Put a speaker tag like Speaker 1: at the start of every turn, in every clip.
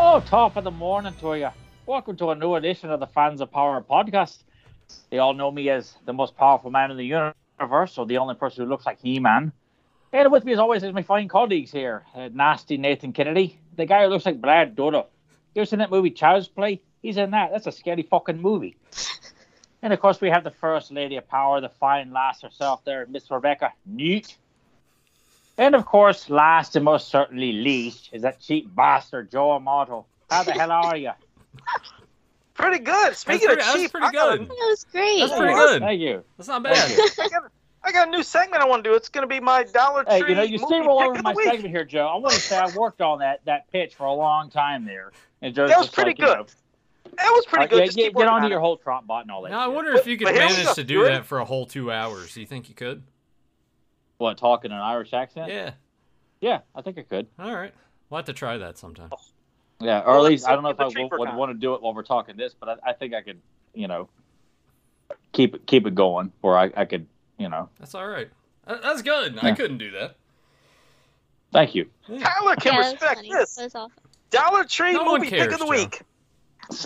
Speaker 1: Oh, top of the morning to you. Welcome to a new edition of the Fans of Power podcast. They all know me as the most powerful man in the universe, or the only person who looks like He Man. And with me, as always, is my fine colleagues here uh, Nasty Nathan Kennedy, the guy who looks like Brad Dodo. You ever seen that movie Child's Play? He's in that. That's a scary fucking movie. And of course, we have the First Lady of Power, the fine lass herself there, Miss Rebecca Newt. And of course, last and most certainly least is that cheap bastard Joe Amato. How the hell are you?
Speaker 2: Pretty good.
Speaker 3: That's
Speaker 2: Speaking
Speaker 3: pretty, that
Speaker 2: of
Speaker 3: was
Speaker 2: cheap,
Speaker 3: pretty
Speaker 2: I, got
Speaker 3: good.
Speaker 4: That was great.
Speaker 3: That's pretty good.
Speaker 1: Thank you.
Speaker 3: That's not
Speaker 1: Thank
Speaker 3: bad.
Speaker 1: you.
Speaker 2: A, I got a new segment I want to do. It's going to be my Dollar Tree
Speaker 1: Hey, you know, you
Speaker 2: movie
Speaker 1: stay all
Speaker 2: pick
Speaker 1: over
Speaker 2: of
Speaker 1: my
Speaker 2: the week.
Speaker 1: segment here, Joe. I want to say I worked on that that pitch for a long time there. And Joe's
Speaker 2: That was
Speaker 1: just
Speaker 2: pretty
Speaker 1: like, you know,
Speaker 2: good. That was pretty
Speaker 1: uh,
Speaker 2: good.
Speaker 1: yeah,
Speaker 2: Just
Speaker 1: get,
Speaker 2: keep
Speaker 1: get
Speaker 2: working
Speaker 1: onto
Speaker 2: on
Speaker 1: your
Speaker 2: it.
Speaker 1: whole trot bot and all that.
Speaker 3: Now I
Speaker 1: shit.
Speaker 3: wonder if you could
Speaker 2: But here we
Speaker 3: manage
Speaker 2: go.
Speaker 3: to
Speaker 2: You
Speaker 3: do
Speaker 2: ready?
Speaker 3: that for a whole two hours. Do you think you could?
Speaker 1: What talking in an Irish accent?
Speaker 3: Yeah.
Speaker 1: Yeah, I think I could.
Speaker 3: All right. We'll have to try that sometime.
Speaker 1: Yeah, or
Speaker 2: Well,
Speaker 1: at least
Speaker 2: let's
Speaker 1: I don't know
Speaker 2: look
Speaker 1: if
Speaker 2: at
Speaker 1: I
Speaker 2: the
Speaker 1: would,
Speaker 2: cheaper
Speaker 1: would
Speaker 2: kind.
Speaker 1: want to do it while we're talking this, but I, I think I could, you know, keep it keep it going, or I, I could, you know.
Speaker 3: That's all right. That- That's good. I
Speaker 1: Yeah.
Speaker 3: couldn't do that.
Speaker 1: Thank you.
Speaker 2: Tyler can
Speaker 4: Yeah, that was
Speaker 2: respect
Speaker 4: funny.
Speaker 2: this.
Speaker 4: That was awesome.
Speaker 2: Dollar Tree
Speaker 3: No one
Speaker 2: movie
Speaker 3: cares,
Speaker 2: pick of the
Speaker 3: Joe.
Speaker 2: week.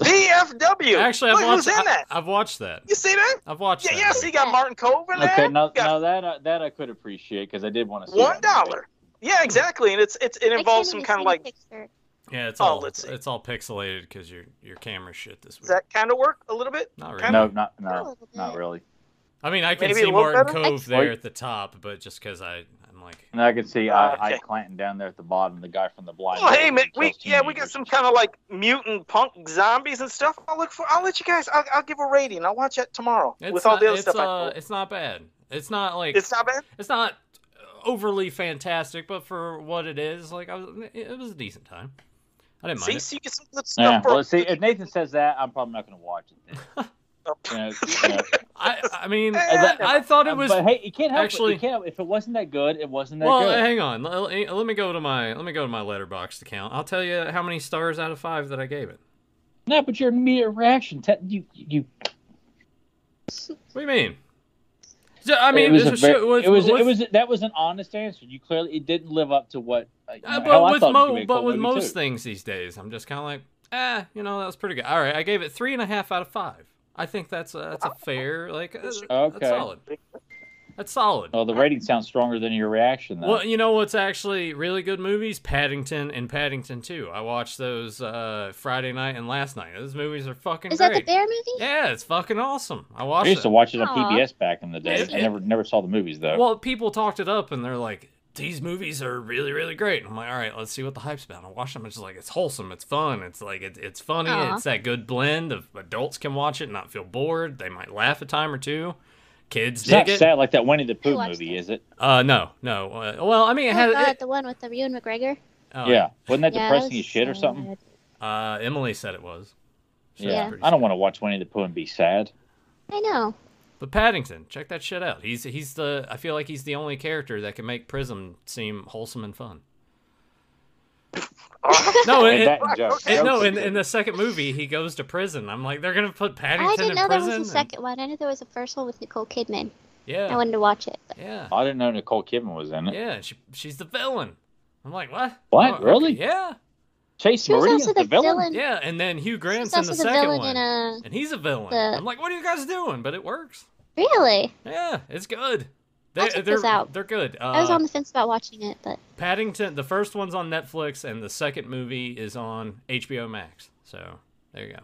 Speaker 2: DFW.
Speaker 3: Actually, I've
Speaker 2: Look
Speaker 3: watched.
Speaker 2: who's in
Speaker 3: I,
Speaker 2: that.
Speaker 3: I've watched that.
Speaker 2: You see that?
Speaker 3: I've watched.
Speaker 2: Yeah,
Speaker 3: that.
Speaker 2: yeah. See, you got Martin Cove in there.
Speaker 1: Okay, now,
Speaker 2: You got
Speaker 1: now that I, that I could appreciate because I did want to see
Speaker 2: one
Speaker 1: that movie.
Speaker 2: dollar. Yeah, exactly. And it's it's it
Speaker 4: I
Speaker 2: involves some
Speaker 4: can't even
Speaker 2: kind of
Speaker 4: see the
Speaker 2: like
Speaker 4: picture.
Speaker 3: Yeah, it's
Speaker 2: Oh,
Speaker 3: all
Speaker 2: let's see.
Speaker 3: it's all pixelated because your your camera shit this week.
Speaker 2: does that kind of work a little bit?
Speaker 3: Not really.
Speaker 1: No,
Speaker 2: Kinda-
Speaker 1: not
Speaker 4: A
Speaker 2: Oh,
Speaker 1: no,
Speaker 4: little
Speaker 1: not
Speaker 4: bit.
Speaker 1: really.
Speaker 3: I mean, I can
Speaker 2: Maybe a
Speaker 3: see
Speaker 2: little
Speaker 3: Martin
Speaker 2: better?
Speaker 3: Cove
Speaker 1: Well,
Speaker 3: there
Speaker 1: you-
Speaker 3: at the top, but just because I I'm like
Speaker 1: And I could see
Speaker 2: Uh,
Speaker 1: I,
Speaker 2: okay.
Speaker 1: I Clanton down there at the bottom, the guy from the blind.
Speaker 2: Well, hey,
Speaker 1: Date
Speaker 2: man,
Speaker 1: who
Speaker 2: we
Speaker 1: kills
Speaker 2: yeah, we got
Speaker 1: teenagers.
Speaker 2: some kind of like mutant punk zombies and stuff. I'll look for. I'll let you guys. I'll, I'll give a rating. I'll watch it tomorrow
Speaker 3: it's
Speaker 2: with
Speaker 3: not,
Speaker 2: all the other
Speaker 3: it's,
Speaker 2: stuff. I
Speaker 3: uh, it's not bad. It's not like
Speaker 2: it's not bad.
Speaker 3: it's not overly fantastic, but for what it is, like I was, it was a decent time. I didn't
Speaker 2: See,
Speaker 3: mind.
Speaker 2: so you get some good stuff.
Speaker 1: Yeah,
Speaker 2: for-
Speaker 1: well, see, if Nathan says that, I'm probably not going to watch it. Then.
Speaker 2: Oh,
Speaker 1: You know, you know. Um,
Speaker 3: It. I I mean,
Speaker 2: Eh.
Speaker 3: I thought it was.
Speaker 1: but hey, you can't help
Speaker 3: actually-
Speaker 1: it. You can't help, if it wasn't that good, it wasn't that
Speaker 3: Well,
Speaker 1: good.
Speaker 3: hang on. Let, let- let me go to my let me go to my letterbox account. I'll tell you how many stars out of five that I gave it.
Speaker 1: No, but your immediate reaction, te- you you.
Speaker 3: What do you mean? So, I mean,
Speaker 1: it was,
Speaker 3: this
Speaker 1: a
Speaker 3: was,
Speaker 1: very-
Speaker 3: shit with-
Speaker 1: it was
Speaker 3: with-
Speaker 1: it was that was an honest answer. You clearly it didn't live up to what. Uh,
Speaker 3: Uh,
Speaker 1: hell, I
Speaker 3: but with
Speaker 1: thought it was
Speaker 3: mo-
Speaker 1: gonna be a
Speaker 3: but
Speaker 1: cool
Speaker 3: with
Speaker 1: movie,
Speaker 3: most
Speaker 1: too.
Speaker 3: things these days, I'm just kind of like, eh, you know, that was pretty good. All right, I gave it three and a half out of five. I think that's a, that's a fair like. Uh,
Speaker 1: Okay.
Speaker 3: That's solid. That's solid.
Speaker 1: Well, Oh, the rating sounds stronger than your reaction. Though.
Speaker 3: Well, you know what's actually really good movies? Paddington and Paddington 2. I watched those uh, Friday night and last night. Those movies are fucking
Speaker 4: Is that the
Speaker 3: great.
Speaker 4: bear movie?
Speaker 3: yeah, it's fucking awesome. I
Speaker 1: I
Speaker 3: watched
Speaker 1: used
Speaker 3: it.
Speaker 1: to watch it on
Speaker 4: Aw.
Speaker 1: PBS back in the day.
Speaker 3: Yeah.
Speaker 1: I never never saw the movies though.
Speaker 3: Well, people talked it up and they're like, these movies are really, really great. And I'm like, all right, let's see what the hype's about. And I watch them. It's just like, it's wholesome. It's fun. It's like, it, it's funny.
Speaker 4: Aw.
Speaker 3: It's that good blend of adults can watch it and not feel bored. They might laugh a time or two. Kids
Speaker 1: it's not
Speaker 3: dig it.
Speaker 1: sad like that Winnie the Pooh
Speaker 4: watched
Speaker 1: movie,
Speaker 4: it.
Speaker 1: is it?
Speaker 3: Uh, no, no. Uh, well, I mean, it
Speaker 4: Oh
Speaker 3: has.
Speaker 4: god,
Speaker 3: It,
Speaker 4: the one with the Ewan McGregor.
Speaker 3: oh,
Speaker 1: yeah, wasn't that
Speaker 4: yeah,
Speaker 1: depressing
Speaker 4: that was
Speaker 1: as shit or
Speaker 4: so
Speaker 1: something?
Speaker 4: bad.
Speaker 3: Uh, Emily said it was. She was
Speaker 1: Yeah,
Speaker 3: pretty
Speaker 1: I
Speaker 3: sad.
Speaker 1: don't want to watch Winnie the Pooh and be sad.
Speaker 4: I know.
Speaker 3: But Paddington, check that shit out. He's he's the. I feel like he's the only character that can make Prism seem wholesome and fun. No, it,
Speaker 1: And
Speaker 3: it-
Speaker 1: that and jokes.
Speaker 3: And no,
Speaker 1: Jokes
Speaker 3: in,
Speaker 1: is
Speaker 3: in the second movie, he goes to prison. I'm like, they're gonna put
Speaker 4: Oh,
Speaker 3: Paddington
Speaker 4: I didn't
Speaker 3: in
Speaker 4: know there
Speaker 3: prison.
Speaker 4: was a
Speaker 3: and-
Speaker 4: second one. I knew there was a first one with Nicole Kidman. I
Speaker 3: Yeah,
Speaker 4: wanted to watch it. but-
Speaker 3: yeah,
Speaker 1: I didn't know Nicole Kidman was in it.
Speaker 3: yeah. She, she's the villain. I'm like, what? Oh,
Speaker 1: What?
Speaker 3: okay,
Speaker 1: Really?
Speaker 3: Yeah,
Speaker 1: Chase
Speaker 4: She was
Speaker 1: Meridian's
Speaker 4: also the
Speaker 1: villain.
Speaker 4: villain.
Speaker 3: yeah. And then Hugh
Speaker 4: She
Speaker 3: Grant's
Speaker 4: was
Speaker 3: in
Speaker 4: also
Speaker 3: the
Speaker 4: the
Speaker 3: second
Speaker 4: villain
Speaker 3: one,
Speaker 4: in uh, a.
Speaker 3: and he's a villain.
Speaker 4: the-
Speaker 3: I'm like, what are you guys doing? But it works.
Speaker 4: Really?
Speaker 3: Yeah, it's good.
Speaker 4: I'll
Speaker 3: They're
Speaker 4: check
Speaker 3: they're
Speaker 4: this out.
Speaker 3: they're good. Uh,
Speaker 4: I was on the fence about watching it, but
Speaker 3: Paddington. The first one's on Netflix, and the second movie is on HBO Max. So there you go.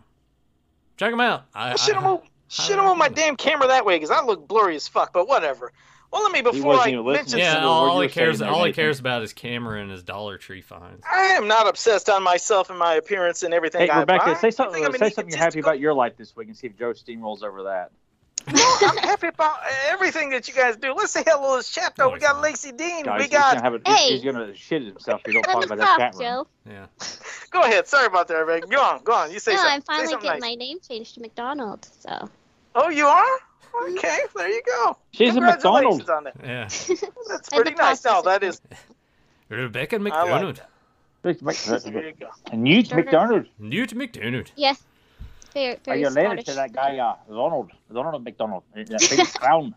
Speaker 3: Check them out. I,
Speaker 2: I should have moved. Should have moved my damn camera that way because I look blurry as fuck. But whatever. Well, let me before
Speaker 1: wasn't
Speaker 2: I
Speaker 1: even listening.
Speaker 2: mention.
Speaker 1: Just
Speaker 3: yeah,
Speaker 1: the
Speaker 3: all,
Speaker 1: word
Speaker 3: all
Speaker 1: you
Speaker 3: he
Speaker 1: were saying
Speaker 3: cares
Speaker 1: there,
Speaker 3: all he
Speaker 1: Nathan.
Speaker 3: cares about is camera and his Dollar Tree finds.
Speaker 2: I am not obsessed on myself and my appearance and everything.
Speaker 1: Hey
Speaker 2: I
Speaker 1: Rebecca, say
Speaker 2: buy. I think
Speaker 1: something.
Speaker 2: I'm an
Speaker 1: Say something you're happy
Speaker 2: egotistical-
Speaker 1: about your life this week, and see if Joe steamrolls over that.
Speaker 2: No, I'm happy about everything that you guys do. Let's say hello to this chat though.
Speaker 3: No,
Speaker 2: We
Speaker 3: he's
Speaker 2: got
Speaker 3: not.
Speaker 2: Lacey Dean.
Speaker 1: Guys,
Speaker 2: We
Speaker 1: he's gonna
Speaker 2: got.
Speaker 1: have a,
Speaker 4: Hey!
Speaker 1: he's gonna shit himself if you don't
Speaker 4: let
Speaker 1: talk
Speaker 4: him
Speaker 1: about that
Speaker 4: stop,
Speaker 1: chat room.
Speaker 4: Joe.
Speaker 3: Yeah.
Speaker 2: Go ahead. Sorry about that, Rebecca. Go on. Go on. You say
Speaker 4: No,
Speaker 2: something.
Speaker 4: I'm
Speaker 2: Say
Speaker 4: finally
Speaker 2: something
Speaker 4: getting
Speaker 2: nice.
Speaker 4: my name changed to McDonald's. So
Speaker 2: Oh, you are? Okay, there you go.
Speaker 1: She's a
Speaker 2: Congratulations
Speaker 1: McDonald's.
Speaker 2: on that.
Speaker 3: Yeah.
Speaker 2: That's
Speaker 4: And the
Speaker 2: pretty nice. No,
Speaker 4: process
Speaker 2: that
Speaker 4: is-
Speaker 2: is.
Speaker 3: Rebecca
Speaker 2: I like
Speaker 3: McDonald.
Speaker 1: Big
Speaker 2: There you
Speaker 1: Mc-
Speaker 2: go.
Speaker 1: Newt McDonald.
Speaker 3: Newt McDonald.
Speaker 4: yeah, very
Speaker 1: Are
Speaker 4: very
Speaker 1: you related
Speaker 4: Scottish.
Speaker 1: to that guy, uh, Ronald? Ronald McDonald, that big clown.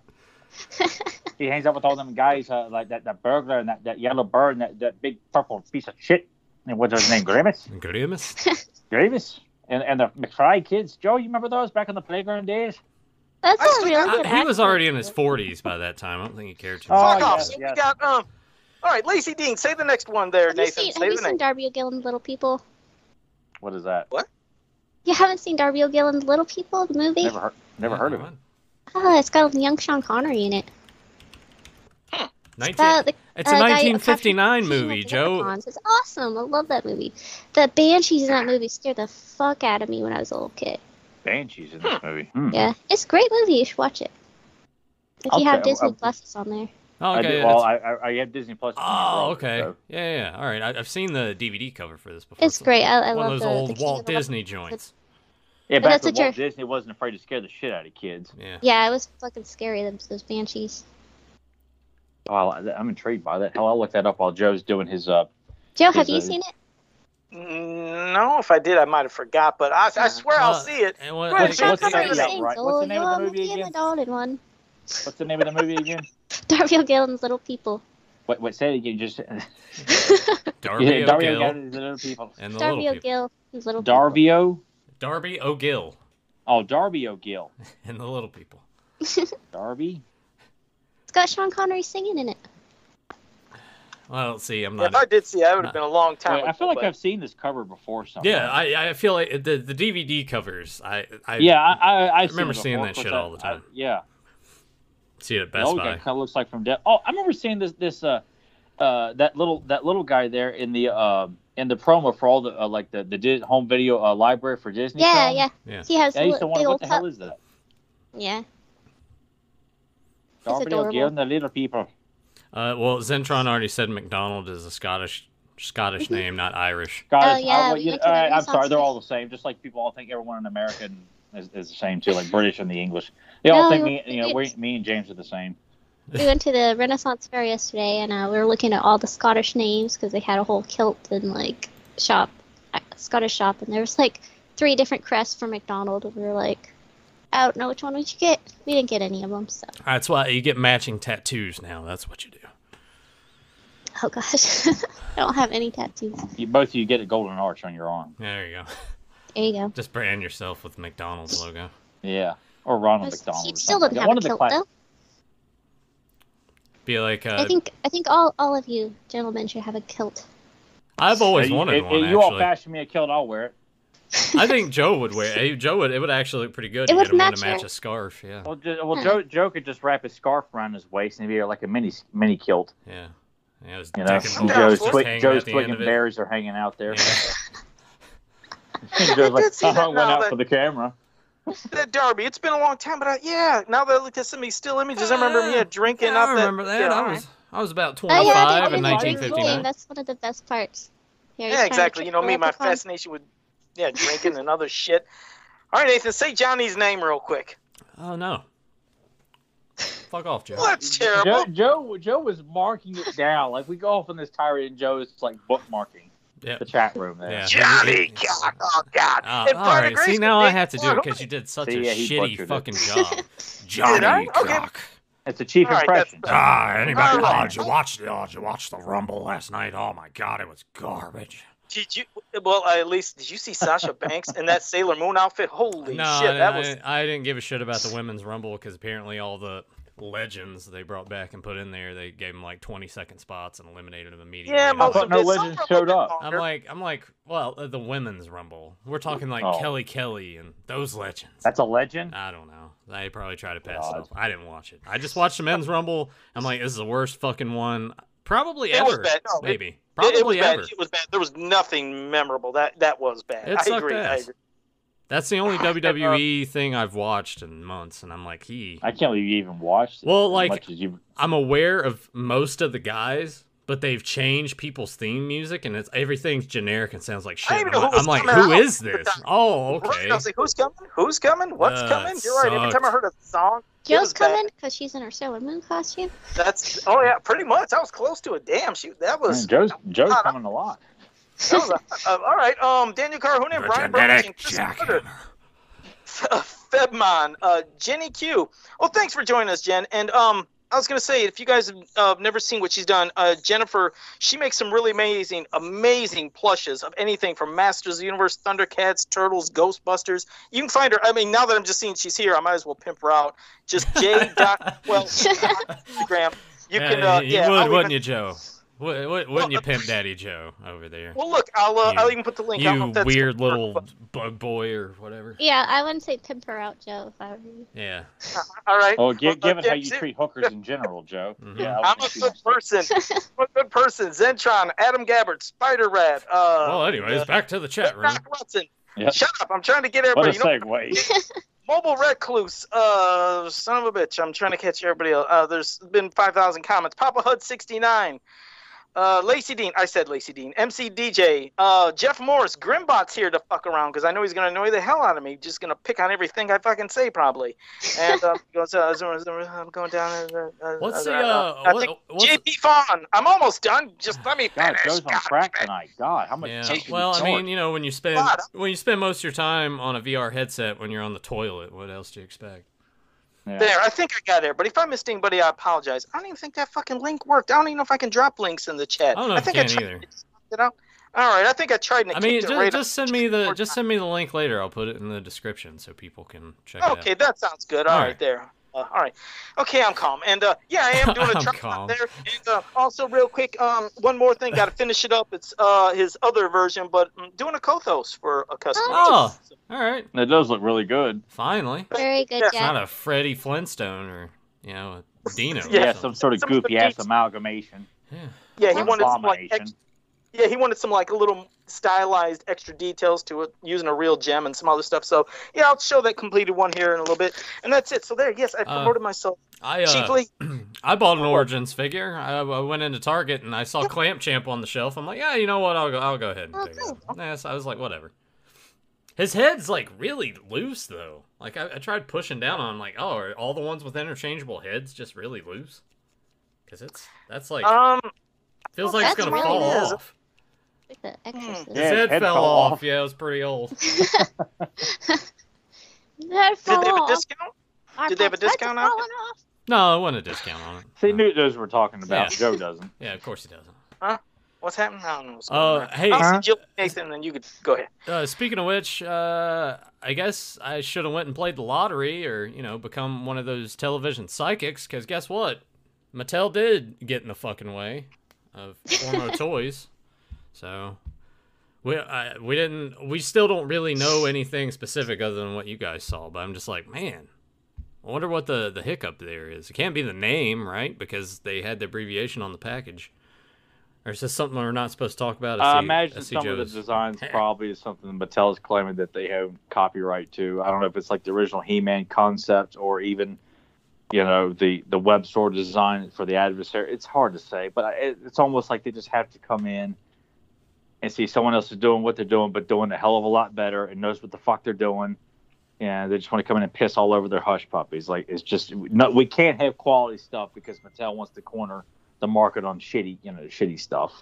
Speaker 1: He hangs out with all them guys, uh, like that, that burglar and that, that yellow bird and that, that big purple piece of shit. And What was his name? Grimace.
Speaker 3: Grimace.
Speaker 1: Grimace. And and the McFry kids. Joe, you remember those back in the playground days?
Speaker 4: That's
Speaker 2: I
Speaker 4: a
Speaker 2: still
Speaker 4: real
Speaker 2: got-
Speaker 4: good
Speaker 3: Uh, he was
Speaker 4: actor.
Speaker 3: already in his 40s by that time. I don't think he cared too
Speaker 1: Oh,
Speaker 3: much.
Speaker 2: Fuck off.
Speaker 1: yes,
Speaker 2: So
Speaker 1: yes.
Speaker 2: We got um. All right, Lacey Dean, say the next one there,
Speaker 4: Have you
Speaker 2: Nathan.
Speaker 4: seen, have
Speaker 2: say
Speaker 4: you
Speaker 2: the
Speaker 4: seen
Speaker 2: next.
Speaker 4: Darby O'Gill and the Little People?
Speaker 1: What is that?
Speaker 4: You haven't seen Darby O'Gill and the Little People, the movie?
Speaker 1: Never heard. Never heard of it.
Speaker 4: Oh, it's got young Sean Connery in it. It's
Speaker 3: 19,
Speaker 4: about the
Speaker 3: it's a
Speaker 4: uh, guy who
Speaker 3: 1959
Speaker 4: captured the king of
Speaker 3: movie,
Speaker 4: the
Speaker 3: Joe.
Speaker 4: leprechauns. It's awesome. I love that movie. The banshees in that movie scared the fuck out of me when I was a little kid.
Speaker 1: Banshees in this movie. Hmm.
Speaker 4: Yeah, it's a great movie. You should watch it. If
Speaker 1: Okay,
Speaker 4: you have
Speaker 1: I-
Speaker 4: Disney
Speaker 1: I-
Speaker 4: Plus, it's on there.
Speaker 3: Oh,
Speaker 1: I
Speaker 3: okay.
Speaker 1: did,
Speaker 3: yeah,
Speaker 1: well,
Speaker 3: that's-
Speaker 1: I, I I have Disney Plus.
Speaker 3: oh, okay.
Speaker 1: So-
Speaker 3: Yeah, yeah, yeah. All right. I, I've seen the DVD cover for this before.
Speaker 4: It's great. I, I
Speaker 3: One
Speaker 4: love
Speaker 3: of those
Speaker 4: the, the
Speaker 3: old
Speaker 4: King
Speaker 3: Walt
Speaker 4: of the
Speaker 3: Disney joints.
Speaker 1: Yeah,
Speaker 4: But
Speaker 1: back
Speaker 4: that's
Speaker 1: when
Speaker 4: what you're-
Speaker 1: Walt Disney wasn't afraid to scare the shit out of kids.
Speaker 3: Yeah.
Speaker 4: Leprechauns. Yeah, it was fucking scary. Those, those banshees.
Speaker 1: Oh, I- I'm intrigued by that. Hell, I'll look that up while Joe's doing his. Uh,
Speaker 4: Joe, have
Speaker 1: Is
Speaker 4: you
Speaker 1: that-
Speaker 4: seen it?
Speaker 2: Mm, No, if I did, I might have forgot, but I, I swear
Speaker 3: Uh,
Speaker 2: I'll see it.
Speaker 3: And what-
Speaker 2: Right,
Speaker 4: Sean
Speaker 1: What's- what's
Speaker 3: I-
Speaker 1: the
Speaker 4: Connery
Speaker 1: name of that,
Speaker 4: sings,
Speaker 1: right?
Speaker 4: "Oh,
Speaker 1: What's the name of the
Speaker 4: you're
Speaker 1: movie
Speaker 4: a
Speaker 1: again?"
Speaker 4: Madonna in one.
Speaker 1: what's the name of the movie again?
Speaker 4: Darby O'Gill and his Little People.
Speaker 1: Wait, wait, say it again. Just
Speaker 3: Darby
Speaker 1: yeah, Darby
Speaker 3: O'Gill
Speaker 1: O'Gill is the little people.
Speaker 3: and the
Speaker 4: Darby
Speaker 3: little people.
Speaker 4: O'Gill and his Little People.
Speaker 1: Darbio.
Speaker 3: Darby O'Gill
Speaker 1: Oh, Darby O'Gill.
Speaker 3: and the little people.
Speaker 1: Darby.
Speaker 4: It's got Sean Connery singing in it.
Speaker 3: Well, see, I'm
Speaker 2: Yeah,
Speaker 3: not.
Speaker 2: if I did see it, it would have been a long time
Speaker 1: Wait, I
Speaker 2: ago,
Speaker 1: feel like
Speaker 2: but-
Speaker 1: I've seen this cover before. Somewhere.
Speaker 3: yeah, I, I feel like the the DVD covers. I, I
Speaker 1: yeah, I, I, I
Speaker 3: remember seeing that shit all the time.
Speaker 1: yeah.
Speaker 3: see it
Speaker 1: The
Speaker 3: at Best
Speaker 1: old guy
Speaker 3: Buy.
Speaker 1: kind of looks like from Death. Oh, I remember seeing this this uh, uh that little that little guy there in the um in the promo for all the uh, like the the di- home video uh, library for Disney.
Speaker 4: Yeah,
Speaker 1: Channel.
Speaker 4: yeah.
Speaker 3: Yeah.
Speaker 4: He has
Speaker 1: Yeah, I used
Speaker 4: a
Speaker 1: to
Speaker 4: big
Speaker 1: wonder what
Speaker 4: old
Speaker 1: the hell
Speaker 4: cup.
Speaker 1: is that?
Speaker 4: Yeah.
Speaker 1: Darby
Speaker 4: adorable.
Speaker 1: O'Gill and the little people.
Speaker 3: Uh, well, Zentron already said McDonald is a Scottish Scottish
Speaker 4: Mm-hmm.
Speaker 3: name, not Irish.
Speaker 1: Guys,
Speaker 4: Oh, yeah,
Speaker 1: I, well,
Speaker 4: we
Speaker 1: you-
Speaker 4: went to
Speaker 1: all
Speaker 4: the
Speaker 1: right, I'm
Speaker 4: Renaissance
Speaker 1: sorry, they're
Speaker 4: Fair.
Speaker 1: all the same. Just like people all think everyone in America and is, is the same too, like British and the English. They all
Speaker 4: No,
Speaker 1: think me,
Speaker 4: you're-
Speaker 1: you know, we, me and James are the same.
Speaker 4: We went to the Renaissance Fair yesterday, and uh, we were looking at all the Scottish names because they had a whole kilt and like shop, uh, Scottish shop, and there was like three different crests for McDonald, and we were like, I don't know which one we should get. We didn't get any of them, so
Speaker 3: That's why you get matching tattoos now. That's what you do.
Speaker 4: oh gosh, I don't have any tattoos.
Speaker 1: You, both of you get a golden arch on your arm.
Speaker 3: There you go.
Speaker 4: There you go.
Speaker 3: Just brand yourself with McDonald's logo.
Speaker 1: Yeah, or Ronald
Speaker 4: But
Speaker 1: McDonald.
Speaker 4: He
Speaker 1: or
Speaker 4: still
Speaker 1: something.
Speaker 4: didn't
Speaker 1: Yeah,
Speaker 4: have
Speaker 1: one
Speaker 4: a
Speaker 1: of the
Speaker 4: kilt
Speaker 1: class-
Speaker 4: though.
Speaker 3: Be like, uh,
Speaker 4: I think I think all all of you gentlemen should have a kilt.
Speaker 3: I've always
Speaker 1: Yeah, you-
Speaker 3: wanted
Speaker 1: if-
Speaker 3: one.
Speaker 1: if you all
Speaker 3: Actually,
Speaker 1: fashion me a kilt, I'll wear it.
Speaker 3: I think Joe would wear. eh, Joe would. It would actually look pretty good.
Speaker 4: It
Speaker 3: to
Speaker 4: would
Speaker 3: get him one to
Speaker 4: match
Speaker 3: match
Speaker 4: her.
Speaker 3: a scarf. Yeah,
Speaker 1: Well, ju- well
Speaker 4: Huh.
Speaker 1: Joe, Joe could just wrap his scarf around his waist and be like a mini mini kilt.
Speaker 3: yeah. Yeah, it was
Speaker 1: You know,
Speaker 3: dick
Speaker 2: I'm
Speaker 3: and
Speaker 2: down
Speaker 1: Joe's,
Speaker 2: for it.
Speaker 1: twi-
Speaker 3: Hanging
Speaker 1: Joe's
Speaker 3: at the
Speaker 1: twig
Speaker 3: end
Speaker 1: and
Speaker 3: of it.
Speaker 1: berries are hanging out there.
Speaker 3: Yeah.
Speaker 1: Joe's
Speaker 2: I did
Speaker 1: like,
Speaker 2: see that
Speaker 1: "Uh-huh, went
Speaker 2: now,
Speaker 1: out
Speaker 2: but-
Speaker 1: for the camera.
Speaker 2: that Uh, Darby. It's been a long time, but I, yeah, now that I looked at some of these still images, I remember me
Speaker 3: Yeah,
Speaker 2: uh, drinking.
Speaker 3: Yeah,
Speaker 2: out
Speaker 3: I remember
Speaker 2: that.
Speaker 3: that.
Speaker 2: yeah,
Speaker 3: I
Speaker 2: alright.
Speaker 3: was I was about
Speaker 4: Oh
Speaker 3: 25
Speaker 4: yeah,
Speaker 1: five
Speaker 4: they
Speaker 3: in
Speaker 1: didn't
Speaker 4: always drink
Speaker 1: drink
Speaker 4: game.
Speaker 3: 1959.
Speaker 4: That's one of the best parts. Here, he's
Speaker 2: Yeah,
Speaker 4: trying to
Speaker 2: exactly.
Speaker 4: trick
Speaker 2: You know
Speaker 4: the
Speaker 2: me, my
Speaker 4: leprechaun.
Speaker 2: fascination with yeah drinking and other shit. All right, Nathan, say Johnny's name real quick.
Speaker 3: Oh no. Fuck off, Joe.
Speaker 2: Well, that's
Speaker 1: Joe,
Speaker 2: terrible.
Speaker 1: Joe, Joe was marking it down. Like we go off on this tirade, and Joe's like bookmarking
Speaker 3: Yeah.
Speaker 1: the chat room there.
Speaker 3: Yeah.
Speaker 2: Johnny,
Speaker 3: It- it's-
Speaker 2: God, oh God.
Speaker 3: Ah,
Speaker 2: And
Speaker 3: all
Speaker 2: Barney
Speaker 3: right. See,
Speaker 2: Grace
Speaker 3: now
Speaker 2: could
Speaker 3: I
Speaker 2: be-
Speaker 3: have to do
Speaker 2: Why
Speaker 3: it
Speaker 2: don't
Speaker 3: because you did such
Speaker 1: See, yeah,
Speaker 3: a
Speaker 1: he
Speaker 3: shitty
Speaker 1: butchered it.
Speaker 3: fucking job.
Speaker 2: Did I?
Speaker 3: Johnny
Speaker 2: Okay.
Speaker 3: cock.
Speaker 1: It's a chief
Speaker 2: All right, that's-
Speaker 1: impression.
Speaker 3: Ah, anybody?
Speaker 2: All right.
Speaker 3: Oh, did you watch the? Oh, did you watch the Rumble last night? Oh my God, it was garbage.
Speaker 2: Did you? Well, at least did you see Sasha Banks in that Sailor Moon outfit? Holy
Speaker 3: no,
Speaker 2: shit,
Speaker 3: I,
Speaker 2: that was.
Speaker 3: I, I didn't give a shit about the women's rumble because apparently all the legends they brought back and put in there, they gave them like 20 second spots and eliminated them immediately.
Speaker 2: Yeah,
Speaker 3: I'm
Speaker 2: most
Speaker 1: thought
Speaker 3: like,
Speaker 2: of
Speaker 1: no
Speaker 2: it-
Speaker 1: legends
Speaker 2: some of
Speaker 1: showed
Speaker 2: it
Speaker 1: up.
Speaker 2: longer.
Speaker 3: I'm like, I'm like, well, uh, the women's rumble. We're talking like
Speaker 1: Oh.
Speaker 3: Kelly Kelly and those legends.
Speaker 1: That's a legend.
Speaker 3: I don't know. They probably try to pass
Speaker 1: God.
Speaker 3: it off. I didn't watch it. I just watched the men's rumble. I'm like, this is the worst fucking one probably
Speaker 2: It was
Speaker 3: ever.
Speaker 2: bad. No, it-
Speaker 3: maybe
Speaker 2: It-
Speaker 3: probably
Speaker 2: it was bad.
Speaker 3: ever.
Speaker 2: It was bad. There was nothing memorable. That that was bad.
Speaker 3: It
Speaker 2: I
Speaker 3: sucked
Speaker 2: agree. I
Speaker 3: ass.
Speaker 2: agree.
Speaker 3: That's the
Speaker 2: Uh,
Speaker 3: only WWE thing I've watched in months, and I'm like, he.
Speaker 1: I can't believe you even watched. it
Speaker 3: Well,
Speaker 1: as
Speaker 3: like-
Speaker 1: much as you.
Speaker 3: I'm aware of most of the guys, but they've changed people's theme music, and it's everything's generic and sounds like shit.
Speaker 2: I don't even
Speaker 3: I'm,
Speaker 2: know who was
Speaker 3: like,
Speaker 2: coming
Speaker 3: who
Speaker 2: out
Speaker 3: is
Speaker 2: at the
Speaker 3: this?
Speaker 2: time.
Speaker 3: Oh,
Speaker 2: Right,
Speaker 3: okay.
Speaker 2: I was like, who's coming? Who's coming? What's
Speaker 3: Uh,
Speaker 2: coming? You're right. Every time I
Speaker 3: sucked.
Speaker 2: heard a song, it was
Speaker 4: Joe's
Speaker 2: bad.
Speaker 4: coming because she's in her Sailor Moon costume.
Speaker 2: That's oh yeah, pretty much. I was close to it. Damn, shoot, that was.
Speaker 1: Man, Joe's Joe's
Speaker 2: God,
Speaker 1: coming a lot.
Speaker 2: that was a- uh, all right. Um, Daniel Carhoon and
Speaker 3: The
Speaker 2: Brian Burns and
Speaker 3: genetic
Speaker 2: Chris
Speaker 3: jackhammer.
Speaker 2: Carter, Febmon, uh, Jenny Q. Well, thanks for joining us, Jen. And um, I was gonna say, if you guys have uh, never seen what she's done, uh, Jennifer, she makes some really amazing, amazing plushes of anything from Masters of the Universe, Thundercats, Turtles, Ghostbusters. You can find her. I mean, now that I'm just seeing she's here, I might as well pimp her out. Just J. Doc well, Instagram. You
Speaker 3: yeah,
Speaker 2: can, uh,
Speaker 3: you
Speaker 2: yeah.
Speaker 3: would,
Speaker 2: I'll
Speaker 3: wouldn't
Speaker 2: even-
Speaker 3: you, Joe? Would, would, wouldn't you pimp Daddy Joe over there?
Speaker 2: Well, look, I'll, uh,
Speaker 3: You-
Speaker 2: I'll even put the link. I don't know
Speaker 3: You
Speaker 2: if that's
Speaker 3: weird
Speaker 2: gonna work,
Speaker 3: little
Speaker 2: but-
Speaker 3: bug boy or whatever.
Speaker 4: Yeah, I wouldn't say pimp her out, Joe. If I were you.
Speaker 3: Yeah.
Speaker 2: All right.
Speaker 1: Oh, gi-
Speaker 2: Well,
Speaker 1: give it how
Speaker 2: yeah,
Speaker 1: you
Speaker 2: see-
Speaker 1: treat hookers in general, Joe.
Speaker 3: Mhm.
Speaker 1: Yeah, I
Speaker 2: I'm
Speaker 1: would
Speaker 2: a
Speaker 1: be
Speaker 2: good
Speaker 1: nice.
Speaker 2: person. I'm a good person. Zentron, Adam Gabbard, Spider Rat. Uh,
Speaker 3: Well, anyways,
Speaker 2: uh,
Speaker 3: back to the chat room.
Speaker 2: Doc Watson.
Speaker 1: Yeah.
Speaker 2: Shut up! I'm trying to get
Speaker 1: What a
Speaker 2: everybody. You know,
Speaker 1: segue.
Speaker 2: mobile recluse. Uh, son of a bitch! I'm trying to catch everybody. Else. Uh, there's been 5,000 comments. Papa Hud 69. Uh, Lacey Dean. I said Lacey Dean. MC DJ. Uh, Jeff Morris. Grimbot's here to fuck around because I know he's gonna annoy the hell out of me. Just gonna pick on everything I fucking say probably. And uh, he goes, uh, I'm going down. Uh, uh,
Speaker 3: What's the
Speaker 2: uh,
Speaker 3: uh?
Speaker 2: I
Speaker 3: What,
Speaker 2: think
Speaker 3: what's the-
Speaker 2: JP Fawn. I'm almost done. Just let me
Speaker 1: God,
Speaker 2: finish.
Speaker 1: Joe's on
Speaker 2: God
Speaker 1: crack
Speaker 2: damn it.
Speaker 1: tonight. God, how much?
Speaker 3: Yeah.
Speaker 1: tape you
Speaker 3: Well, I
Speaker 1: snort?
Speaker 3: mean, you know, when you spend
Speaker 2: God.
Speaker 3: when you spend most of your time on a VR headset when you're on the toilet, what else do you expect?
Speaker 1: Yeah.
Speaker 2: There, I think I got there. But if I missed anybody, I apologize. I don't even think that fucking link worked. I don't even know if I can drop links in the chat.
Speaker 3: I don't know if
Speaker 2: think
Speaker 3: you
Speaker 2: I
Speaker 3: can
Speaker 2: tried
Speaker 3: either.
Speaker 2: to knock it out. All right, I think I tried and it
Speaker 3: I mean,
Speaker 2: kicked
Speaker 3: just,
Speaker 2: it right
Speaker 3: just
Speaker 2: up.
Speaker 3: send me the
Speaker 2: Or
Speaker 3: just send me the link later. I'll put it in the description so people can check
Speaker 2: not.
Speaker 3: it out.
Speaker 2: Okay, that sounds good. all
Speaker 3: All
Speaker 2: right.
Speaker 3: right.
Speaker 2: there. Uh, all right, okay, I'm calm, and uh, yeah, I am doing a
Speaker 3: I'm
Speaker 2: trial
Speaker 3: calm.
Speaker 2: out there. And uh, also, real quick, um, one more thing, got to finish it up. It's uh his other version, but I'm doing a Kothos for a customer.
Speaker 3: Oh.
Speaker 2: too.
Speaker 3: All right,
Speaker 1: It does look really good.
Speaker 3: finally,
Speaker 4: Very good,
Speaker 2: Yeah.
Speaker 3: it's
Speaker 4: Jack.
Speaker 3: not a Freddie Flintstone or you know a Dino. or
Speaker 1: Yeah,
Speaker 2: Yeah.
Speaker 1: some
Speaker 3: something.
Speaker 1: sort of
Speaker 2: Some of the
Speaker 1: goopy ass
Speaker 2: beats-
Speaker 1: amalgamation.
Speaker 3: yeah.
Speaker 2: yeah, he wanted some like
Speaker 1: Abomination.
Speaker 2: extra, Yeah, he wanted some like little stylized extra details to it, using a real gem and some other stuff. So yeah, I'll show that completed one here in a little bit, and that's it. So there, yes, I
Speaker 3: Uh,
Speaker 2: promoted myself
Speaker 3: I uh,
Speaker 2: cheaply.
Speaker 3: I bought an Origins figure. I, I went into Target and I saw Clamp Champ on the shelf. I'm like, yeah, you know what? I'll go. I'll go ahead and
Speaker 2: Oh,
Speaker 3: pick it. up." Yeah, so I was like, whatever. His head's like really loose though. Like I, I tried pushing down on. him, like, oh, are all the ones with interchangeable heads just really loose? Because it's that's like
Speaker 2: Um,
Speaker 3: feels like it's
Speaker 4: that's
Speaker 3: gonna
Speaker 4: really
Speaker 3: fall
Speaker 4: is.
Speaker 3: off.
Speaker 4: Like the exorcist.
Speaker 1: Yeah,
Speaker 3: His head, fell off. Yeah, it was pretty old.
Speaker 4: That
Speaker 2: did
Speaker 4: fell
Speaker 2: they have a
Speaker 4: off.
Speaker 2: discount?
Speaker 4: Our
Speaker 2: did they have a
Speaker 4: pockets
Speaker 2: discount
Speaker 4: are
Speaker 2: on
Speaker 4: falling off.
Speaker 3: No, I want a discount on it.
Speaker 1: See,
Speaker 3: Uh,
Speaker 1: Newt knows what we're talking about.
Speaker 3: Yeah.
Speaker 1: Joe doesn't.
Speaker 3: yeah, of course he doesn't.
Speaker 2: What's happening? I don't know. What's going
Speaker 3: Uh,
Speaker 2: on.
Speaker 3: hey,
Speaker 2: I'll see Jill Nathan, then you could go ahead.
Speaker 3: Uh, speaking of which, uh, I guess I should have went and played the lottery, or you know, become one of those television psychics. Because guess what, Mattel did get in the fucking way of Formo toys. So we I, we didn't we still don't really know anything specific other than what you guys saw. But I'm just like, man, I wonder what the the hiccup there is. It can't be the name, right? Because they had the abbreviation on the package. Or is this something we're not supposed to talk about?
Speaker 1: I
Speaker 3: see-
Speaker 1: imagine
Speaker 3: see
Speaker 1: some of the
Speaker 3: Joe's-
Speaker 1: designs probably is something Mattel's claiming that they own copyright to. I don't know if it's like the original He-Man concept or even, you know, the the web store design for the adversary. It's hard to say, but I- it, it's almost like they just have to come in and see someone else is doing what they're doing, but doing a hell of a lot better and knows what the fuck they're doing. And they just want to come in and piss all over their hush puppies. Like it's just no, we can't have quality stuff because Mattel wants to corner the market on shitty, you know, shitty stuff.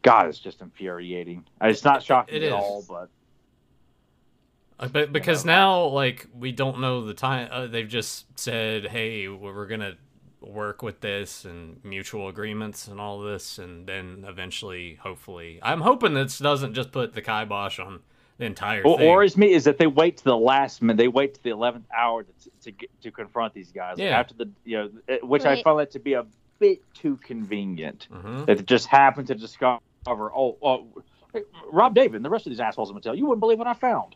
Speaker 1: God, it's just infuriating. It's not shocking
Speaker 3: It
Speaker 1: at
Speaker 3: is.
Speaker 1: all, but
Speaker 3: Uh, But because now, like, we don't know the time. Uh, they've just said, "Hey, we're we're gonna work with this and mutual agreements and all this," and then eventually, hopefully, I'm hoping this doesn't just put the kibosh on the entire
Speaker 1: or,
Speaker 3: thing.
Speaker 1: or is me is that they wait to the last minute. They wait to the eleventh hour to to, get, to confront these guys Like,
Speaker 3: Yeah.
Speaker 1: after the you know, it- which I
Speaker 4: Right.
Speaker 1: found that to be a bit too convenient.
Speaker 3: Mhm.
Speaker 1: That it just happened to discover. Oh, oh hey, Rob David and the rest of these assholes in Mattel. You wouldn't believe what I found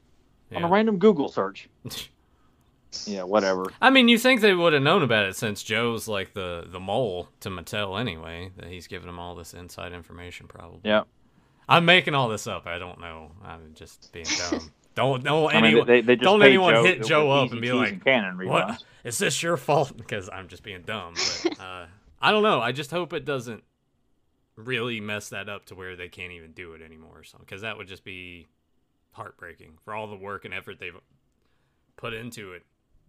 Speaker 1: on a
Speaker 3: Yeah.
Speaker 1: random Google search. Yeah, whatever.
Speaker 3: I mean, you think they would have known about it since Joe's like the the mole to Mattel anyway. That he's giving them all this inside information, probably.
Speaker 1: Yeah.
Speaker 3: I'm making all this up. I don't know. I'm just being dumb. don't don't
Speaker 1: I mean,
Speaker 3: anyone.
Speaker 1: they, they just
Speaker 3: don't
Speaker 1: paid
Speaker 3: anyone
Speaker 1: Joe,
Speaker 3: hit Joe up and be like,
Speaker 1: "Cannon
Speaker 3: What is this your fault? Because I'm just being dumb. But, uh, I don't know. I just hope it doesn't really mess that up to where they can't even do it anymore or something. Because that would just be heartbreaking for all the work and effort they've put into it.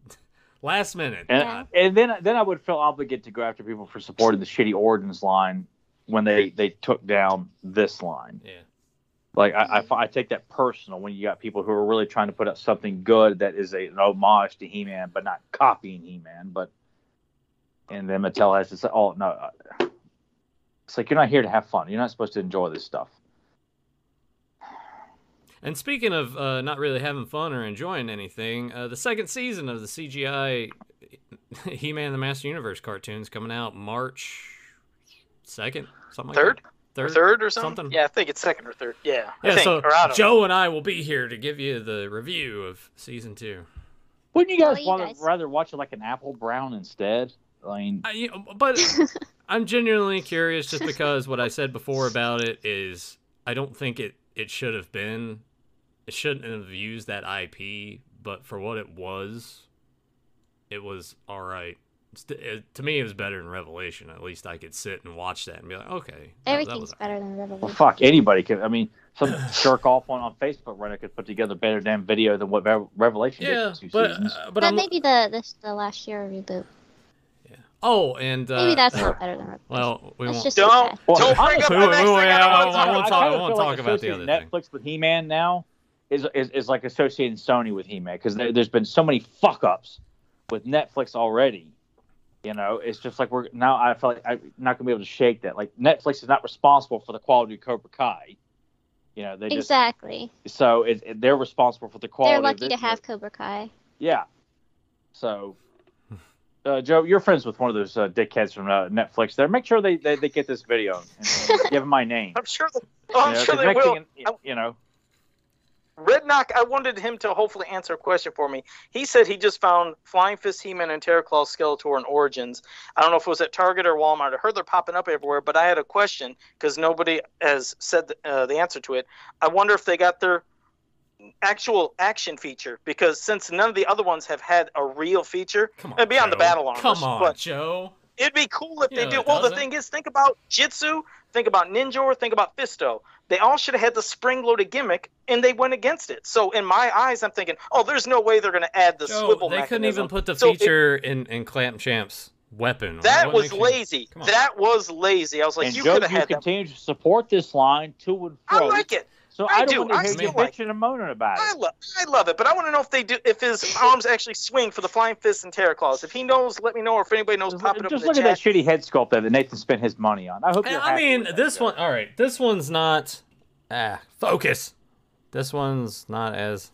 Speaker 3: Last minute.
Speaker 1: And,
Speaker 4: Yeah.
Speaker 1: and then then I would feel obligated to go after people for supporting the shitty Origins line when they they took down this line.
Speaker 3: yeah.
Speaker 1: Like I, I,
Speaker 3: Mm-hmm.
Speaker 1: fi- I take that personal when you got people who are really trying to put out something good that is a, an homage to He Man, but not copying He Man, but And then Mattel has to say, "Oh no, uh, it's like you're not here to have fun. You're not supposed to enjoy this stuff."
Speaker 3: And speaking of uh, not really having fun or enjoying anything, uh, the second season of the CGI He Man the Master Universe cartoons coming out March 2nd, something like
Speaker 2: Third?
Speaker 3: that.
Speaker 2: Or
Speaker 3: Third?
Speaker 2: third or something?
Speaker 3: something.
Speaker 2: Yeah, I think it's second or third. Yeah, I
Speaker 3: Yeah,
Speaker 2: think.
Speaker 3: so
Speaker 2: or I don't know.
Speaker 3: Joe and I will be here to give you the review of season two.
Speaker 1: Wouldn't you
Speaker 4: Oh,
Speaker 1: guys
Speaker 4: you
Speaker 1: want
Speaker 4: guys.
Speaker 1: to rather watch it like an apple brown instead? I mean,
Speaker 3: I, you know, but I'm genuinely curious just because what I said before about it is I don't think it, it should have been. It shouldn't have used that IP, but for what it was, it was all right. It's- it- to me, it was better than Revelation. At least I could sit and watch that and be like, okay. that- that
Speaker 4: Everything's
Speaker 3: was all right.
Speaker 4: better than
Speaker 1: well,
Speaker 4: Revelation.
Speaker 1: fuck, anybody could. I mean, some jerk off on, on Facebook runner could put together a better damn video than what Re- Revelation did
Speaker 3: Yeah,
Speaker 1: for two
Speaker 3: but,
Speaker 1: seasons.
Speaker 3: uh, but
Speaker 4: But
Speaker 3: I'm.
Speaker 4: maybe the this the last year reboot.
Speaker 3: oh, and. Uh,
Speaker 4: Maybe that's not better than Revelation.
Speaker 3: Well, we
Speaker 4: that's
Speaker 3: won't.
Speaker 4: just
Speaker 2: Don't
Speaker 1: Well,
Speaker 2: don't bring up
Speaker 1: honestly-
Speaker 2: my next thing. I
Speaker 3: I
Speaker 2: don't
Speaker 3: won't- I
Speaker 2: want
Speaker 3: won't
Speaker 2: to talk.
Speaker 3: talk-
Speaker 1: kinda
Speaker 3: I won't
Speaker 1: feel
Speaker 3: talk about the
Speaker 1: associating
Speaker 3: other thing.
Speaker 1: Netflix with He-Man now is, is is like associating Sony with He-Man because there, there's been so many fuck ups with Netflix already. You know, it's just like we're now. I feel like I'm not gonna be able to shake that. Like Netflix is not responsible for the quality of Cobra Kai. You know, they just
Speaker 4: exactly.
Speaker 1: so it, it- they're responsible for the quality.
Speaker 4: They're
Speaker 1: of
Speaker 4: lucky to
Speaker 1: this
Speaker 4: have Cobra Kai.
Speaker 1: yeah. So, uh, Joe, you're friends with one of those uh, dickheads from uh, Netflix. There, make sure they, they, they get this video. And, and give them my name.
Speaker 2: I'm sure. They, oh, I'm
Speaker 1: You know,
Speaker 2: sure
Speaker 1: 'cause
Speaker 2: they
Speaker 1: next
Speaker 2: will.
Speaker 1: thing you- you know,
Speaker 2: Red Knock, I wanted him to hopefully answer a question for me. He said he just found Flying Fist, He-Man, and Terror Claw, Skeletor, and Origins. I don't know if it was at Target or Walmart. I heard they're popping up everywhere, but I had a question because nobody has said uh, the answer to it. I wonder if they got their actual action feature because since none of the other ones have had a real feature,
Speaker 3: Come on.
Speaker 2: and beyond the
Speaker 3: Joe.
Speaker 2: battle armors,
Speaker 3: Come on,
Speaker 2: but-
Speaker 3: Joe.
Speaker 2: It'd be cool if they
Speaker 3: Yeah,
Speaker 2: do.
Speaker 3: it
Speaker 2: Well, the
Speaker 3: doesn't.
Speaker 2: thing is, think about Jitsu, think about Ninja, or think about Fisto. They all should have had the spring-loaded gimmick, and they went against it. So in my eyes, I'm thinking, oh, there's no way they're going to add the
Speaker 3: Joe,
Speaker 2: swivel
Speaker 3: they couldn't even
Speaker 2: mechanism.
Speaker 3: put the
Speaker 2: So it-
Speaker 3: feature in, in Clamp Champ's weapon.
Speaker 2: that
Speaker 3: What
Speaker 2: was
Speaker 3: makes you-
Speaker 2: lazy.
Speaker 3: Come on.
Speaker 2: That was lazy. I was like,
Speaker 1: and
Speaker 2: you
Speaker 1: Joe,
Speaker 2: could
Speaker 1: you
Speaker 2: have had that.
Speaker 1: continue to support this line to and
Speaker 2: I
Speaker 1: fro.
Speaker 2: like it.
Speaker 1: so I
Speaker 2: I
Speaker 1: don't
Speaker 2: do.
Speaker 1: want
Speaker 2: I
Speaker 1: to hear you
Speaker 2: still like-
Speaker 1: bitching and moaning about
Speaker 2: I
Speaker 1: it.
Speaker 2: love, I love it, but I want to know if they do, if his arms actually swing for the flying fists and terror claws. If he knows, let me know, or if anybody knows,
Speaker 1: Just
Speaker 2: pop it up
Speaker 1: just
Speaker 2: in the
Speaker 1: look at that
Speaker 2: chat.
Speaker 1: shitty head sculpt there that Nathan spent his money on. I hope. You're
Speaker 3: I
Speaker 1: happy
Speaker 3: mean,
Speaker 1: with that,
Speaker 3: this
Speaker 1: Joe.
Speaker 3: one. All right, this one's not. Ah, focus. This one's not as.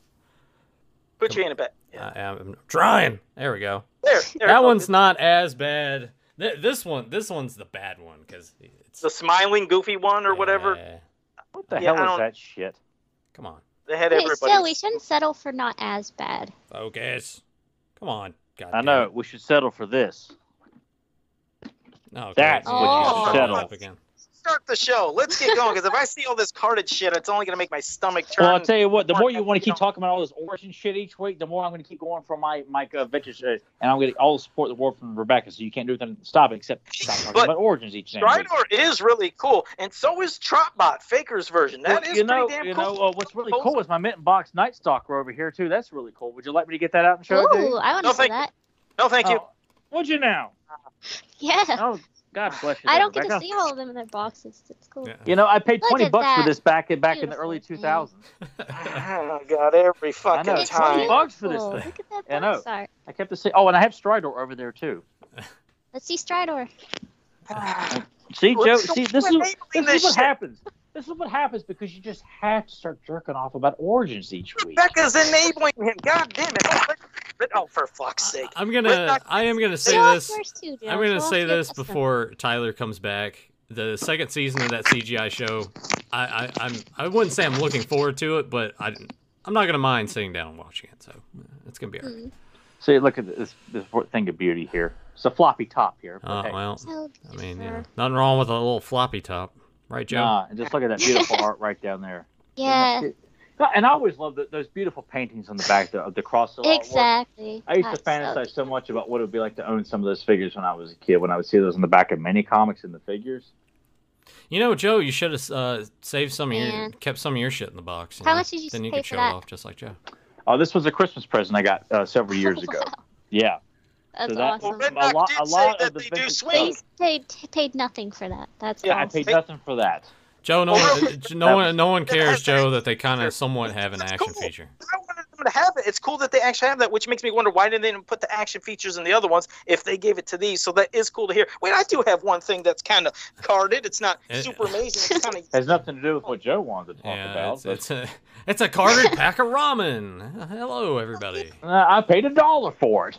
Speaker 2: Put you in a bet. Yeah.
Speaker 3: I, am trying. There we go.
Speaker 2: There, there it
Speaker 3: that
Speaker 2: goes.
Speaker 3: one's not as bad. Th- this one, this one's the bad one because it's
Speaker 2: the smiling goofy one or whatever.
Speaker 3: Yeah.
Speaker 1: What the
Speaker 2: Yeah, I
Speaker 1: hell
Speaker 2: don't-
Speaker 1: is that shit?
Speaker 3: Come on,
Speaker 2: They had
Speaker 4: Wait,
Speaker 2: everybody.
Speaker 4: still, we shouldn't settle for not as bad.
Speaker 3: focus. Come on. God
Speaker 1: I know. We should settle for this.
Speaker 3: No, Oh, okay,
Speaker 1: That's
Speaker 3: it's-
Speaker 4: what you
Speaker 3: it's
Speaker 4: should
Speaker 3: shut up
Speaker 2: settle.
Speaker 3: again.
Speaker 2: start the show. Let's get going because if I see all this carded shit, it's only gonna make my stomach turn.
Speaker 1: Well, I'll tell you what. The
Speaker 2: Mark,
Speaker 1: more you
Speaker 2: that's
Speaker 1: want
Speaker 2: what
Speaker 1: to
Speaker 2: you
Speaker 1: keep talking about all this origin shit each week, the more I'm going to keep going for my my uh, vintage, uh, and I'm going to all support the word from Rebecca. So you can't do anything to stop it except stop talking
Speaker 2: But
Speaker 1: about origins each damn week.
Speaker 2: Stridor is really cool, and so is Trotbot, Faker's version.
Speaker 1: Well,
Speaker 2: That is
Speaker 1: you know,
Speaker 2: pretty
Speaker 1: you
Speaker 2: damn cool.
Speaker 1: know uh, what's really
Speaker 2: Cool.
Speaker 1: cool is my mint box night stalker over here too. That's really cool. Would you like me to get that out and show it to you?
Speaker 4: Ooh, I want
Speaker 2: No,
Speaker 4: to see
Speaker 2: thank
Speaker 4: that.
Speaker 2: no, thank you.
Speaker 1: Oh, would you now?
Speaker 4: Yeah.
Speaker 1: Oh, God bless you.
Speaker 4: I don't get
Speaker 1: Rebecca.
Speaker 4: to see all of them in their boxes. It's cool.
Speaker 3: Yeah.
Speaker 1: You know, I paid
Speaker 4: Look
Speaker 1: twenty
Speaker 4: at
Speaker 1: bucks for
Speaker 4: that.
Speaker 1: this back in back in the
Speaker 4: Beautiful
Speaker 1: early two
Speaker 4: thing.
Speaker 1: thousands.
Speaker 2: Oh god, every fucking
Speaker 1: know,
Speaker 4: It's
Speaker 2: time.
Speaker 1: you. bugs for this
Speaker 4: beautiful.
Speaker 1: thing.
Speaker 4: Look at
Speaker 1: I
Speaker 4: that box art.
Speaker 1: I kept the same. Oh, and I have Stridor over there too.
Speaker 4: Let's see Stridor.
Speaker 1: See,
Speaker 2: Well,
Speaker 1: Joe.
Speaker 2: so
Speaker 1: See, this
Speaker 2: we're
Speaker 1: is
Speaker 2: labeling
Speaker 1: this,
Speaker 2: this
Speaker 1: is what
Speaker 2: shit.
Speaker 1: happens. This is what happens because you just have to start jerking off about origins each week.
Speaker 2: Becca's enabling him. God damn it. Oh, but- but- oh, for fuck's sake.
Speaker 3: I'm
Speaker 2: We're
Speaker 3: gonna.
Speaker 2: not-
Speaker 3: I am gonna say
Speaker 4: Show off
Speaker 3: this.
Speaker 4: yours too, Joe.
Speaker 3: I'm
Speaker 4: Show
Speaker 3: gonna
Speaker 4: off
Speaker 3: say
Speaker 4: your
Speaker 3: this
Speaker 4: custom.
Speaker 3: before Tyler comes back. The second season of that CGI show, I, I I'm I wouldn't say I'm looking forward to it, but I I'm not gonna mind sitting down and watching it. So uh, it's gonna be alright.
Speaker 4: Mm,
Speaker 1: See, look at this this thing of beauty here. It's a floppy top here.
Speaker 4: Hmm.
Speaker 1: but
Speaker 3: Uh,
Speaker 1: hey,
Speaker 3: well,
Speaker 4: so
Speaker 3: I mean, you know,
Speaker 4: beautiful.
Speaker 3: nothing wrong with a little floppy top, right, Joe?
Speaker 1: nah, and just look at that beautiful art right down there.
Speaker 4: yeah,
Speaker 1: Yeah, And I always loved the, those beautiful paintings on the back of the, of the cross. of artwork.
Speaker 4: exactly.
Speaker 1: I used to
Speaker 4: That's so
Speaker 1: fantasize so much about what it would be like to own some of those figures when I was a kid. When I would see those on the back of mini comics and the figures.
Speaker 3: You know, Joe, you should have uh, saved some of your,
Speaker 4: Man.
Speaker 3: kept some of your shit in the box. you
Speaker 4: How
Speaker 3: know?
Speaker 4: much did you
Speaker 3: Then you
Speaker 4: pay
Speaker 3: could
Speaker 4: for
Speaker 3: show
Speaker 4: that?
Speaker 3: it off just like Joe.
Speaker 1: Oh, this was a Christmas present I got uh, several years ago. Yeah,
Speaker 4: That's
Speaker 1: So that-
Speaker 2: Well,
Speaker 4: awesome.
Speaker 2: Red
Speaker 1: A lot-
Speaker 2: Knock
Speaker 1: a
Speaker 2: did say
Speaker 1: lot
Speaker 2: that
Speaker 1: of the
Speaker 2: they do
Speaker 1: vintage
Speaker 2: swing.
Speaker 1: stuff.
Speaker 4: They t- paid nothing for that. That's
Speaker 2: Yeah,
Speaker 1: I
Speaker 4: awesome.
Speaker 1: paid nothing for that.
Speaker 3: Joe, no
Speaker 2: Well,
Speaker 3: one, no one, no one
Speaker 2: that
Speaker 3: cares,
Speaker 2: has-
Speaker 3: Joe, that they kind of somewhat have an
Speaker 2: That's
Speaker 3: action
Speaker 2: cool.
Speaker 3: feature.
Speaker 2: I wanted them happen to have it. It's cool that they actually have that, which makes me wonder why didn't they put the action features in the other ones if they gave it to these. So that is cool to hear. Wait, I do have one thing that's kind of carded. It's not
Speaker 3: Eh.
Speaker 2: super amazing. It's kind of
Speaker 1: has nothing to do with what Joe wanted to talk
Speaker 3: yeah,
Speaker 1: about.
Speaker 3: it's,
Speaker 1: but-
Speaker 3: it's a it's a carded pack of ramen. Hello, everybody.
Speaker 1: Uh, I paid a dollar for it.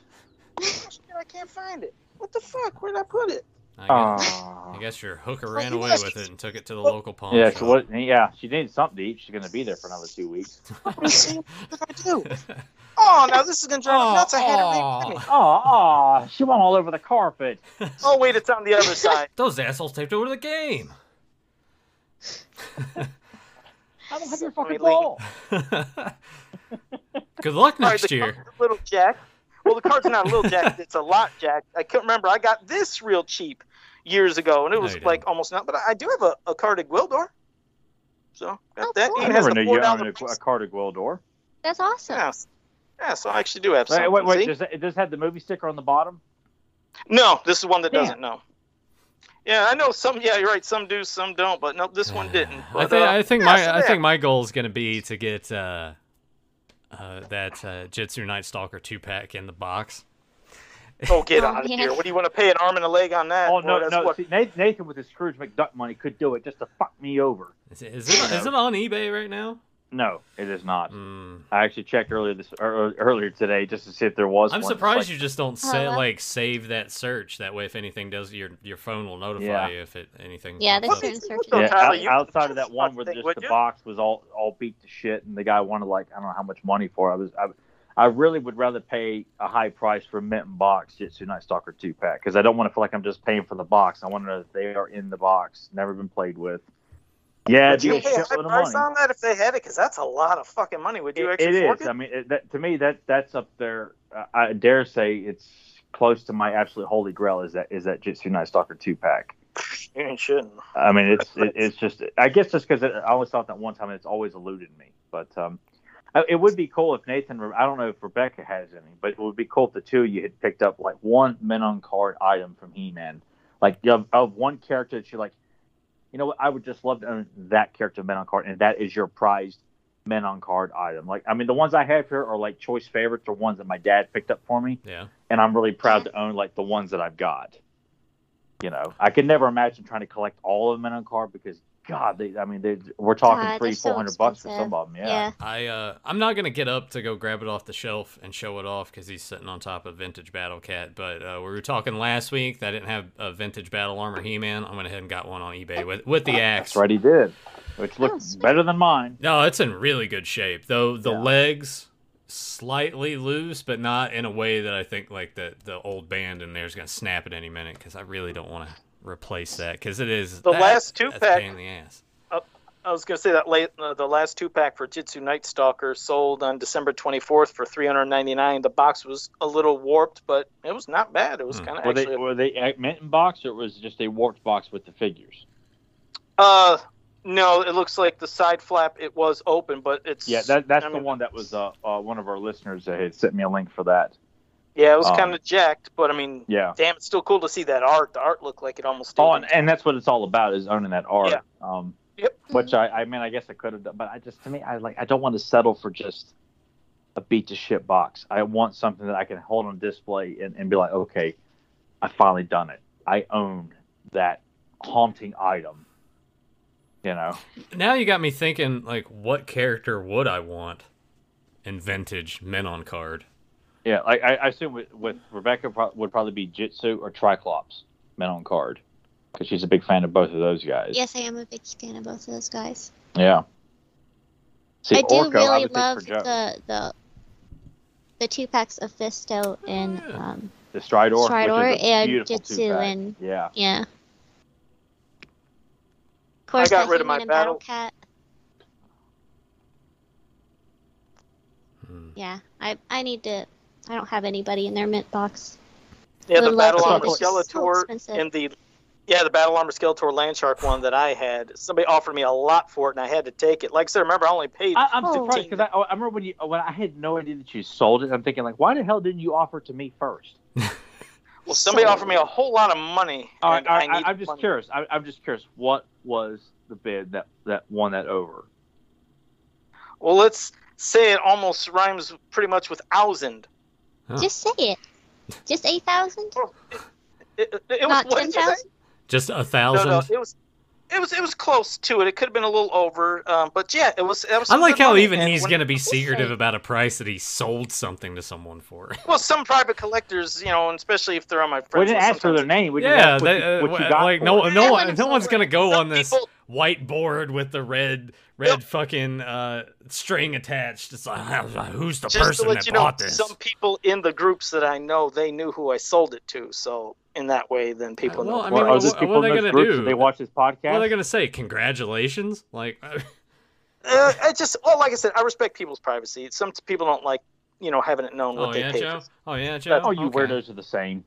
Speaker 2: I can't find it. What the fuck? Where did I put it?
Speaker 3: I
Speaker 1: Uh,
Speaker 3: guess, I guess your hooker ran
Speaker 2: you
Speaker 3: away
Speaker 2: guys-
Speaker 3: with it and took it to the local pawn
Speaker 1: yeah,
Speaker 3: shop.
Speaker 1: she was, yeah, she needs something to eat. She's gonna be there for another two weeks.
Speaker 2: What did I do? Oh, now this is gonna drive me nuts. I had it. right with me.
Speaker 1: Oh, aw, she went all over the carpet.
Speaker 2: Oh wait, it's on the other side.
Speaker 3: Those assholes taped over the game.
Speaker 1: I don't have your fucking
Speaker 2: Really?
Speaker 1: ball.
Speaker 3: Good luck
Speaker 2: All right,
Speaker 3: next
Speaker 2: the
Speaker 3: year.
Speaker 2: card's a Little Jack. Well, the card's not a little Jack. It's a lot Jack. I can't remember. I got this real cheap years ago, and it
Speaker 3: No,
Speaker 2: was
Speaker 3: you
Speaker 2: like
Speaker 3: didn't.
Speaker 2: almost not. But I I do have a, a card at Gwildor. So got
Speaker 4: Oh,
Speaker 2: that.
Speaker 4: cool.
Speaker 1: I
Speaker 2: Ian has
Speaker 1: never
Speaker 2: the
Speaker 1: knew
Speaker 2: four
Speaker 1: you owned
Speaker 2: dollar.
Speaker 1: a, a Carter Gwildor.
Speaker 4: That's awesome.
Speaker 2: Yeah. Yeah, so I actually do have
Speaker 1: Wait,
Speaker 2: some.
Speaker 1: wait,
Speaker 2: See?
Speaker 1: wait. Does it, does it have the movie sticker on the bottom?
Speaker 2: No, this is one that
Speaker 1: Yeah.
Speaker 2: doesn't. No. Yeah, I know some. Yeah, you're right. Some do, some don't. But nope, this one didn't.
Speaker 3: I
Speaker 2: But,
Speaker 3: think,
Speaker 2: uh,
Speaker 3: I think
Speaker 2: yeah,
Speaker 3: my
Speaker 2: so
Speaker 3: I
Speaker 2: there.
Speaker 3: think my goal is gonna be to get uh, uh, that uh, Jitsu Night Stalker two pack in the box.
Speaker 2: Oh, get
Speaker 4: Oh,
Speaker 2: out of
Speaker 4: yeah.
Speaker 2: here! What do you want to pay an arm and a leg on that?
Speaker 1: Oh
Speaker 2: Boy,
Speaker 1: no,
Speaker 2: that's
Speaker 1: no.
Speaker 2: what-
Speaker 1: See, Nathan, Nathan with his Scrooge McDuck money could do it just to fuck me over.
Speaker 3: Is it is it, is it on eBay right now?
Speaker 1: No, it is not.
Speaker 3: Mm.
Speaker 1: I actually checked earlier this or, or- earlier today just to see if there was.
Speaker 3: I'm
Speaker 1: one. It's
Speaker 3: surprised
Speaker 1: like-
Speaker 3: you just don't say,
Speaker 4: Uh,
Speaker 3: like save that search. That way, if anything does, your your phone will notify
Speaker 1: Yeah.
Speaker 3: you if it anything.
Speaker 4: Yeah,
Speaker 3: pops
Speaker 4: that's
Speaker 3: up.
Speaker 4: certain searches.
Speaker 2: So,
Speaker 1: Yeah,
Speaker 2: Tyler,
Speaker 1: out-
Speaker 2: you-
Speaker 1: outside of that one where
Speaker 2: Would
Speaker 1: just the
Speaker 2: you?
Speaker 1: box was all all beat to shit, and the guy wanted like I don't know how much money for. it. I was I, I really would rather pay a high price for mint and box Jitsu Night Stalker two pack because I don't want to feel like I'm just paying for the box. I want to know that they are in the box, never been played with. Yeah,
Speaker 2: Would
Speaker 1: it'd be a
Speaker 2: you pay a
Speaker 1: shitload
Speaker 2: high
Speaker 1: of
Speaker 2: price
Speaker 1: money.
Speaker 2: on that if they had it? Because that's a lot of fucking money. Would you
Speaker 1: It-
Speaker 2: actually
Speaker 1: it
Speaker 2: fork
Speaker 1: is.
Speaker 2: it?
Speaker 1: I mean, it, that, to me, that that's up there. Uh, I dare say it's close to my absolute holy grail. Is that is that Jitsu Night Stalker two pack?
Speaker 2: You ain't shitting.
Speaker 1: I mean, it's it, it's just. I guess just because I always thought that one time, and it's always eluded me. But um, I- it would be cool if Nathan. I don't know if Rebecca has any, but it would be cool if the two of you had picked up like one men on card item from He Man, like of, of one character that you're like, you know what? I would just love to own that character men on card, and that is your prized men on card item. Like, I mean, the ones I have here are like choice favorites or ones that my dad picked up for me
Speaker 3: Yeah.
Speaker 1: and I'm really proud to own like the ones that I've got. You know, I could never imagine trying to collect all of them in a card because God, they, I mean, they, we're talking
Speaker 4: God,
Speaker 1: three,
Speaker 4: they're so
Speaker 1: four hundred bucks for
Speaker 4: expensive.
Speaker 1: some of them. Yeah.
Speaker 4: Yeah.
Speaker 3: I uh, I'm not gonna get up to go grab it off the shelf and show it off because he's sitting on top of vintage Battle Cat. But uh, we were talking last week that I didn't have a vintage Battle Armor He-Man. I went ahead and got one on eBay with with the axe.
Speaker 1: that's right. He did, which looked
Speaker 4: sweet.
Speaker 1: better than mine.
Speaker 3: No, it's in really good shape though. The
Speaker 1: Yeah.
Speaker 3: legs slightly loose, but not in a way that I think like the the old band in there is gonna snap at any minute because I really don't want to replace that because it is
Speaker 2: The
Speaker 3: that-
Speaker 2: last two
Speaker 3: that's a
Speaker 2: pack-
Speaker 3: pain in the ass.
Speaker 2: I was gonna say that late, uh, the last two pack for Jitsu Night Stalker sold on December 24th for 399. The box was a little warped, but it was not bad. It was
Speaker 3: Hmm.
Speaker 2: kind of
Speaker 1: Were
Speaker 2: actually.
Speaker 1: they were they a mint in box or was it just a warped box with the figures?
Speaker 2: uh, no, it looks like the side flap it was open, but it's
Speaker 1: Yeah, that, that's
Speaker 2: I
Speaker 1: the
Speaker 2: mean,
Speaker 1: one that was uh, uh, one of our listeners that had sent me a link for that.
Speaker 2: Yeah, it was
Speaker 1: um,
Speaker 2: kind of jacked, but I mean,
Speaker 1: Yeah.
Speaker 2: damn, it's still cool to see that art. The art looked like it almost.
Speaker 1: Oh,
Speaker 2: did.
Speaker 1: and, and that's what it's all about is owning that art.
Speaker 2: Yeah.
Speaker 1: Um,
Speaker 2: Yep.
Speaker 1: Which I, I mean, I guess I could have done, but I just to me, I like I don't want to settle for just a beat to shit box. I want something that I can hold on display and, and be like, okay, I finally done it. I own that haunting item. You know,
Speaker 3: Now you got me thinking, like, what character would I want in vintage men on card?
Speaker 1: yeah. Like I, I assume with, with Rebecca pro- would probably be Jitsu or Triclops, men on card, because she's a big fan of both of those guys.
Speaker 4: Yes, I am a big fan of both of those guys.
Speaker 1: Yeah. See,
Speaker 4: I do
Speaker 1: Orko, I
Speaker 4: really
Speaker 1: would
Speaker 4: love
Speaker 1: think for Joe.
Speaker 4: the the the two packs of Fisto and
Speaker 2: Oh,
Speaker 3: Yeah.
Speaker 4: um
Speaker 1: the Stridor, which is
Speaker 4: Stridor
Speaker 1: a
Speaker 4: and
Speaker 1: beautiful
Speaker 4: Jitsu
Speaker 1: two-pack.
Speaker 4: and
Speaker 1: yeah,
Speaker 4: yeah. Of course,
Speaker 2: got
Speaker 4: the
Speaker 2: rid of my
Speaker 4: He-Man and Battle
Speaker 2: battle-
Speaker 4: Cat.
Speaker 3: Hmm.
Speaker 4: Yeah, I I need to. I don't have anybody in their mint box.
Speaker 2: Yeah, the
Speaker 4: Would love
Speaker 2: Battle
Speaker 4: to,
Speaker 2: Armor
Speaker 4: but it's so
Speaker 2: Skeletor
Speaker 4: expensive.
Speaker 2: and the yeah, the Battle Armor Skeletor Landshark one that I had. Somebody offered me a lot for it, and I had to take it. Like I said, remember I only paid.
Speaker 1: I, I'm
Speaker 4: Oh.
Speaker 1: surprised because I, I remember when you when I had no idea that you sold it. I'm thinking like, why the hell didn't you offer it to me first?
Speaker 2: well, somebody
Speaker 4: So-
Speaker 2: offered me a whole lot of money.
Speaker 1: All right,
Speaker 2: and
Speaker 1: all
Speaker 2: I
Speaker 1: right, I
Speaker 2: need
Speaker 1: am just
Speaker 2: money.
Speaker 1: curious. I, I'm just curious. What was the bid that that won that over?
Speaker 2: Well, let's say it almost rhymes pretty much with thousand. Oh.
Speaker 3: Huh.
Speaker 4: Just say it. Just 8,000?
Speaker 2: It, it, it was
Speaker 4: Not
Speaker 2: what did you say?
Speaker 4: 10,000?
Speaker 3: Just a
Speaker 2: No,
Speaker 3: thousand.
Speaker 2: no, it was. It was it was close to it. It could have been a little over, um, but yeah, it was. It was
Speaker 3: I
Speaker 2: some
Speaker 3: like
Speaker 2: good
Speaker 3: how
Speaker 2: money.
Speaker 3: even
Speaker 2: And
Speaker 3: he's
Speaker 2: when-
Speaker 3: gonna be
Speaker 4: say-
Speaker 3: secretive about a price that he sold something to someone for.
Speaker 2: Well, some private collectors, you know, and especially if they're on my friends.
Speaker 1: We didn't
Speaker 2: list,
Speaker 1: ask for their
Speaker 2: sometimes-
Speaker 1: name. We just
Speaker 3: yeah,
Speaker 1: asked what,
Speaker 3: they,
Speaker 1: you,
Speaker 3: uh,
Speaker 1: what you
Speaker 3: wha-
Speaker 1: got.
Speaker 3: like
Speaker 1: for
Speaker 3: no,
Speaker 1: it.
Speaker 3: no,
Speaker 4: Yeah,
Speaker 3: one,
Speaker 4: when
Speaker 3: no
Speaker 4: it's
Speaker 3: one's
Speaker 4: over.
Speaker 3: gonna go
Speaker 2: Some
Speaker 3: on this
Speaker 2: people-
Speaker 3: white board with the red, red fucking uh, string attached. It's like, who's the
Speaker 2: Just to
Speaker 3: person
Speaker 2: let
Speaker 3: that
Speaker 2: you know,
Speaker 3: bought this?
Speaker 2: some people in the groups that I know, they knew who I sold it to. So in that way, then people
Speaker 3: well,
Speaker 2: know.
Speaker 3: I
Speaker 2: who
Speaker 3: mean,
Speaker 1: Well,
Speaker 3: what-
Speaker 1: are these
Speaker 3: what
Speaker 1: people
Speaker 3: they
Speaker 1: in those
Speaker 3: gonna
Speaker 1: groups?
Speaker 3: do?
Speaker 1: They watch this
Speaker 3: what are they
Speaker 1: podcast.
Speaker 3: gonna say? Congratulations! Like,
Speaker 2: Uh, I just well, like I said, I respect people's privacy. Some t- people don't like, you know, having it known what
Speaker 3: oh
Speaker 2: they
Speaker 3: yeah,
Speaker 2: pay.
Speaker 3: Joe.
Speaker 2: for.
Speaker 3: Oh yeah, Joe.
Speaker 1: Oh, you
Speaker 3: okay.
Speaker 1: weirdos are the same.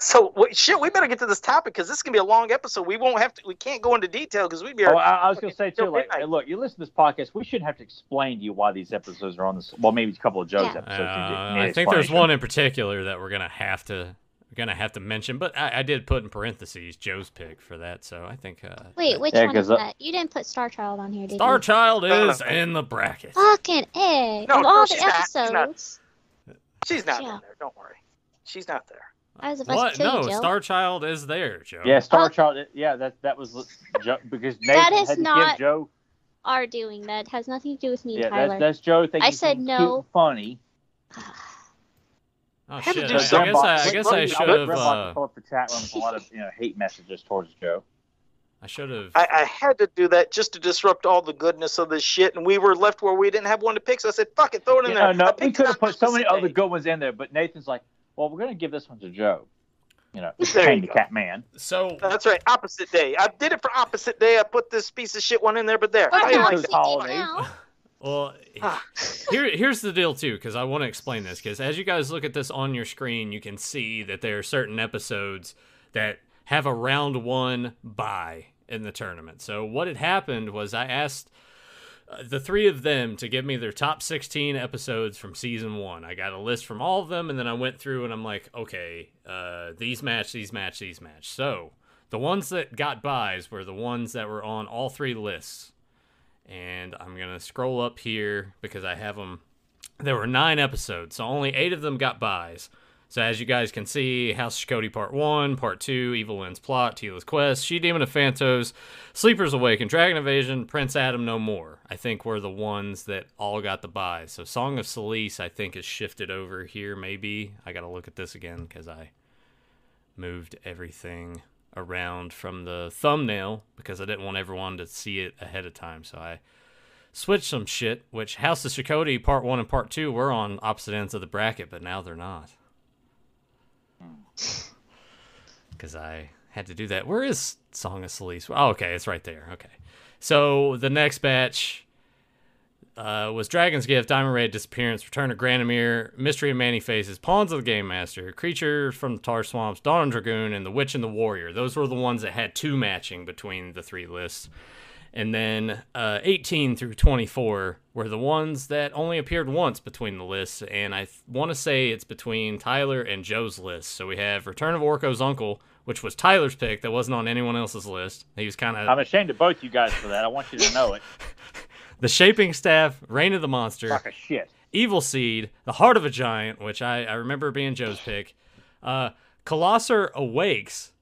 Speaker 2: So wait, shit, we better get to this topic because this is gonna be a long episode. We won't have to. We can't go into detail because we'd be.
Speaker 1: Oh, I, I was gonna say too.
Speaker 2: Till
Speaker 1: Like,
Speaker 2: midnight.
Speaker 1: hey, look, you listen to this podcast. We shouldn't have to explain to you why these episodes are on this. Well, maybe a couple of Joe's
Speaker 4: Yeah.
Speaker 1: episodes.
Speaker 3: Uh,
Speaker 1: you didn't need
Speaker 3: I think there's
Speaker 1: explanation.
Speaker 3: one in particular that we're gonna have to we're gonna have to mention, but I, I did put in parentheses Joe's pick for that, so I think uh,
Speaker 4: Wait, which
Speaker 1: Yeah,
Speaker 4: one
Speaker 1: 'cause
Speaker 4: is
Speaker 1: that-
Speaker 4: that? You didn't put Star Child on here, did
Speaker 3: Star
Speaker 4: you?
Speaker 3: Child
Speaker 2: No,
Speaker 1: Uh,
Speaker 2: no,
Speaker 3: is
Speaker 2: no.
Speaker 3: in the bracket.
Speaker 4: Fucking A.
Speaker 2: No,
Speaker 4: of
Speaker 2: no,
Speaker 4: all
Speaker 2: she's
Speaker 4: the
Speaker 2: not. She's not.
Speaker 4: episodes.
Speaker 2: she's not
Speaker 4: Yeah.
Speaker 2: in there. Don't worry, she's not there.
Speaker 4: I was about to
Speaker 3: What?
Speaker 4: kill
Speaker 3: No,
Speaker 4: you, Joe.
Speaker 3: Star Child is there, Joe.
Speaker 1: Yeah, Star
Speaker 4: Oh.
Speaker 1: Child. Yeah, that that was Joe, because Nathan
Speaker 4: That is
Speaker 1: had to
Speaker 4: not-
Speaker 1: give Joe.
Speaker 4: Are doing that has nothing to do with me, and
Speaker 1: Yeah,
Speaker 4: Tyler.
Speaker 1: that's, that's Joe. Thinking
Speaker 4: I said
Speaker 1: he's
Speaker 4: no.
Speaker 1: cute and funny.
Speaker 3: Oh
Speaker 2: Had to
Speaker 3: shit!
Speaker 2: do
Speaker 3: I, I guess
Speaker 2: something.
Speaker 3: I, I guess I
Speaker 2: Look,
Speaker 3: should
Speaker 2: look,
Speaker 3: have.
Speaker 1: Grandma
Speaker 3: Uh,
Speaker 1: called the chat room with a lot of you know hate messages towards Joe.
Speaker 3: I should have.
Speaker 2: I, I had to do that just to disrupt all the goodness of this shit, and we were left where we didn't have one to pick. So I said, "Fuck it, throw it in
Speaker 1: Yeah, uh,
Speaker 2: there." I
Speaker 1: no, we
Speaker 2: picked
Speaker 1: could have
Speaker 2: it
Speaker 1: put so many other
Speaker 2: today.
Speaker 1: good ones in there, but Nathan's like, well, we're gonna give this one to Joe. You know,
Speaker 2: There you
Speaker 1: the cat man.
Speaker 3: So
Speaker 2: That's right, opposite day. I did it for opposite day. I put this piece of shit one in there, but there.
Speaker 4: We're
Speaker 2: I
Speaker 1: didn't
Speaker 4: not
Speaker 2: like
Speaker 1: choose
Speaker 2: it.
Speaker 4: singing
Speaker 1: holidays.
Speaker 4: now.
Speaker 3: Well,
Speaker 2: Ah.
Speaker 3: here here's the deal too, because I want to explain this. Because as you guys look at this on your screen, you can see that there are certain episodes that have a round one bye in the tournament. So what had happened was I asked uh, the three of them to give me their top 16 episodes from season one. I got a list from all of them, and then I went through and I'm like, okay, uh, these match, these match, these match. So the ones that got buys were the ones that were on all three lists and I'm gonna scroll up here because I have them. There were nine episodes, so only eight of them got buys. So as you guys can see, House of Cody Part One, Part Two, Evil Lens Plot, Tila's Quest, She Demon of Phantos, Sleepers Awaken, Dragon Evasion, Prince Adam No More. I think were the ones that all got the buys. So Song of Solace, I think, is shifted over here. Maybe I gotta look at this again because I moved everything around from the thumbnail because I didn't want everyone to see it ahead of time. So I switched some shit, which House of Chakotay Part 1 and Part 2 were on opposite ends of the bracket, but now they're not. Because I had to do that. Where is Song of Solace? Oh, okay, it's right there. Okay. So the next batch uh, was Dragon's Gift, Diamond Raid, Disappearance, Return of Granomir, Mystery of Many Faces, Pawns of the Game Master, Creature from the Tar Swamps, Dawn and Dragoon, and The Witch and the Warrior. Those were the ones that had two matching between the three lists. And then uh, 18 through 24 were the ones that only appeared once between the lists. And I want to say it's between Tyler and Joe's list. So we have Return of Orko's Uncle, which was Tyler's pick that wasn't on anyone else's list. He was kind of
Speaker 1: I'm ashamed of both you guys for that. I want you to know it.
Speaker 3: the Shaping Staff, Reign of the Monster.
Speaker 1: Fuck a shit.
Speaker 3: Evil Seed, The Heart of a Giant, which I, I remember being Joe's pick. Uh, Colossar Awakes,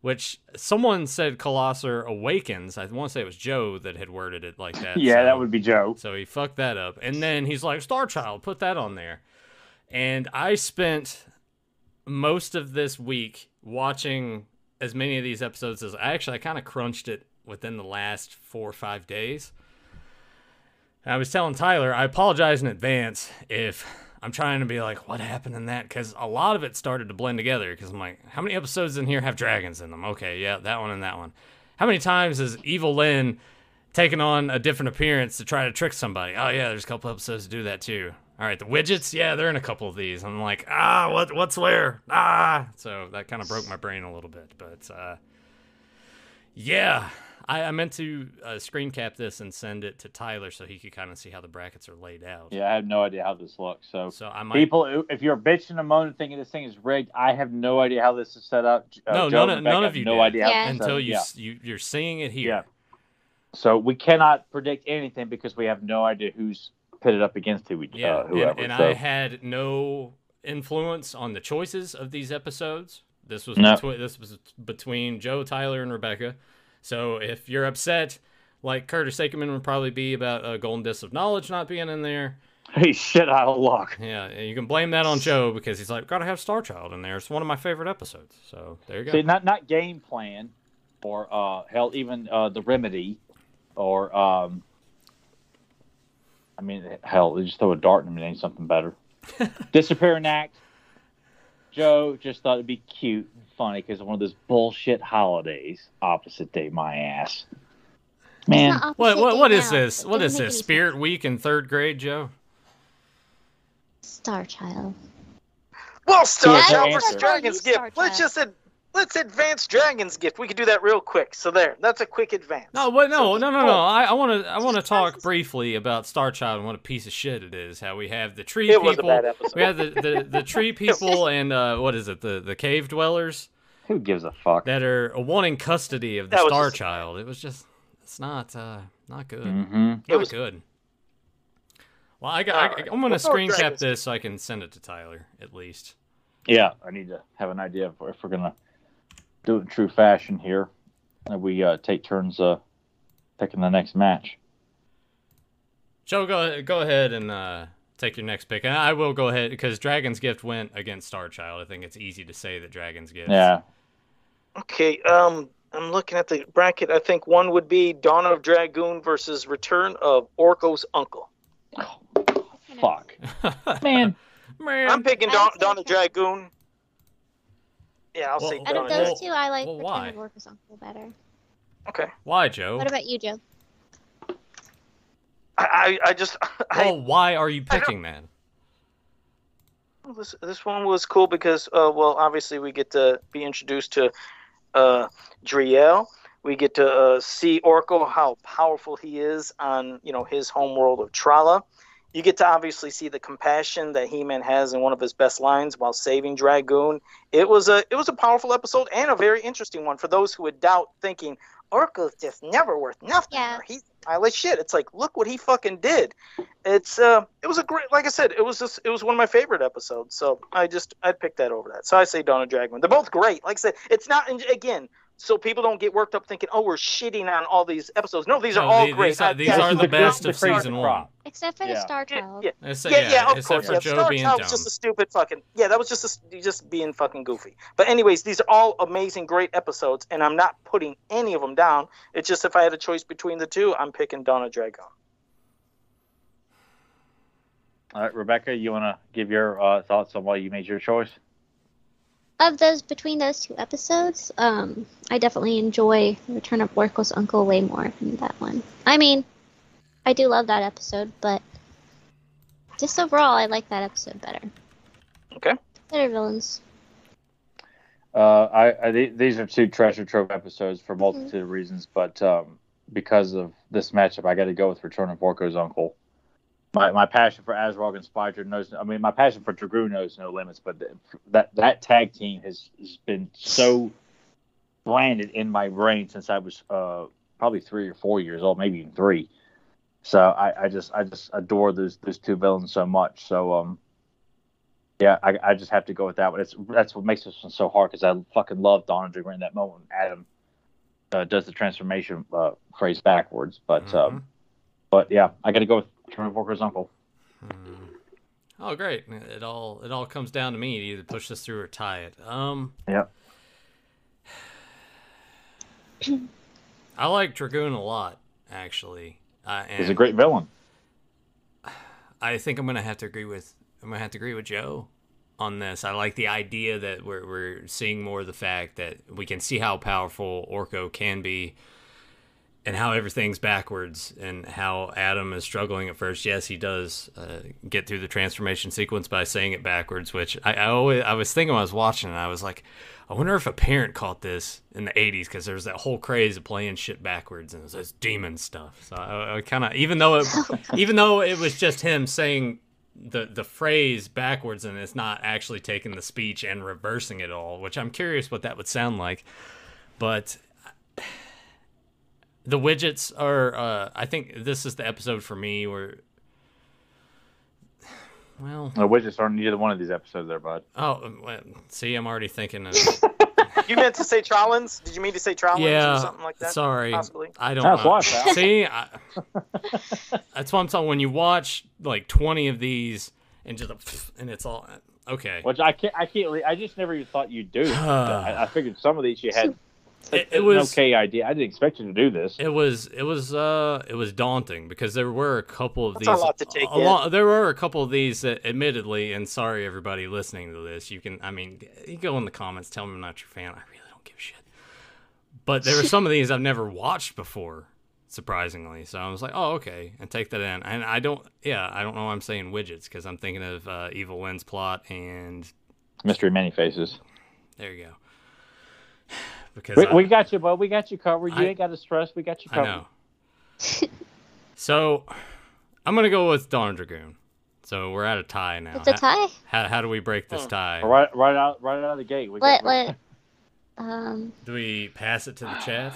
Speaker 3: which someone said Colossar Awakens. I want to say it was Joe that had worded it like that.
Speaker 1: Yeah,
Speaker 3: so-
Speaker 1: that would be Joe.
Speaker 3: so he fucked that up. And then he's like, Star Child, put that on there. And I spent most of this week watching as many of these episodes as I actually I kind of crunched it within the last four or five days. And I was telling Tyler, I apologize in advance if I'm trying to be like, what happened in that? Because a lot of it started to blend together. Because I'm like, how many episodes in here have dragons in them? Okay, yeah, that one and that one. How many times is Evil Lynn taking on a different appearance to try to trick somebody. Oh yeah, there's a couple episodes to do that too. All right, the widgets, yeah, they're in a couple of these. I'm like, ah, what, what's where? Ah, so that kind of broke my brain a little bit, but uh, yeah, I, I meant to uh, screen cap this and send it to Tyler so he could kind of see how the brackets are laid out.
Speaker 1: Yeah, I have no idea how this looks. So,
Speaker 3: So I might.
Speaker 1: people, who- if you're bitching and moaning, thinking this thing is rigged, I have no idea how this is set up. J- Uh,
Speaker 3: No,
Speaker 1: Joe
Speaker 3: none of-
Speaker 1: and Rebecca
Speaker 3: none of
Speaker 1: have
Speaker 3: you
Speaker 1: No
Speaker 3: did.
Speaker 1: idea. how
Speaker 4: Yeah.
Speaker 1: this is set
Speaker 3: until
Speaker 1: up.
Speaker 3: you,
Speaker 1: Yeah.
Speaker 3: s you you're seeing it here.
Speaker 1: Yeah. So we cannot predict anything because we have no idea who's pitted up against who we,
Speaker 3: Yeah,
Speaker 1: uh, whoever.
Speaker 3: and, and
Speaker 1: so,
Speaker 3: I had no influence on the choices of these episodes. This was
Speaker 1: No.
Speaker 3: betwe- this was between Joe, Tyler, and Rebecca. So if you're upset, like Curtis Sakerman would probably be about uh, Golden Disc of Knowledge not being in there.
Speaker 1: he's shit out of luck.
Speaker 3: Yeah, and you can blame that on Joe because he's like, gotta have Star Child in there. It's one of my favorite episodes. So there you go.
Speaker 1: See, not not game plan, or uh, hell, even uh, the remedy, or um, I mean, hell, they just throw a dart and it ain't something better. Disappearing act. Joe just thought it'd be cute and funny because one of those bullshit holidays. Opposite day, my ass. Man,
Speaker 4: It's not
Speaker 3: what
Speaker 4: opposite
Speaker 3: what
Speaker 4: day
Speaker 3: what is
Speaker 4: now.
Speaker 3: this?
Speaker 4: It
Speaker 3: What
Speaker 4: doesn't
Speaker 3: is
Speaker 4: make
Speaker 3: this?
Speaker 4: any
Speaker 3: Spirit Week in third grade, Joe?
Speaker 4: sense. Starchild.
Speaker 2: Well, Star
Speaker 1: Yeah,
Speaker 2: Child
Speaker 1: that's
Speaker 2: versus
Speaker 1: right,
Speaker 2: Dragon's
Speaker 4: you
Speaker 2: Gift.
Speaker 4: Star
Speaker 2: Let's
Speaker 4: Child.
Speaker 2: just ad- let's advance Dragon's Gift. We could do that real quick. So there, that's a quick advance.
Speaker 3: No, what? No,
Speaker 2: So-
Speaker 3: no, no, no.
Speaker 2: oh,
Speaker 3: I, I want to, I want to talk
Speaker 4: Christ.
Speaker 3: briefly about Star Child and what a piece of shit it is. How we have the tree
Speaker 2: It
Speaker 3: people,
Speaker 2: was a bad episode.
Speaker 3: we have the, the, the tree people, and uh, what is it? The the cave dwellers
Speaker 1: who gives a fuck?
Speaker 3: that are wanting custody of the
Speaker 2: That was
Speaker 3: Star
Speaker 2: just- Mm-hmm.
Speaker 3: Child. It was just, it's not, uh, not good,
Speaker 1: hmm
Speaker 2: It
Speaker 3: not
Speaker 2: was-
Speaker 3: good. Well, I
Speaker 2: All
Speaker 3: got, I,
Speaker 2: right.
Speaker 3: I'm gonna
Speaker 2: Let's go with
Speaker 3: screen cap
Speaker 2: Dragon's-
Speaker 3: this so I can send it to Tyler at least.
Speaker 1: Yeah, I need to have an idea of if we're gonna do it in true fashion here. And we uh, take turns uh, picking the next match.
Speaker 3: Joe, go go ahead and uh, take your next pick. And I will go ahead because Dragon's Gift went against Star Child. I think it's easy to say that Dragon's Gift.
Speaker 1: Yeah,
Speaker 2: Okay, um, I'm looking at the bracket. I think one would be Dawn of Dragoon versus Return of Orko's Uncle.
Speaker 1: fuck, man.
Speaker 3: Man.
Speaker 2: I'm picking
Speaker 4: I
Speaker 2: Dawn,
Speaker 4: would say
Speaker 2: Dawn of
Speaker 4: Return.
Speaker 2: Dragoon. Yeah, I'll say
Speaker 3: Well,
Speaker 4: Out
Speaker 2: Dawn of
Speaker 4: of
Speaker 3: well-
Speaker 2: Dragoon.
Speaker 4: those two, I like
Speaker 3: well,
Speaker 4: Return of
Speaker 3: why?
Speaker 4: Orca's Uncle better.
Speaker 2: Okay.
Speaker 3: Why, Joe?
Speaker 4: What about you, Joe?
Speaker 2: I, I, I just, I,
Speaker 3: Well, why are you picking that?
Speaker 2: This, this one was cool because, uh, well, obviously we get to be introduced to uh, Driel. We get to uh, see Oracle how powerful he is on, you know, his homeworld of Trala. You get to obviously see the compassion that He-Man has in one of his best lines while saving Dragoon. It was a it was a powerful episode and a very interesting one for those who would doubt thinking Oracle's just never worth nothing.
Speaker 4: Yeah.
Speaker 2: or He's a pile of shit. It's like look what he fucking did it's uh it was a great like i said it was just it was one of my favorite episodes so i just i'd pick that over that so i say dawn of dragon they're both great like i said it's not and again so people don't get worked up thinking oh we're shitting on all these episodes no these
Speaker 3: No,
Speaker 2: are all
Speaker 3: the-
Speaker 2: great
Speaker 3: These are,
Speaker 2: I-
Speaker 3: these
Speaker 2: yeah,
Speaker 1: This
Speaker 3: are
Speaker 1: is
Speaker 3: the
Speaker 1: the cream-
Speaker 3: best
Speaker 1: the
Speaker 3: of
Speaker 1: cream of
Speaker 3: season
Speaker 1: the
Speaker 3: one.
Speaker 1: crop.
Speaker 4: Except for the
Speaker 1: Yeah.
Speaker 4: Star
Speaker 2: yeah,
Speaker 4: Child.
Speaker 2: yeah,
Speaker 3: Except,
Speaker 2: yeah, yeah, of
Speaker 3: except
Speaker 2: course.
Speaker 3: for
Speaker 2: Yeah,
Speaker 3: Joe
Speaker 2: Star
Speaker 3: being
Speaker 2: Child
Speaker 3: dumb.
Speaker 2: was just a stupid fucking. Yeah, that was just a, st- just being fucking goofy. But anyways, these are all amazing, great episodes, and I'm not putting any of them down. It's just if I had a choice between the two, I'm picking Donna Dragon.
Speaker 1: All right, Rebecca, you want to give your uh, thoughts on why you made your choice?
Speaker 4: Of those between those two episodes, um, I definitely enjoy Return of Oracle's Uncle way more than that one. I mean, I do love that episode, but just overall, I like that episode better.
Speaker 2: Okay.
Speaker 4: Better villains.
Speaker 1: Uh, I, I th- these are two treasure trove episodes for multitude of reasons, but um, because of this matchup, I got to go with Return of Orko's Uncle. My, my passion for Azrog and Spider knows. I mean, my passion for Dragoon knows no limits. But th- that that tag team has, has been so branded in my brain since I was uh, probably three or four years old, maybe even three. So I, I just I just adore those those two villains so much. So um, yeah, I, I just have to go with that one. It's that's what makes this one so hard because I fucking love Donna Dreamer in that moment. When Adam uh, does the transformation uh, phrase backwards, but
Speaker 3: Mm-hmm.
Speaker 1: um, but yeah, I got to go with Turner Walker's uncle.
Speaker 3: Mhm. Oh, great! It all it all comes down to me to either push this through or tie it. Um,
Speaker 1: Yep.
Speaker 3: I like Dragoon a lot, actually. Uh, and
Speaker 1: He's a great villain.
Speaker 3: I think I'm gonna have to agree with I'm gonna have to agree with Joe on this. I like the idea that we're we're seeing more of the fact that we can see how powerful Orko can be and how everything's backwards and how Adam is struggling at first. Yes, he does uh, get through the transformation sequence by saying it backwards, which I, I always I was thinking when I was watching and I was like, I wonder if a parent caught this in the 80s because there was that whole craze of playing shit backwards and it was this demon stuff. So I, I kind of even though it, even though it was just him saying the the phrase backwards and it's not actually taking the speech and reversing it all, which I'm curious what that would sound like. But the widgets are uh i think this is the episode for me where well
Speaker 1: The widgets Oh, aren't either one of these episodes, there, bud.
Speaker 3: oh well, see i'm already thinking of
Speaker 2: You meant to say Trollins? Did you mean to say Trollins
Speaker 3: Yeah,
Speaker 2: or something like that?
Speaker 3: sorry
Speaker 2: Possibly.
Speaker 3: i don't
Speaker 1: That's
Speaker 3: know
Speaker 1: why, pal.
Speaker 3: see I, that's what i'm talking when you watch like 20 of these and just a- and it's all okay
Speaker 1: Which I can't. I can't. I just never even thought you'd do. I, I figured some of these you had.
Speaker 3: It- it
Speaker 1: an
Speaker 3: was-
Speaker 1: okay idea. I didn't expect you to do this.
Speaker 3: It was it was uh it was daunting because there were a couple of
Speaker 2: That's a
Speaker 3: these
Speaker 2: lot to take in.
Speaker 3: lot- there were a couple of these that admittedly and sorry everybody listening to this you can I mean you go in the comments tell me I'm not your fan I really don't give a shit but there were some of these I've never watched before surprisingly so I was like oh okay and take that in and I don't yeah I don't know why I'm saying widgets because I'm thinking of uh, Evil Lynn's plot and
Speaker 1: Mystery many faces.
Speaker 3: there you go because
Speaker 1: We,
Speaker 3: I-
Speaker 1: we got you, bud. We got you covered. You
Speaker 3: I-
Speaker 1: ain't got to stress. We got you
Speaker 3: I
Speaker 1: covered.
Speaker 3: know. so, I'm gonna go with Dawn Dragoon. So we're at a tie now.
Speaker 4: It's a tie.
Speaker 3: How, how do we break this
Speaker 2: Hmm.
Speaker 3: tie?
Speaker 1: Right, right out, right out of the gate. We
Speaker 4: Let
Speaker 1: got-
Speaker 4: let. Um,
Speaker 3: Do we pass it to the chat?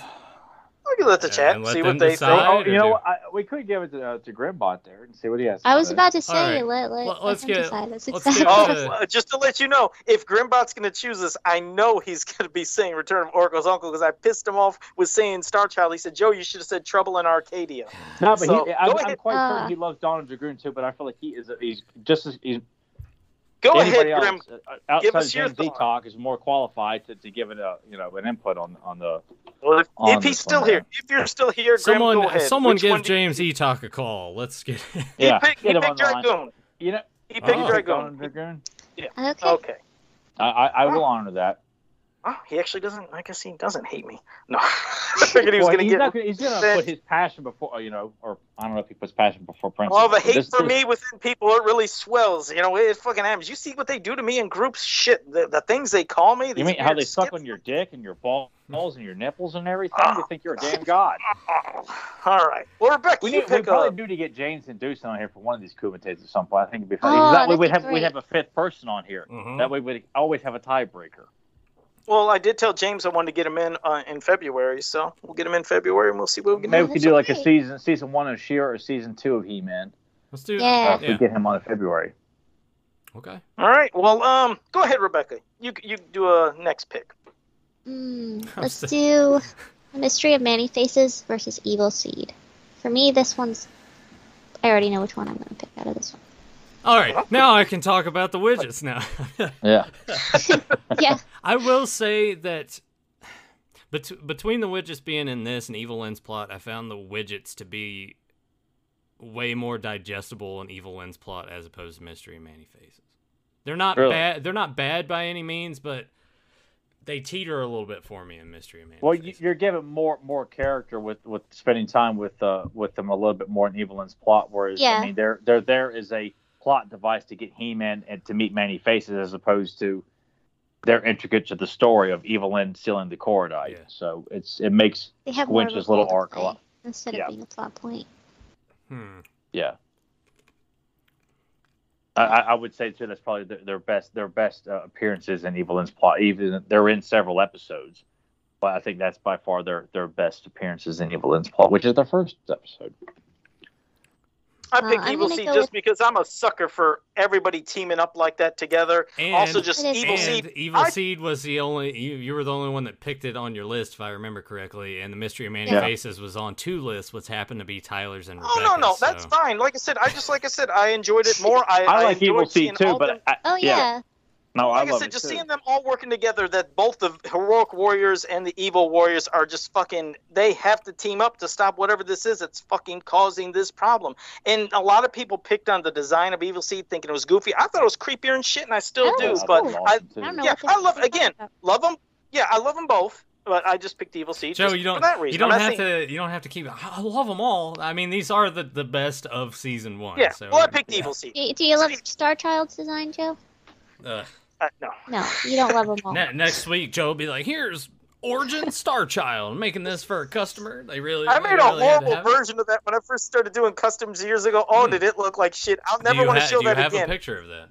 Speaker 2: We can let the
Speaker 3: Yeah,
Speaker 2: chat
Speaker 3: and let
Speaker 2: see
Speaker 3: them
Speaker 2: what they
Speaker 1: Oh,
Speaker 3: decide.
Speaker 2: think.
Speaker 1: oh,
Speaker 3: Right, or
Speaker 1: you know,
Speaker 3: do-
Speaker 1: what? I, we could give it to, uh, to Grimbot there and see what he has. to
Speaker 4: I was
Speaker 1: say.
Speaker 4: about to say
Speaker 3: right.
Speaker 4: let let.
Speaker 3: Well,
Speaker 4: let
Speaker 3: let's
Speaker 4: them
Speaker 3: get-
Speaker 4: decide. That's
Speaker 3: let's
Speaker 4: exactly.
Speaker 3: get,
Speaker 4: what
Speaker 2: Oh,
Speaker 4: I-
Speaker 3: Uh,
Speaker 2: uh, just to let you know, if Grimbot's going to choose us, I know he's going to be saying Return of Oracle's Uncle because I pissed him off with saying Star Child. He said, Joe, you should have said Trouble in Arcadia.
Speaker 1: No, but
Speaker 2: So,
Speaker 1: he, I'm,
Speaker 2: go
Speaker 1: I'm
Speaker 2: ahead.
Speaker 1: quite
Speaker 4: Uh.
Speaker 1: certain he loves Donald Dragoon too. But I feel like he is he's just as he's
Speaker 2: Go
Speaker 1: anybody
Speaker 2: ahead, Grim.
Speaker 1: else uh, outside
Speaker 2: Give us
Speaker 1: of
Speaker 2: your
Speaker 1: Gen Z
Speaker 2: thought.
Speaker 1: talk is more qualified to, to give it a you know an input on on the.
Speaker 2: Well, if,
Speaker 1: on
Speaker 2: if he's
Speaker 1: this
Speaker 2: still
Speaker 1: one,
Speaker 2: here, if you're still here, Grim, go
Speaker 3: someone
Speaker 2: ahead.
Speaker 3: someone
Speaker 2: Which
Speaker 3: give
Speaker 2: one do you-
Speaker 3: James Etock a call. Let's get.
Speaker 2: He
Speaker 1: Yeah,
Speaker 2: picked, he
Speaker 1: get him
Speaker 2: picked
Speaker 1: on the line.
Speaker 2: Dragoon.
Speaker 1: You know,
Speaker 2: He picked
Speaker 3: Oh.
Speaker 1: Donald
Speaker 2: Dragoon.
Speaker 1: Dragoon.
Speaker 4: Okay.
Speaker 2: Okay.
Speaker 1: I, I, I will honor that.
Speaker 2: Oh, he actually doesn't. I guess he doesn't hate me. No, I figured he was
Speaker 1: Well,
Speaker 2: gonna
Speaker 1: he's,
Speaker 2: get
Speaker 1: not gonna, he's gonna
Speaker 2: that-
Speaker 1: put his passion before you know, or I don't know if he puts passion before Prince.
Speaker 2: all the hate for me within people. It really swells. You know, it fucking happens. You see what they do to me in groups? Shit, the, the things they call me.
Speaker 1: You
Speaker 2: these
Speaker 1: mean how
Speaker 2: weird
Speaker 1: they suck
Speaker 2: skits.
Speaker 1: on your dick and your ball- balls and your nipples and everything?
Speaker 2: Ah.
Speaker 1: You think you're a damn god?
Speaker 2: Oh, all right. Well, Rebecca,
Speaker 1: We
Speaker 2: you
Speaker 1: need, we
Speaker 2: pick
Speaker 1: probably
Speaker 2: up.
Speaker 1: do to get James and Deuce on here for one of these Kumites at some point. I think it'd be fun.
Speaker 4: Oh,
Speaker 1: that way
Speaker 4: that'd
Speaker 1: we
Speaker 4: be
Speaker 1: have we
Speaker 4: great.
Speaker 1: have a fifth person on here.
Speaker 3: Mhm.
Speaker 2: Mm-hmm.
Speaker 1: That way we always have a tiebreaker.
Speaker 2: Well, I did tell James I wanted to get him in uh, in February, so we'll get him in February and we'll see what we can
Speaker 1: Maybe
Speaker 2: do.
Speaker 1: we could do like a
Speaker 4: Hey.
Speaker 1: season season one of Sheer or season two of He Man.
Speaker 3: Let's do.
Speaker 1: Uh,
Speaker 4: Yeah.
Speaker 1: if we get him on in February.
Speaker 3: Okay.
Speaker 2: All right. Well, um, go ahead, Rebecca. You you do a next pick.
Speaker 4: Mm,
Speaker 3: I'm
Speaker 4: let's
Speaker 3: still-
Speaker 4: do the mystery of many faces versus evil seed. For me, this one's. I already know which one I'm gonna pick out of this one.
Speaker 3: All right. Now I can talk about the widgets now.
Speaker 1: Yeah.
Speaker 4: Yeah,
Speaker 3: I will say that bet- between the widgets being in this and Evil Lens plot, I found the widgets to be way more digestible in Evil Lens plot as opposed to Mystery and Manny Faces. They're not
Speaker 1: Really?
Speaker 3: bad. They're not bad by any means, but they teeter a little bit for me in Mystery and Manny
Speaker 1: Well, you,
Speaker 3: Faces.
Speaker 1: you're given more more character with with spending time with uh with them a little bit more in Evelyn's plot. Whereas
Speaker 4: Yeah.
Speaker 1: I mean, they're they're there as a plot device to get He Man and to meet many faces, as opposed to they're intricate to the story of Evelyn stealing the Coroidite.
Speaker 3: Yeah.
Speaker 1: So it's it makes
Speaker 4: they have more of a
Speaker 1: Winch's little
Speaker 4: role to
Speaker 1: arc a
Speaker 4: play
Speaker 1: lot.
Speaker 4: instead
Speaker 1: Yeah.
Speaker 4: of being a plot point.
Speaker 3: hmm.
Speaker 1: yeah. I, I I would say too that's probably their, their best their best uh, appearances in Evelyn's plot. Even they're in several episodes, but I think that's by far their their best appearances in Evelyn's plot, which is their first episode.
Speaker 2: I
Speaker 4: Uh,
Speaker 2: picked
Speaker 4: I'm
Speaker 2: Evil
Speaker 4: gonna
Speaker 2: Seed
Speaker 4: go
Speaker 2: just
Speaker 4: with-
Speaker 2: because I'm a sucker for everybody teaming up like that together.
Speaker 3: And,
Speaker 2: also, just
Speaker 4: It is
Speaker 2: Evil
Speaker 3: and
Speaker 2: Seed.
Speaker 3: Evil
Speaker 2: I-
Speaker 3: Seed was the only you, you were the only one that picked it on your list, if I remember correctly. And the Mystery of Manny
Speaker 1: Yeah.
Speaker 3: Faces was on two lists, which happened to be Tyler's and Rebecca's.
Speaker 2: Oh no, no, that's
Speaker 3: so-
Speaker 2: fine. Like I said, I just like I said, I enjoyed it more. I,
Speaker 1: I like
Speaker 2: enjoyed
Speaker 1: Evil Seed
Speaker 2: seeing
Speaker 1: too,
Speaker 2: all
Speaker 1: but
Speaker 2: them-
Speaker 1: I,
Speaker 4: Oh
Speaker 1: yeah.
Speaker 4: yeah,
Speaker 1: no,
Speaker 2: like
Speaker 1: I
Speaker 2: I,
Speaker 1: love
Speaker 2: said,
Speaker 1: it
Speaker 2: just
Speaker 1: too.
Speaker 2: seeing them all working together. That both the heroic warriors and the evil warriors are just fucking. They have to team up to stop whatever this is that's fucking causing this problem. And a lot of people picked on the design of Evil Seed, thinking it was goofy. I thought it was creepier and shit, and I still
Speaker 4: Oh,
Speaker 1: Yeah,
Speaker 2: do.
Speaker 1: I
Speaker 2: But
Speaker 1: love
Speaker 2: I
Speaker 1: Lawson, too.
Speaker 4: I don't know.
Speaker 2: Yeah,
Speaker 4: what they're
Speaker 2: I love-
Speaker 4: talking
Speaker 2: again,
Speaker 4: about.
Speaker 2: love them. Yeah, I love them both. But I just picked Evil Seed
Speaker 3: Joe,
Speaker 2: just
Speaker 3: you don't.
Speaker 2: for that reason.
Speaker 3: You don't
Speaker 2: I'm not
Speaker 3: have
Speaker 2: saying-
Speaker 3: to. You don't have to keep. I love them all. I mean, these are the the best of season one.
Speaker 2: Yeah.
Speaker 3: So,
Speaker 2: well, I picked Evil Seed.
Speaker 4: Do, do you love Star Child's design, Joe?
Speaker 3: Ugh.
Speaker 2: Uh, no.
Speaker 4: No, you don't love them all.
Speaker 3: Ne- next week, Joe will be like, "Here's Origin Star Child. I'm making this for a customer. They really.
Speaker 2: I
Speaker 3: they
Speaker 2: made a
Speaker 3: really had to
Speaker 2: horrible
Speaker 3: have it."
Speaker 2: version of that when I first started doing customs years ago. Oh,
Speaker 3: Hmm.
Speaker 2: did it look like shit? I'll
Speaker 3: Do
Speaker 2: never
Speaker 3: you
Speaker 2: want to
Speaker 3: ha-
Speaker 2: show
Speaker 3: do you
Speaker 2: that
Speaker 3: have
Speaker 2: again.
Speaker 3: a picture of that?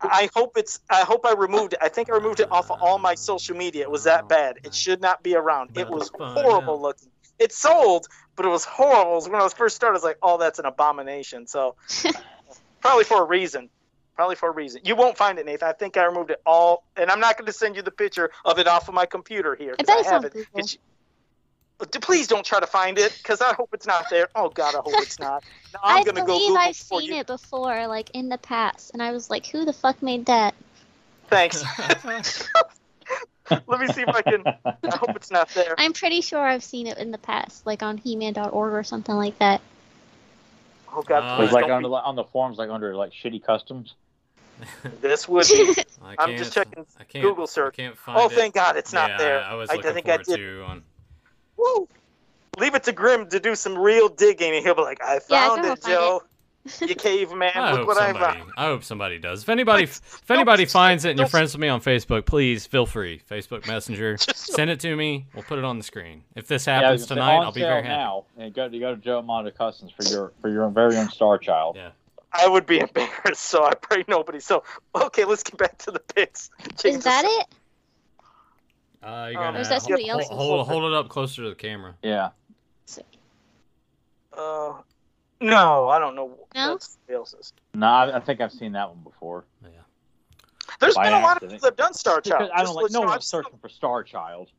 Speaker 2: I hope it's. I hope I removed it. I think I removed it off of all my social media. It was that bad. It should not be around. It was
Speaker 3: About to Oh, find
Speaker 2: horrible
Speaker 3: out.
Speaker 2: looking. It sold, but it was horrible. It was when I was first started, I was like, "Oh, that's an abomination." So, probably for a reason. Probably for a reason. You won't find it, Nathan. I think I removed it all, and I'm not going to send you the picture of it off of my computer here.
Speaker 4: I
Speaker 2: 'cause
Speaker 4: bet it's
Speaker 2: have
Speaker 4: on
Speaker 2: it.
Speaker 4: Google.
Speaker 2: It's- But d- Please don't try to find it, because I hope it's not there. Oh God, I hope it's not. Now, I'm
Speaker 4: I
Speaker 2: going to
Speaker 4: believe
Speaker 2: go Google
Speaker 4: I've
Speaker 2: for
Speaker 4: seen
Speaker 2: you.
Speaker 4: it before, like in the past, and I was like, "Who the fuck made that?"
Speaker 2: Thanks. Let me see if I can. I hope it's not there.
Speaker 4: I'm pretty sure I've seen it in the past, like on He-Man.org or something like that.
Speaker 2: Oh God,
Speaker 3: Uh,
Speaker 1: It
Speaker 2: please
Speaker 1: was like
Speaker 2: don't
Speaker 1: on
Speaker 2: be-
Speaker 1: the on the forms, like under like shitty customs.
Speaker 2: This would be.
Speaker 3: I can't,
Speaker 2: I'm just checking
Speaker 3: I can't,
Speaker 2: Google search.
Speaker 3: I can't find
Speaker 2: Oh,
Speaker 3: it.
Speaker 2: thank God, it's not
Speaker 3: yeah,
Speaker 2: there.
Speaker 3: I
Speaker 2: I,
Speaker 3: was
Speaker 2: I
Speaker 3: looking
Speaker 2: think
Speaker 3: for
Speaker 2: I
Speaker 3: it
Speaker 2: did.
Speaker 3: too. On
Speaker 2: Woo! Leave it to Grim to do some real digging, and he'll be like, "I
Speaker 4: Yeah, I
Speaker 2: found
Speaker 4: don't
Speaker 2: it,
Speaker 4: find it."
Speaker 2: Joe. you caveman!
Speaker 3: I
Speaker 2: Look
Speaker 3: hope
Speaker 2: what I
Speaker 3: Oh, somebody.
Speaker 2: found."
Speaker 3: I hope somebody does. If anybody,
Speaker 2: Please,
Speaker 3: if anybody
Speaker 2: don't-
Speaker 3: finds it and you're
Speaker 2: don't-
Speaker 3: friends with me on Facebook, please feel free. Facebook Messenger,
Speaker 2: Just-
Speaker 3: send it to me. We'll put it on the screen. If this
Speaker 1: Yeah, I
Speaker 3: happens
Speaker 1: was gonna say,
Speaker 3: tonight,
Speaker 1: on
Speaker 3: I'll be
Speaker 1: sale
Speaker 3: very happy.
Speaker 1: now. And go to go to Joe Monte Customs for your for your very own Star Child.
Speaker 3: Yeah.
Speaker 2: I would be embarrassed, so I pray nobody. So, okay, let's get back to the pics.
Speaker 4: Is that it?
Speaker 3: Uh, you're
Speaker 2: Um,
Speaker 3: gonna
Speaker 2: Or is
Speaker 4: Oh, that somebody
Speaker 3: hold,
Speaker 4: else's?
Speaker 3: hold, hold it up closer to the camera.
Speaker 1: Yeah.
Speaker 2: Uh, no, I don't know.
Speaker 4: No?
Speaker 2: That's somebody else's.
Speaker 1: No, I, I think I've seen that one before.
Speaker 2: There's
Speaker 1: By
Speaker 2: been a lot of
Speaker 1: accident.
Speaker 2: people that have done Star Child.
Speaker 1: I
Speaker 2: Just
Speaker 1: don't
Speaker 2: let
Speaker 1: like no
Speaker 2: you know,
Speaker 1: one's
Speaker 2: I've seen-
Speaker 1: searching for Star Child.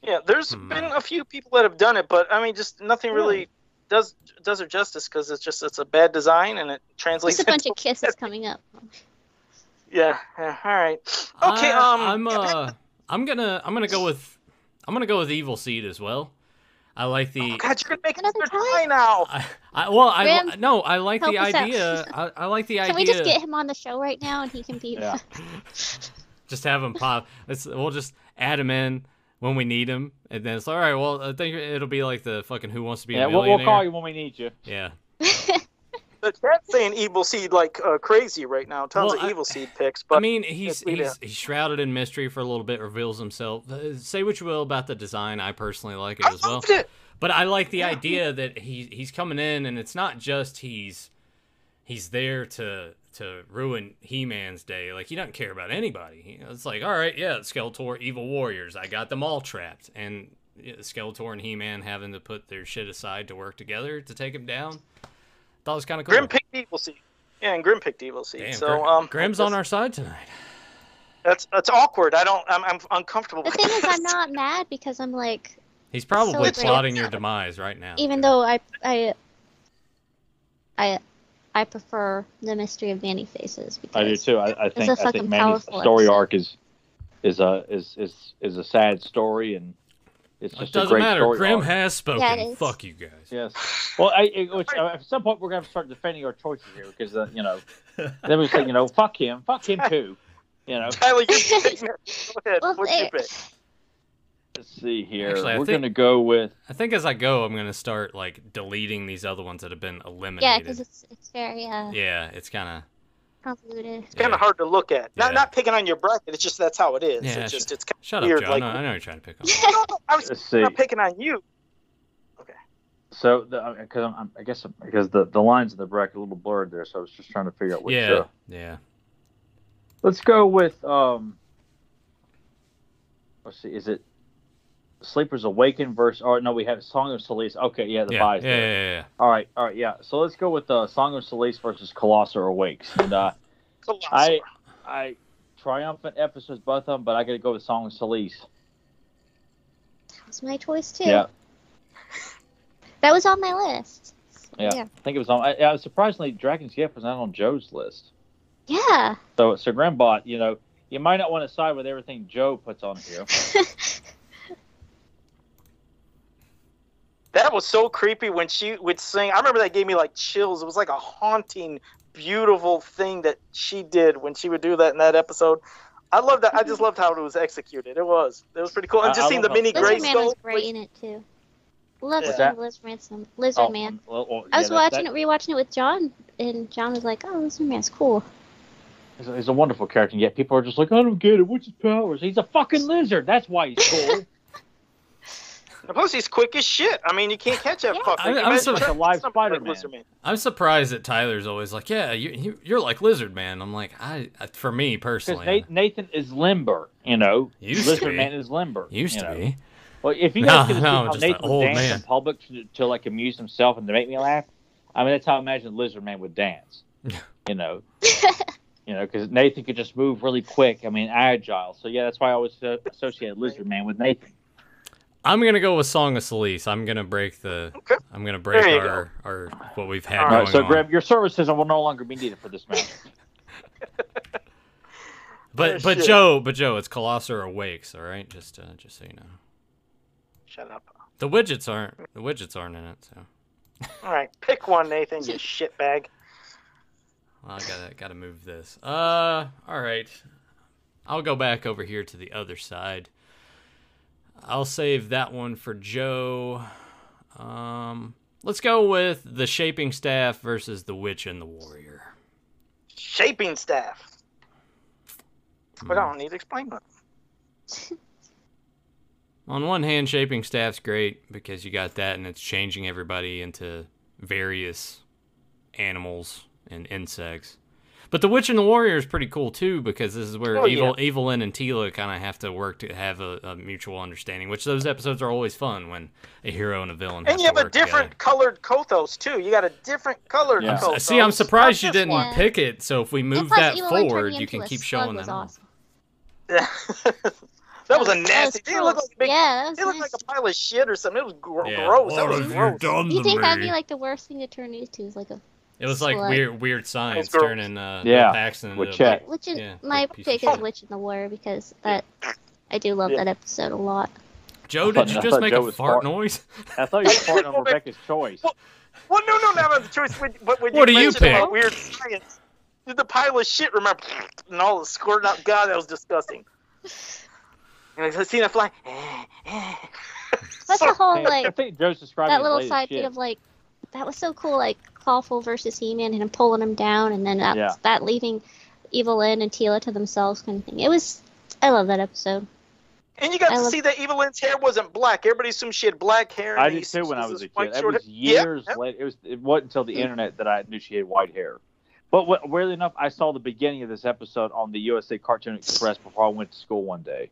Speaker 2: Yeah, there's
Speaker 3: Hmm.
Speaker 2: been a few people that have done it, but I mean, just nothing really does does it justice because it's just it's a bad design and it translates.
Speaker 4: Just a bunch
Speaker 2: into-
Speaker 4: of kisses coming up.
Speaker 2: yeah, yeah. All right. Okay.
Speaker 3: I-
Speaker 2: um.
Speaker 3: I'm uh, I'm gonna I'm gonna go with I'm gonna go with Evil Seed as well. I like the
Speaker 2: oh, God, you're gonna make
Speaker 4: Another
Speaker 2: another try
Speaker 4: time?
Speaker 2: now.
Speaker 3: I, I well I
Speaker 4: Graham,
Speaker 3: no I like the
Speaker 4: help us out.
Speaker 3: idea I, I like the idea
Speaker 4: Can we just get him on the show right now, and he can be?
Speaker 1: Yeah.
Speaker 3: just have him pop it's, we'll just add him in when we need him and then it's all right well I think it'll be like the fucking Who Wants to Be
Speaker 1: Yeah,
Speaker 3: a
Speaker 1: we'll,
Speaker 3: Millionaire
Speaker 1: we'll call you when we need you.
Speaker 3: yeah
Speaker 2: The chat's saying Evil Seed like uh, crazy right now. Tons
Speaker 3: Well,
Speaker 2: of
Speaker 3: I-
Speaker 2: Evil Seed picks, but
Speaker 3: I mean, he's
Speaker 2: Yes, we do.
Speaker 3: he's, he's shrouded in mystery for a little bit, reveals himself. Uh, say what you will about the design, I personally like it
Speaker 2: I
Speaker 3: as well.
Speaker 2: loved it.
Speaker 3: But I like the
Speaker 2: Yeah.
Speaker 3: idea that he he's coming in, and it's not just he's he's there to to ruin He Man's day. Like he doesn't care about anybody. You know, It's like, all right, yeah, Skeletor, evil warriors, I got them all trapped, and yeah, Skeletor and He Man having to put their shit aside to work together to take him down. Thought it was kind of cool.
Speaker 2: Grim picked Evil Seed. Yeah, and Grim picked Evil Seed.
Speaker 3: Damn,
Speaker 2: so
Speaker 3: Gr-
Speaker 2: um,
Speaker 3: Grim's on our side tonight.
Speaker 2: That's that's awkward. I don't. I'm, I'm uncomfortable.
Speaker 4: The
Speaker 2: with
Speaker 4: thing is,
Speaker 2: this.
Speaker 4: I'm not mad because I'm like,
Speaker 3: He's probably
Speaker 4: Celebrate.
Speaker 3: plotting your demise right now. Grim.
Speaker 4: even though I, I, I, I prefer the mystery of Manny Faces because
Speaker 1: I do too. I, I think
Speaker 4: a
Speaker 1: I
Speaker 4: fucking
Speaker 1: think Manny's
Speaker 4: powerful
Speaker 1: story
Speaker 4: episode.
Speaker 1: arc is is a is is is a sad story and it's
Speaker 3: It
Speaker 1: just a
Speaker 3: doesn't
Speaker 1: great
Speaker 3: matter.
Speaker 1: story
Speaker 3: Grim
Speaker 1: arc.
Speaker 3: has spoken.
Speaker 4: Yeah, it is.
Speaker 3: Fuck you guys.
Speaker 1: Yes. Well, I, it, which, uh, at some point we're going to start defending our choices here because uh, you know then we say you know fuck him, fuck him too. You know.
Speaker 2: Tyler, you pick next. Go ahead.
Speaker 4: Well,
Speaker 2: What'd you
Speaker 4: there-
Speaker 2: pick?
Speaker 1: Let's see here.
Speaker 3: Actually, I
Speaker 1: we're
Speaker 3: think-
Speaker 1: going to go with
Speaker 3: I think as I go, I'm gonna start like deleting these other ones that have been
Speaker 4: yeah,
Speaker 3: eliminated.
Speaker 4: because it's it's very uh,
Speaker 3: yeah, it's kind
Speaker 4: convoluted.
Speaker 2: It's kind
Speaker 3: Yeah.
Speaker 2: of hard to look at. Not
Speaker 3: Yeah.
Speaker 2: not picking on your bracket. It's just that's how it is.
Speaker 3: Yeah,
Speaker 2: it's
Speaker 3: sure.
Speaker 2: just it's kind
Speaker 3: of shut up,
Speaker 2: Weird,
Speaker 3: Joe.
Speaker 2: like-
Speaker 3: I, know, I know you're trying to pick on.
Speaker 2: of, no, no, I was
Speaker 1: let's see.
Speaker 2: not picking on you.
Speaker 1: So because I'm, I'm, I guess I'm, because the the lines in the bracket are a little blurred there, so I was just trying to figure out which.
Speaker 3: yeah,
Speaker 1: uh,
Speaker 3: yeah.
Speaker 1: let's go with um. Let's see. Is it Sleepers Awaken verse? Or no, we have Song of Solace. Okay, yeah, the
Speaker 3: Yeah, yeah,
Speaker 1: buys
Speaker 3: yeah,
Speaker 1: there.
Speaker 3: yeah, yeah.
Speaker 1: All right, all right, yeah. So let's go with uh, Song of Solace versus Colossal Awakes, and uh,
Speaker 2: Colossal.
Speaker 1: I I triumphant episodes both of them, but I got to go with Song of Solace.
Speaker 4: That was my choice too.
Speaker 1: Yeah.
Speaker 4: That was on my list.
Speaker 1: Yeah.
Speaker 4: Yeah.
Speaker 1: I think it was on. I, I was surprisingly Dragon's Gift was not on Joe's list.
Speaker 4: Yeah.
Speaker 1: So, so Grimbot, you know, you might not want to side with everything Joe puts on here.
Speaker 2: That was so creepy when she would sing. I remember that gave me like chills. It was like a haunting, beautiful thing that she did when she would do that in that episode. I loved that. I just loved how it was executed. It was. It was pretty cool.
Speaker 1: I-
Speaker 2: And just
Speaker 1: I
Speaker 2: seeing the
Speaker 1: love how-
Speaker 2: mini
Speaker 1: Lizard
Speaker 2: gray
Speaker 4: Lizard Man
Speaker 2: skull.
Speaker 4: was great in it too. Love
Speaker 2: Yeah.
Speaker 4: seeing
Speaker 1: That-
Speaker 4: Liz Ransom. Lizard
Speaker 1: Oh,
Speaker 4: Man.
Speaker 1: well, well,
Speaker 4: I was
Speaker 1: yeah, that-
Speaker 4: watching it, rewatching it with John, and John was like, "Oh, Lizard Man's cool."
Speaker 1: He's a, he's a wonderful character, and yet people are just like, I don't get it. What's his powers? He's a fucking lizard. That's why he's cool.
Speaker 2: And Plus, he's quick as shit. I mean, you can't catch that
Speaker 4: Yeah.
Speaker 2: fucker.
Speaker 3: I-
Speaker 2: You
Speaker 3: I'm
Speaker 2: imagine
Speaker 3: so-
Speaker 2: trying
Speaker 1: Like a live
Speaker 2: to catch something like
Speaker 1: Spider-Man.
Speaker 2: Lizard Man.
Speaker 3: I'm surprised that Tyler's always like, yeah, you, you you're like Lizard Man. I'm like, I I- for me
Speaker 1: Because
Speaker 3: personally,
Speaker 1: Nathan is limber, you know.
Speaker 3: Used to
Speaker 1: lizard
Speaker 3: be.
Speaker 1: man is limber.
Speaker 3: used
Speaker 1: you
Speaker 3: to
Speaker 1: know.
Speaker 3: be.
Speaker 1: Well, if you
Speaker 3: No,
Speaker 1: guys could have
Speaker 3: no,
Speaker 1: seen how
Speaker 3: just an
Speaker 1: Nathan
Speaker 3: old
Speaker 1: danced
Speaker 3: man.
Speaker 1: in public to, to like amuse himself and to make me laugh, I mean that's how I imagine Lizard Man would dance. you know, you know, because Nathan could just move really quick. I mean, agile. So yeah, that's why I always uh, associate Lizard Man with Nathan.
Speaker 3: I'm gonna go with Song of Solace. I'm gonna break the.
Speaker 2: Okay.
Speaker 3: I'm gonna break
Speaker 2: There you
Speaker 3: our, our what we've had
Speaker 2: All
Speaker 1: All
Speaker 3: going
Speaker 1: right, so
Speaker 3: on.
Speaker 1: Graham, your services will no longer be needed for this match.
Speaker 3: but
Speaker 2: Oh,
Speaker 3: but
Speaker 2: shit.
Speaker 3: Joe, but Joe, it's Colossal Awakes. All right, just uh, just so you know,
Speaker 2: Shut up.
Speaker 3: the widgets aren't the widgets aren't in it. So
Speaker 2: All right, pick one, Nathan. You shitbag.
Speaker 3: I gotta gotta move this. Uh, all right. I'll go back over here to the other side. I'll save that one for Joe. Um, let's go with the shaping staff versus the witch and the warrior.
Speaker 2: Shaping staff. But
Speaker 3: Hmm.
Speaker 2: I don't need to explain that.
Speaker 3: On one hand, shaping staff's great because you got that and it's changing everybody into various animals and insects. But the witch and the warrior is pretty cool too because this is where
Speaker 2: Oh,
Speaker 3: evil Evelyn and Tila kind of have to work to have a, a mutual understanding. Which those episodes are always fun when a hero and a villain. have
Speaker 2: And you have
Speaker 3: to
Speaker 2: a
Speaker 3: work
Speaker 2: different Oh,
Speaker 3: together.
Speaker 2: colored Kothos too. You got a different colored
Speaker 1: Yeah. I'm s-
Speaker 2: Kothos.
Speaker 3: See, I'm surprised you
Speaker 2: Not just
Speaker 3: didn't
Speaker 4: one.
Speaker 3: pick it. So if we move
Speaker 4: Plus,
Speaker 3: that
Speaker 4: Evelyn turned
Speaker 3: forward,
Speaker 4: me
Speaker 3: you
Speaker 4: into
Speaker 3: can
Speaker 4: a
Speaker 3: keep
Speaker 4: slug
Speaker 3: showing
Speaker 4: was
Speaker 3: that.
Speaker 4: awesome.
Speaker 2: Yeah. that was a
Speaker 4: was-
Speaker 2: nasty.
Speaker 4: That
Speaker 2: It looked
Speaker 4: was gross.
Speaker 2: like a big.
Speaker 4: yeah, that
Speaker 2: It
Speaker 4: was
Speaker 2: looked like
Speaker 4: nasty.
Speaker 2: a pile of shit or something. It was gro-
Speaker 3: Yeah.
Speaker 2: Oh, gross. That was gross.
Speaker 4: you think that'd be like the worst thing to turn into is like a
Speaker 3: It was like
Speaker 4: slut?
Speaker 3: weird, weird science
Speaker 2: girls.
Speaker 3: turning uh, Bill
Speaker 1: Yeah,
Speaker 3: Paxton
Speaker 1: with
Speaker 3: into
Speaker 1: Chet.
Speaker 4: Witch in,
Speaker 3: Yeah,
Speaker 4: my
Speaker 3: piece of
Speaker 4: pick is
Speaker 3: shit.
Speaker 4: Witch in the War because that I do love
Speaker 2: Yeah.
Speaker 4: that episode a lot.
Speaker 3: Joe,
Speaker 1: I thought-
Speaker 3: did you
Speaker 1: I
Speaker 3: just
Speaker 1: thought
Speaker 3: make
Speaker 1: Joe
Speaker 3: a
Speaker 1: was
Speaker 3: fart
Speaker 1: farting.
Speaker 3: noise?
Speaker 1: I thought you were farting on Rebecca's choice.
Speaker 2: Well, no, no, not about the choice. When, but when
Speaker 3: What
Speaker 2: you
Speaker 3: do you
Speaker 2: mentioned about
Speaker 3: pick?
Speaker 2: weird science, did the pile of shit remember and all the squirting out? God, that was disgusting. And I seen that fly. eh,
Speaker 4: That's the whole
Speaker 1: Hey, I
Speaker 4: like
Speaker 1: think Joe's describing
Speaker 4: that
Speaker 1: his
Speaker 4: little
Speaker 1: latest
Speaker 4: side
Speaker 1: shit.
Speaker 4: thing of like that was so cool, like Clawful versus He Man and him pulling him down, and then that
Speaker 1: Yeah.
Speaker 4: that leaving Evelyn and Tila to themselves kind of thing. It was I love that episode.
Speaker 2: And you got
Speaker 4: I
Speaker 2: to
Speaker 4: love-
Speaker 2: see that Evelyn's hair wasn't black. Everybody assumed she had black hair.
Speaker 1: I
Speaker 2: and
Speaker 1: did
Speaker 2: they
Speaker 1: too when I
Speaker 2: assumed
Speaker 1: was a
Speaker 2: she white
Speaker 1: kid. That
Speaker 2: short
Speaker 1: was
Speaker 2: hair. Yeah,
Speaker 1: years
Speaker 2: yeah.
Speaker 1: later. It was. It wasn't until the internet that I knew she had white hair. But what, weirdly enough, I saw the beginning of this episode on the USA Cartoon Express before I went to school one day,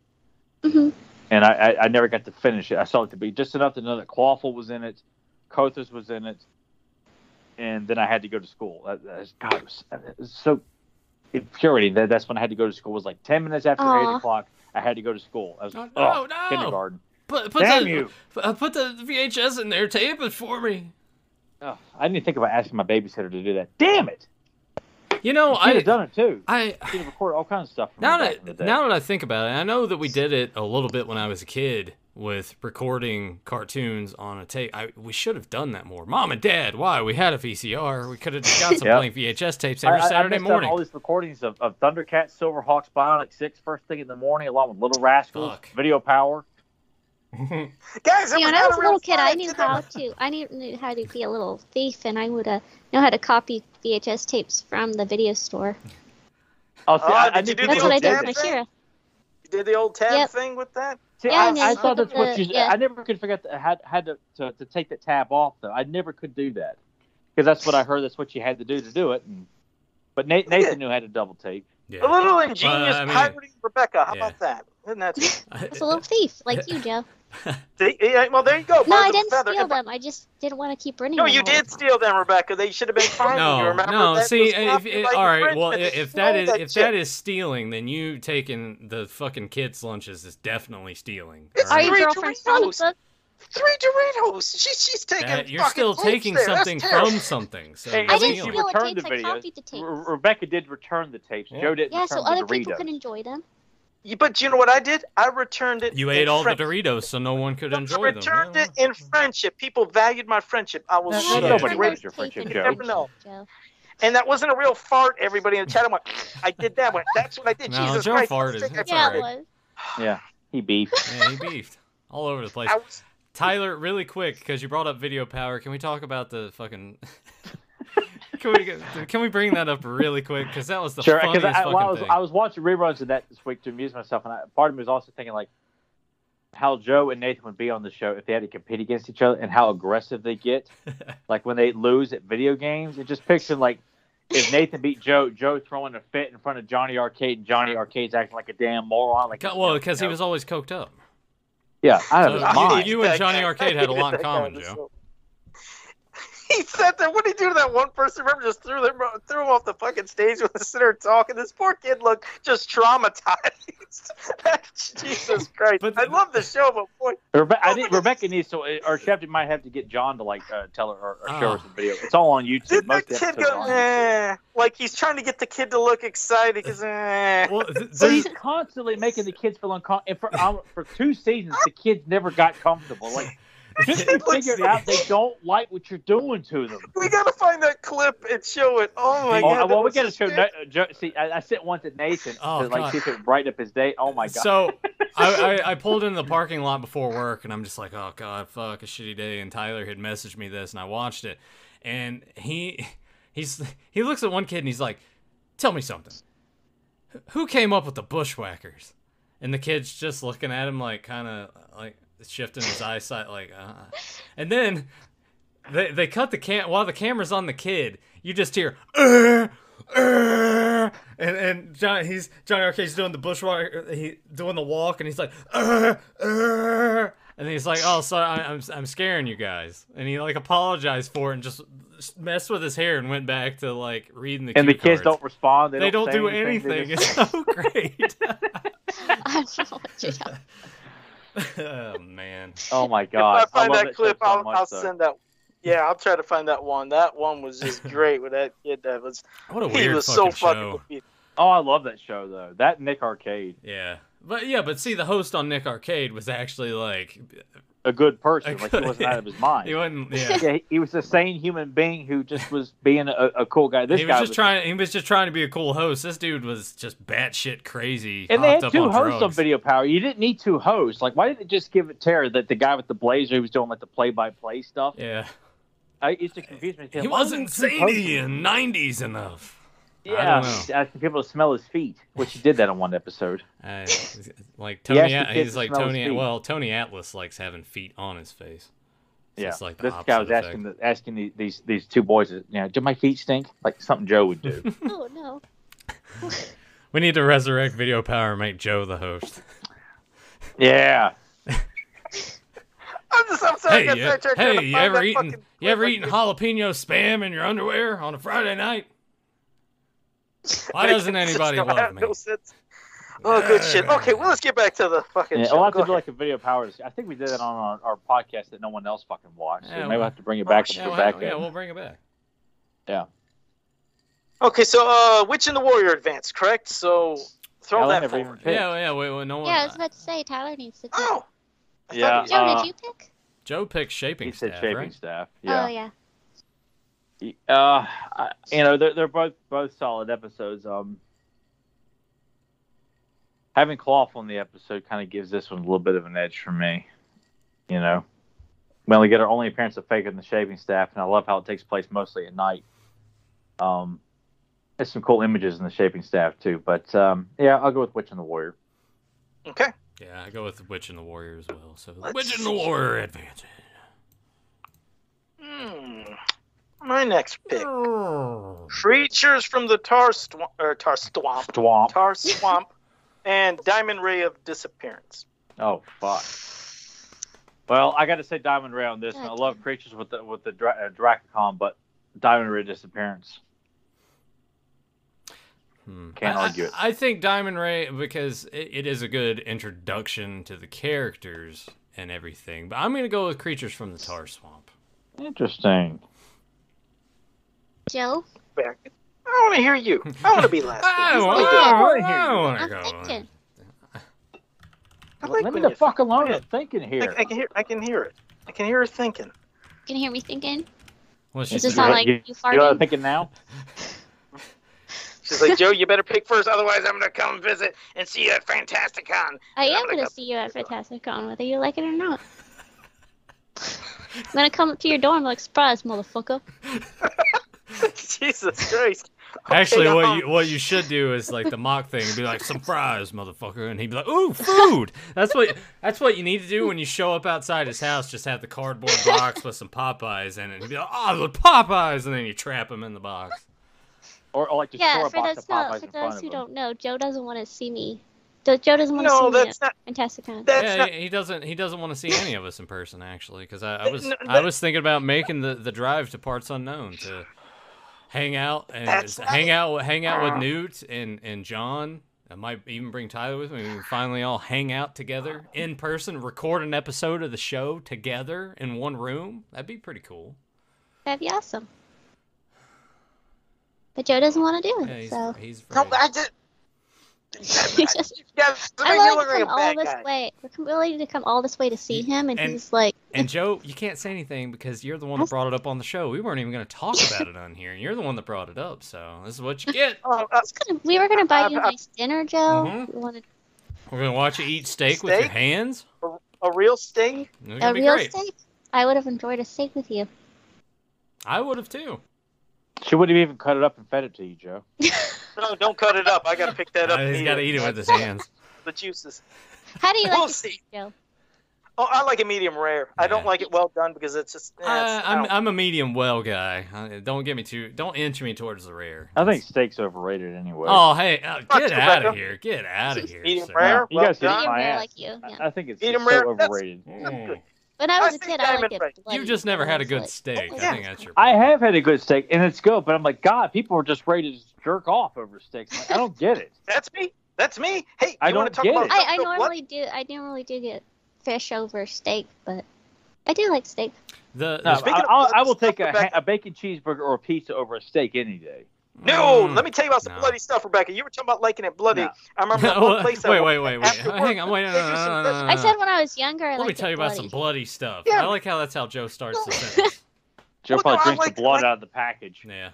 Speaker 4: Mhm.
Speaker 1: and I, I, I never got to finish it. I saw it to be just enough to know that Clawful was in it, Kothas was in it, and then I had to go to school. That, that's, God, it was, it was so infuriating. That that's when I had to go to school. It was like ten minutes after
Speaker 4: Aw.
Speaker 1: eight o'clock. I had to go to school. I was like,
Speaker 3: Oh, no,
Speaker 1: oh,
Speaker 3: no.
Speaker 1: kindergarten.
Speaker 3: Put, put
Speaker 1: Damn
Speaker 3: the,
Speaker 1: you!
Speaker 3: Uh, put the VHS in there, tape it for me.
Speaker 1: Ugh, I didn't think about asking my babysitter to do that. Damn it!
Speaker 3: You know,
Speaker 1: She'd have
Speaker 3: I,
Speaker 1: done it too.
Speaker 3: I,
Speaker 1: She'd have recorded all kinds of stuff. From
Speaker 3: now
Speaker 1: back in the
Speaker 3: that
Speaker 1: day.
Speaker 3: now that I think about it, I know that we did it a little bit when I was a kid with recording cartoons on a tape. I, we should have done that more. Mom and Dad, why we had a VCR? We could have just got some
Speaker 1: Yeah.
Speaker 3: blank VHS tapes
Speaker 1: I-
Speaker 3: every
Speaker 1: I- I
Speaker 3: Saturday
Speaker 1: messed up
Speaker 3: morning.
Speaker 1: all these recordings of, of Thundercats, Silverhawks, Bionic Six, first thing in the morning, along with Little Rascals,
Speaker 3: Fuck.
Speaker 1: Video Power.
Speaker 2: Guys, it
Speaker 4: See, when
Speaker 2: not
Speaker 4: I was a
Speaker 2: real
Speaker 4: little kid, I
Speaker 2: science.
Speaker 4: knew
Speaker 2: It
Speaker 4: how to I knew, knew how to be a little thief, and I would uh, know how to copy VHS tapes from the video store.
Speaker 1: Oh, see,
Speaker 2: Oh,
Speaker 1: I, I
Speaker 2: did you
Speaker 1: knew people
Speaker 2: do
Speaker 4: That's what I
Speaker 1: did
Speaker 4: did
Speaker 2: that
Speaker 4: with my
Speaker 2: thing?
Speaker 4: Shira.
Speaker 2: Did the old tab
Speaker 4: Yep.
Speaker 2: thing with that?
Speaker 1: See,
Speaker 4: Yeah,
Speaker 1: I,
Speaker 4: and then
Speaker 1: I
Speaker 4: you
Speaker 1: thought
Speaker 4: look
Speaker 1: that's
Speaker 4: at
Speaker 1: what
Speaker 4: the-
Speaker 1: you.
Speaker 4: yeah.
Speaker 1: I never could forget. that- had had to, to to take that tab off though. I never could do that because that's what I heard. That's what you had to do to do it. And, but Na- Nathan knew how to double take.
Speaker 2: A
Speaker 3: Yeah.
Speaker 2: little ingenious
Speaker 3: I mean-
Speaker 2: pirating Rebecca. How
Speaker 3: Yeah.
Speaker 2: about that? Isn't that?
Speaker 3: I-
Speaker 4: I was a little thief, like you, Joe.
Speaker 2: See, yeah, well, there you go.
Speaker 4: No,
Speaker 2: birds
Speaker 4: I
Speaker 2: of a
Speaker 4: didn't
Speaker 2: feather.
Speaker 4: steal them. I just didn't want to keep running.
Speaker 2: No,
Speaker 4: them
Speaker 2: you
Speaker 4: all the
Speaker 2: did
Speaker 4: time.
Speaker 2: steal them, Rebecca. They should have been fined. you
Speaker 3: no,
Speaker 2: remember
Speaker 3: no.
Speaker 2: That
Speaker 3: See, eh,
Speaker 2: was
Speaker 3: if,
Speaker 2: copyright
Speaker 3: all right. Well,
Speaker 2: infringement.
Speaker 3: if that
Speaker 2: They
Speaker 3: is
Speaker 2: stole
Speaker 3: if
Speaker 2: shit.
Speaker 3: that is stealing, then you taking the fucking kids' lunches is definitely stealing.
Speaker 2: It's
Speaker 3: all
Speaker 4: Are
Speaker 3: right?
Speaker 4: your
Speaker 2: Three
Speaker 4: girlfriend's
Speaker 2: Doritos.
Speaker 4: comic book?
Speaker 2: three Doritos, she, she's taking.
Speaker 3: That- you're
Speaker 2: fucking
Speaker 3: still
Speaker 2: points
Speaker 3: taking
Speaker 2: there. That's
Speaker 3: something
Speaker 2: terrible.
Speaker 3: from something. So
Speaker 1: Hey,
Speaker 3: you're
Speaker 4: I
Speaker 1: At least
Speaker 4: didn't
Speaker 3: stealing.
Speaker 1: you
Speaker 4: steal the
Speaker 1: returned
Speaker 4: tapes.
Speaker 1: the
Speaker 4: I
Speaker 1: videos.
Speaker 4: copied the tapes.
Speaker 1: Re- Rebecca did return the tapes.
Speaker 3: Yeah.
Speaker 1: Joe didn't
Speaker 4: yeah,
Speaker 1: return
Speaker 4: so
Speaker 1: the
Speaker 4: other
Speaker 1: Doritos.
Speaker 4: people could enjoy them.
Speaker 2: You- But you know what I did? I returned it.
Speaker 3: You
Speaker 2: in
Speaker 3: ate all the
Speaker 2: friendship.
Speaker 3: Doritos, so no one could
Speaker 2: I
Speaker 3: enjoy them.
Speaker 2: returned
Speaker 3: Yeah.
Speaker 2: it in friendship. People valued my friendship. I will
Speaker 1: Now,
Speaker 2: show
Speaker 3: nobody
Speaker 2: them.
Speaker 1: waits your friendship,
Speaker 2: Joe. You never know.
Speaker 4: Joe.
Speaker 2: And that wasn't a real fart. Everybody in the chat went, I did that one. That's what I did.
Speaker 3: No,
Speaker 2: Jesus
Speaker 3: Joe
Speaker 2: Christ.
Speaker 3: farted.
Speaker 2: I
Speaker 3: It's
Speaker 4: Yeah,
Speaker 3: all
Speaker 4: it
Speaker 3: right.
Speaker 4: was.
Speaker 1: He beefed.
Speaker 3: Yeah, he beefed all over the place.
Speaker 2: I was
Speaker 3: Tyler, really quick, because you brought up video power. Can we talk about the fucking? can we get- can we bring that up really quick? Because that was the
Speaker 1: sure,
Speaker 3: funniest
Speaker 1: I,
Speaker 3: fucking
Speaker 1: well, I was
Speaker 3: thing.
Speaker 1: I was watching reruns of that this week to amuse myself, and I, part of me was also thinking like how Joe and Nathan would be on the show if they had to compete against each other, and how aggressive they get. like when they lose at video games, it just picture like if Nathan beat Joe, Joe throwing a fit in front of Johnny Arcade, and Johnny Arcade's acting like a damn moron. Like
Speaker 3: Ca- well, because
Speaker 1: you
Speaker 3: he
Speaker 1: know.
Speaker 3: was always coked up.
Speaker 1: Yeah, I have
Speaker 3: So
Speaker 1: his
Speaker 3: you-
Speaker 1: mind.
Speaker 3: you and
Speaker 2: That
Speaker 3: Johnny
Speaker 2: guy-
Speaker 3: Arcade had a lot in common,
Speaker 2: That guy was
Speaker 3: Joe.
Speaker 2: so- He said that. What did he do to that one person? Remember, just threw them, threw him off the fucking stage with the center talking. This poor kid looked just traumatized. Jesus Christ!
Speaker 3: But-
Speaker 2: I love the show, but boy,
Speaker 1: Rebe- I think Rebecca needs to, or Shepard might have to get John to like uh, tell her or, or show
Speaker 3: Ah.
Speaker 1: her some video. It's all on YouTube.
Speaker 2: did that
Speaker 1: Most
Speaker 2: kid
Speaker 1: episodes
Speaker 2: go?
Speaker 1: are on YouTube.
Speaker 2: Eh, like he's trying to get the kid to look excited because. Eh.
Speaker 3: Well, th-
Speaker 1: But
Speaker 3: there's,
Speaker 1: he's constantly making the kids feel uncomfortable. And for um, for two seasons, the kids never got comfortable. Like, just they figured out they don't like what you're doing to them.
Speaker 2: We gotta find that clip and show it. Oh my
Speaker 1: Oh,
Speaker 2: god! that
Speaker 1: well, we
Speaker 2: was
Speaker 1: got to
Speaker 2: so
Speaker 1: show.
Speaker 2: sick.
Speaker 1: Na- uh, Jo- see, I, I sent one to Nathan
Speaker 3: Oh,
Speaker 1: to like
Speaker 3: God.
Speaker 1: see if it would brighten up his day. Oh my god!
Speaker 3: So I, I, I pulled in the parking lot before work, and I'm just like, oh god, fuck, a shitty day. And Tyler had messaged me this, and I watched it, and he he's he looks at one kid and he's like, tell me something. Who came up with the bushwhackers? And the kid's just looking at him like, kind of like shifting his eyesight, like, uh. And then they they cut the cam while the camera's on the kid. You just hear. "Uh, uh," and and John he's Johnny Arcade's doing the bushwalk, he doing the walk, and he's like, "Uh, uh," and he's like, oh, sorry, I, I'm I'm scaring you guys, and he like apologized for it and just messed with his hair and went back to like reading the
Speaker 1: and the
Speaker 3: cue
Speaker 1: kids
Speaker 3: cards.
Speaker 1: don't respond. They,
Speaker 3: They don't
Speaker 1: say
Speaker 3: do
Speaker 1: anything.
Speaker 3: anything.
Speaker 1: They just-
Speaker 3: It's so great.
Speaker 4: I don't know what you're talking
Speaker 3: oh man.
Speaker 1: oh my
Speaker 2: If
Speaker 1: god!
Speaker 2: I find
Speaker 1: love
Speaker 2: that clip,
Speaker 1: show so
Speaker 2: I'll,
Speaker 1: much,
Speaker 2: I'll
Speaker 1: though.
Speaker 2: send that. Yeah, I'll try to find that one. That one was just great with that kid. That was
Speaker 3: What a
Speaker 2: he
Speaker 3: weird
Speaker 2: was so
Speaker 3: fucking
Speaker 2: fucking
Speaker 3: show.
Speaker 2: confused.
Speaker 1: Oh, I love that show though. That Nick Arcade,
Speaker 3: Yeah. But yeah, but see, the host on Nick Arcade was actually like,
Speaker 1: a good person.
Speaker 3: A
Speaker 1: like
Speaker 3: good-
Speaker 1: he wasn't out of his mind.
Speaker 3: he wasn't. Yeah,
Speaker 1: yeah, he, he was a sane human being who just was being a, a cool guy. This
Speaker 3: he was
Speaker 1: guy
Speaker 3: just trying. He was just trying to be a cool host. This dude was just batshit crazy.
Speaker 1: And they
Speaker 3: hopped
Speaker 1: had
Speaker 3: up
Speaker 1: two
Speaker 3: on
Speaker 1: hosts on
Speaker 3: drugs.
Speaker 1: Video Power. You didn't need two hosts. Like, why didn't they just give it Tara that the guy with the blazer who was doing like the play-by-play stuff?
Speaker 3: Yeah,
Speaker 1: I it used to confuse me.
Speaker 3: he
Speaker 1: Why
Speaker 3: wasn't
Speaker 1: didn't they do two
Speaker 3: zany
Speaker 1: hosts?
Speaker 3: and '90s enough. I
Speaker 1: Yeah,
Speaker 3: don't know.
Speaker 1: asking people to smell his feet, which he did that on one episode.
Speaker 3: I, Uh, like
Speaker 1: He
Speaker 3: Tony,
Speaker 1: asked the
Speaker 3: At-
Speaker 1: kid
Speaker 3: he's
Speaker 1: to
Speaker 3: like
Speaker 1: smell his
Speaker 3: Tony.
Speaker 1: feet.
Speaker 3: Well, Tony Atlas likes having feet on his face. So
Speaker 1: yeah,
Speaker 3: it's like the
Speaker 1: this guy was
Speaker 3: opposite
Speaker 1: asking the, asking the, these these two boys, you know, do my feet stink? Like something Joe would do.
Speaker 4: about. Oh no.
Speaker 3: We need to resurrect Video Power and make Joe the host.
Speaker 1: yeah,
Speaker 2: I'm just, I'm sorry,
Speaker 3: Hey,
Speaker 2: I got
Speaker 3: you,
Speaker 2: sidetracked trying
Speaker 3: hey,
Speaker 2: to
Speaker 3: you
Speaker 2: find
Speaker 3: ever
Speaker 2: that
Speaker 3: eaten
Speaker 2: fucking
Speaker 3: you ever
Speaker 2: clip.
Speaker 3: eaten jalapeno spam in your underwear on a Friday night? Why doesn't
Speaker 2: It just
Speaker 3: anybody
Speaker 2: don't
Speaker 3: love
Speaker 2: have
Speaker 3: me?
Speaker 2: no sense. Oh, good shit. Okay, well, let's get back to the fucking
Speaker 1: yeah.
Speaker 2: show.
Speaker 1: I'll have
Speaker 2: Go
Speaker 1: to do
Speaker 2: ahead.
Speaker 1: like a video powers. I think we did it on our, our podcast that no one else fucking watched. so
Speaker 3: Yeah,
Speaker 1: maybe
Speaker 3: well-
Speaker 1: I'll have to bring it back
Speaker 2: Oh,
Speaker 1: and
Speaker 3: Yeah,
Speaker 1: put
Speaker 3: we'll,
Speaker 1: it back
Speaker 3: yeah,
Speaker 1: in.
Speaker 3: we'll bring it back.
Speaker 2: Okay, so uh, Witch and the Warrior advanced, correct? So throw
Speaker 1: Hell, I
Speaker 2: that
Speaker 1: never even
Speaker 2: forward.
Speaker 1: picked.
Speaker 3: Yeah, yeah, wait, wait, no uh, one.
Speaker 4: Yeah, I was about to say Tyler needs to. Pick.
Speaker 2: Oh, I thought
Speaker 1: Yeah,
Speaker 2: it was-
Speaker 4: Joe,
Speaker 1: uh,
Speaker 4: did you pick?
Speaker 3: Joe picked shaping
Speaker 1: he said
Speaker 3: staff,
Speaker 1: shaping
Speaker 3: right?
Speaker 1: staff. Yeah.
Speaker 4: Oh yeah.
Speaker 1: Uh, I- you know, they're, they're both both solid episodes. Um, having Cloth on the episode kind of gives this one a little bit of an edge for me. You know, we only get our only appearance of Faker and the Shaving Staff, and I love how it takes place mostly at night. Um, there's some cool images in the Shaping Staff too, but um, yeah, I'll go with Witch and the Warrior.
Speaker 2: okay.
Speaker 3: Yeah, I go with the Witch and the Warrior as well. So the
Speaker 2: Let's
Speaker 3: Witch and the
Speaker 2: see.
Speaker 3: Warrior advances.
Speaker 2: Hmm. My next pick. Creatures from the Tar Swamp, or Tar Swamp,
Speaker 1: Swamp.
Speaker 2: Tar Swamp, and Diamond Ray of Disappearance.
Speaker 1: Oh fuck. Well, I got to say Diamond Ray on this. and I
Speaker 4: Good.
Speaker 1: love creatures with the with the dra- uh, Dracacon, but Diamond Ray disappearance.
Speaker 3: Hmm.
Speaker 1: Can't
Speaker 3: I-
Speaker 1: argue it.
Speaker 3: I, I think Diamond Ray because it, it is a good introduction to the characters and everything. But I'm gonna go with creatures from the Tar Swamp.
Speaker 1: Interesting.
Speaker 4: Joe,
Speaker 2: Back. I want to hear you. I want to be last.
Speaker 3: I
Speaker 2: Please,
Speaker 3: wanna-
Speaker 2: let me do it.
Speaker 3: I
Speaker 1: wanna
Speaker 3: wanna-
Speaker 1: hear
Speaker 3: I
Speaker 1: you.
Speaker 3: wanna
Speaker 4: I'm
Speaker 3: go.
Speaker 4: thinking.
Speaker 2: I like
Speaker 1: Let me
Speaker 2: when
Speaker 1: the
Speaker 2: you-
Speaker 1: fuck alone.
Speaker 2: Yeah.
Speaker 1: I'm thinking
Speaker 2: I,
Speaker 1: here.
Speaker 2: I can hear. I can hear it. I can hear her thinking.
Speaker 4: Can you hear me thinking?
Speaker 3: Well, she
Speaker 4: Is this
Speaker 3: said-
Speaker 4: how
Speaker 1: You-
Speaker 4: like
Speaker 1: you-
Speaker 4: you
Speaker 1: You know what I'm
Speaker 4: farted?
Speaker 1: thinking now?
Speaker 2: She's like, Joe, you better pick first, otherwise I'm gonna come visit and see you at Fantasticon.
Speaker 4: I
Speaker 2: Yeah,
Speaker 4: am
Speaker 2: I'm
Speaker 4: gonna
Speaker 2: like,
Speaker 4: see you at Fantasticon, whether you like it or not. I'm gonna come up to your dorm like surprise, motherfucker.
Speaker 2: Jesus Christ.
Speaker 3: Actually,
Speaker 2: Okay,
Speaker 3: what
Speaker 2: um,
Speaker 3: you what you should do is like the mock thing and be like surprise, motherfucker, and he'd be like, "Ooh, food." That's what that's what you need to do when you show up outside his house. Just have the cardboard box with some Popeyes in it. And he'd be like, "Oh, the Popeyes," and then you trap him in the box.
Speaker 1: Or, or like just
Speaker 4: Yeah,
Speaker 1: throw a
Speaker 4: for
Speaker 1: box
Speaker 4: those
Speaker 1: of
Speaker 4: no,
Speaker 1: Popeyes
Speaker 4: for
Speaker 1: in front
Speaker 4: those
Speaker 1: of
Speaker 4: who
Speaker 1: him.
Speaker 4: don't know, Joe doesn't want to see me Do- Joe doesn't want to
Speaker 2: No,
Speaker 4: see me.
Speaker 2: that's
Speaker 4: at
Speaker 2: not.
Speaker 4: Fantastic Con.
Speaker 2: That's
Speaker 3: yeah,
Speaker 2: not.
Speaker 3: he- he doesn't. He doesn't want to see any of us in person, actually, because I, I was
Speaker 2: No,
Speaker 3: I
Speaker 2: that-
Speaker 3: was thinking about making the, the drive to parts unknown to hang out and
Speaker 2: That's Ah.
Speaker 3: hang out hang out with Newt and and John. I might even bring Tyler with me. We can finally all hang out together in person, record an episode of the show together in one room. That'd be pretty cool.
Speaker 4: That'd be awesome. But Joe doesn't want to do
Speaker 3: Yeah,
Speaker 4: it,
Speaker 3: he's,
Speaker 4: so
Speaker 3: he's
Speaker 2: No,
Speaker 3: very-
Speaker 2: I just.
Speaker 4: he just
Speaker 2: Yeah,
Speaker 4: I
Speaker 2: you're
Speaker 4: love
Speaker 2: looking at
Speaker 4: to come all
Speaker 2: bad
Speaker 4: this
Speaker 2: guy.
Speaker 4: way. We're com- willing to come all this way to see him, and,
Speaker 3: and-
Speaker 4: he's like,
Speaker 3: And Joe, you can't say anything because you're the one that brought it up on the show. We weren't even going to talk about it on here. You're the one that brought it up, so this is what you get.
Speaker 2: Oh, uh,
Speaker 4: "It's gonna- "We were gonna buy you a
Speaker 2: I- I-
Speaker 4: nice dinner, Joe.
Speaker 3: Mhm.
Speaker 4: We wanted
Speaker 3: We're going to watch you eat steak, with your
Speaker 2: Steak?
Speaker 3: hands.
Speaker 2: a real sting?
Speaker 3: It's gonna
Speaker 4: a
Speaker 3: be
Speaker 4: real
Speaker 3: great.
Speaker 4: steak. I would have enjoyed a steak with you."
Speaker 3: I would have too.
Speaker 1: She would have even cut it up and fed it to you, Joe.
Speaker 2: No, don't cut it up. I gotta pick that up.
Speaker 3: Uh,
Speaker 2: and
Speaker 3: he's got to eat it with his hands.
Speaker 2: The juices.
Speaker 4: How do you like
Speaker 2: We'll
Speaker 4: your
Speaker 2: see.
Speaker 4: steak, Joe?
Speaker 2: Oh, I like it medium rare. I don't
Speaker 3: Yeah.
Speaker 2: like it well done because it's just. eh,
Speaker 3: Uh,
Speaker 2: it's- I
Speaker 3: I'm
Speaker 2: don't-
Speaker 3: I'm a medium well guy. Uh, Don't get me too. Don't inch me towards the rare.
Speaker 1: I think steak's overrated anyway.
Speaker 3: Oh hey, uh,
Speaker 2: Fuck
Speaker 3: get
Speaker 2: you,
Speaker 3: out of
Speaker 2: Becca.
Speaker 3: here! Get out of here!
Speaker 2: Medium
Speaker 3: sir.
Speaker 1: Yeah,
Speaker 2: rare?
Speaker 1: you
Speaker 2: Well
Speaker 1: guys hit
Speaker 2: done.
Speaker 4: Medium
Speaker 1: my
Speaker 4: rare,
Speaker 1: ass.
Speaker 4: like you. Yeah.
Speaker 1: I I think it's
Speaker 2: Eat 'em
Speaker 1: just
Speaker 2: rare,
Speaker 1: so
Speaker 2: that's-
Speaker 1: overrated.
Speaker 3: Mm.
Speaker 4: when I
Speaker 2: I
Speaker 4: was a
Speaker 2: think
Speaker 4: kid, I
Speaker 2: diamond
Speaker 4: liked it.
Speaker 2: ring.
Speaker 4: bloody,
Speaker 3: You've just never
Speaker 4: and I
Speaker 3: had a
Speaker 4: was
Speaker 3: good
Speaker 4: like,
Speaker 3: steak.
Speaker 4: "Oh,
Speaker 3: I
Speaker 4: yeah."
Speaker 3: think that's your.
Speaker 1: I have had a good steak, and it's good, but I'm like, God, people are just ready to just jerk off over steaks. I'm like, I don't get it.
Speaker 2: That's me. That's me. Hey,
Speaker 1: I
Speaker 2: you
Speaker 1: don't
Speaker 2: want to talk
Speaker 1: get
Speaker 2: about
Speaker 1: it.
Speaker 4: I, I
Speaker 2: something- what?
Speaker 4: normally do. I normally do get fish over steak, but I do like steak.
Speaker 3: The,
Speaker 1: No,
Speaker 3: the-
Speaker 2: Speaking
Speaker 1: I,
Speaker 2: of-
Speaker 1: I'll, I will take a, ha-
Speaker 2: Rebecca-
Speaker 1: a bacon cheeseburger or a pizza over a steak any day.
Speaker 2: No,
Speaker 3: Mm.
Speaker 2: let me tell you about some
Speaker 3: No.
Speaker 2: bloody stuff, Rebecca. You were talking about liking it bloody.
Speaker 1: No.
Speaker 2: I remember that one place. I
Speaker 3: wait,
Speaker 2: went-
Speaker 3: wait, wait, wait.
Speaker 2: after work,
Speaker 3: Hang on, wait. No, no,
Speaker 2: they do some
Speaker 3: no, no, no,
Speaker 4: I
Speaker 3: no.
Speaker 4: said when I was younger, I
Speaker 3: Uh, Let me
Speaker 4: liked
Speaker 3: tell
Speaker 4: it
Speaker 3: you about some
Speaker 4: bloody.
Speaker 3: bloody stuff.
Speaker 2: Yeah.
Speaker 3: I like how that's how Joe starts the
Speaker 2: No.
Speaker 3: sentence.
Speaker 1: Joe
Speaker 2: Well, no,
Speaker 1: probably
Speaker 2: I
Speaker 1: drinks
Speaker 2: like-
Speaker 1: the blood
Speaker 2: like-
Speaker 1: out of the package.
Speaker 3: Yeah.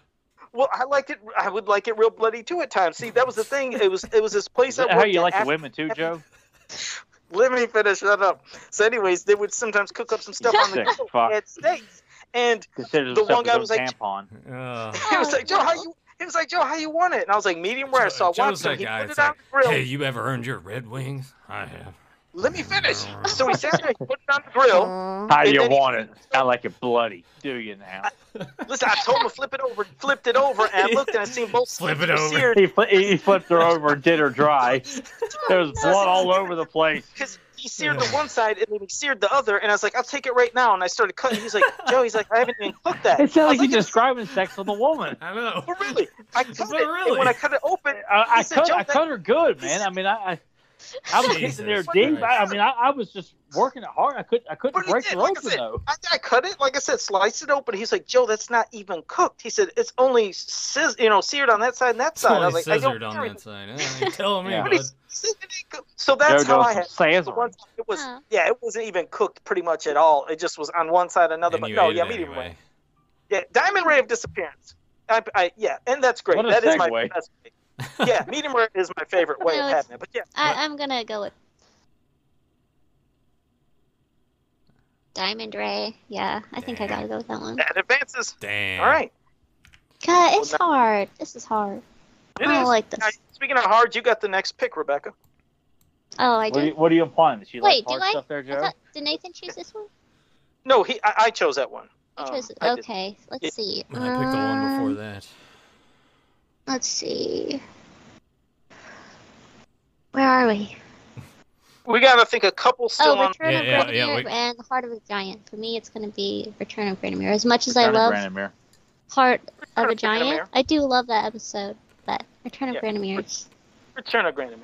Speaker 2: Well, I liked it. I would like it real bloody too at times. See, that was the thing. It was it was this
Speaker 1: Is
Speaker 2: place.
Speaker 1: that
Speaker 2: I
Speaker 1: how
Speaker 2: worked
Speaker 1: you
Speaker 2: at
Speaker 1: like the
Speaker 2: after-
Speaker 1: women too, Joe?
Speaker 2: Let me finish that up. So, anyways, they would sometimes cook up some stuff on the
Speaker 1: Sick
Speaker 2: grill
Speaker 1: fuck.
Speaker 2: at steaks, and
Speaker 1: Considers
Speaker 2: The
Speaker 1: himself
Speaker 2: one
Speaker 1: a
Speaker 2: guy
Speaker 1: good
Speaker 2: was like-
Speaker 1: tampon.
Speaker 3: Ugh.
Speaker 2: he was like, Joe, how you? He was like, Joe, how you want it? And I was like, medium rare. So I watched
Speaker 3: Joe's
Speaker 2: him.
Speaker 3: that
Speaker 2: He
Speaker 3: guy
Speaker 2: put
Speaker 3: that's
Speaker 2: it on
Speaker 3: like,
Speaker 2: the grill.
Speaker 3: Hey, you've ever earned your red wings? I have.
Speaker 2: Let me finish. So he sat there, he put it on the grill.
Speaker 1: How do
Speaker 2: And
Speaker 1: you
Speaker 2: then he-
Speaker 1: want it? I like it bloody. Do you now?
Speaker 2: Listen, I told him to flip it over, flipped it over, and I looked and I seen both
Speaker 3: Flip
Speaker 2: sides
Speaker 3: it
Speaker 2: were
Speaker 3: over.
Speaker 2: seared.
Speaker 1: He, fl- he flipped her over and did her dry. There was blood all over the place.
Speaker 2: Because he seared the one side and then he seared the other, and I was like, I'll take it right now. And I started cutting. He's like, Joe, he's like, I haven't even cooked that.
Speaker 1: It
Speaker 2: I
Speaker 1: sounds
Speaker 2: was
Speaker 1: like you're
Speaker 2: like,
Speaker 1: describing sex with a woman.
Speaker 3: I know.
Speaker 2: but really, I cut
Speaker 3: But
Speaker 2: it.
Speaker 3: really.
Speaker 2: And when I cut it open,
Speaker 1: I, I,
Speaker 2: He said,
Speaker 1: cut,
Speaker 2: "Joe,
Speaker 1: I
Speaker 2: that-
Speaker 1: cut her good, man. I mean, I, I, I was
Speaker 3: Jesus
Speaker 1: kissing her deep. I, I
Speaker 2: Christ.
Speaker 1: mean, I, I was just working it hard. I couldn't, I couldn't
Speaker 2: But he
Speaker 1: break
Speaker 2: did,
Speaker 1: her
Speaker 2: like I
Speaker 1: open
Speaker 2: said.
Speaker 1: though.
Speaker 2: I, I cut it, like I said, sliced it open. He's like, Joe, that's not even cooked. He said, it's only sizz- you know, seared on that side and that
Speaker 3: It's
Speaker 2: side. I was
Speaker 3: only
Speaker 2: like, I don't
Speaker 3: scissored on
Speaker 2: care.
Speaker 3: that side. Eh, you Tell me,
Speaker 1: Yeah.
Speaker 2: But
Speaker 3: bud.
Speaker 2: it's- it ain't cooked. So that's how I had. The
Speaker 1: Scissoring.
Speaker 2: one time it was
Speaker 4: Huh.
Speaker 2: yeah, it wasn't even cooked pretty much at all. It just was on one side or another.
Speaker 3: And
Speaker 2: but
Speaker 3: you
Speaker 2: no,
Speaker 3: ate
Speaker 2: yeah,
Speaker 3: it
Speaker 2: medium
Speaker 3: anyway.
Speaker 2: rare. Yeah, diamond ray of disappearance. I, I, yeah, and that's great.
Speaker 1: What a
Speaker 2: That is my
Speaker 1: segue.
Speaker 2: best. way. yeah, medium rare is my favorite way
Speaker 4: No,
Speaker 2: of
Speaker 4: it's-
Speaker 2: having it. But yeah,
Speaker 4: I, I'm gonna go with Diamond Ray. Yeah, I think I
Speaker 3: Damn.
Speaker 4: gotta go with that one.
Speaker 2: that advances.
Speaker 3: Damn.
Speaker 2: All right,
Speaker 4: God, it's
Speaker 2: that-
Speaker 4: hard. This is hard.
Speaker 2: it
Speaker 4: I don't
Speaker 2: is.
Speaker 4: like
Speaker 2: Now,
Speaker 4: this.
Speaker 2: speaking of hard, you got the next pick, Rebecca.
Speaker 4: Oh, I
Speaker 1: What are, you,
Speaker 4: do.
Speaker 1: what are you implying? That she likes
Speaker 4: Wait, do
Speaker 1: hard
Speaker 4: I-
Speaker 1: stuff there,
Speaker 4: I
Speaker 1: Joe?
Speaker 4: thought, did Nathan choose this one?
Speaker 2: No, he. I, I chose that one.
Speaker 4: He
Speaker 2: Um,
Speaker 4: chose.
Speaker 2: I did.
Speaker 4: okay, let's
Speaker 2: Yeah.
Speaker 4: see.
Speaker 3: I picked the one before
Speaker 4: Um,
Speaker 3: that.
Speaker 4: Let's see. Where are we?
Speaker 2: We gotta think a couple still
Speaker 4: Oh,
Speaker 2: on.
Speaker 4: Return
Speaker 3: Yeah,
Speaker 4: of
Speaker 3: yeah, yeah,
Speaker 4: Grandemir
Speaker 3: we-
Speaker 4: and The Heart of a Giant. For me, it's going to be Return of Grandemir. As much as I
Speaker 1: Turn it
Speaker 4: love
Speaker 1: around in the mirror.
Speaker 4: Heart
Speaker 2: Return
Speaker 4: of a
Speaker 2: of Grandemir.
Speaker 4: Giant, I do love that episode, but Return of
Speaker 2: Yeah.
Speaker 4: Grandemir.
Speaker 2: Return of Grandemir.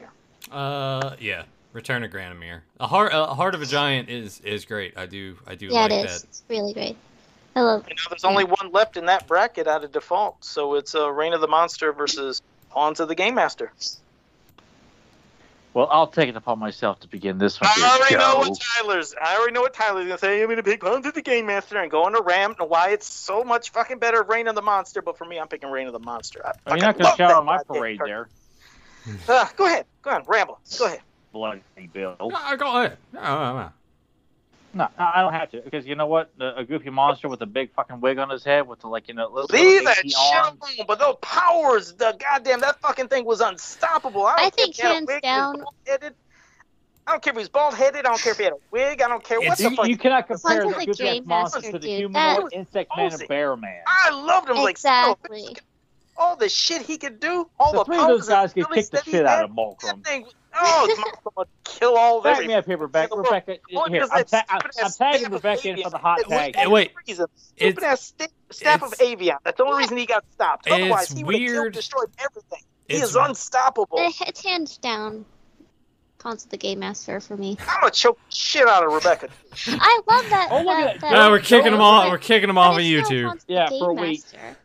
Speaker 3: Uh, yeah. Return of Granomir. A heart, a heart of a giant is is great. I do, I do
Speaker 4: Yeah,
Speaker 3: like
Speaker 4: it is. It's really great. I love
Speaker 2: You know, there's only
Speaker 4: Hmm.
Speaker 2: one left in that bracket out of default, so it's uh, Reign of the Monster versus Pawns of the Game Master.
Speaker 1: Well, I'll take it upon myself to begin this one.
Speaker 2: I already
Speaker 1: Joe.
Speaker 2: know what Tyler's. I already know what Tyler's gonna say. I'm gonna pick Hunt of the Game Master and go on a ramp and why it's so much fucking better Reign of the Monster. But for me, I'm picking Reign of the Monster. I
Speaker 1: You're
Speaker 2: fucking
Speaker 1: not going to
Speaker 2: love
Speaker 1: shower
Speaker 2: that
Speaker 1: on my
Speaker 2: goddamn
Speaker 1: parade
Speaker 2: cartoon.
Speaker 1: there,
Speaker 2: Uh, go ahead, go on, ramble. Go ahead.
Speaker 1: bloody Bill.
Speaker 3: that. I go ahead. No, no, no.
Speaker 1: No, I I don't have to because you know what? A, a goofy monster with a big fucking wig on his head with the like you know little
Speaker 2: Leave that
Speaker 1: 80
Speaker 2: shit
Speaker 1: arms.
Speaker 2: alone. But those powers, the goddamn that fucking thing was unstoppable. I, don't
Speaker 4: I
Speaker 2: care if
Speaker 4: think
Speaker 2: he had a
Speaker 4: hands
Speaker 2: wig, he
Speaker 4: down-
Speaker 2: was bald-headed. I don't care if he was bald headed. I don't care if he had a wig. I don't care what
Speaker 3: It's-
Speaker 2: the
Speaker 1: You,
Speaker 2: fuck.
Speaker 1: you cannot compare
Speaker 4: Sounds
Speaker 1: the
Speaker 4: like
Speaker 1: goofy
Speaker 4: Dream
Speaker 1: monster
Speaker 4: Master,
Speaker 1: to the
Speaker 4: dude.
Speaker 1: humanoid
Speaker 2: That-
Speaker 1: insect man
Speaker 2: Ozzy.
Speaker 1: and bear man.
Speaker 2: I loved him like so.
Speaker 4: exactly.
Speaker 2: all the shit he could do, all
Speaker 1: the
Speaker 2: the
Speaker 1: three of
Speaker 2: powers
Speaker 1: those guys
Speaker 2: and
Speaker 1: could kick
Speaker 2: abilities
Speaker 1: the
Speaker 2: that he
Speaker 1: shit out
Speaker 2: had.
Speaker 1: of Mulcrum.
Speaker 2: That thing, Oh, it's my fault. Kill all of
Speaker 1: Tag me
Speaker 2: everything.
Speaker 1: up here, Rebecca. Rebecca,
Speaker 2: Only
Speaker 1: here,
Speaker 2: because
Speaker 1: I'm, ta-
Speaker 2: that
Speaker 1: I'm,
Speaker 2: stupid-ass
Speaker 1: I'm tagging
Speaker 2: staff of
Speaker 1: Rebecca in
Speaker 2: Avion-
Speaker 1: for the hot
Speaker 2: It was
Speaker 1: tag.
Speaker 2: the
Speaker 3: Wait.
Speaker 2: reason. Stupid ass sta- staff of
Speaker 3: it's-
Speaker 2: Avion. That's the only reason he got stopped.
Speaker 3: It's
Speaker 2: Otherwise, he would have
Speaker 3: weird.
Speaker 2: killed, destroyed everything. He
Speaker 3: It's-
Speaker 2: is unstoppable.
Speaker 4: Eh, It's hands down Cons of the Game Master for me.
Speaker 2: I'm gonna choke the shit out of Rebecca.
Speaker 4: I love that.
Speaker 1: Oh, look
Speaker 4: that,
Speaker 1: at
Speaker 4: that-
Speaker 1: that.
Speaker 3: Ah, we're kicking them off. We're kicking them
Speaker 4: but
Speaker 3: off of
Speaker 4: it's still
Speaker 3: YouTube.
Speaker 4: Cons of the
Speaker 1: Yeah,
Speaker 4: Game
Speaker 1: for a week.
Speaker 4: Master.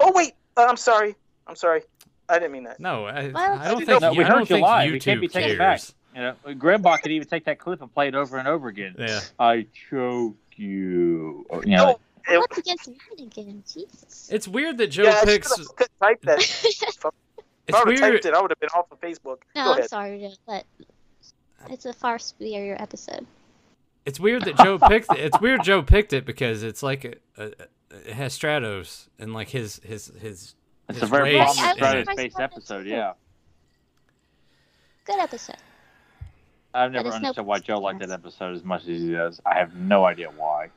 Speaker 2: Oh wait, uh, I'm sorry. I'm sorry. I didn't mean that.
Speaker 3: No, I,
Speaker 4: Well,
Speaker 3: I don't
Speaker 2: it's-
Speaker 3: think,
Speaker 1: No, we
Speaker 3: you, I
Speaker 1: heard
Speaker 3: don't
Speaker 1: you
Speaker 3: think
Speaker 1: live. You can't be
Speaker 3: YouTube
Speaker 1: taking it
Speaker 3: cares.
Speaker 1: You know, Grimbock could even take that clip and play it over and over again.
Speaker 3: Yeah.
Speaker 1: I choke you. Or, you
Speaker 2: No,
Speaker 1: know, like,
Speaker 2: It-
Speaker 4: What's against women again? Jesus.
Speaker 3: It's weird that Joe
Speaker 2: yeah,
Speaker 3: picks.
Speaker 2: I should have typed that. If I
Speaker 3: It's
Speaker 2: would have
Speaker 3: weird.
Speaker 2: typed it, I would have been off of Facebook. Go
Speaker 4: no, I'm
Speaker 2: ahead.
Speaker 4: sorry, Joe, but it's a far superior episode.
Speaker 3: It's weird that Joe picked. It's weird Joe picked it because it's like a, a, it has Stratos and like his his his.
Speaker 1: it's
Speaker 3: his
Speaker 1: a very
Speaker 3: race
Speaker 4: Right, I
Speaker 1: prominent
Speaker 4: was
Speaker 3: in it.
Speaker 4: surprised
Speaker 1: space
Speaker 4: about that
Speaker 1: episode.
Speaker 4: too.
Speaker 1: Yeah,
Speaker 4: Good episode.
Speaker 1: I've never
Speaker 4: it's no
Speaker 1: understood why Joe liked
Speaker 4: podcast.
Speaker 1: that episode as much as he does. I have no idea why.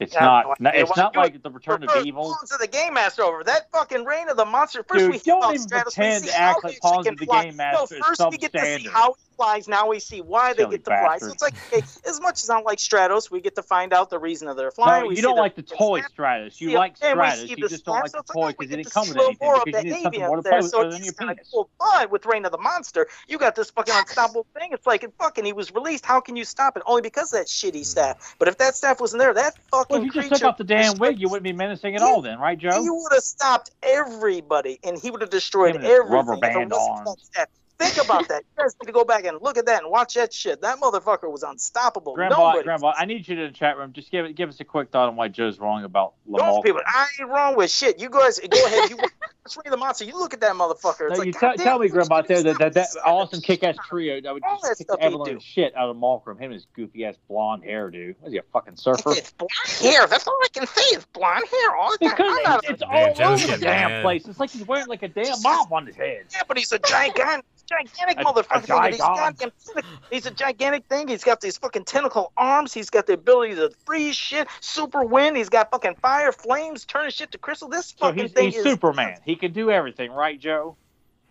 Speaker 1: It's
Speaker 2: Yeah, I have
Speaker 1: not.
Speaker 2: no idea
Speaker 1: it's
Speaker 2: why
Speaker 1: not
Speaker 2: you
Speaker 1: like the Return
Speaker 2: Refer
Speaker 1: of Evil.
Speaker 2: Clones of the Game Master over that fucking Reign of the Monster. First
Speaker 1: Dude,
Speaker 2: we
Speaker 1: don't
Speaker 2: saw
Speaker 1: even
Speaker 2: Stratus, we
Speaker 1: pretend
Speaker 2: see
Speaker 1: to act
Speaker 2: how
Speaker 1: like
Speaker 2: he
Speaker 1: Clones
Speaker 2: can
Speaker 1: of the
Speaker 2: fly.
Speaker 1: Game Master
Speaker 2: No,
Speaker 1: is
Speaker 2: first we get to see
Speaker 1: substandard.
Speaker 2: how he flies. Now we see why they
Speaker 1: Silly
Speaker 2: get to fly. So
Speaker 1: bastard.
Speaker 2: it's like, hey, as much as I like Stratos, we get to find out the reason of their flying.
Speaker 1: No,
Speaker 2: we
Speaker 1: you
Speaker 2: see
Speaker 1: don't
Speaker 2: their
Speaker 1: like the toy
Speaker 2: snap.
Speaker 1: Stratus. You
Speaker 2: Yeah,
Speaker 1: like
Speaker 2: and we
Speaker 1: Stratus.
Speaker 2: see
Speaker 1: You
Speaker 2: the
Speaker 1: just don't like
Speaker 2: snaps.
Speaker 1: the
Speaker 2: It's
Speaker 1: toy
Speaker 2: like we
Speaker 1: because it
Speaker 2: get
Speaker 1: didn't
Speaker 2: to
Speaker 1: come
Speaker 2: see
Speaker 1: with
Speaker 2: a little
Speaker 1: anything.
Speaker 2: more of
Speaker 1: Because you
Speaker 2: that
Speaker 1: needed something
Speaker 2: avian
Speaker 1: more to
Speaker 2: there,
Speaker 1: play with
Speaker 2: so
Speaker 1: other
Speaker 2: it's
Speaker 1: than your
Speaker 2: just kinda
Speaker 1: penis.
Speaker 2: Cool. But with Reign of the Monster, you got this fucking unstoppable thing. It's like, and fucking, he was released. How can you stop it? Only because of that shitty staff. But if that staff wasn't there, that fucking
Speaker 1: Well, if you just
Speaker 2: creature.
Speaker 1: took off the damn wig, you wouldn't be menacing at all, then, right,
Speaker 2: He
Speaker 1: Joe?
Speaker 2: would have stopped everybody, and he would have destroyed
Speaker 1: Him and his
Speaker 2: everything.
Speaker 1: rubber
Speaker 2: if it
Speaker 1: band
Speaker 2: wasn't for that
Speaker 1: arms.
Speaker 2: staff. Think about that. You guys need to go back and look at that and watch that shit. That motherfucker was unstoppable.
Speaker 1: Grandma,
Speaker 2: Nobody.
Speaker 1: Grandma, I need you to the chat room. Just give it, give us a quick thought on why Joe's wrong about
Speaker 2: Those
Speaker 1: Lamal.
Speaker 2: people, I ain't wrong with shit. You guys, go ahead. You watch Ray the Monster. You look at that motherfucker. It's
Speaker 1: No,
Speaker 2: like,
Speaker 1: you tell,
Speaker 2: goddamn,
Speaker 1: tell me, Grandma, out there that that, that
Speaker 2: son of a
Speaker 1: awesome kick-ass trio that would
Speaker 2: All that
Speaker 1: just kick
Speaker 2: stuff they
Speaker 1: Evelyn
Speaker 2: do.
Speaker 1: the shit out of Malcolm. Him and his goofy-ass blonde hairdo. Was he a fucking surfer?
Speaker 2: It's blonde hair. That's all I can say is blonde hair all the time.
Speaker 1: Because
Speaker 2: I'm not
Speaker 1: it's, it's
Speaker 3: Man,
Speaker 1: all
Speaker 3: Joe's
Speaker 1: over the
Speaker 3: getting
Speaker 1: damn
Speaker 3: mad.
Speaker 1: place. It's like he's wearing like a damn mop on his head.
Speaker 2: yeah, but he's a gigantic, gigantic
Speaker 1: A- a
Speaker 2: motherfucker. Look at these
Speaker 1: gigon.
Speaker 2: goddamn tentac- He's a gigantic thing. He's got these fucking tentacle arms. He's got the ability to freeze shit, super wind. He's got fucking fire, flames, turning shit to crystal. This
Speaker 1: So
Speaker 2: fucking
Speaker 1: he's,
Speaker 2: thing
Speaker 1: he's
Speaker 2: is
Speaker 1: Superman. He can do everything, right, Joe?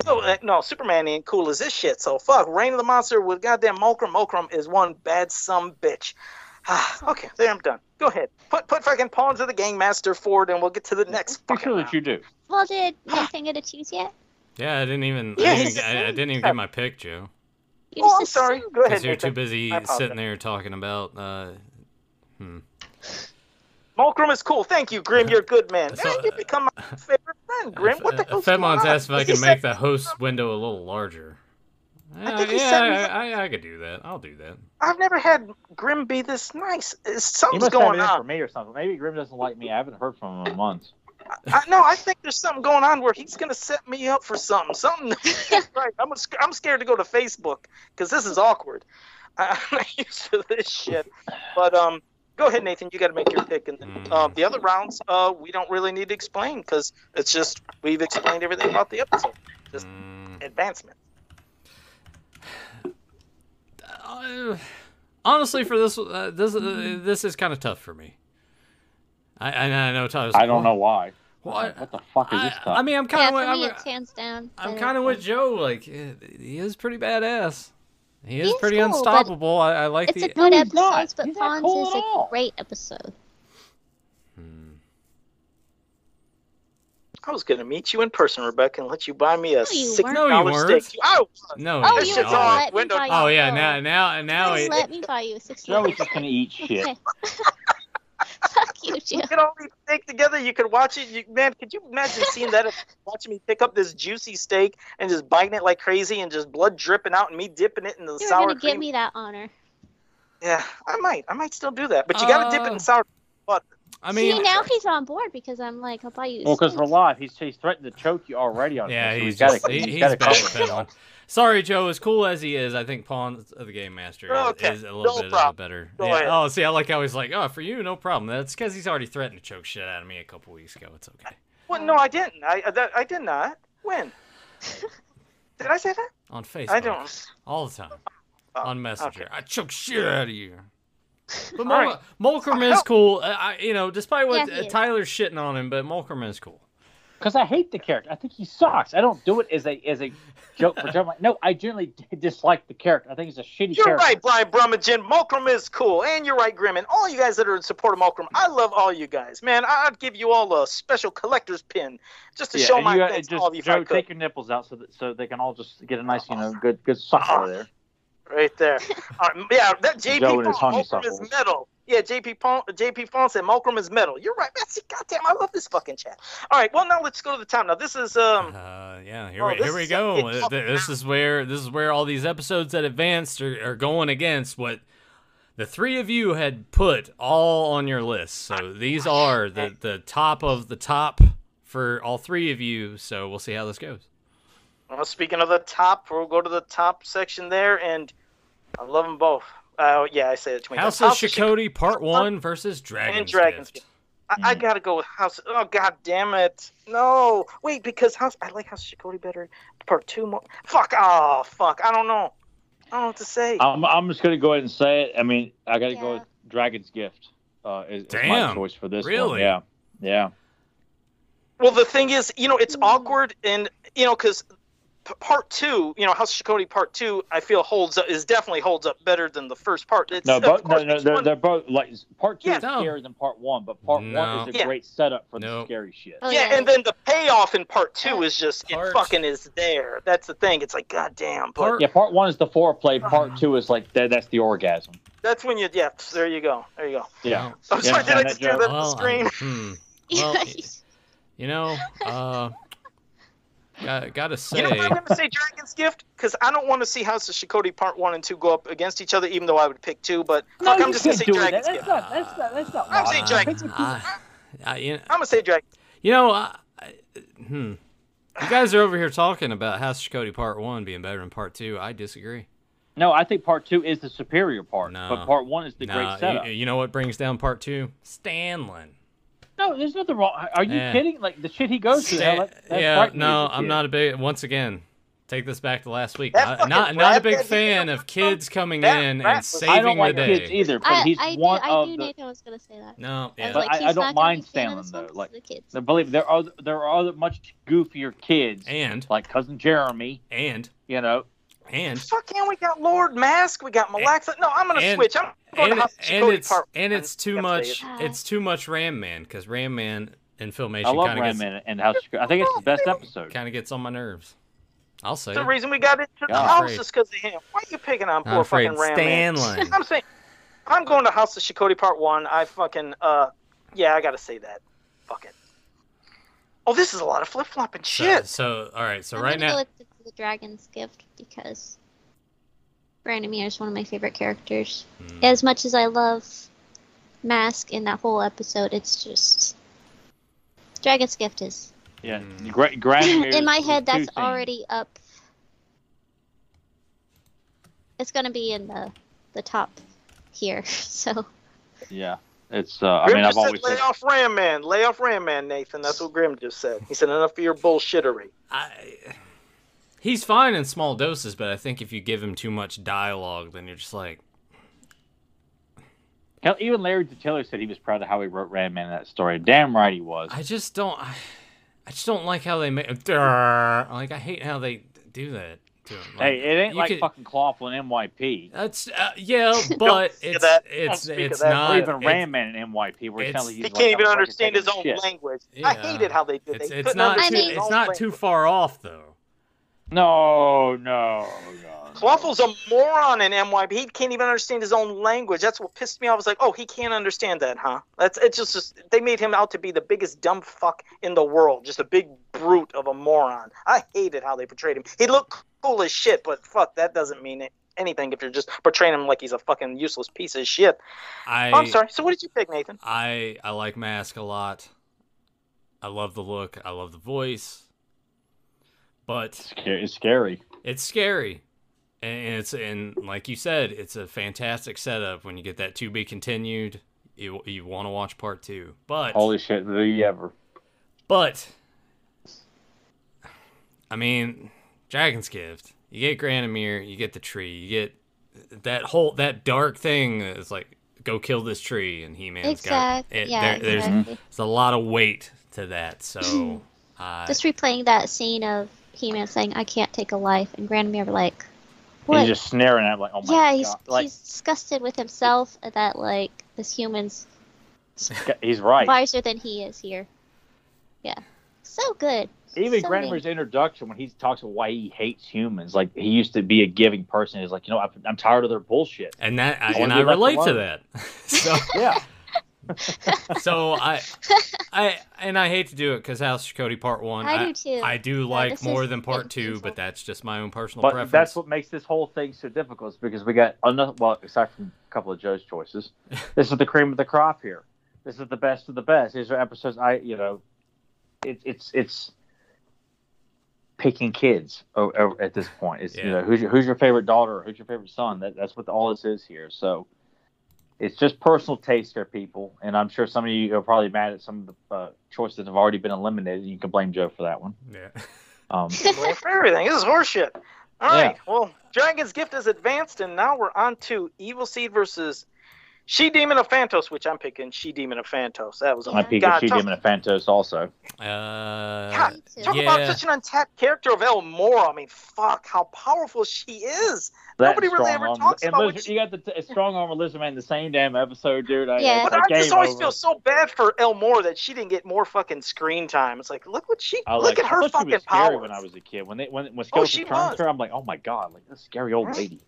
Speaker 2: No, uh, no, Superman ain't cool as this shit. So fuck, Reign of the Monster with goddamn Mulcrum. Mulcrum is one bad some bitch. Ah, okay, there I'm done. Go ahead. Put put fucking pawns of the gang master forward, and we'll get to the next
Speaker 1: I'm
Speaker 2: fucking.
Speaker 1: sure that
Speaker 2: round.
Speaker 1: you do.
Speaker 4: Well, did Nathan get a choose yet?
Speaker 3: Yeah, I didn't even.
Speaker 2: Yeah,
Speaker 3: I,
Speaker 2: it's the
Speaker 3: didn't, I, I
Speaker 2: same
Speaker 3: didn't even
Speaker 2: stuff.
Speaker 3: get my pick, Joe,
Speaker 4: You
Speaker 2: Oh, I'm
Speaker 4: just
Speaker 2: sorry.
Speaker 4: assumed.
Speaker 2: Go ahead.
Speaker 3: because you're too
Speaker 2: Nathan.
Speaker 3: busy
Speaker 2: I apologize.
Speaker 3: sitting there talking about. Uh, hmm.
Speaker 2: Mulcrum is cool. Thank you, Grim. You're a good man.
Speaker 3: So,
Speaker 2: Eh, you become my favorite friend, Grim. What the hell?
Speaker 3: Fedmon's asked uh, if I can make the host window a little larger.
Speaker 2: I
Speaker 3: Yeah,
Speaker 2: think he
Speaker 3: yeah,
Speaker 2: said we-
Speaker 3: I, I, I could do that. I'll do that.
Speaker 2: I've never had Grim be this nice. Eh,
Speaker 1: He
Speaker 2: Something's
Speaker 1: must have it
Speaker 2: going
Speaker 1: in for
Speaker 2: on.
Speaker 1: me or something. Maybe Grim doesn't like me. I haven't heard from him in months.
Speaker 2: I, no, I think there's something going on where he's gonna set me up for something. Something. right. I'm, sc- I'm scared to go to Facebook because this is awkward. I, I'm not used to this shit. But um, go ahead, Nathan. You got to make your pick, and then
Speaker 3: Hmm.
Speaker 2: uh, the other rounds, uh, we don't really need to explain because it's just we've explained everything about the episode. Just
Speaker 3: Mm.
Speaker 2: advancement.
Speaker 3: Uh, honestly, for this, uh, this, uh, this is kind of tough for me. I, I, I know. Tyler's
Speaker 1: I
Speaker 3: like,
Speaker 1: don't know why.
Speaker 3: What?
Speaker 1: What the fuck is
Speaker 3: I,
Speaker 1: this stuff?
Speaker 3: I mean, I'm kind
Speaker 4: yeah,
Speaker 3: of.
Speaker 4: for
Speaker 3: I'm,
Speaker 4: me, it's hands down.
Speaker 3: I'm
Speaker 4: better.
Speaker 3: kind of with Joe. Like, eh, he is pretty badass. He is
Speaker 4: He's
Speaker 3: pretty
Speaker 4: cool, but
Speaker 3: unstoppable. I, I like
Speaker 4: It's
Speaker 3: the.
Speaker 4: a good
Speaker 1: No, he's
Speaker 4: episode,
Speaker 1: not.
Speaker 4: but
Speaker 1: He's not
Speaker 4: Fonz
Speaker 1: cool
Speaker 4: is
Speaker 1: at all.
Speaker 4: a great episode.
Speaker 3: Hmm.
Speaker 2: I was gonna meet you in person, Rebecca, and let you buy me a
Speaker 4: you
Speaker 2: six
Speaker 3: weren't. No, you
Speaker 2: dollar
Speaker 3: weren't.
Speaker 2: steak. I was.
Speaker 3: No.
Speaker 4: Oh,
Speaker 2: that
Speaker 3: he's
Speaker 4: you
Speaker 2: shit's
Speaker 3: not.
Speaker 2: all
Speaker 4: let me
Speaker 2: window-
Speaker 4: buy you
Speaker 3: Oh
Speaker 4: a
Speaker 3: yeah,
Speaker 4: bill.
Speaker 3: now now now
Speaker 4: Please
Speaker 3: it,
Speaker 4: let me buy you a six.
Speaker 1: Joe is just gonna eat shit.
Speaker 4: Okay. Fuck you, Joe.
Speaker 2: You could all eat steak together. You could watch it. You, man, could you imagine seeing that? if- Watching me pick up this juicy steak and just biting it like crazy, and just blood dripping out, and me dipping it in the
Speaker 4: You were
Speaker 2: sour
Speaker 4: gonna
Speaker 2: cream.
Speaker 4: give me that honor.
Speaker 2: Yeah, I might. I might still do that. But you got to dip it
Speaker 3: Uh,
Speaker 2: in sour.
Speaker 3: I mean,
Speaker 4: See, now he's on board because I'm like, I'll buy you. a
Speaker 1: Well, because
Speaker 4: steak.
Speaker 1: we're live. He's, he's threatened to choke you already on
Speaker 3: yeah,
Speaker 1: this, so
Speaker 3: he's
Speaker 1: gotta-
Speaker 3: just, he, he's
Speaker 1: gotta
Speaker 3: bad
Speaker 1: cover
Speaker 3: at that one. Sorry, Joe. As cool as he is, I think Pawn of the Game Master is,
Speaker 2: Okay,
Speaker 3: is a
Speaker 2: no
Speaker 3: little bit of a
Speaker 2: problem.
Speaker 3: better.
Speaker 2: Go
Speaker 3: yeah.
Speaker 2: ahead.
Speaker 3: Oh, see, I like how he's like, oh, for you, no problem. That's because he's already threatened to choke shit out of me a couple weeks ago. It's okay.
Speaker 2: Well, no, I didn't. I I- that, I did not. When? did I say that?
Speaker 3: On Facebook.
Speaker 2: I don't.
Speaker 3: All the time.
Speaker 2: Oh,
Speaker 3: on Messenger. I choke shit out of you. But Mol-
Speaker 2: Alright.
Speaker 3: Molcrum is cool. Uh, I, you know, despite what
Speaker 4: Yeah, he
Speaker 3: uh,
Speaker 4: is.
Speaker 3: Tyler's shitting on him, but Molcrum is cool.
Speaker 1: because I hate the character. I think he sucks. I don't do it as a as a joke for joke. No, I generally dislike the character. I think he's a shitty
Speaker 2: You're
Speaker 1: character.
Speaker 2: right, Brian Brummagem. Mulcrum is cool, and you're right, Grim, and all you guys that are in support of Mulcrum. I love all you guys, man. I- I'd give you all a special collector's pin just to show
Speaker 1: and
Speaker 2: my
Speaker 1: you, uh,
Speaker 2: thanks to
Speaker 1: just,
Speaker 2: all of you. If I
Speaker 1: Joe,
Speaker 2: could.
Speaker 1: take your nipples out so that so they can all just get a nice, you
Speaker 2: Ah.
Speaker 1: know, good good sucker there.
Speaker 2: Right there. All right, yeah, that
Speaker 1: Joe
Speaker 2: JP
Speaker 1: and his
Speaker 2: Font, Mulcrum
Speaker 1: honeysuckles.
Speaker 2: is metal. Yeah, JP Font, JP Font said Mulcrum is metal. You're right, man. See, goddamn, I love this fucking chat. All right, well now let's go to the time. Now this is um.
Speaker 3: Uh, yeah, here
Speaker 2: Oh,
Speaker 3: we
Speaker 2: this
Speaker 3: here we
Speaker 2: is a big
Speaker 3: go. Uh,
Speaker 2: fucking
Speaker 3: th- This is where this is where all these episodes that advanced are, are going against what the three of you had put all on your list. So these
Speaker 2: Oh,
Speaker 3: are the the top of the top for all three of you. So we'll see how this goes.
Speaker 2: Well, speaking of the top, we'll go to the top section there, and I love them both. Uh, yeah, I say it. between
Speaker 3: House
Speaker 2: them.
Speaker 3: of
Speaker 2: House of
Speaker 3: Shikoti Part One versus Dragon's,
Speaker 2: Dragon's
Speaker 3: Gift.
Speaker 2: I,
Speaker 1: Mm.
Speaker 2: I gotta go with House. Oh god damn it! No, wait, because House. I like House of Shikoti better. Part two more. Fuck. Oh fuck. I don't know. I don't know what to say.
Speaker 1: I'm I'm just gonna go ahead and say it. I mean, I gotta go
Speaker 4: Yeah.
Speaker 1: with Dragon's Gift. Uh, is, is my
Speaker 3: Damn.
Speaker 1: choice for this one.
Speaker 3: Really?
Speaker 1: Yeah, yeah.
Speaker 2: Well, the thing is, you know, it's awkward, and you know, because part two, you know, House of Shikoti part two, I feel holds up is definitely holds up better than the first part. It's,
Speaker 1: No,
Speaker 2: of
Speaker 1: both,
Speaker 2: course,
Speaker 1: no, no,
Speaker 2: it's
Speaker 1: they're,
Speaker 2: one-
Speaker 1: they're both like part two
Speaker 2: Yeah.
Speaker 1: is
Speaker 3: No.
Speaker 1: scarier than part one, but part
Speaker 3: No.
Speaker 1: one is a
Speaker 2: Yeah.
Speaker 1: great setup for the
Speaker 3: Nope.
Speaker 1: scary shit.
Speaker 4: Oh,
Speaker 2: yeah, and then the payoff in part two is just
Speaker 3: Part-
Speaker 2: it fucking is there. That's the thing. It's like goddamn, but
Speaker 3: Part-
Speaker 1: Yeah, part one is the foreplay. Part two is like that, that's the orgasm.
Speaker 2: that's when you yeah. There you go. There you go.
Speaker 1: Yeah,
Speaker 3: Well,
Speaker 2: I'm Oh, sorry, did I
Speaker 1: that
Speaker 2: just hear
Speaker 1: joke.
Speaker 2: that on the
Speaker 3: well,
Speaker 2: screen?
Speaker 3: I'm- hmm, Well, you know, uh, got, gotta say.
Speaker 2: You know what I'm gonna say, Dragon's Gift, because I don't want to see House of Shikoti Part One and Two go up against each other, even though I would pick two. But fuck, I'm just gonna say Dragon's
Speaker 1: That's
Speaker 2: Gift.
Speaker 1: not. That's not. That's not.
Speaker 2: I'm saying
Speaker 3: Uh,
Speaker 2: Dragon's
Speaker 3: I- I- you know,
Speaker 2: I'm gonna say Dragon.
Speaker 3: you know, I, I- hmm. You guys are over here talking about House of Chakotay Part One being better than Part Two. I disagree.
Speaker 1: No, I think part two is the superior part,
Speaker 3: No.
Speaker 1: but part one is the
Speaker 3: Nah,
Speaker 1: great setup.
Speaker 3: you, you know what brings down Part Two? Stanlin.
Speaker 1: no, there's nothing wrong. Are you
Speaker 3: Yeah.
Speaker 1: kidding? Like the shit he goes through.
Speaker 3: Stan-
Speaker 1: that- that's
Speaker 3: yeah,
Speaker 1: frightening
Speaker 3: no,
Speaker 1: as a
Speaker 3: I'm
Speaker 1: kid.
Speaker 3: not a big. Once again, take this back to last week.
Speaker 2: That
Speaker 3: I,
Speaker 2: fucking
Speaker 3: not not a
Speaker 2: rat
Speaker 3: big
Speaker 2: that-
Speaker 3: fan of kids coming
Speaker 2: That
Speaker 3: in
Speaker 2: rat
Speaker 3: and
Speaker 2: was-
Speaker 3: saving
Speaker 1: I don't like
Speaker 3: the day.
Speaker 1: kids either, but
Speaker 4: I,
Speaker 1: he's
Speaker 4: I
Speaker 1: one
Speaker 4: do, I
Speaker 1: of the.
Speaker 4: do. Nathan was gonna say that.
Speaker 3: No,
Speaker 4: I
Speaker 3: yeah.
Speaker 4: was like,
Speaker 1: I-
Speaker 4: he's
Speaker 1: I don't
Speaker 4: not gonna
Speaker 1: mind
Speaker 4: be a fan of
Speaker 1: Stanlin,
Speaker 4: this
Speaker 1: though,
Speaker 4: one 'cause
Speaker 1: like-
Speaker 4: of the kids.
Speaker 1: Now, believe me, there are there are other much goofier kids,
Speaker 3: and
Speaker 1: like cousin Jeremy.
Speaker 3: and
Speaker 1: You know,
Speaker 3: and
Speaker 2: Fucking, we got Lord Mask, we got Malaxa. No, I'm gonna
Speaker 3: and-
Speaker 2: switch. I'm going
Speaker 3: and,
Speaker 2: to House of
Speaker 3: and
Speaker 2: Shikoti
Speaker 3: it's
Speaker 2: Part
Speaker 3: and
Speaker 2: One.
Speaker 3: it's too
Speaker 2: I'm gonna say
Speaker 3: much.
Speaker 2: it.
Speaker 4: it.
Speaker 3: It's too much Ram Man because Ram Man in filmation
Speaker 1: I love
Speaker 3: kind of
Speaker 1: Ram
Speaker 3: gets
Speaker 1: Man and House. of Shik- I think it's the best episode.
Speaker 3: kind of gets on my nerves. I'll say
Speaker 2: The
Speaker 3: it.
Speaker 2: reason we got into the
Speaker 1: I'm
Speaker 2: house
Speaker 3: afraid.
Speaker 2: is because of him. Why are you picking on
Speaker 3: I'm
Speaker 2: poor
Speaker 3: afraid
Speaker 2: fucking Ram? Man?
Speaker 3: Stanlin.
Speaker 2: I'm saying, I'm going to House of Shikoti Part One. I fucking uh, yeah, I gotta say that. Fuck it. Oh, this is a lot of flip flopping
Speaker 3: So-
Speaker 2: shit.
Speaker 3: So, all right. So
Speaker 4: I'm
Speaker 3: right
Speaker 4: gonna
Speaker 3: now,
Speaker 4: go with the, the Dragon's Gift because Branimir is one of my favorite characters.
Speaker 3: Mm.
Speaker 4: As much as I love Mask in that whole episode, it's just Dragon's Gift is
Speaker 1: Yeah,
Speaker 3: Mm.
Speaker 1: great. Grand
Speaker 4: in my head. That's already up. It's gonna be in the the top here. So
Speaker 1: Yeah, it's. Uh, I
Speaker 2: Grim
Speaker 1: mean, I've
Speaker 2: just
Speaker 1: always
Speaker 2: said, lay
Speaker 1: said
Speaker 2: off Ram Man, lay off Ram Man, Nathan. That's what Grim just said. He said enough of your bullshittery.
Speaker 3: I, he's fine in small doses, but I think if you give him too much dialogue, then you're just like,
Speaker 1: hell, even Larry DeTiller said he was proud of how he wrote Ram Man in that story. Damn right he was.
Speaker 3: I just don't. I, I just don't like how they make. Like I hate how they do that to him. Like,
Speaker 1: hey, it ain't
Speaker 3: you
Speaker 1: like
Speaker 3: could-
Speaker 1: fucking Clawful and NYP.
Speaker 3: That's uh, yeah, but
Speaker 2: speak of
Speaker 3: it's
Speaker 2: that. Don't
Speaker 3: it's
Speaker 2: speak of
Speaker 3: it's
Speaker 2: that.
Speaker 1: Or
Speaker 3: not
Speaker 1: even
Speaker 3: Uh, it's-
Speaker 1: Ram Man and NYP, where it sounds like
Speaker 3: it's-
Speaker 2: He
Speaker 1: he's
Speaker 2: can't
Speaker 1: like,
Speaker 2: even
Speaker 1: I'm
Speaker 2: understand his
Speaker 1: fucking
Speaker 2: own
Speaker 1: shit.
Speaker 2: language. I
Speaker 3: Yeah.
Speaker 2: hated how they did.
Speaker 3: It's,
Speaker 2: they
Speaker 3: it's
Speaker 2: couldn't
Speaker 3: not too,
Speaker 4: I
Speaker 2: understand
Speaker 4: mean-
Speaker 2: his
Speaker 3: it's
Speaker 2: own
Speaker 3: not too
Speaker 2: language.
Speaker 3: far off though.
Speaker 1: No, no, no.
Speaker 2: Cluffle's a moron in MYB. He can't even understand his own language. That's what pissed me off. I was like, oh, he can't understand that, huh? That's it's just, just they made him out to be the biggest dumb fuck in the world, just a big brute of a moron. I hated how they portrayed him. He looked cool as shit, but fuck, that doesn't mean it- anything if you're just portraying him like he's a fucking useless piece of shit.
Speaker 3: I
Speaker 2: I'm sorry. So what did you pick, Nathan?
Speaker 3: I I like Mask a lot. I love the look. I love the voice. But
Speaker 1: Scar- It's scary.
Speaker 3: it's scary, and it's and like you said, it's a fantastic setup. When you get that to be continued, you you want to watch part two. But
Speaker 1: Holy shit, do you ever?
Speaker 3: but I mean, Dragon's Gift. You get Granomir. You get the tree. You get that whole that dark thing. It's like go kill this tree, and He Man's got
Speaker 4: exactly.
Speaker 3: it,
Speaker 4: Yeah.
Speaker 3: there- There's
Speaker 4: exactly.
Speaker 3: it's a lot of weight to that. So Uh,
Speaker 4: Just replaying that scene of He-Man saying, "I can't take a life," and Grandmere like,
Speaker 1: And
Speaker 4: "What?
Speaker 1: He's just sneering at him, like, oh my
Speaker 4: yeah,
Speaker 1: god.
Speaker 4: he's
Speaker 1: like,
Speaker 4: he's disgusted with himself that like this human's
Speaker 1: g- he's right.
Speaker 4: wiser than he is here." Yeah, so good.
Speaker 1: Even
Speaker 4: so
Speaker 1: Grandma's introduction, when he talks about why he hates humans, like he used to be a giving person. He's like, you know, I'm, I'm tired of their bullshit.
Speaker 3: and that I,
Speaker 1: I wanna
Speaker 3: and
Speaker 1: be
Speaker 3: I
Speaker 1: left
Speaker 3: relate to
Speaker 1: alone.
Speaker 3: that. so
Speaker 1: Yeah.
Speaker 3: so I I and I hate to do it because House of Cody Part One.
Speaker 4: I do too.
Speaker 3: I do
Speaker 4: Yeah,
Speaker 3: like
Speaker 4: this
Speaker 3: more
Speaker 4: is
Speaker 3: than Part Two,
Speaker 4: painful.
Speaker 3: but that's just my own personal
Speaker 1: but
Speaker 3: preference.
Speaker 1: that's what makes this whole thing so difficult is because we got another well aside from a couple of joe's choices this is the cream of the crop here this is the best of the best these are episodes i you know it, it's it's picking kids o- o- at this point it's you
Speaker 3: Yeah.
Speaker 1: know who's your, who's your favorite daughter or who's your favorite son that, that's what all this is here so it's just personal taste here people and i'm sure some of you are probably mad at some of the uh, choices that have already been eliminated you can blame joe for that one
Speaker 3: yeah.
Speaker 1: um,
Speaker 2: Blame for everything. This is horseshit. All right.
Speaker 1: Yeah.
Speaker 2: Well, Dragon's Gift is advanced, and now we're on to Evil Seed versus She Demon of Phantos, which I'm picking She Demon of Phantos. That was a
Speaker 1: my
Speaker 4: Yeah.
Speaker 1: pika
Speaker 2: God,
Speaker 1: she
Speaker 2: talk-
Speaker 1: demon of phantos also
Speaker 3: Uh,
Speaker 2: God,
Speaker 4: Me
Speaker 2: Talk
Speaker 4: too.
Speaker 2: about
Speaker 3: Yeah.
Speaker 2: such an untapped character of El Mora. I mean, fuck, how powerful she is. Nobody
Speaker 1: and
Speaker 2: really
Speaker 1: strong
Speaker 2: ever
Speaker 1: arm.
Speaker 2: talks
Speaker 1: and
Speaker 2: about
Speaker 1: Lizard-
Speaker 2: what
Speaker 1: You got the t- strong arm of Lizard Man in the same damn episode, dude. I,
Speaker 4: Yeah.
Speaker 1: it's
Speaker 2: But
Speaker 1: like
Speaker 2: I just
Speaker 1: game
Speaker 2: always
Speaker 1: over.
Speaker 2: feel so bad for El Mora that she didn't get more fucking screen time. It's like, look what she,
Speaker 1: I was
Speaker 2: look
Speaker 1: like,
Speaker 2: at her
Speaker 1: I thought she
Speaker 2: fucking
Speaker 1: was scary
Speaker 2: power.
Speaker 1: When I was a kid, when they when when
Speaker 2: Oh,
Speaker 1: Skeletor
Speaker 2: she
Speaker 1: turned
Speaker 2: was.
Speaker 1: her, I'm like, oh my god, like this scary old
Speaker 2: Right.
Speaker 1: lady.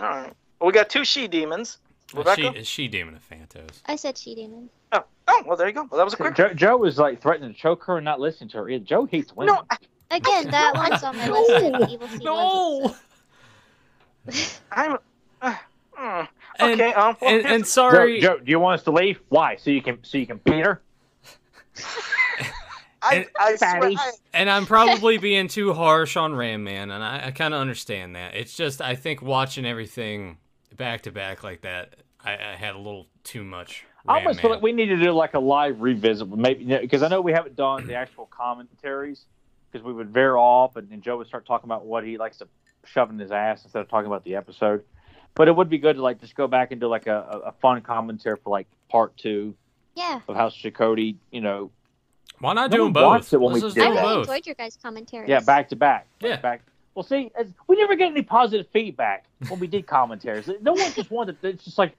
Speaker 2: All right. Well, we got two she demons. Rebecca?
Speaker 3: she she demon of Phantos.
Speaker 4: I said she demon.
Speaker 2: Oh, oh, well, there you go. Well, that was a quick.
Speaker 1: Joe, Joe was like threatening to choke her and not listen to her. Yeah, Joe hates women.
Speaker 2: No, I-
Speaker 4: Again, that one's on my list. Of the evil Seed ones.
Speaker 2: I'm. Uh, mm.
Speaker 3: And,
Speaker 2: okay. Um. Well,
Speaker 3: and, and
Speaker 2: here's-
Speaker 1: Joe,
Speaker 3: sorry,
Speaker 1: Joe, do you want us to leave? Why? So you can so you can beat her?
Speaker 2: I,
Speaker 3: and-
Speaker 2: I swear.
Speaker 1: Fatty.
Speaker 2: I,
Speaker 3: and I'm probably being too harsh on Ram Man, and I, I kind of understand that. It's just I think watching everything back to back like that, I, I had a little too much.
Speaker 1: I
Speaker 3: Ram
Speaker 1: almost
Speaker 3: Man.
Speaker 1: feel like we need to do like a live revisit, maybe because I know we haven't done the actual commentaries because we would veer off and, and Joe would start talking about what he likes to shove in his ass instead of talking about the episode. But it would be good to like just go back and do like a, a- a fun commentary for like part two
Speaker 4: Yeah,
Speaker 1: of House Chakotay, you know,
Speaker 3: Why not
Speaker 1: No
Speaker 3: do
Speaker 1: one
Speaker 3: them both?
Speaker 1: watched it when
Speaker 3: Let's
Speaker 1: we
Speaker 3: just
Speaker 1: did
Speaker 4: I
Speaker 3: do
Speaker 1: that.
Speaker 3: them
Speaker 4: really
Speaker 3: both.
Speaker 4: enjoyed your guys' commentaries.
Speaker 1: yeah, back to back,
Speaker 3: Yeah.
Speaker 1: back. Well, see, it's- we never get any positive feedback when we did commentaries. No one just wanted. It's just like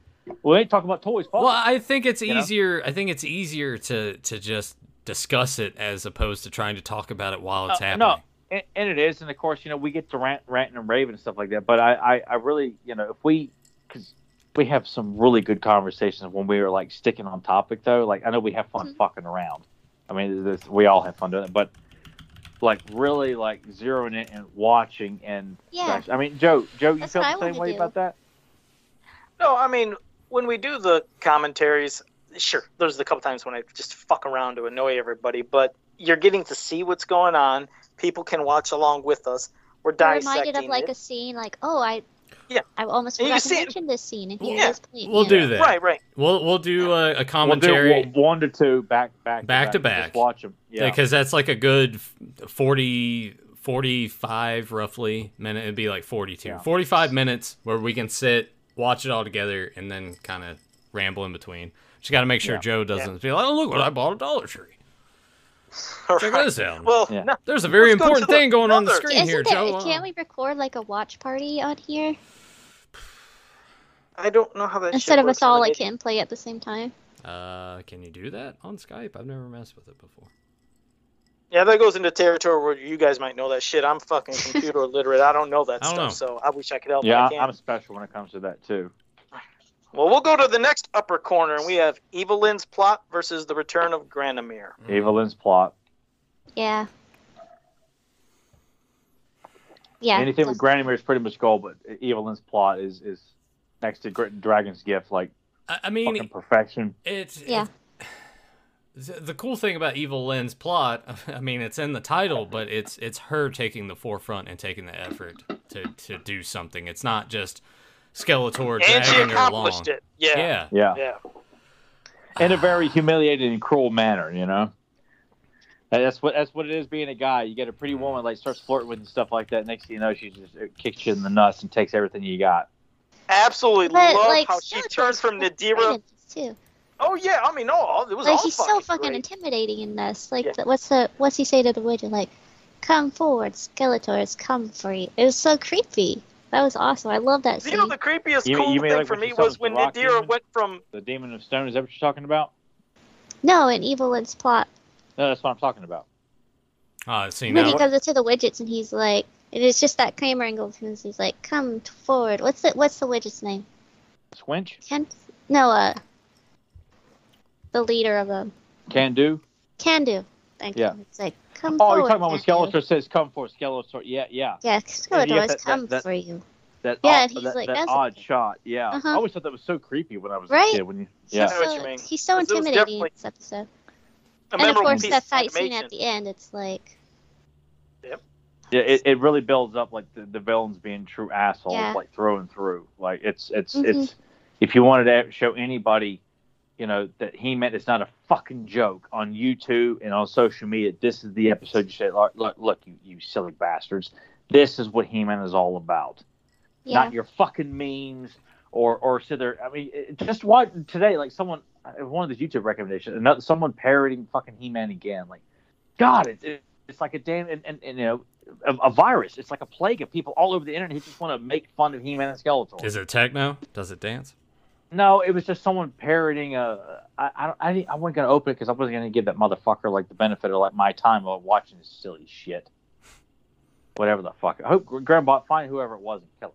Speaker 1: we ain't talking about toys. fuck
Speaker 3: Well, I think it's
Speaker 1: You know?
Speaker 3: easier. I think it's easier to to just discuss it as opposed to trying to talk about it while it's
Speaker 1: Uh,
Speaker 3: happening.
Speaker 1: no. and, and it is, and of course, you know, we get to rant, ranting and raving and stuff like that. But I, I, I really, you know, if we, because we have some really good conversations when we are like sticking on topic, though. Like I know we have fun
Speaker 4: Mhm.
Speaker 1: fucking around. I mean, this, we all have fun doing it, but like really, like zeroing in and watching and.
Speaker 4: yeah.
Speaker 1: I mean, Joe, Joe, you
Speaker 4: That's
Speaker 1: felt
Speaker 4: what I
Speaker 1: the same
Speaker 4: wanna
Speaker 1: way
Speaker 4: do.
Speaker 1: about that?
Speaker 2: no, I mean, when we do the commentaries, sure, there's a couple times when I just fuck around to annoy everybody, but you're getting to see what's going on. People can watch along with us. We're
Speaker 4: We're
Speaker 2: dissecting
Speaker 4: reminded of like
Speaker 2: it.
Speaker 4: a scene, like, oh, I,
Speaker 2: Yeah.
Speaker 4: I almost
Speaker 2: And you
Speaker 4: forgot
Speaker 2: see
Speaker 4: to
Speaker 2: it-
Speaker 4: mention this scene, and here
Speaker 2: Yeah.
Speaker 4: it is. playing,
Speaker 3: We'll
Speaker 4: you
Speaker 3: do
Speaker 4: know.
Speaker 3: that.
Speaker 2: Right, right.
Speaker 3: We'll we'll do a, a
Speaker 1: We'll do
Speaker 3: commentary.
Speaker 1: one- one to two, back, back, to
Speaker 3: Back to
Speaker 1: Just
Speaker 3: back.
Speaker 1: watch them. Yeah.
Speaker 3: because that's like a good f- 40 45 roughly minute it'd be like 42
Speaker 1: Yeah.
Speaker 3: 45 minutes where we can sit watch it all together and then kind of ramble in between just got to make sure
Speaker 1: Yeah.
Speaker 3: joe doesn't be like oh look what i bought at dollar tree
Speaker 2: All
Speaker 3: check
Speaker 2: right.
Speaker 3: this out
Speaker 2: Well,
Speaker 1: Yeah.
Speaker 2: no,
Speaker 3: there's a very
Speaker 2: let's go
Speaker 3: important
Speaker 2: to the
Speaker 3: thing going on the
Speaker 2: other-
Speaker 3: screen
Speaker 4: Isn't
Speaker 3: here
Speaker 4: there,
Speaker 3: joe
Speaker 4: Can't we record like a watch party on here
Speaker 2: I don't know how that. shit
Speaker 4: instead of
Speaker 2: works
Speaker 4: us all
Speaker 2: on the
Speaker 4: like
Speaker 2: video.
Speaker 4: can play at the same time?
Speaker 3: uh can you do that on skype i've never messed with it before
Speaker 2: Yeah, that goes into territory where you guys might know that shit. I'm fucking computer illiterate. I don't know that
Speaker 3: I don't
Speaker 2: stuff,
Speaker 3: know.
Speaker 2: so I wish I could help. but
Speaker 1: yeah,
Speaker 2: I can't.
Speaker 1: I'm special when it comes to that too.
Speaker 2: Well, we'll go to the next upper corner, and we have Evelyn's plot versus the return of Granomir.
Speaker 3: Mm.
Speaker 1: Evelyn's plot.
Speaker 4: Yeah. Yeah.
Speaker 1: Anything with
Speaker 4: that's-
Speaker 1: Granny Mare is pretty much gold, but Evelyn's plot is is next to Gr- Dragon's Gift, like
Speaker 3: I, I mean
Speaker 1: fucking perfection.
Speaker 3: It's
Speaker 4: Yeah.
Speaker 3: it's- the- the cool thing about Evil Lynn's plot, I mean, it's in the title, but it's it's her taking the forefront and taking the effort to to do something. It's not just Skeletor
Speaker 2: And she
Speaker 3: dragging her along.
Speaker 2: accomplished it. Yeah. Yeah.
Speaker 3: Yeah.
Speaker 1: Yeah,
Speaker 2: yeah.
Speaker 1: in a very humiliating and cruel manner, you know. And That's what that's what it is being a guy. You get a pretty woman like starts flirting with and stuff like that. Next thing you know, she just uh, kicks you in the nuts and takes everything you got.
Speaker 2: Absolutely
Speaker 4: But
Speaker 2: love
Speaker 4: like,
Speaker 2: how she
Speaker 4: Skeletor's
Speaker 2: turns from
Speaker 4: pretty
Speaker 2: Nadira.
Speaker 4: great in this, too.
Speaker 2: Oh yeah, I mean, no, it was
Speaker 4: Like
Speaker 2: all
Speaker 4: he's
Speaker 2: fucking
Speaker 4: so fucking
Speaker 2: great.
Speaker 4: intimidating in this. Like
Speaker 2: Yeah.
Speaker 4: the, what's the what's he say to the witch? Like, come forward, Skeletors, come free. It was so creepy. That was awesome. I love that
Speaker 2: You
Speaker 4: scene.
Speaker 2: know, the creepiest,
Speaker 1: You-
Speaker 2: cool
Speaker 1: you mean
Speaker 2: thing
Speaker 1: like
Speaker 2: for
Speaker 1: when she
Speaker 2: me
Speaker 1: saw
Speaker 2: was
Speaker 1: the
Speaker 2: when
Speaker 1: rock
Speaker 2: Nadira
Speaker 1: demon?
Speaker 2: went from.
Speaker 1: The Demon of Stone, is that what you're talking about?
Speaker 4: No, in Evil Lyn's plot.
Speaker 1: No, that's what I'm talking about.
Speaker 3: Ah, see
Speaker 4: When he
Speaker 3: now.
Speaker 4: comes into the widgets and he's like, and it's just that Kramer angle. and He's like, come t- forward. What's the what's the widget's name?
Speaker 1: Squinch?
Speaker 4: Ken? No, uh, the leader of them.
Speaker 1: Can do?
Speaker 4: Can do. Thank
Speaker 1: Yeah.
Speaker 4: you. It's like, come
Speaker 1: Oh,
Speaker 4: forward.
Speaker 1: you're talking about when
Speaker 4: Can-Do."
Speaker 1: Skeletor says, come for Skeletor. Yeah, yeah.
Speaker 4: Yeah, Skeletor
Speaker 1: Yeah,
Speaker 4: has
Speaker 1: that- that-
Speaker 4: come
Speaker 1: that-
Speaker 4: for you.
Speaker 1: That
Speaker 4: Yeah,
Speaker 1: odd,
Speaker 4: and he's
Speaker 1: that,
Speaker 4: like,
Speaker 1: that
Speaker 4: that's a-
Speaker 1: odd shot. Yeah.
Speaker 4: Uh-huh.
Speaker 1: I always thought that was so creepy when I was
Speaker 4: Right?
Speaker 1: a kid. When you,
Speaker 4: He's
Speaker 1: yeah.
Speaker 2: I know what
Speaker 4: so-
Speaker 2: you mean.
Speaker 4: He's so
Speaker 2: Because it was
Speaker 4: intimidating in
Speaker 2: definitely
Speaker 4: this episode.
Speaker 2: A
Speaker 4: And of
Speaker 2: memorable
Speaker 4: course,
Speaker 2: piece
Speaker 4: that fight scene
Speaker 2: animation.
Speaker 4: at the end, it's like,
Speaker 1: Yeah, it, it really builds up like the, the villains being true assholes,
Speaker 4: Yeah.
Speaker 1: like through and through. Like it's it's
Speaker 4: Mhm.
Speaker 1: it's if you wanted to show anybody, you know, that he meant it's not a fucking joke on YouTube and on social media. This is the episode you say, look, look, look you, you silly bastards. This is what He-Man is all about.
Speaker 4: yeah.
Speaker 1: Not your fucking memes or or sit there. I mean, it- just watch today. Like someone, one of these YouTube recommendations, another someone parroting fucking He-Man again. Like, God, it, it, it's like a damn and, and, and you know a, a virus. It's like a plague of people all over the internet who just want to make fun of He-Man and Skeletor.
Speaker 3: Is it techno? Does it dance?
Speaker 1: No, it was just someone parroting a. I I don't- I, didn't- I wasn't gonna open it because I wasn't gonna give that motherfucker like the benefit of like my time of watching this silly shit. Whatever the fuck. I hope Grandbot find whoever it was and kill him.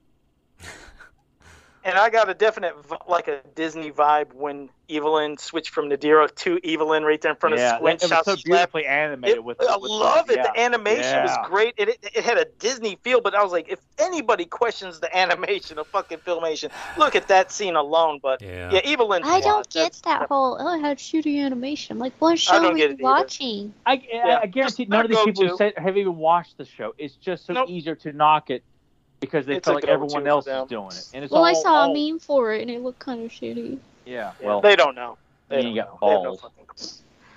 Speaker 2: And I got a definite, v- like a Disney vibe when Evelyn switched from Nadira to Evelyn right there in front
Speaker 1: yeah,
Speaker 2: of
Speaker 1: it,
Speaker 2: Squint.
Speaker 1: it was
Speaker 2: shouts
Speaker 1: so
Speaker 2: slap.
Speaker 1: beautifully animated
Speaker 2: It-
Speaker 1: with.
Speaker 2: I
Speaker 1: with-
Speaker 2: love it.
Speaker 1: yeah.
Speaker 2: The animation was
Speaker 1: Yeah.
Speaker 2: great. It, it it had a Disney feel, but I was like, if anybody questions the animation of fucking filmation, look at that scene alone. But
Speaker 3: Yeah.
Speaker 2: yeah, Evelyn.
Speaker 4: I don't
Speaker 2: yeah,
Speaker 4: get that whole, oh, it had shooting animation. I'm like, what
Speaker 2: I
Speaker 4: show
Speaker 2: don't get
Speaker 4: were you
Speaker 2: it either.
Speaker 4: watching?
Speaker 1: I,
Speaker 2: Yeah,
Speaker 1: I, I guarantee
Speaker 2: just
Speaker 1: none of these
Speaker 2: go
Speaker 1: people
Speaker 2: to.
Speaker 1: who say, have even watched the show. It's just so
Speaker 2: Nope.
Speaker 1: easier to knock it because they
Speaker 2: It's
Speaker 1: feel
Speaker 2: a
Speaker 1: like
Speaker 2: go-to
Speaker 1: everyone
Speaker 2: for
Speaker 1: else
Speaker 2: them.
Speaker 1: is doing it. And it's
Speaker 4: Well, I
Speaker 1: all-
Speaker 4: saw
Speaker 1: all-
Speaker 4: a meme for it and it looked kind of shitty.
Speaker 1: Yeah,
Speaker 2: that's-
Speaker 1: well,
Speaker 2: they don't know.
Speaker 1: you
Speaker 2: They don't
Speaker 1: got
Speaker 2: know. They have no
Speaker 1: balls.
Speaker 2: fucking clue.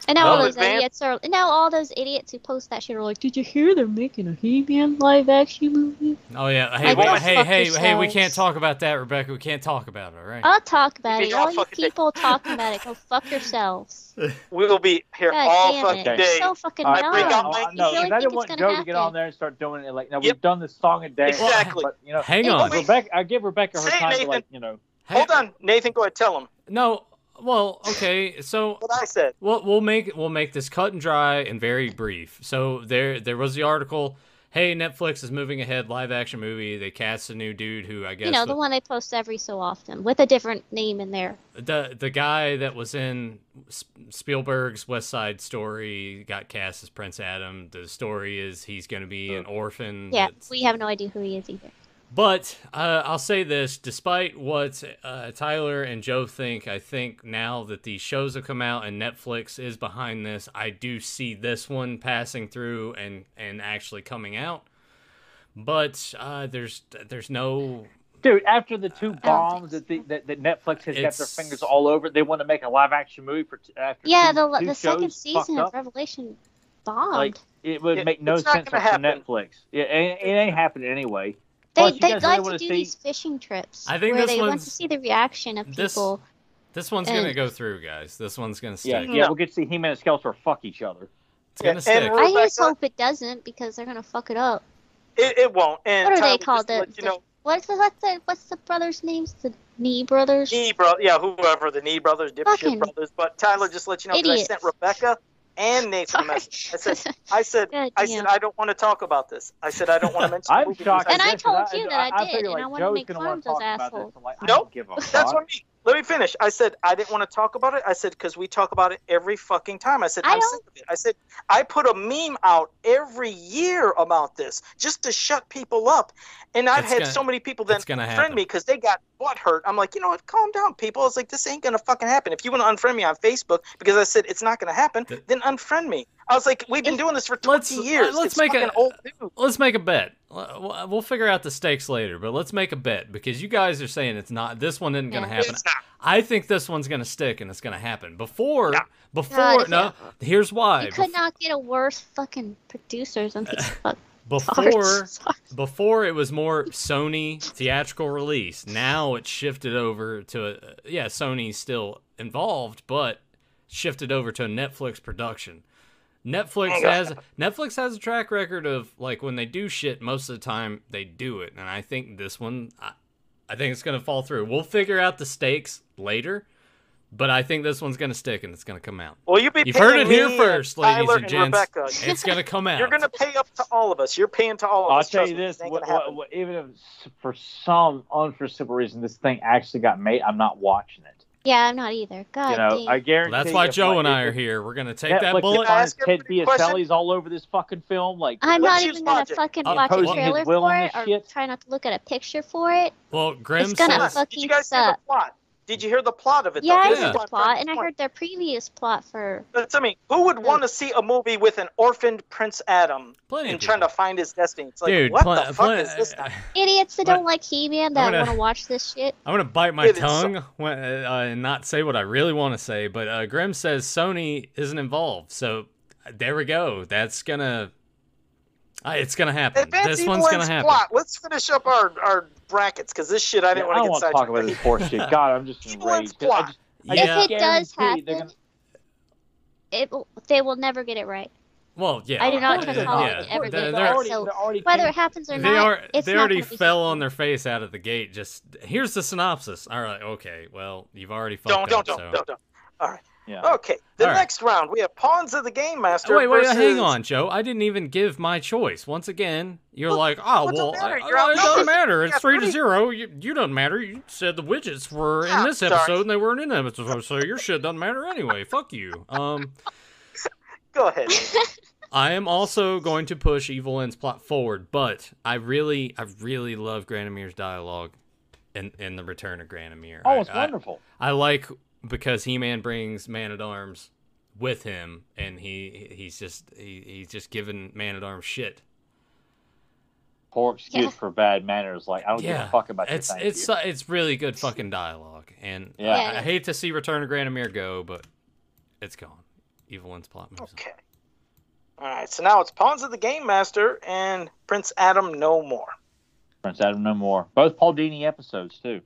Speaker 4: And now
Speaker 3: Oh,
Speaker 4: all those
Speaker 2: advanced-
Speaker 4: idiots are. And now all those idiots who post that shit are like, "Did you hear they're making a He-Man live-action movie?"
Speaker 3: Oh yeah. Hey,
Speaker 4: Like,
Speaker 3: wait,
Speaker 2: go
Speaker 3: hey,
Speaker 4: fuck
Speaker 3: hey, hey, we
Speaker 4: yourselves.
Speaker 3: can't talk about that, Rebecca. We can't talk about it, all right?
Speaker 4: I'll talk about
Speaker 2: You
Speaker 4: it.
Speaker 2: mean
Speaker 4: All
Speaker 2: I'll
Speaker 4: you
Speaker 2: fucking-
Speaker 4: people talking about it, go fuck yourselves.
Speaker 2: We will be here
Speaker 4: God
Speaker 2: all
Speaker 4: damn
Speaker 2: fucking
Speaker 4: it!
Speaker 2: day.
Speaker 4: It's so fucking
Speaker 1: All right,
Speaker 4: dumb.
Speaker 2: bring
Speaker 1: no,
Speaker 2: out
Speaker 1: no, no,
Speaker 2: my-
Speaker 4: you really
Speaker 1: I
Speaker 4: think
Speaker 1: didn't
Speaker 4: it's
Speaker 1: want
Speaker 4: gonna
Speaker 1: Joe to get on
Speaker 4: happen?
Speaker 1: there and start doing it. Like, now
Speaker 2: Yep.
Speaker 1: we've done this song and dance.
Speaker 2: Exactly.
Speaker 1: But, you know,
Speaker 3: Hang
Speaker 4: Hey,
Speaker 3: on.
Speaker 2: wait.
Speaker 1: Rebecca, I give Rebecca her
Speaker 2: Say it,
Speaker 1: time to,
Speaker 2: Nathan.
Speaker 1: like, you know,
Speaker 3: Hey-
Speaker 2: Hold on, Nathan. Go ahead, tell him
Speaker 3: No. Well, okay. So
Speaker 2: what I said.
Speaker 3: We'll we'll make we'll make this cut and dry and very brief. So there there was the article. Hey, Netflix is moving ahead live action movie. They cast a new dude who I guess
Speaker 4: You know the one they post every so often with a different name in there.
Speaker 3: the, the guy that was in S- Spielberg's West Side Story got cast as Prince Adam. The story is he's going to be an orphan.
Speaker 4: Yeah,
Speaker 3: that's-
Speaker 4: we have no idea who he is either.
Speaker 3: But uh, I'll say this: despite what uh, Tyler and Joe think, I think now that these shows have come out and Netflix is behind this, I do see this one passing through and and actually coming out. But uh, there's there's no
Speaker 1: dude, after the two
Speaker 4: I don't
Speaker 1: bombs that, the, that, that Netflix has got their
Speaker 3: It's-
Speaker 1: fingers all over, they want to make a live action movie for t- after
Speaker 4: Yeah,
Speaker 1: two-
Speaker 4: the
Speaker 1: two
Speaker 4: the second
Speaker 1: shows
Speaker 4: season
Speaker 1: fucked
Speaker 4: of
Speaker 1: up.
Speaker 4: Revelation bombed.
Speaker 1: Like, It would
Speaker 2: It-
Speaker 1: make no
Speaker 2: it's not
Speaker 1: sense for
Speaker 2: gonna happen.
Speaker 1: Netflix. Yeah, it, it ain't happening anyway.
Speaker 4: they
Speaker 1: plus, you
Speaker 4: they
Speaker 1: guys really
Speaker 4: like to
Speaker 1: wanna
Speaker 4: do
Speaker 1: see-
Speaker 4: these fishing trips
Speaker 3: I think
Speaker 4: where
Speaker 3: this
Speaker 4: they want to
Speaker 3: one's-
Speaker 4: see the reaction of
Speaker 3: this-
Speaker 4: people.
Speaker 3: this one's gonna
Speaker 4: And-
Speaker 3: go through, guys. This one's gonna stick.
Speaker 1: Yeah,
Speaker 2: No.
Speaker 1: yeah, we'll get to see He-Man and Skeletor fuck each other.
Speaker 3: It's
Speaker 2: Yeah,
Speaker 3: gonna
Speaker 2: and
Speaker 3: stick.
Speaker 2: we're-
Speaker 4: I just
Speaker 2: Rebecca-
Speaker 4: hope it doesn't because they're gonna fuck it up.
Speaker 2: It, it won't. And
Speaker 4: What are
Speaker 2: Tyler,
Speaker 4: they
Speaker 2: just
Speaker 4: called?
Speaker 2: to
Speaker 4: The,
Speaker 2: let you know,
Speaker 4: what's the what's the what's the brothers' names? The Knee brothers.
Speaker 2: knee bro. Yeah, whoever the knee brothers, dipshit
Speaker 4: Fucking
Speaker 2: brothers. But Tyler, just let you know, 'cause I
Speaker 4: idiots.
Speaker 2: sent Rebecca and Nathan a
Speaker 4: Sorry.
Speaker 2: message. I said, I said,
Speaker 4: God
Speaker 2: I
Speaker 4: damn.
Speaker 2: said, I don't want to talk about this. I said, I don't want to mention. the
Speaker 1: I'm
Speaker 2: movie
Speaker 1: shocked.
Speaker 2: because
Speaker 4: And I
Speaker 1: guess,
Speaker 4: told you that I did,
Speaker 1: figure,
Speaker 4: and
Speaker 1: like,
Speaker 4: I wanted to
Speaker 1: Joe's
Speaker 4: make
Speaker 1: gonna
Speaker 4: fun
Speaker 1: wanna
Speaker 4: of those
Speaker 1: talk about
Speaker 4: assholes.
Speaker 1: this, and, like, I
Speaker 2: Nope.
Speaker 1: don't give a
Speaker 2: That's
Speaker 1: fuck.
Speaker 2: what I mean. Let me finish. I said I didn't want to talk about it. I said because we talk about it every fucking time. I said
Speaker 4: I
Speaker 2: I'm
Speaker 4: don't-
Speaker 2: sick of it. I said I put a meme out every year about this just to shut people up, and I've
Speaker 3: It's
Speaker 2: had
Speaker 3: gonna-
Speaker 2: so many people that
Speaker 3: it's gonna
Speaker 2: unfriend
Speaker 3: happen.
Speaker 2: me because they got butt hurt. I'm like, you know what? Calm down, people. It's like this ain't gonna fucking happen. If you want to unfriend me on Facebook because I said it's not gonna happen,
Speaker 3: Th-
Speaker 2: then unfriend me. I was like, we've been doing this for 20
Speaker 3: Let's- uh,
Speaker 2: years.
Speaker 3: let's
Speaker 2: it's
Speaker 3: make a-
Speaker 2: fucking old news.
Speaker 3: Let's make a bet. L- We'll we'll figure out the stakes later, but let's make a bet because you guys are saying it's not. This one isn't gonna
Speaker 4: Yeah.
Speaker 3: happen.
Speaker 2: It's not.
Speaker 3: I think this one's gonna stick and it's gonna happen. Before,
Speaker 2: No.
Speaker 3: before,
Speaker 4: God, it's
Speaker 3: no. Here's why.
Speaker 4: You could
Speaker 3: Bef-
Speaker 4: not get a worse fucking producers than these fuck
Speaker 3: before,
Speaker 4: arts. Sorry.
Speaker 3: before it was more Sony theatrical release. Now it's shifted over to uh, yeah, Sony still involved, but shifted over to a Netflix production. Netflix
Speaker 2: Oh, God.
Speaker 3: has Netflix has a track record of like when they do shit, most of the time they do it, and I think this one, I, I think it's gonna fall through. We'll figure out the stakes later, but I think this one's gonna stick and it's gonna come out.
Speaker 2: Well, you be
Speaker 3: You've heard
Speaker 2: paying
Speaker 3: it here
Speaker 2: me,
Speaker 3: first,
Speaker 2: and Tyler
Speaker 3: ladies and
Speaker 2: and
Speaker 3: gents.
Speaker 2: Rebecca.
Speaker 3: It's gonna come out.
Speaker 2: You're gonna pay up to all of us. You're paying to all of
Speaker 1: I'll
Speaker 2: us.
Speaker 1: tell
Speaker 2: trust
Speaker 1: you
Speaker 2: me,
Speaker 1: this:
Speaker 2: it ain't
Speaker 1: what,
Speaker 2: gonna happen.
Speaker 1: what, what, even if s- for some unforeseeable reason this thing actually got made, I'm not watching it.
Speaker 4: Yeah, I'm not either. God
Speaker 1: you know,
Speaker 4: dang.
Speaker 1: I guarantee.
Speaker 3: That's why
Speaker 1: if,
Speaker 3: Joe
Speaker 1: like,
Speaker 3: and I
Speaker 1: if-
Speaker 3: are here. We're gonna take
Speaker 1: Netflix
Speaker 3: that
Speaker 2: Can
Speaker 3: bullet.
Speaker 2: I
Speaker 1: finds
Speaker 2: ask
Speaker 1: Ted
Speaker 2: everybody a question?
Speaker 1: Biaselli's all over this fucking film. Like,
Speaker 4: I'm
Speaker 2: Let's
Speaker 4: not
Speaker 2: use
Speaker 4: even gonna
Speaker 2: logic.
Speaker 4: fucking
Speaker 3: Uh,
Speaker 4: watch a
Speaker 3: opposing his
Speaker 4: trailer
Speaker 1: will
Speaker 4: for
Speaker 1: on
Speaker 4: it
Speaker 1: this
Speaker 4: or
Speaker 1: shit?
Speaker 4: try not to look at a picture for it.
Speaker 3: Well, Grim
Speaker 4: It's gonna
Speaker 3: says
Speaker 4: suck.
Speaker 2: Did you guys hear the
Speaker 4: suck.
Speaker 2: plot? Did you hear the plot of it?
Speaker 4: yeah, I
Speaker 2: though?
Speaker 3: this
Speaker 4: heard
Speaker 3: is
Speaker 4: the
Speaker 3: my
Speaker 4: plot, and I heard their previous plot for
Speaker 2: That's, I mean, who would want to see a movie with an orphaned Prince Adam
Speaker 3: plenty
Speaker 2: and
Speaker 3: of
Speaker 2: trying
Speaker 3: people.
Speaker 2: to find his destiny? It's like,
Speaker 3: Dude,
Speaker 2: what
Speaker 3: plen-
Speaker 2: the fuck
Speaker 3: plen-
Speaker 2: is this? now?
Speaker 4: idiots that
Speaker 3: But-
Speaker 4: don't like He-Man
Speaker 3: I'm
Speaker 4: that
Speaker 3: gonna-
Speaker 4: want to watch this shit.
Speaker 3: I'm gonna bite my
Speaker 2: It is so-
Speaker 3: tongue when, uh, and not say what I really want to say. But uh, Grim says Sony isn't involved, so uh, there we go. That's gonna, uh, it's gonna happen.
Speaker 2: Advance
Speaker 3: this one's gonna
Speaker 2: Evelyn's
Speaker 3: happen.
Speaker 2: plot. Let's finish up our, our brackets because this shit I
Speaker 1: yeah,
Speaker 2: didn't
Speaker 1: I don't
Speaker 2: want
Speaker 1: want to
Speaker 2: to get
Speaker 1: talk
Speaker 2: sidetracked.
Speaker 1: about this horse shit. God, I'm just
Speaker 2: People have
Speaker 1: enraged.
Speaker 2: plot.
Speaker 1: I just, I
Speaker 3: Yeah.
Speaker 1: just
Speaker 4: If it does
Speaker 1: guarantee they're
Speaker 4: happen,
Speaker 1: gonna-
Speaker 4: It will- they will never get it right.
Speaker 3: Well, yeah.
Speaker 4: I do not
Speaker 3: uh,
Speaker 4: trust
Speaker 3: yeah,
Speaker 4: Hollywood
Speaker 3: yeah.
Speaker 4: ever
Speaker 3: They're-
Speaker 4: again.
Speaker 3: they're-
Speaker 4: already- so
Speaker 1: they're already
Speaker 4: Whether
Speaker 1: keep-
Speaker 4: it happens or
Speaker 3: they
Speaker 4: not,
Speaker 3: are
Speaker 4: it's
Speaker 3: they
Speaker 4: not
Speaker 3: already
Speaker 4: gonna be
Speaker 3: fell
Speaker 4: something.
Speaker 3: on their face out of the gate. Just here's the synopsis. All right, okay. Well, you've already
Speaker 2: Don't,
Speaker 3: fucked
Speaker 2: don't, don't,
Speaker 3: up. so.
Speaker 2: don't, don't. All right.
Speaker 1: Yeah.
Speaker 2: Okay. The
Speaker 3: All right.
Speaker 2: next round, we have Pawns of the Game Master.
Speaker 3: Oh, wait, wait,
Speaker 2: versus...
Speaker 3: hang on, Joe. I didn't even give my choice. Once again, you're
Speaker 2: What-
Speaker 3: like, oh,
Speaker 2: what's the
Speaker 3: well,
Speaker 2: matter?
Speaker 3: I-
Speaker 2: You're
Speaker 3: I- it doesn't
Speaker 2: outnumbered.
Speaker 3: matter. It's
Speaker 2: Yeah,
Speaker 3: three to
Speaker 2: pretty-
Speaker 3: zero. You, you don't matter. You said the widgets were in
Speaker 2: Ah,
Speaker 3: this
Speaker 2: sorry.
Speaker 3: episode and they weren't in that episode, so your shit doesn't matter anyway. Fuck you. Um,
Speaker 2: Go ahead.
Speaker 3: I am also going to push Evil End's plot forward, but I really, I really love Granimir's dialogue in, in the Return of Granimir.
Speaker 1: Oh, it's
Speaker 3: I, I-
Speaker 1: wonderful.
Speaker 3: I like because He Man brings Man at Arms with him, and he he's just he, he's just giving Man at Arms shit.
Speaker 1: Poor excuse
Speaker 4: Yeah.
Speaker 1: for bad manners. Like, I don't give
Speaker 3: Yeah.
Speaker 1: a fuck about your
Speaker 3: It's
Speaker 1: thank
Speaker 3: it's
Speaker 1: you.
Speaker 3: uh, it's really good fucking dialogue, and
Speaker 1: Yeah.
Speaker 3: I, I hate to see Return of Grandemir go, but it's gone. Evil End's plot moves
Speaker 2: Okay. All right. So now it's Pawns of the Game Master and Prince Adam No More.
Speaker 1: Prince Adam No More. Both Paul Dini episodes too.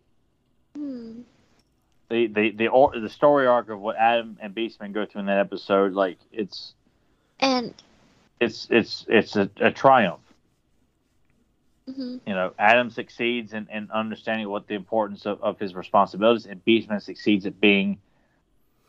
Speaker 4: Hmm.
Speaker 1: The the the or, the story arc of what Adam and Beastman go through in that episode, like it's
Speaker 4: And
Speaker 1: it's it's it's a, a triumph.
Speaker 4: mhm.
Speaker 1: you know, Adam succeeds in, in understanding what the importance of, of his responsibilities, and Beastman succeeds at being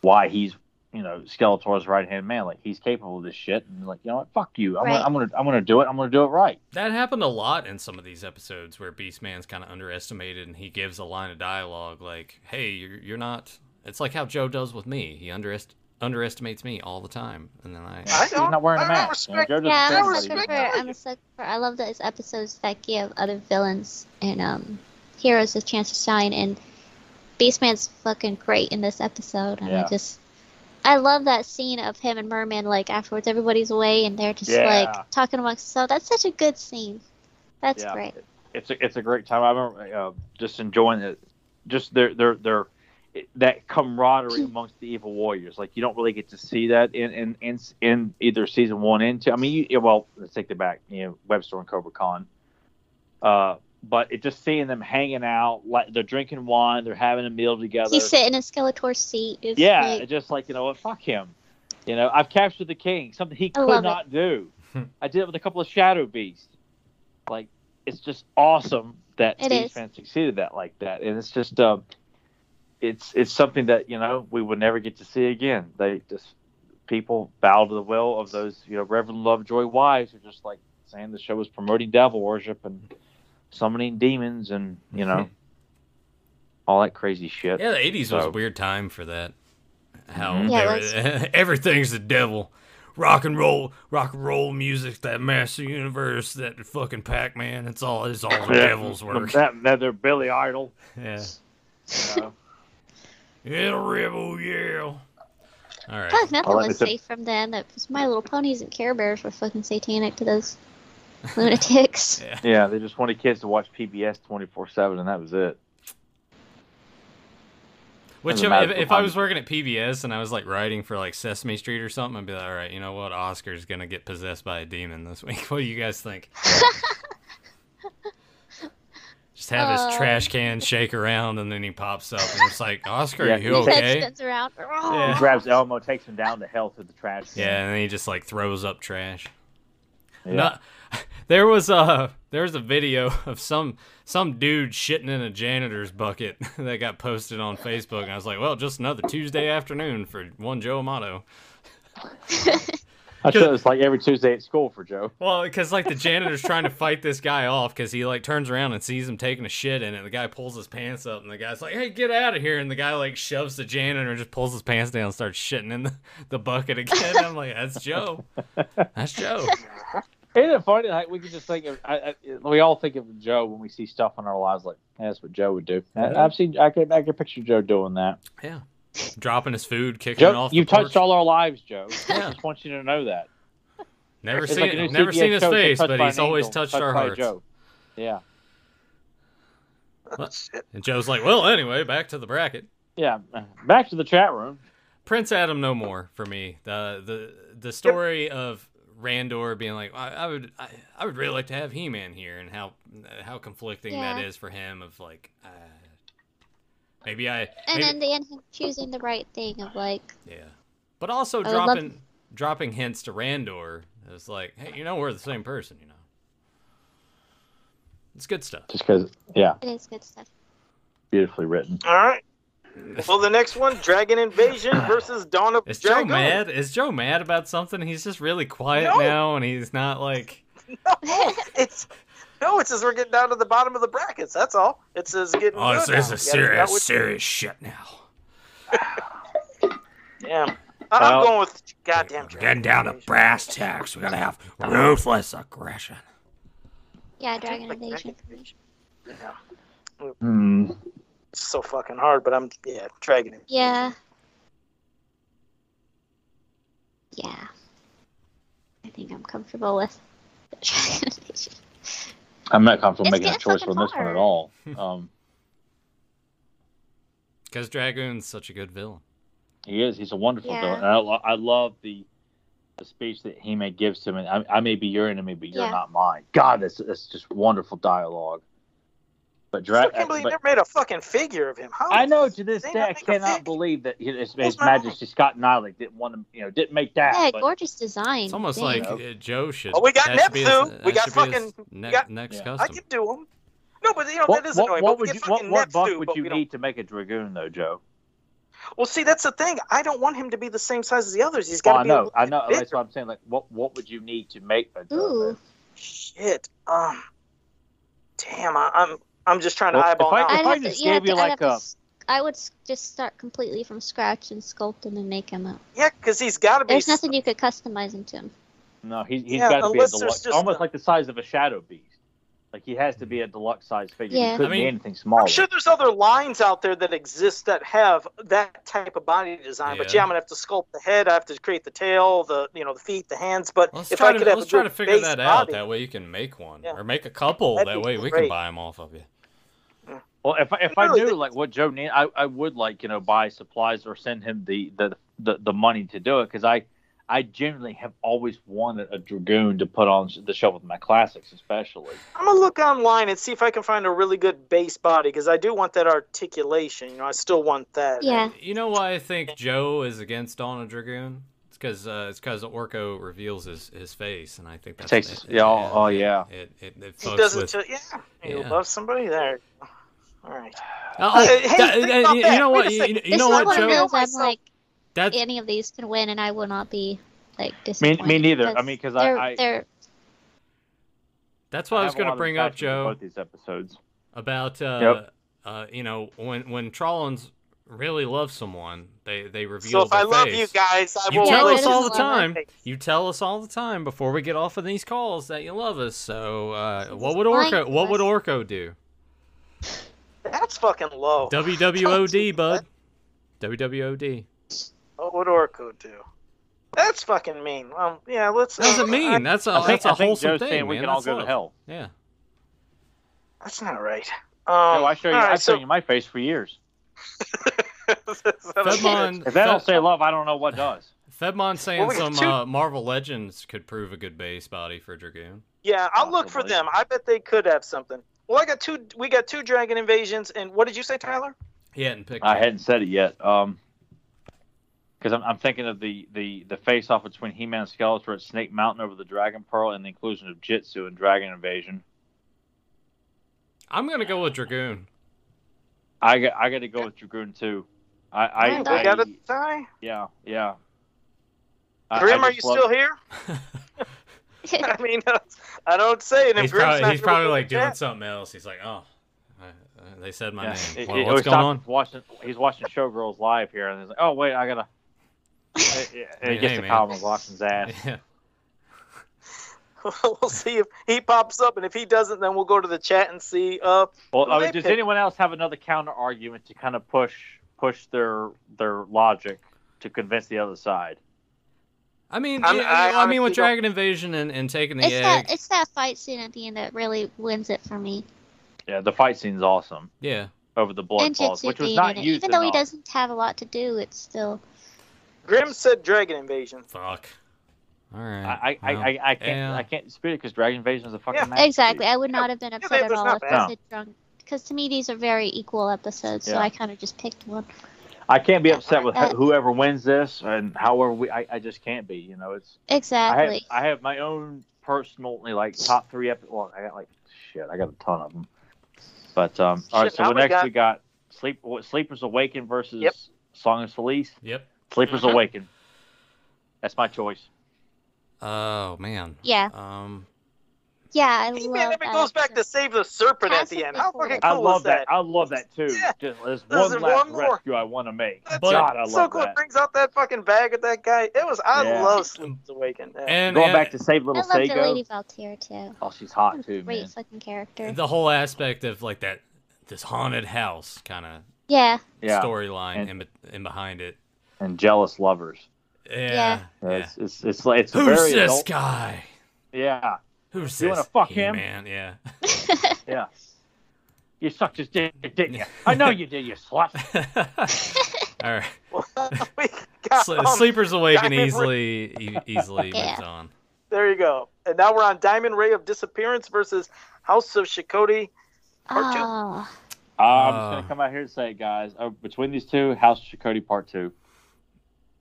Speaker 1: why he's, you know, Skeletor's right hand man. Like he's capable of this shit, and like you know what, fuck you. I'm
Speaker 4: Right.
Speaker 1: gonna I'm gonna I'm gonna do it. I'm gonna do it right.
Speaker 3: That happened a lot in some of these episodes where Beastman's kind of underestimated and he gives a line of dialogue like, "Hey, you're you're not." It's like how Joe does with me. He underest underestimates me all the time, and then I.
Speaker 2: I
Speaker 1: he's
Speaker 2: don't-
Speaker 1: not wearing
Speaker 2: I
Speaker 1: a
Speaker 2: don't
Speaker 1: mask. You know,
Speaker 2: respect-
Speaker 1: Joe doesn't
Speaker 4: yeah,
Speaker 1: care
Speaker 4: I'm a
Speaker 1: about
Speaker 2: Everybody's
Speaker 4: sucker
Speaker 1: it.
Speaker 4: for.
Speaker 2: gonna tell
Speaker 4: I'm
Speaker 2: you.
Speaker 4: a sucker for. I love those episodes that give other villains and um, heroes a chance to shine. And Beastman's fucking great in this episode. And
Speaker 1: Yeah.
Speaker 4: I just, I love that scene of him and Merman. Like afterwards, everybody's away and they're just
Speaker 1: Yeah.
Speaker 4: like talking amongst themselves. That's such a good scene. That's
Speaker 1: Yeah.
Speaker 4: great.
Speaker 1: It's a it's a great time. I remember uh, just enjoying it. Just their their their that camaraderie amongst the evil warriors. Like you don't really get to see that in in in, in either season one and two. I mean, you, well, let's take that back. You know, Webster and Cobra Khan. Uh, but it just seeing them hanging out, like they're drinking wine, they're having a meal together.
Speaker 4: He's sitting in Skeletor's seat. It's
Speaker 1: yeah,
Speaker 4: like-
Speaker 1: it's just like you know what, fuck him. You know, I've captured the king, something he
Speaker 4: I love
Speaker 1: could
Speaker 4: it.
Speaker 1: not do. I did it with a couple of shadow beasts. Like, it's just awesome that
Speaker 4: It
Speaker 1: these
Speaker 4: is.
Speaker 1: fans succeeded that like that, and it's just um, it's it's something that you know we will never get to see again. They just people bow to the will of those you know Reverend Lovejoy wives who just like saying the show was promoting devil worship and summoning demons and you know all that crazy shit.
Speaker 3: Yeah, the '80s was a
Speaker 1: So-
Speaker 3: weird time for that. How
Speaker 1: Mhm.
Speaker 4: Yeah,
Speaker 3: they were- everything's the devil. Rock and roll, rock and roll music, that master universe, that fucking Pac Man. It's all it's all the devil's work.
Speaker 1: That, that they're Billy Idol.
Speaker 3: Yeah,
Speaker 1: You know?
Speaker 3: yeah, rebel, yeah. All right.
Speaker 4: Fuck, nothing
Speaker 1: All right,
Speaker 4: was
Speaker 1: Mr.
Speaker 4: safe from them. That was My Little Ponies and Care Bears were fucking satanic to those lunatics.
Speaker 3: Yeah.
Speaker 1: yeah, they just wanted kids to watch PBS twenty four seven, and that was it.
Speaker 3: Which
Speaker 1: Doesn't
Speaker 3: if,
Speaker 1: matter
Speaker 3: if,
Speaker 1: if
Speaker 3: I
Speaker 1: I'm-
Speaker 3: was working at PBS and I was like writing for like Sesame Street or something, I'd be like, all right, you know what? Oscar's gonna get possessed by a demon this week. What do you guys think? Just Just have his
Speaker 4: Oh.
Speaker 3: trash can shake around, and then he pops up, and it's like, Oscar,
Speaker 1: Yeah,
Speaker 3: are you
Speaker 1: he takes
Speaker 3: okay?
Speaker 4: spins around.
Speaker 1: He
Speaker 3: Yeah.
Speaker 1: grabs Elmo, takes him down the hill to the trash. can.
Speaker 3: Yeah, and then he just like throws up trash.
Speaker 1: Yeah.
Speaker 3: Not, there was a there was a video of some some dude shitting in a janitor's bucket that got posted on Facebook, and I was like, well, just another Tuesday afternoon for one Joe Amato.
Speaker 1: I'm sure it's like every Tuesday at school for Joe.
Speaker 3: Well, because like the janitor's trying to fight this guy off because he like turns around and sees him taking a shit in it. The guy pulls his pants up and the guy's like, "Hey, get out of here!" And the guy like shoves the janitor and just pulls his pants down and starts shitting in the, the bucket again. I'm like, "That's Joe. That's Joe."
Speaker 1: Isn't it funny? Like we can just think of I, I, we all think of Joe when we see stuff in our lives. Like "Yeah, that's what Joe would do. I, I've seen. I could. I could picture Joe doing that.
Speaker 3: Yeah, dropping his food, kicking it
Speaker 1: Joe,
Speaker 3: off. the
Speaker 1: you've touched
Speaker 3: porch.
Speaker 1: all our lives, Joe.
Speaker 3: Yeah.
Speaker 1: I just want you to know that.
Speaker 3: Never
Speaker 1: It's
Speaker 3: seen
Speaker 1: like a
Speaker 3: it.
Speaker 1: new
Speaker 3: Never
Speaker 1: CBS
Speaker 3: seen his
Speaker 1: show, it's
Speaker 3: face,
Speaker 1: Touched
Speaker 3: but
Speaker 1: by
Speaker 3: he's
Speaker 1: an
Speaker 3: always
Speaker 1: Angel,
Speaker 3: touched,
Speaker 1: touched
Speaker 3: our
Speaker 1: by
Speaker 3: hearts.
Speaker 1: Joe. Yeah.
Speaker 3: And Joe's like, "Well, anyway, back to the bracket."
Speaker 1: Yeah. Back to the chat room.
Speaker 3: Prince Adam no more for me. The the the story of Randor being like I, I would I, I would really like to have He Man here and how how conflicting that
Speaker 4: Yeah.
Speaker 3: is for him of like uh, maybe I
Speaker 4: And
Speaker 3: maybe,
Speaker 4: in the end, him choosing the right thing of like,
Speaker 3: yeah, but also
Speaker 4: would love-
Speaker 3: dropping dropping hints to Randor. It was like hey you know we're the same person you know. It's good stuff.
Speaker 1: Just because. Yeah.
Speaker 4: it is good stuff.
Speaker 1: Beautifully written.
Speaker 2: All right. Well, the next one, Dragon Invasion versus Dawn of
Speaker 3: Is Joe
Speaker 2: Dragon.
Speaker 3: mad? Is Joe mad about something? He's just really quiet
Speaker 2: No.
Speaker 3: now, and he's not like
Speaker 2: It's no, it's as we're getting down to the bottom of the brackets. That's all. It's as getting.
Speaker 3: oh, this
Speaker 2: good
Speaker 3: is
Speaker 2: now. Yeah,
Speaker 3: a
Speaker 2: that
Speaker 3: serious
Speaker 2: would-
Speaker 3: serious shit now.
Speaker 2: Yeah. I- I'm
Speaker 1: Well-
Speaker 2: going with goddamn.
Speaker 3: We're
Speaker 2: Dragon
Speaker 3: getting down to
Speaker 2: Invasion.
Speaker 3: brass tacks. We gotta have ruthless aggression.
Speaker 4: Yeah, Dragon
Speaker 2: like
Speaker 4: Invasion.
Speaker 1: Hmm.
Speaker 2: It's so fucking hard, but I'm yeah, Dragon. Invasion.
Speaker 4: Yeah. Yeah. I think I'm comfortable with the Dragon Invasion.
Speaker 1: I'm not comfortable
Speaker 4: It's
Speaker 1: making a
Speaker 4: getting
Speaker 1: choice
Speaker 4: fucking
Speaker 1: on this one at
Speaker 4: hard.
Speaker 1: all. Um,
Speaker 3: Because Dragoon's such a good villain.
Speaker 1: he is. He's a wonderful
Speaker 4: Yeah.
Speaker 1: villain. And I, lo- I love the the speech that he may gives to him. And I, I may be your enemy, but you're
Speaker 4: Yeah.
Speaker 1: not mine. God, that's that's just wonderful dialogue. But
Speaker 2: I
Speaker 1: Drag.
Speaker 2: can't believe
Speaker 1: but-
Speaker 2: you never made a fucking figure of him. How
Speaker 1: I know
Speaker 2: is-
Speaker 1: to this
Speaker 2: they
Speaker 1: day I
Speaker 2: not make a
Speaker 1: cannot
Speaker 2: fig-
Speaker 1: believe that his, his,
Speaker 2: Where's my
Speaker 1: Majesty Scott Nylick didn't want to, you know, didn't make that.
Speaker 4: Yeah,
Speaker 1: but
Speaker 4: gorgeous design.
Speaker 3: It's almost
Speaker 4: Dang.
Speaker 3: like
Speaker 1: know.
Speaker 3: uh, Joe should.
Speaker 2: Oh, we got
Speaker 3: that should be his-
Speaker 2: Neptune. We
Speaker 3: that
Speaker 2: got
Speaker 3: should be his
Speaker 2: fucking-
Speaker 3: ne-
Speaker 2: got-
Speaker 3: next
Speaker 1: Yeah. I
Speaker 2: I
Speaker 3: custom.
Speaker 2: can do him. No, but you know
Speaker 1: what,
Speaker 2: that is
Speaker 1: what-
Speaker 2: annoying.
Speaker 1: what
Speaker 2: but we
Speaker 1: would you,
Speaker 2: get
Speaker 1: what,
Speaker 2: fucking
Speaker 1: what buff
Speaker 2: Neptune,
Speaker 1: would
Speaker 2: but
Speaker 1: you
Speaker 2: we don't-
Speaker 1: need to make a dragoon though, Joe?
Speaker 2: Well, see, that's the thing. I don't want him to be the same size as the others. He's
Speaker 1: Oh,
Speaker 2: got to
Speaker 1: I
Speaker 2: be. a
Speaker 1: know,
Speaker 2: little
Speaker 1: I
Speaker 2: bit
Speaker 1: know.
Speaker 2: bigger.
Speaker 1: That's what I'm saying. Like, what what would you need to make a
Speaker 4: Ooh.
Speaker 1: dragoon?
Speaker 2: Shit. Um. Damn. I, I'm. I'm just trying to
Speaker 1: Well, if
Speaker 2: eyeball
Speaker 1: I-
Speaker 2: now.
Speaker 1: if
Speaker 4: I'd have
Speaker 1: just
Speaker 4: to, you have
Speaker 1: gave you
Speaker 4: to, I'd
Speaker 1: like um,
Speaker 4: have to
Speaker 1: a-
Speaker 4: s- I would s- just start completely from scratch and sculpt him and make him up.
Speaker 2: Yeah, because he's got to be.
Speaker 4: There's
Speaker 2: s-
Speaker 4: nothing you could customize him to.
Speaker 1: No, he, he's got to
Speaker 2: Yeah,
Speaker 1: be a
Speaker 2: unless there's
Speaker 1: deluxe,
Speaker 2: just
Speaker 1: almost
Speaker 2: a-
Speaker 1: like the size of a shadow beast. Like he has to be a deluxe size figure.
Speaker 4: Yeah.
Speaker 1: He couldn't
Speaker 3: I mean-
Speaker 1: be anything smaller.
Speaker 2: I'm sure there's other lines out there that exist that have that type of body design. But
Speaker 3: Yeah.
Speaker 2: yeah, I'm gonna have to sculpt the head. I have to create the tail, the you know, the feet, the hands. But
Speaker 3: Let's
Speaker 2: if
Speaker 3: try
Speaker 2: I
Speaker 3: to
Speaker 2: could have
Speaker 3: let's
Speaker 2: a
Speaker 3: try
Speaker 2: good
Speaker 3: to figure
Speaker 2: base
Speaker 3: that out.
Speaker 2: body,
Speaker 3: That way you can make one
Speaker 2: Yeah.
Speaker 3: or make a couple.
Speaker 2: That'd
Speaker 3: that
Speaker 2: be
Speaker 3: way we can
Speaker 2: great.
Speaker 3: buy them off of you.
Speaker 1: Well, if I, if
Speaker 2: I
Speaker 1: I
Speaker 2: really
Speaker 1: knew
Speaker 2: think-
Speaker 1: like what Joe needed, I, I would like you know buy supplies or send him the the the, the money to do it because I I genuinely have always wanted a dragoon to put on the shelf with my classics, especially.
Speaker 2: I'm gonna look online and see if I can find a really good base body because I do want that articulation. You know, I still want that.
Speaker 4: Yeah.
Speaker 3: You know why I think Joe is against Donna Dragoon? It's because uh, it's because Orko reveals his, his face, and I think that's
Speaker 1: Takes- yeah, oh, oh, yeah.
Speaker 3: It it, it
Speaker 2: He
Speaker 3: fucks
Speaker 2: does
Speaker 3: Oh, with-
Speaker 2: it to yeah. You
Speaker 3: yeah.
Speaker 2: love somebody there. All right.
Speaker 3: Uh,
Speaker 2: Hey, hey,
Speaker 3: oh, that-
Speaker 2: think
Speaker 3: that-
Speaker 2: about
Speaker 3: you,
Speaker 2: that.
Speaker 3: know
Speaker 2: Wait a
Speaker 3: what? You,
Speaker 2: second.
Speaker 3: you
Speaker 4: this
Speaker 3: know
Speaker 4: is
Speaker 2: what,
Speaker 4: one
Speaker 3: what,
Speaker 4: of
Speaker 3: Joe?
Speaker 4: those I'm
Speaker 2: Myself.
Speaker 4: like,
Speaker 3: That's
Speaker 4: any of these can win, and I will not be like
Speaker 1: Me,
Speaker 4: disappointed.
Speaker 1: me neither. I
Speaker 4: 'cause
Speaker 1: mean, because
Speaker 4: they're,
Speaker 1: I, I
Speaker 4: they're
Speaker 3: that's what I, was
Speaker 1: have a lot
Speaker 3: going to
Speaker 1: of
Speaker 3: bring up,
Speaker 1: attachment to
Speaker 3: Joe.
Speaker 1: Both these episodes.
Speaker 3: about uh,
Speaker 1: Yep.
Speaker 3: uh, you know when when Trollins really love someone, they they
Speaker 2: So
Speaker 3: reveal.
Speaker 2: if I
Speaker 3: their
Speaker 2: love
Speaker 3: face.
Speaker 2: you guys, I
Speaker 3: you
Speaker 2: will.
Speaker 3: tell
Speaker 4: Yeah,
Speaker 2: really-
Speaker 3: us
Speaker 4: it is
Speaker 3: all the
Speaker 4: love.
Speaker 3: time. You tell us all the time before we get off of these calls that you love us. So uh, what would
Speaker 4: Lying
Speaker 3: Orko?
Speaker 4: to
Speaker 3: What would
Speaker 4: us.
Speaker 3: Orko do?
Speaker 2: That's fucking low.
Speaker 3: WWOD, bud. WWOD.
Speaker 2: What would Orko do? That's fucking mean. Um, yeah, let's.
Speaker 3: That doesn't
Speaker 2: uh,
Speaker 3: mean that's a
Speaker 1: I think,
Speaker 3: that's a
Speaker 1: I think
Speaker 3: wholesome
Speaker 1: Joe's
Speaker 3: thing.
Speaker 1: saying we
Speaker 3: man.
Speaker 1: can all
Speaker 3: That's
Speaker 1: go to
Speaker 3: love.
Speaker 1: hell.
Speaker 3: Yeah.
Speaker 2: That's not right.
Speaker 1: Oh,
Speaker 2: Um,
Speaker 1: I show you,
Speaker 2: all right,
Speaker 1: I've
Speaker 2: so-
Speaker 1: shown you my face for years.
Speaker 3: Fedmon,
Speaker 1: If that don't
Speaker 3: Fed,
Speaker 1: say love, I don't know what does.
Speaker 3: Fedmon's saying
Speaker 2: Well, we
Speaker 3: some
Speaker 2: got two-
Speaker 3: uh, Marvel Legends could prove a good base body for Dragoon.
Speaker 2: yeah, I'll look for
Speaker 1: Possibly.
Speaker 2: them. I bet they could have something. Well, I got two. We got two dragon invasions, and what did you say, Tyler?
Speaker 3: He hadn't picked.
Speaker 1: I
Speaker 3: it.
Speaker 1: hadn't said it yet. Um, because I'm, I'm thinking of the the the face off between He-Man and Skeletor at Snake Mountain over the Dragon Pearl, and the inclusion of Jitsu and Dragon Invasion.
Speaker 3: I'm gonna go with Dragoon.
Speaker 1: I got I got to go with Dragoon too. I I,
Speaker 4: Alright,
Speaker 2: We got a
Speaker 1: I-
Speaker 2: tie.
Speaker 1: yeah yeah. I- I
Speaker 2: Grim, are you
Speaker 1: just love-
Speaker 2: still here? I mean, uh, I don't say it. If
Speaker 3: he's
Speaker 2: Grim's
Speaker 3: probably,
Speaker 2: not
Speaker 3: he's
Speaker 2: gonna
Speaker 3: probably
Speaker 2: look
Speaker 3: like
Speaker 2: at
Speaker 3: doing
Speaker 2: that.
Speaker 3: something else. He's like, oh, I, I- they said my
Speaker 1: Yeah.
Speaker 3: name.
Speaker 1: It-
Speaker 3: Well,
Speaker 1: it- it
Speaker 3: what's
Speaker 1: was
Speaker 3: going
Speaker 1: stopped
Speaker 3: on?
Speaker 1: Watching he's watching Showgirls live here, and he's like, oh wait, I gotta. It, it,
Speaker 3: Hey,
Speaker 1: it gets
Speaker 3: hey,
Speaker 1: to
Speaker 3: man.
Speaker 1: Kyle McLaughlin's ass.
Speaker 3: Yeah.
Speaker 2: we'll see if he pops up, and if he doesn't, then we'll go to the chat and see. Uh,
Speaker 1: Well, I
Speaker 2: Well,
Speaker 1: mean,
Speaker 2: they
Speaker 1: does
Speaker 2: pick-
Speaker 1: anyone else have another counter argument to kind of push push their their logic to convince the other side?
Speaker 3: I mean,
Speaker 2: I'm-
Speaker 3: yeah,
Speaker 2: I
Speaker 3: I, mean, with
Speaker 2: honestly don't-
Speaker 3: Dragon Invasion and, and taking the
Speaker 4: it's
Speaker 3: egg,
Speaker 4: that it's that fight scene at the end that really wins it for me.
Speaker 1: Yeah, the fight scene's awesome
Speaker 3: yeah,
Speaker 1: over the blood
Speaker 4: and
Speaker 1: falls,
Speaker 4: Jitsu
Speaker 1: which was
Speaker 4: being
Speaker 1: not
Speaker 4: in it.
Speaker 1: used
Speaker 4: even though he
Speaker 1: enough.
Speaker 4: doesn't have a lot to do, it's still
Speaker 2: Grim said dragon invasion.
Speaker 3: fuck. All right.
Speaker 1: I, I,
Speaker 3: well.
Speaker 1: I, I can't
Speaker 3: Yeah.
Speaker 1: I can't dispute it because Dragon Invasion is a fucking
Speaker 2: Yeah.
Speaker 1: masterpiece.
Speaker 4: exactly. I would not have been upset
Speaker 2: it
Speaker 4: at
Speaker 2: was
Speaker 4: all
Speaker 2: not
Speaker 4: if
Speaker 1: bad.
Speaker 4: I said drunk. Because to me, these are very equal episodes, so
Speaker 1: Yeah.
Speaker 4: I kind of just picked one.
Speaker 1: I can't be upset with
Speaker 4: Uh,
Speaker 1: whoever wins this and however we. I, I just can't be. You know, it's I have
Speaker 4: Exactly.
Speaker 1: I have my own personally like top three episodes. Well, I got like shit. I got a ton of them. But um, all right.
Speaker 2: Shit,
Speaker 1: So
Speaker 2: now
Speaker 1: we
Speaker 2: we
Speaker 1: next
Speaker 2: got-
Speaker 1: we got sleep. Sleepers Awaken versus
Speaker 2: Yep.
Speaker 1: Song of Solace.
Speaker 3: Yep.
Speaker 1: Sleepers
Speaker 2: Mhm.
Speaker 1: Awaken. That's my choice.
Speaker 3: Oh man.
Speaker 4: Yeah,
Speaker 3: Um.
Speaker 4: yeah, I
Speaker 2: He
Speaker 4: love
Speaker 2: man ever
Speaker 4: that
Speaker 2: goes back to
Speaker 4: episode.
Speaker 2: save the serpent at the
Speaker 4: Passive
Speaker 2: end. How
Speaker 4: before.
Speaker 2: fucking
Speaker 1: I
Speaker 2: cool
Speaker 1: love
Speaker 2: is
Speaker 1: that.
Speaker 2: that?
Speaker 1: I love that too.
Speaker 2: Yeah.
Speaker 1: Just, there's
Speaker 2: There's
Speaker 1: one last
Speaker 2: one more.
Speaker 1: rescue I want to make.
Speaker 2: That's
Speaker 3: But-
Speaker 1: God, I love
Speaker 2: so cool.
Speaker 1: that.
Speaker 2: Brings out that fucking bag of that guy. It was. I
Speaker 1: Yeah.
Speaker 2: love Sleep's Awakened. Yeah.
Speaker 3: And,
Speaker 1: Going
Speaker 3: and
Speaker 1: back to save
Speaker 4: I
Speaker 1: little
Speaker 4: love that
Speaker 1: Sago.
Speaker 4: Lady Valtier too.
Speaker 1: Oh, she's hot too,
Speaker 4: Great
Speaker 1: man.
Speaker 4: fucking character.
Speaker 3: the whole aspect of like that, this haunted house kind of
Speaker 4: yeah,
Speaker 1: Yeah,
Speaker 3: storyline
Speaker 1: And-
Speaker 3: in, be- in behind it.
Speaker 1: and jealous lovers.
Speaker 3: Yeah. yeah.
Speaker 1: It's, it's it's like it's
Speaker 3: Who's
Speaker 1: very
Speaker 3: this
Speaker 1: adult.
Speaker 3: guy?
Speaker 1: Yeah,
Speaker 3: Who's
Speaker 1: You
Speaker 3: this?
Speaker 1: wanna fuck him?
Speaker 3: Man, yeah.
Speaker 1: yeah. You sucked his dick, didn't you? I know you did, you slut.
Speaker 3: All right.
Speaker 2: we got
Speaker 3: Sl-
Speaker 2: um,
Speaker 3: Sleepers awaken
Speaker 2: Diamond Ring.
Speaker 3: easily. E- easily
Speaker 4: Yeah.
Speaker 3: moves on.
Speaker 2: There you go. And now we're on Diamond Ray of Disappearance versus House of Shikoti. Part two.
Speaker 4: oh,
Speaker 1: Uh, I'm just
Speaker 3: Uh.
Speaker 1: gonna come out here and say, it, guys, uh, between these two, House of Chakotay Part Two.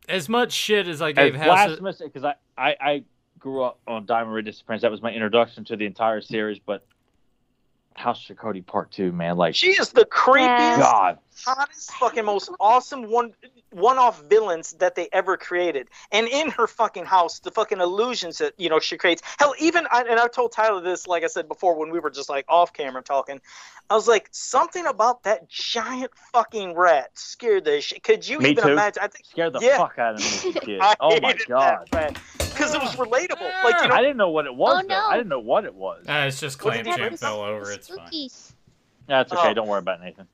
Speaker 3: As much shit as I
Speaker 1: As
Speaker 3: gave House of,
Speaker 1: blasphemous, because I, I I grew up on Diamond Ray Disappearance. That was my introduction to the entire series. But House of Chakotay Part Two, man, like
Speaker 2: She is the creepiest,
Speaker 4: Yeah.
Speaker 1: God,
Speaker 2: hottest, fucking most awesome one one-off villains that they ever created. And in her fucking house, the fucking illusions that you know she creates. Hell, even I, and I've told Tyler this, like I said before, when we were just like off camera talking. I was like, something about that giant fucking rat scared the shit. Could you
Speaker 1: Me
Speaker 2: even
Speaker 1: too.
Speaker 2: imagine? I think
Speaker 1: scared the
Speaker 2: Yeah.
Speaker 1: fuck out of me, as a kid.
Speaker 2: I
Speaker 1: oh my
Speaker 2: hated
Speaker 1: God,
Speaker 2: that rat because it was relatable. Like you know,
Speaker 1: I didn't know what it was.
Speaker 4: Oh,
Speaker 1: though.
Speaker 4: no.
Speaker 1: I didn't know what it was.
Speaker 3: Uh, it's just
Speaker 2: What did
Speaker 3: clam
Speaker 2: he do?
Speaker 3: jam
Speaker 2: What
Speaker 3: fell
Speaker 4: the
Speaker 3: over. It's fine.
Speaker 4: spookies.
Speaker 1: That's okay.
Speaker 2: Oh.
Speaker 1: Don't worry about it, Nathan.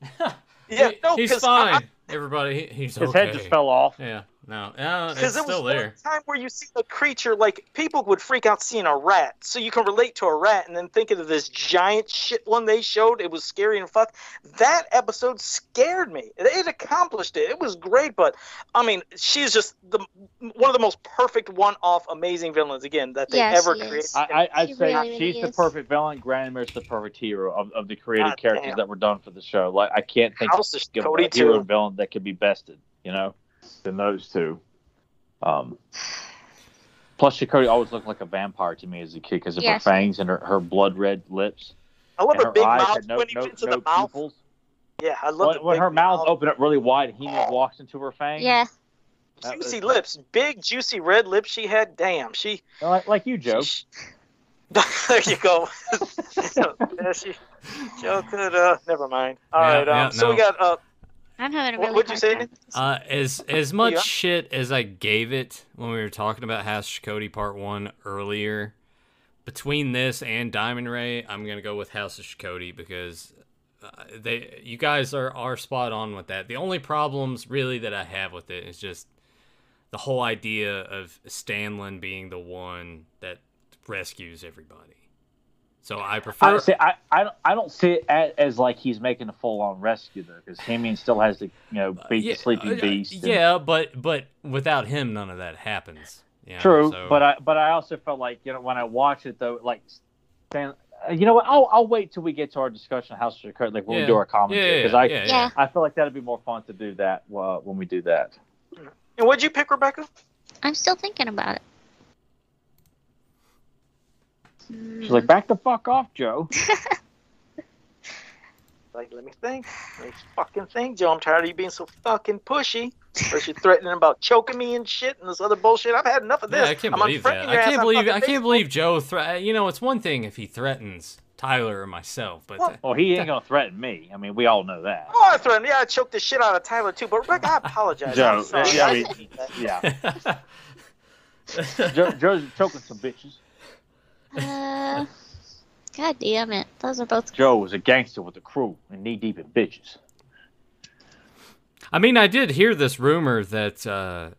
Speaker 2: yeah,
Speaker 3: He-
Speaker 2: no,
Speaker 3: he's
Speaker 2: 'cause I- I-
Speaker 3: fine. Everybody, he, he's
Speaker 1: His
Speaker 3: okay.
Speaker 1: head just fell off.
Speaker 3: Yeah, no, no
Speaker 2: Because
Speaker 3: it's
Speaker 2: it was
Speaker 3: still
Speaker 2: one
Speaker 3: there.
Speaker 2: time where you see a creature like people would freak out seeing a rat, so you can relate to a rat, and then thinking of this giant shit one they showed, it was scary and fuck. That episode scared me. It, it accomplished it. It was great, but I mean, she's just the one of the most perfect one-off amazing villains again that they
Speaker 4: Yeah,
Speaker 2: ever
Speaker 4: she is.
Speaker 2: created.
Speaker 1: I, I, I'd
Speaker 4: She
Speaker 1: say
Speaker 4: really
Speaker 1: she's the
Speaker 4: is.
Speaker 1: perfect villain. Grandma's the perfect hero of, of the creative
Speaker 2: God
Speaker 1: characters
Speaker 2: damn.
Speaker 1: that were done for the show. Like I can't think
Speaker 2: House of
Speaker 1: of
Speaker 2: Cody
Speaker 1: a hero and
Speaker 2: too.
Speaker 1: villain that could be bested, you know, than those two. Um, plus, Shakoti always looked like a vampire to me as a kid because of her
Speaker 4: Yes.
Speaker 1: fangs and her, her blood red lips.
Speaker 2: I love
Speaker 1: and
Speaker 2: her
Speaker 1: her
Speaker 2: big
Speaker 1: eyes
Speaker 2: mouth
Speaker 1: had no,
Speaker 2: when he
Speaker 1: no,
Speaker 2: went to
Speaker 1: no
Speaker 2: the mouth.
Speaker 1: pupils.
Speaker 2: Yeah, I love
Speaker 1: When,
Speaker 2: the Oh.
Speaker 1: when
Speaker 2: big
Speaker 1: her mouth Oh, opened up really wide, he walks into her fangs.
Speaker 4: Yeah,
Speaker 1: That was-
Speaker 2: Juicy lips, big juicy red lips she had. Damn, she
Speaker 1: Like, like you, Joe.
Speaker 2: there you go. yeah, she, Joe could. Uh, never mind. All
Speaker 3: Yeah,
Speaker 2: right. Um,
Speaker 3: yeah,
Speaker 2: So we
Speaker 3: no.
Speaker 2: got. Uh,
Speaker 4: I'm having a
Speaker 2: What-
Speaker 4: really
Speaker 2: what'd you
Speaker 4: hard
Speaker 2: say?
Speaker 4: time with this.
Speaker 3: Uh, as as much
Speaker 2: Yeah.
Speaker 3: shit as I gave it when we were talking about House Cody Part One earlier, between this and Diamond Ray, I'm gonna go with House of Shikoti because uh, they you guys are are spot on with that. The only problems really that I have with it is just the whole idea of Stanlin being the one that rescues everybody. So I prefer.
Speaker 1: I, see, I, I, don't, I don't see it as, as like he's making a full on rescue though, because Hemian still has to, you know, beat the sleeping
Speaker 3: uh,
Speaker 1: beast. and-
Speaker 3: Yeah, but but without him, none of that happens. You know,
Speaker 1: true.
Speaker 3: so-
Speaker 1: But I, but I also felt like you know when I watched it though, like Stan, Uh, you know what? I'll, I'll wait till we get to our discussion of House of the Curtain, like when
Speaker 3: Yeah.
Speaker 1: we do our
Speaker 3: Yeah,
Speaker 1: commentary,
Speaker 3: yeah,
Speaker 1: because
Speaker 3: yeah,
Speaker 1: I
Speaker 3: yeah,
Speaker 4: Yeah.
Speaker 1: I feel like that'd be more fun to do that uh, when we do that.
Speaker 2: And what'd you pick, Rebecca?
Speaker 4: I'm still thinking about it.
Speaker 1: She's like, back the fuck off, Joe.
Speaker 2: Like, let me think. Let me fucking think, Joe. I'm tired of you being so fucking pushy. First you're threatening about choking me and shit and this other bullshit. I've had enough of this.
Speaker 3: Yeah, I can't
Speaker 2: I'm
Speaker 3: believe
Speaker 2: unfriending your
Speaker 3: that. I
Speaker 2: ass
Speaker 3: can't
Speaker 2: on
Speaker 3: believe
Speaker 2: fucking
Speaker 3: I
Speaker 2: Facebook.
Speaker 3: can't believe Joe. Thre- you know, it's one thing if he threatens Tyler or myself, but
Speaker 2: Well,
Speaker 1: Well, he ain't gonna threaten me. I mean, we all know that.
Speaker 2: Oh, I threatened. Yeah, I choked the shit out of Tyler too. But Rick, I apologize. I'm
Speaker 1: Joe,
Speaker 2: sorry.
Speaker 1: yeah,
Speaker 2: I
Speaker 1: we-
Speaker 2: didn't mean that.
Speaker 1: Yeah, Joe, Joe's choking some bitches.
Speaker 4: Uh, God damn it. Those are both.
Speaker 1: Joe was a gangster with the crew and knee deep in bitches.
Speaker 3: I mean, I did hear this rumor that uh,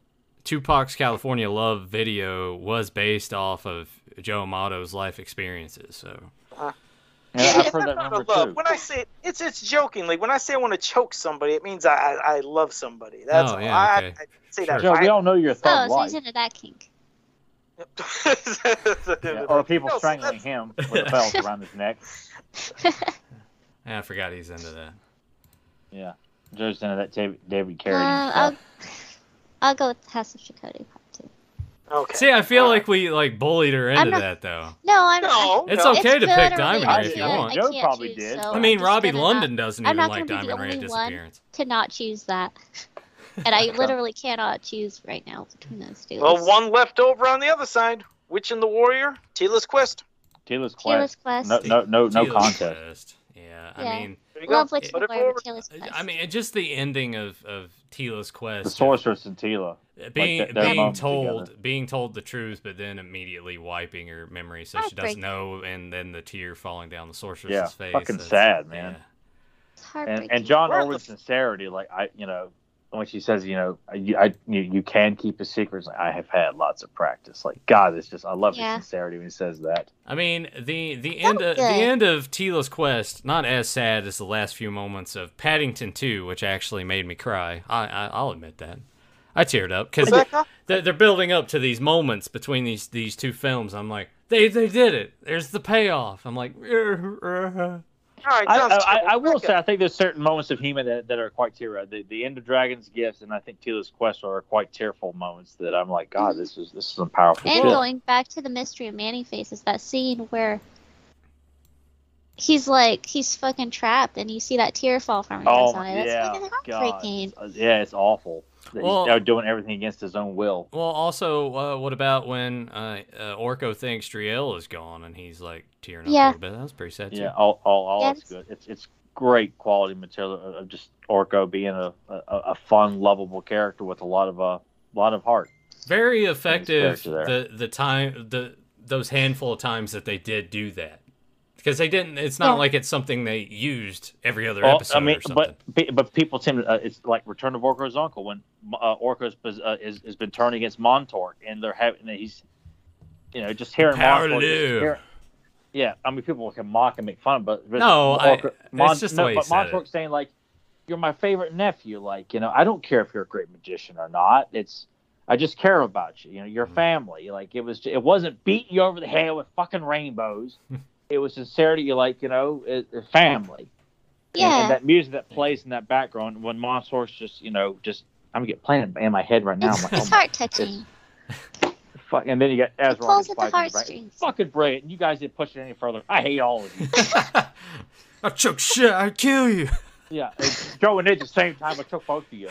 Speaker 3: Tupac's California Love video was based off of Joe Amato's life experiences. So
Speaker 1: Yeah, I've
Speaker 2: It's
Speaker 1: heard that
Speaker 2: not
Speaker 1: number
Speaker 2: out of love.
Speaker 1: too.
Speaker 2: When I say it's it's jokingly. When I say I want to choke somebody, it means I I, I love somebody. That's
Speaker 3: Oh,
Speaker 2: all.
Speaker 3: yeah,
Speaker 2: I,
Speaker 3: okay.
Speaker 2: I, I say
Speaker 3: Sure.
Speaker 2: that.
Speaker 1: Joe, we all know you're a
Speaker 4: Oh,
Speaker 1: third
Speaker 4: so
Speaker 1: wife.
Speaker 4: he's into that kink.
Speaker 1: Yeah, or people strangling him with the bells around his neck.
Speaker 3: yeah, eh, I forgot he's into that.
Speaker 1: Yeah, Joe's into that David, David
Speaker 4: Uh,
Speaker 1: Carradine
Speaker 4: I'll,
Speaker 1: stuff.
Speaker 4: I'll go with the House of Chakotay part two.
Speaker 2: Okay.
Speaker 3: See, I feel
Speaker 2: All
Speaker 3: like we like bullied her into
Speaker 4: I'm not-
Speaker 3: that though.
Speaker 4: No, I'm
Speaker 2: No,
Speaker 3: It's
Speaker 2: no.
Speaker 4: I-
Speaker 3: okay to
Speaker 4: good
Speaker 3: pick
Speaker 4: or
Speaker 3: Diamond
Speaker 4: bad.
Speaker 3: Ray if you
Speaker 4: I
Speaker 3: want.
Speaker 4: can't- I
Speaker 1: Joe
Speaker 4: can't
Speaker 1: probably
Speaker 4: choose,
Speaker 1: did.
Speaker 4: so
Speaker 1: I
Speaker 3: I
Speaker 4: oh, I'm
Speaker 3: mean,
Speaker 4: just
Speaker 3: Robbie
Speaker 4: gonna not-
Speaker 3: London doesn't
Speaker 4: I'm
Speaker 3: even
Speaker 4: not
Speaker 3: like
Speaker 4: gonna be the
Speaker 3: Diamond Ray
Speaker 4: only one.
Speaker 3: disappearance.
Speaker 4: to not choose that. And I literally cannot choose right now between those two.
Speaker 2: Well, one left over on the other side. Witch and the Warrior, Tila's Quest.
Speaker 1: Taylor's
Speaker 4: Taylor's
Speaker 1: Quest.
Speaker 4: Quest.
Speaker 1: No, no, no, Oh, no
Speaker 3: Jesus
Speaker 1: contest.
Speaker 3: Christ. Yeah,
Speaker 4: Yeah.
Speaker 3: I mean,
Speaker 2: There you go.
Speaker 4: Love Witch
Speaker 2: Put
Speaker 4: and
Speaker 2: it
Speaker 4: Warrior,
Speaker 2: forward.
Speaker 4: Taylor's Quest.
Speaker 3: I mean, just the ending of of Tila's quest.
Speaker 1: The sorceress and Tila.
Speaker 3: being
Speaker 1: that- that
Speaker 3: being
Speaker 1: moment
Speaker 3: told
Speaker 1: together.
Speaker 3: being told the truth, but then immediately wiping her memory so she doesn't
Speaker 4: Heartbreaking.
Speaker 3: know, and then the tear falling down the sorceress's
Speaker 1: Yeah,
Speaker 3: face.
Speaker 1: fucking
Speaker 3: that's-
Speaker 1: sad, man.
Speaker 4: It's heartbreaking.
Speaker 1: and, and John
Speaker 2: Where
Speaker 1: Orwell's
Speaker 2: the-
Speaker 1: sincerity, like I, you know, when she says, you know, I, you- I, you, you can keep a secret. it's Like, I have had lots of practice. Like God, it's just I love
Speaker 4: Yeah.
Speaker 1: his sincerity when he says that.
Speaker 3: I mean, the the end of, the
Speaker 4: good.
Speaker 3: end of Tila's quest not as sad as the last few moments of Paddington 2, which actually made me cry. I, I I'll admit that. I teared up because
Speaker 2: Rebecca?
Speaker 3: they're, they're building up to these moments between these these two films. I'm like, they they did it. There's the payoff. I'm like,
Speaker 2: All right,
Speaker 1: I,
Speaker 2: sounds
Speaker 1: I, I,
Speaker 2: terrible.
Speaker 1: I will
Speaker 2: Rebecca.
Speaker 1: say, I think there's certain moments of Hema that, that are quite tear. The, the end of Dragon's Gifts, and I think Tila's Quest are quite tearful moments that I'm like, God, this is this is some powerful
Speaker 4: And
Speaker 1: shit.
Speaker 4: going back to the mystery of Manny Face is that scene where he's like he's fucking trapped, and you see that tear fall from his
Speaker 1: Oh
Speaker 4: eye.
Speaker 1: my-
Speaker 4: That's
Speaker 1: yeah,
Speaker 4: fucking
Speaker 1: God,
Speaker 4: heartbreaking.
Speaker 1: It's- yeah, it's awful. That
Speaker 3: Well-
Speaker 1: he's now doing everything against his own will.
Speaker 3: Well, also, uh, what about when uh, uh, Orko thinks Driel is gone and he's like tearing up
Speaker 4: Yeah.
Speaker 3: a little bit? That was pretty sad too.
Speaker 1: Yeah, all all, all
Speaker 4: Yeah,
Speaker 1: it's good. It's it's great quality material of- of just Orko being a, a, a fun, lovable character with a lot of a uh, lot of heart.
Speaker 3: Very effective.
Speaker 1: character
Speaker 3: The the time the those handful of times that they did do that because they didn't. It's not
Speaker 4: Yeah.
Speaker 3: like it's something they used every other
Speaker 1: Well,
Speaker 3: episode
Speaker 1: I mean,
Speaker 3: or something.
Speaker 1: but pe- but people tend to, uh, it's like Return of Orko's Uncle when uh, Orko uh, is has been turned against Montork and they're having and he's you know just hearing
Speaker 3: Power to
Speaker 1: Montork. just
Speaker 3: live.
Speaker 1: hearing- yeah, I mean people can mock and make fun, of, but but
Speaker 3: No, I-
Speaker 1: Orko-
Speaker 3: it's just the way he
Speaker 1: but
Speaker 3: said it.
Speaker 1: Montork's saying like, "You're my favorite nephew. Like, you know, I don't care if you're a great magician or not. It's I just care about you. You know, your
Speaker 3: Mhm.
Speaker 1: family. Like it was, it wasn't beating you over the head with fucking rainbows. it was sincerity. You like, you know, it, it- family. And-
Speaker 4: Yeah.
Speaker 1: And, that music that plays in that background when Monsource just, you know, just I'm getting playing it in my head right now. I'm
Speaker 4: It's,
Speaker 1: like, oh
Speaker 4: it's
Speaker 1: my
Speaker 4: heart touching.
Speaker 1: fuck. And then you got
Speaker 4: It
Speaker 1: Ezra. on his
Speaker 4: pulls at the
Speaker 1: bike in back.
Speaker 4: heartstrings.
Speaker 1: Fucking brilliant. You guys didn't push it any further. I hate all of you.
Speaker 3: I choke shit. I kill you.
Speaker 1: yeah. and Joe and Nidge at the same time. I took both of you.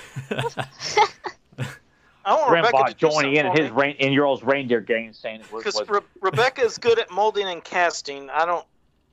Speaker 2: I want Oh, Rebecca
Speaker 1: Grandpa
Speaker 2: to do
Speaker 1: joining in
Speaker 2: something
Speaker 1: in
Speaker 2: for
Speaker 1: his
Speaker 2: me.
Speaker 1: rain in your old reindeer game saying it was.
Speaker 2: because
Speaker 1: was
Speaker 2: Re- Rebecca is good at molding and casting. I don't,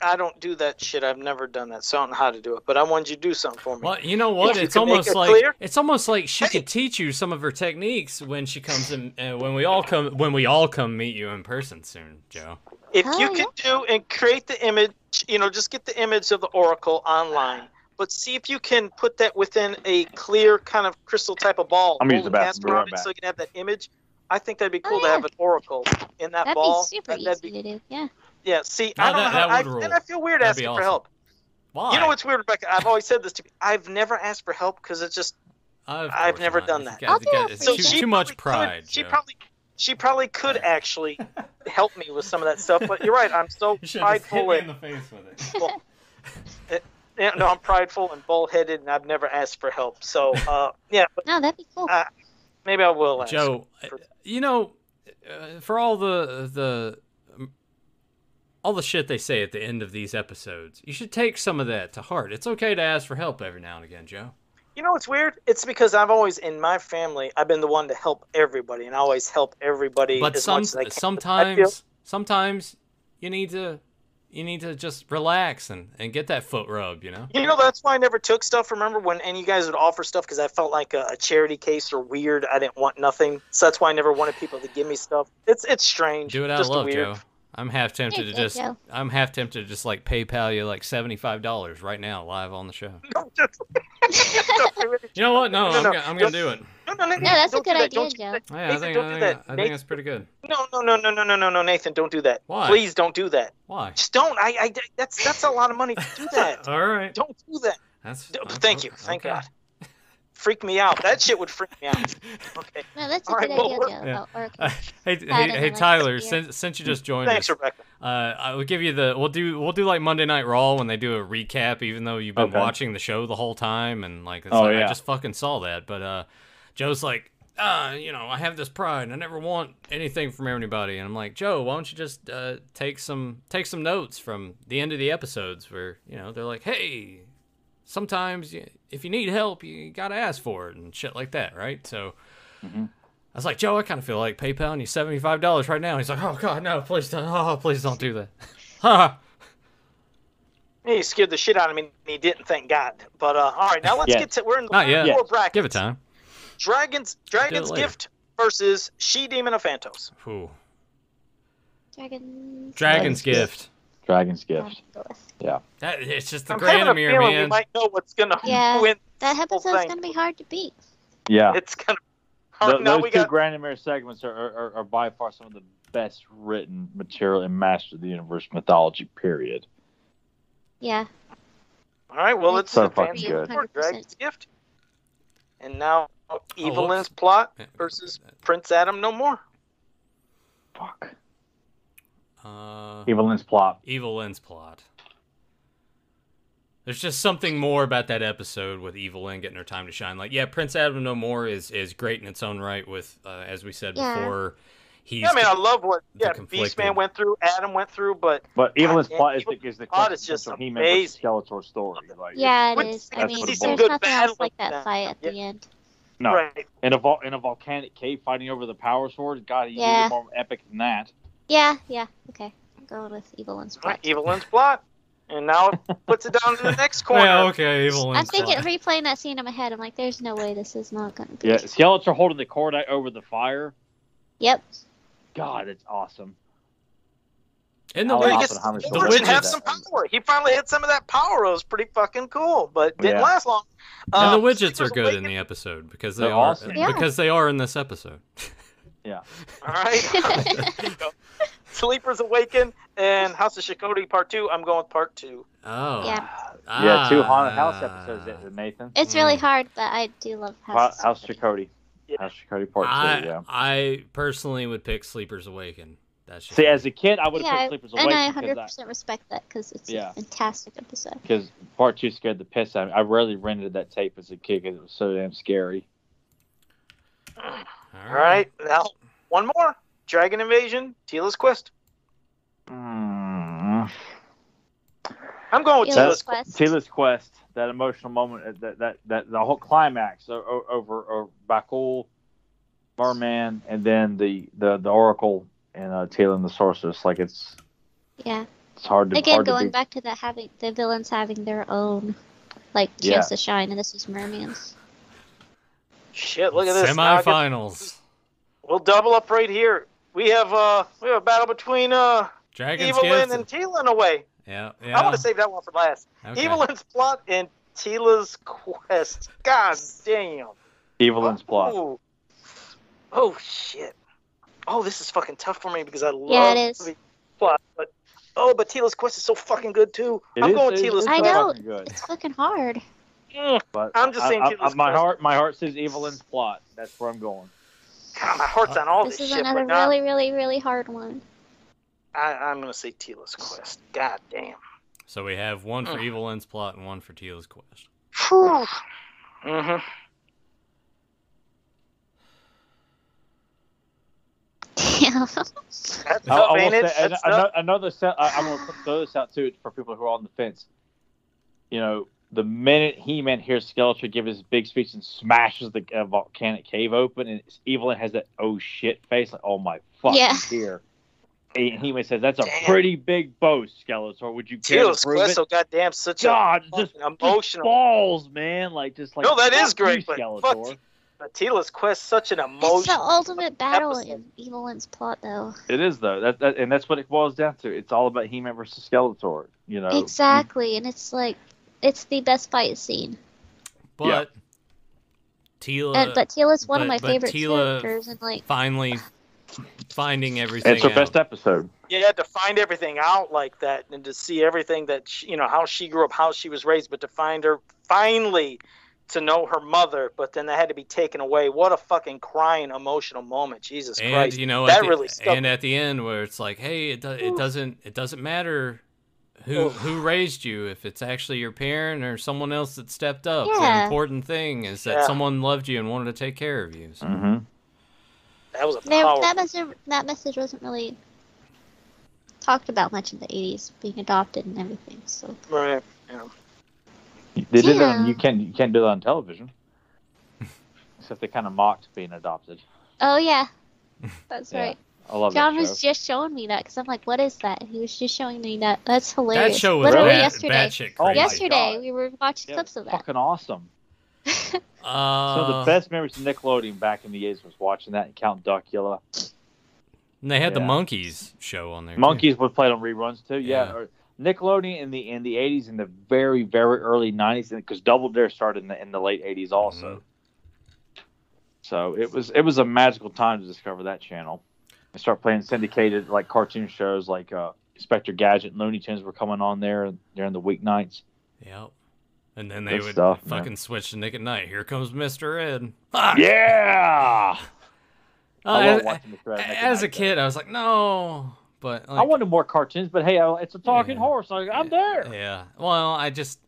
Speaker 2: I don't do that shit. I've never done that, so I don't know how to do it. But I wanted you to do something for me.
Speaker 3: Well, you know what?
Speaker 2: If you
Speaker 3: It's
Speaker 2: can make
Speaker 3: almost
Speaker 2: it
Speaker 3: like
Speaker 2: clear-
Speaker 3: it's almost like she could teach you some of her techniques when she comes in. Uh, when we all come, when we all come meet you in person soon, Joe.
Speaker 2: If
Speaker 4: Oh,
Speaker 2: you can do and create the image, you know, just get the image of the oracle online, but see if you can put that within a clear kind of crystal type of ball.
Speaker 1: I'm gonna use
Speaker 2: Mold
Speaker 1: the
Speaker 2: a
Speaker 1: bathroom. Be
Speaker 2: cast
Speaker 1: right
Speaker 2: around it So
Speaker 1: back.
Speaker 2: you can have that image. I think that'd be
Speaker 4: Oh,
Speaker 2: cool to
Speaker 4: yeah.
Speaker 2: have an oracle in that
Speaker 4: That'd
Speaker 2: ball.
Speaker 4: be super
Speaker 2: that'd
Speaker 4: easy to do. Yeah.
Speaker 2: yeah. See,
Speaker 3: No,
Speaker 2: I don't know.
Speaker 3: that- that
Speaker 2: How,
Speaker 3: would
Speaker 2: I,
Speaker 3: rule.
Speaker 2: and I feel weird
Speaker 3: That'd be
Speaker 2: asking
Speaker 3: awesome.
Speaker 2: for help.
Speaker 3: Why?
Speaker 2: You know what's weird, Rebecca? I've always said this to. people. I've never asked for help because it's just
Speaker 3: Of
Speaker 2: I've
Speaker 3: course
Speaker 2: never
Speaker 3: not.
Speaker 2: done
Speaker 3: You
Speaker 2: that.
Speaker 3: guys-
Speaker 4: I'll
Speaker 3: you
Speaker 4: do
Speaker 3: guys-
Speaker 4: it
Speaker 3: it's
Speaker 4: for
Speaker 2: so
Speaker 4: you.
Speaker 3: too,
Speaker 2: she
Speaker 3: too much
Speaker 2: probably could-
Speaker 3: pride.
Speaker 2: She
Speaker 3: Joe.
Speaker 2: probably she probably could actually help me with some of that stuff. But you're right. I'm so
Speaker 3: You should have just hit
Speaker 2: prideful
Speaker 3: me
Speaker 2: and
Speaker 3: in the face with it.
Speaker 2: bull- Eh, yeah, no, I'm prideful and bullheaded, and I've never asked for help. So uh, yeah, but
Speaker 4: No, that'd be cool.
Speaker 2: Uh, maybe I will. Ask.
Speaker 3: Joe,
Speaker 2: for-
Speaker 3: you know, uh, for all the the um, all the shit they say at the end of these episodes, you should take some of that to heart. It's okay to ask for help every now and again, Joe.
Speaker 2: You know what's weird? It's because I've always in my family I've been the one to help everybody, and I always help everybody
Speaker 3: But
Speaker 2: as
Speaker 3: some
Speaker 2: much as I can. I feel-
Speaker 3: sometimes sometimes you need to you need to just relax and and get that foot rub, you know.
Speaker 2: You know, that's why I never took stuff. Remember when and you guys would offer stuff because I felt like a, a charity case or weird. I didn't want nothing, so that's why I never wanted people to give me stuff. It's it's strange.
Speaker 3: Do it out of
Speaker 2: just
Speaker 3: love,
Speaker 2: weird.
Speaker 3: Joe. I'm half tempted to
Speaker 4: you,
Speaker 3: just
Speaker 4: Joe.
Speaker 3: I'm half tempted to just like PayPal you like seventy five dollars right now live on the show.
Speaker 2: Don't just- don't do it.
Speaker 3: You know what? No,
Speaker 2: No,
Speaker 3: I'm,
Speaker 2: no,
Speaker 3: gonna, I'm gonna do it.
Speaker 2: No, no, Nathan,
Speaker 4: no, that's a
Speaker 2: don't do
Speaker 4: good
Speaker 2: that.
Speaker 4: idea,
Speaker 2: Don't do
Speaker 4: Joe.
Speaker 2: that.
Speaker 3: Yeah, I
Speaker 2: Nathan,
Speaker 3: think
Speaker 2: don't
Speaker 3: I
Speaker 2: do
Speaker 3: think,
Speaker 2: that.
Speaker 3: I think
Speaker 2: Nathan-
Speaker 3: that's pretty good.
Speaker 2: No, no, no, no, no, no, no, no, Nathan, don't do that.
Speaker 3: Why?
Speaker 2: Please don't do that.
Speaker 3: Why?
Speaker 2: Just don't. I, I, that's that's a lot of money to do that.
Speaker 3: All right.
Speaker 2: don't do that.
Speaker 3: That's.
Speaker 2: D-
Speaker 3: oh,
Speaker 2: Thank you.
Speaker 3: oh,
Speaker 2: Thank
Speaker 3: okay.
Speaker 2: God. Freak me out. That shit would freak me out. Okay.
Speaker 4: No, that's a
Speaker 2: All
Speaker 4: good
Speaker 2: right, well,
Speaker 4: idea,
Speaker 2: we're-
Speaker 4: Joe.
Speaker 3: Yeah.
Speaker 4: Oh, or-
Speaker 3: hey, hey,
Speaker 4: Sorry,
Speaker 3: hey,
Speaker 4: like,
Speaker 3: Tyler.
Speaker 4: yeah.
Speaker 3: Since since you just joined
Speaker 2: Thanks,
Speaker 3: us,
Speaker 2: Rebecca.
Speaker 3: uh, I will give you the. We'll do we'll do like Monday Night Raw when they do a recap, even though you've been
Speaker 1: Okay.
Speaker 3: watching the show the whole time, and like, it's
Speaker 1: Oh,
Speaker 3: like, I
Speaker 1: yeah.
Speaker 3: just fucking saw that. But uh, Joe's like, ah, you know, I have this pride. I never want anything from anybody, and I'm like, Joe, why don't you just uh, take some take some notes from the end of the episodes where you know they're like, hey, sometimes you, if you need help, you gotta ask for it and shit like that, right? So
Speaker 1: Mm-hmm.
Speaker 3: I was like, Joe, I kind of feel like PayPal you seventy five dollars right now. He's like, oh god, no, please don't, oh please don't do that. Ha.
Speaker 2: Yeah, you scared the shit out of me, and he didn't. Thank God. But uh, all right, now let's
Speaker 1: Yeah.
Speaker 2: get to we're in the
Speaker 3: Not
Speaker 2: Not
Speaker 3: yet.
Speaker 2: four brackets.
Speaker 3: Give it time.
Speaker 2: Dragons, Dragons
Speaker 3: later.
Speaker 2: Gift versus She Demon of Phantos.
Speaker 3: Ooh.
Speaker 4: Dragon's,
Speaker 3: Dragon's gift.
Speaker 1: Dragon's gift.
Speaker 3: That it's just the
Speaker 2: I'm
Speaker 3: great
Speaker 2: having a
Speaker 3: enemy,
Speaker 2: feeling we
Speaker 3: man.
Speaker 2: might know what's gonna
Speaker 4: Yeah.
Speaker 2: win.
Speaker 4: That episode's
Speaker 2: thing.
Speaker 4: gonna be hard to beat.
Speaker 1: Yeah.
Speaker 2: It's gonna. All
Speaker 1: Th-
Speaker 2: right, now
Speaker 1: those
Speaker 2: we
Speaker 1: two
Speaker 2: got.
Speaker 1: Grandemir segments are, are, are- are by far some of the best written material in Master of the Universe mythology. Period.
Speaker 4: Yeah.
Speaker 2: All right, well let's
Speaker 1: So
Speaker 2: advance
Speaker 1: fucking good.
Speaker 2: for
Speaker 4: 100%.
Speaker 2: Dragons Gift. And now Evelyn's
Speaker 3: Oh, whoops.
Speaker 2: plot versus Prince Adam No More.
Speaker 1: Fuck.
Speaker 3: Uh,
Speaker 1: Evelyn's plot.
Speaker 3: Evil Lynn's plot. There's just something more about that episode with Evil Lynn getting her time to shine. Like, yeah, Prince Adam No More is is great in its own right. With uh, as we said
Speaker 4: Yeah.
Speaker 3: before, he's
Speaker 2: Yeah, I mean, I love what
Speaker 3: the
Speaker 2: yeah,
Speaker 3: conflicted-
Speaker 2: Beastman went through, Adam went through, but
Speaker 1: But Evelyn's
Speaker 2: yeah,
Speaker 1: plot is the,
Speaker 2: Evelyn's
Speaker 1: is the
Speaker 2: plot is just
Speaker 1: quintessential He-Man versus
Speaker 2: amazing.
Speaker 1: Skeletor story. Like,
Speaker 4: Yeah, it
Speaker 2: Which-
Speaker 4: is. I
Speaker 1: that's
Speaker 4: mean,
Speaker 1: what
Speaker 4: there's
Speaker 1: it boils
Speaker 4: nothing
Speaker 2: down to.
Speaker 4: else like that fight at
Speaker 2: Yeah.
Speaker 4: the end.
Speaker 1: No.
Speaker 2: right.
Speaker 1: In a vol- in a volcanic cave fighting over the power sword. God, he's
Speaker 4: Yeah.
Speaker 1: even more epic than that.
Speaker 4: Yeah, yeah. Okay. I'm going with Evil and
Speaker 2: Right,
Speaker 4: Spot.
Speaker 2: Evelyn's plot. And now it puts it down to the next corner.
Speaker 3: yeah, okay, Evil
Speaker 4: I'm
Speaker 3: Lynn's plot.
Speaker 4: thinking, replaying that scene in my head, I'm like, there's no way this is not gonna be.
Speaker 1: Yeah, Skeletor holding the cord out over the fire.
Speaker 4: Yep.
Speaker 1: God, it's awesome.
Speaker 3: In the
Speaker 1: Alan
Speaker 2: Like
Speaker 3: way,
Speaker 1: Alright,
Speaker 2: it's,
Speaker 1: Oppenheimer's
Speaker 2: it
Speaker 1: the
Speaker 2: should
Speaker 3: witches.
Speaker 2: have some power. He finally had some of that power. It was pretty fucking cool, but didn't
Speaker 1: Yeah.
Speaker 2: last long.
Speaker 3: and
Speaker 2: Uh,
Speaker 3: the widgets are
Speaker 2: Secret
Speaker 3: good in
Speaker 2: Awakening-
Speaker 3: the episode because they
Speaker 1: They're
Speaker 3: are
Speaker 1: awesome.
Speaker 4: Yeah.
Speaker 3: because they are in this episode. Oh,
Speaker 2: All right. There you go. Sleepers Awaken and House of Shikoti Part 2. I'm going with Part 2.
Speaker 3: Oh,
Speaker 4: Yeah.
Speaker 1: Yeah, two haunted house
Speaker 3: Ah.
Speaker 1: episodes, isn't it, Nathan.
Speaker 4: It's really
Speaker 3: Mm.
Speaker 4: hard, but I do love
Speaker 1: Ho-
Speaker 4: House.
Speaker 1: House Chakotay.
Speaker 2: Yeah.
Speaker 1: House Chakotay part
Speaker 3: I,
Speaker 1: two. Yeah.
Speaker 3: I personally would pick Sleepers Awaken. That's just
Speaker 1: See, as a kid, I would have
Speaker 4: yeah,
Speaker 1: picked Sleepers
Speaker 4: and I
Speaker 1: Awake because
Speaker 4: 100
Speaker 1: I-
Speaker 4: percent respect that because it's
Speaker 1: Yeah.
Speaker 4: a fantastic episode.
Speaker 1: because part two scared the piss out of me. I rarely rented that tape as a kid because it was so damn scary.
Speaker 2: All right. Now, one more Dragon Invasion, Tila's Quest.
Speaker 1: Mm.
Speaker 2: I'm going with
Speaker 1: Yeah.
Speaker 2: Tila's Quest.
Speaker 4: Quest.
Speaker 1: Tila's Oh, quest, that emotional moment, uh, that that, that the whole climax o- o- over, over Bakul, Merman, and then the the, the Oracle and uh, Tila and the Sorceress. Like it's
Speaker 4: Yeah.
Speaker 1: it's hard to
Speaker 4: Again,
Speaker 1: hard
Speaker 4: going
Speaker 1: to
Speaker 4: back to that having the villains having their own like chance
Speaker 1: Yeah.
Speaker 4: to shine, and this was mermaids.
Speaker 2: Shit, look at this. Now I get-
Speaker 3: Semifinals.
Speaker 2: We'll double up right here. We have uh we have a battle between uh
Speaker 3: Dragon's
Speaker 2: Evelyn
Speaker 3: Gift.
Speaker 2: and Tila in a way.
Speaker 3: yeah,
Speaker 2: I
Speaker 3: yeah.
Speaker 2: want to save that one for last.
Speaker 3: okay.
Speaker 2: Evelyn's plot and Tila's quest. God damn.
Speaker 1: Evelyn's plot.
Speaker 2: Oh. Oh shit. Oh, this is fucking tough for me because I love
Speaker 4: Yeah, it is.
Speaker 2: the plot, but oh, but Tila's quest is so fucking good too.
Speaker 1: It
Speaker 2: I'm
Speaker 1: is-
Speaker 2: going
Speaker 1: it is
Speaker 2: Tila's
Speaker 4: I
Speaker 1: so
Speaker 2: plot.
Speaker 4: know.
Speaker 1: fucking Good,
Speaker 4: It's fucking hard.
Speaker 2: Mm,
Speaker 1: but
Speaker 2: I'm just saying
Speaker 1: I,
Speaker 2: Tila's
Speaker 1: my
Speaker 2: quest.
Speaker 1: heart my heart says Evelyn's plot. That's where I'm going.
Speaker 2: God, my heart's on all
Speaker 4: This
Speaker 2: this,
Speaker 4: is
Speaker 2: shit
Speaker 4: another
Speaker 2: right now.
Speaker 4: really, really, really hard one.
Speaker 2: I, I'm gonna say Tila's Quest. God damn.
Speaker 3: So we have one for
Speaker 2: Mm.
Speaker 3: Evil End's plot and one for Teal's quest.
Speaker 2: mm-hmm.
Speaker 4: Damn.
Speaker 2: That's
Speaker 1: I- I
Speaker 2: up,
Speaker 1: will
Speaker 2: ain't it?
Speaker 1: say, an-
Speaker 2: That's
Speaker 1: ano-
Speaker 2: up.
Speaker 1: another set. I, I'm going to put those out too for people who are on the fence. You know, the minute He Man hears Skeletor give his big speech and smashes the uh, volcanic cave open, and it's- Evelyn has that oh shit face, like oh my fucking
Speaker 4: Yeah.
Speaker 1: dear. And He Man says, "That's a
Speaker 2: Damn.
Speaker 1: pretty big boast, Skeletor. Would you care
Speaker 2: Teal's
Speaker 1: to prove
Speaker 2: Quest.
Speaker 1: it?"
Speaker 2: So goddamn such
Speaker 1: God,
Speaker 2: a
Speaker 1: just,
Speaker 2: fucking
Speaker 1: just
Speaker 2: emotional.
Speaker 1: balls, man. Like just like
Speaker 2: No, that
Speaker 1: fuck
Speaker 2: is great,
Speaker 1: you,
Speaker 2: but
Speaker 1: Skeletor.
Speaker 2: fuck But Tila's Quest such an emotional.
Speaker 4: It's the ultimate battle
Speaker 2: episode.
Speaker 4: in Evil End's plot, though.
Speaker 1: It is though, that, that and that's what it boils down to. It's all about He-Man versus Skeletor. You
Speaker 3: Um,
Speaker 1: know,
Speaker 4: Exactly, and it's like it's the best fight scene.
Speaker 1: Yeah.
Speaker 3: But Teal
Speaker 4: and Uh, but Tila's one of
Speaker 3: but-
Speaker 4: my
Speaker 3: but
Speaker 4: favorite
Speaker 3: Tila-
Speaker 4: characters, and like
Speaker 3: finally finding everything.
Speaker 1: it's her best
Speaker 3: out.
Speaker 1: episode.
Speaker 2: you had to find everything out like that and to see everything that she, you know how she grew up how she was raised but to find her finally to know her mother but then that had to be taken away what a fucking crying emotional moment jesus
Speaker 3: and
Speaker 2: christ
Speaker 3: you know
Speaker 2: that
Speaker 3: at the,
Speaker 2: really stuck
Speaker 3: and at the end where it's like hey it, do, it
Speaker 4: Oof.
Speaker 3: doesn't it doesn't matter who
Speaker 2: Oof.
Speaker 3: who raised you if it's actually your parent or someone else that stepped up the
Speaker 4: Yeah.
Speaker 3: important thing is that
Speaker 2: Yeah.
Speaker 3: someone loved you and wanted to take care of you so,
Speaker 1: Mm-hmm.
Speaker 2: that was a
Speaker 4: there,
Speaker 2: power
Speaker 4: that message that message wasn't really talked about much in the '80s, being adopted and everything. So
Speaker 2: right.
Speaker 1: They did that. On,
Speaker 4: Yeah.
Speaker 1: you can you can't do that on television. Except they kind of mocked being adopted.
Speaker 4: oh yeah, that's
Speaker 1: Yeah,
Speaker 4: right.
Speaker 1: I love
Speaker 4: John
Speaker 1: that show.
Speaker 4: was just showing me that because I'm like, what is that? And he was just showing me that. That's
Speaker 3: that
Speaker 4: hilarious.
Speaker 3: show was
Speaker 4: Literally
Speaker 3: bat-
Speaker 4: yesterday.
Speaker 3: batshit
Speaker 1: Oh my
Speaker 3: crazy.
Speaker 4: yesterday
Speaker 1: God.
Speaker 4: we were watching
Speaker 1: Yeah,
Speaker 4: clips of that.
Speaker 1: Fucking awesome.
Speaker 3: uh,
Speaker 1: Some of the best memories of Nickelodeon back in the eighties was watching that and Count Duckula.
Speaker 3: and they had the
Speaker 1: Yeah.
Speaker 3: monkeys show on there too.
Speaker 1: Monkeys was played on reruns too. Yeah.
Speaker 3: Yeah.
Speaker 1: Or Nickelodeon in the in the eighties and the very very early nineties because Double Dare started in the in the late eighties
Speaker 3: Mm-hmm.
Speaker 1: also. So it was it was a magical time to discover that channel and start playing syndicated like cartoon shows like uh, Inspector Gadget and Looney Tunes were coming on there during the weeknights.
Speaker 3: yep and then they
Speaker 1: Good
Speaker 3: would
Speaker 1: stuff, man.
Speaker 3: fucking switch to Nick at Night. Here comes Mr. Ed. Fuck.
Speaker 1: Yeah,
Speaker 3: Uh,
Speaker 1: I love
Speaker 3: as-
Speaker 1: watching the thread.
Speaker 3: as a kid, I was like, no. But like,
Speaker 1: I wanted more cartoons, but hey, I- it's a talking
Speaker 3: Yeah.
Speaker 1: horse. I, I'm there.
Speaker 3: Yeah. Well, I just,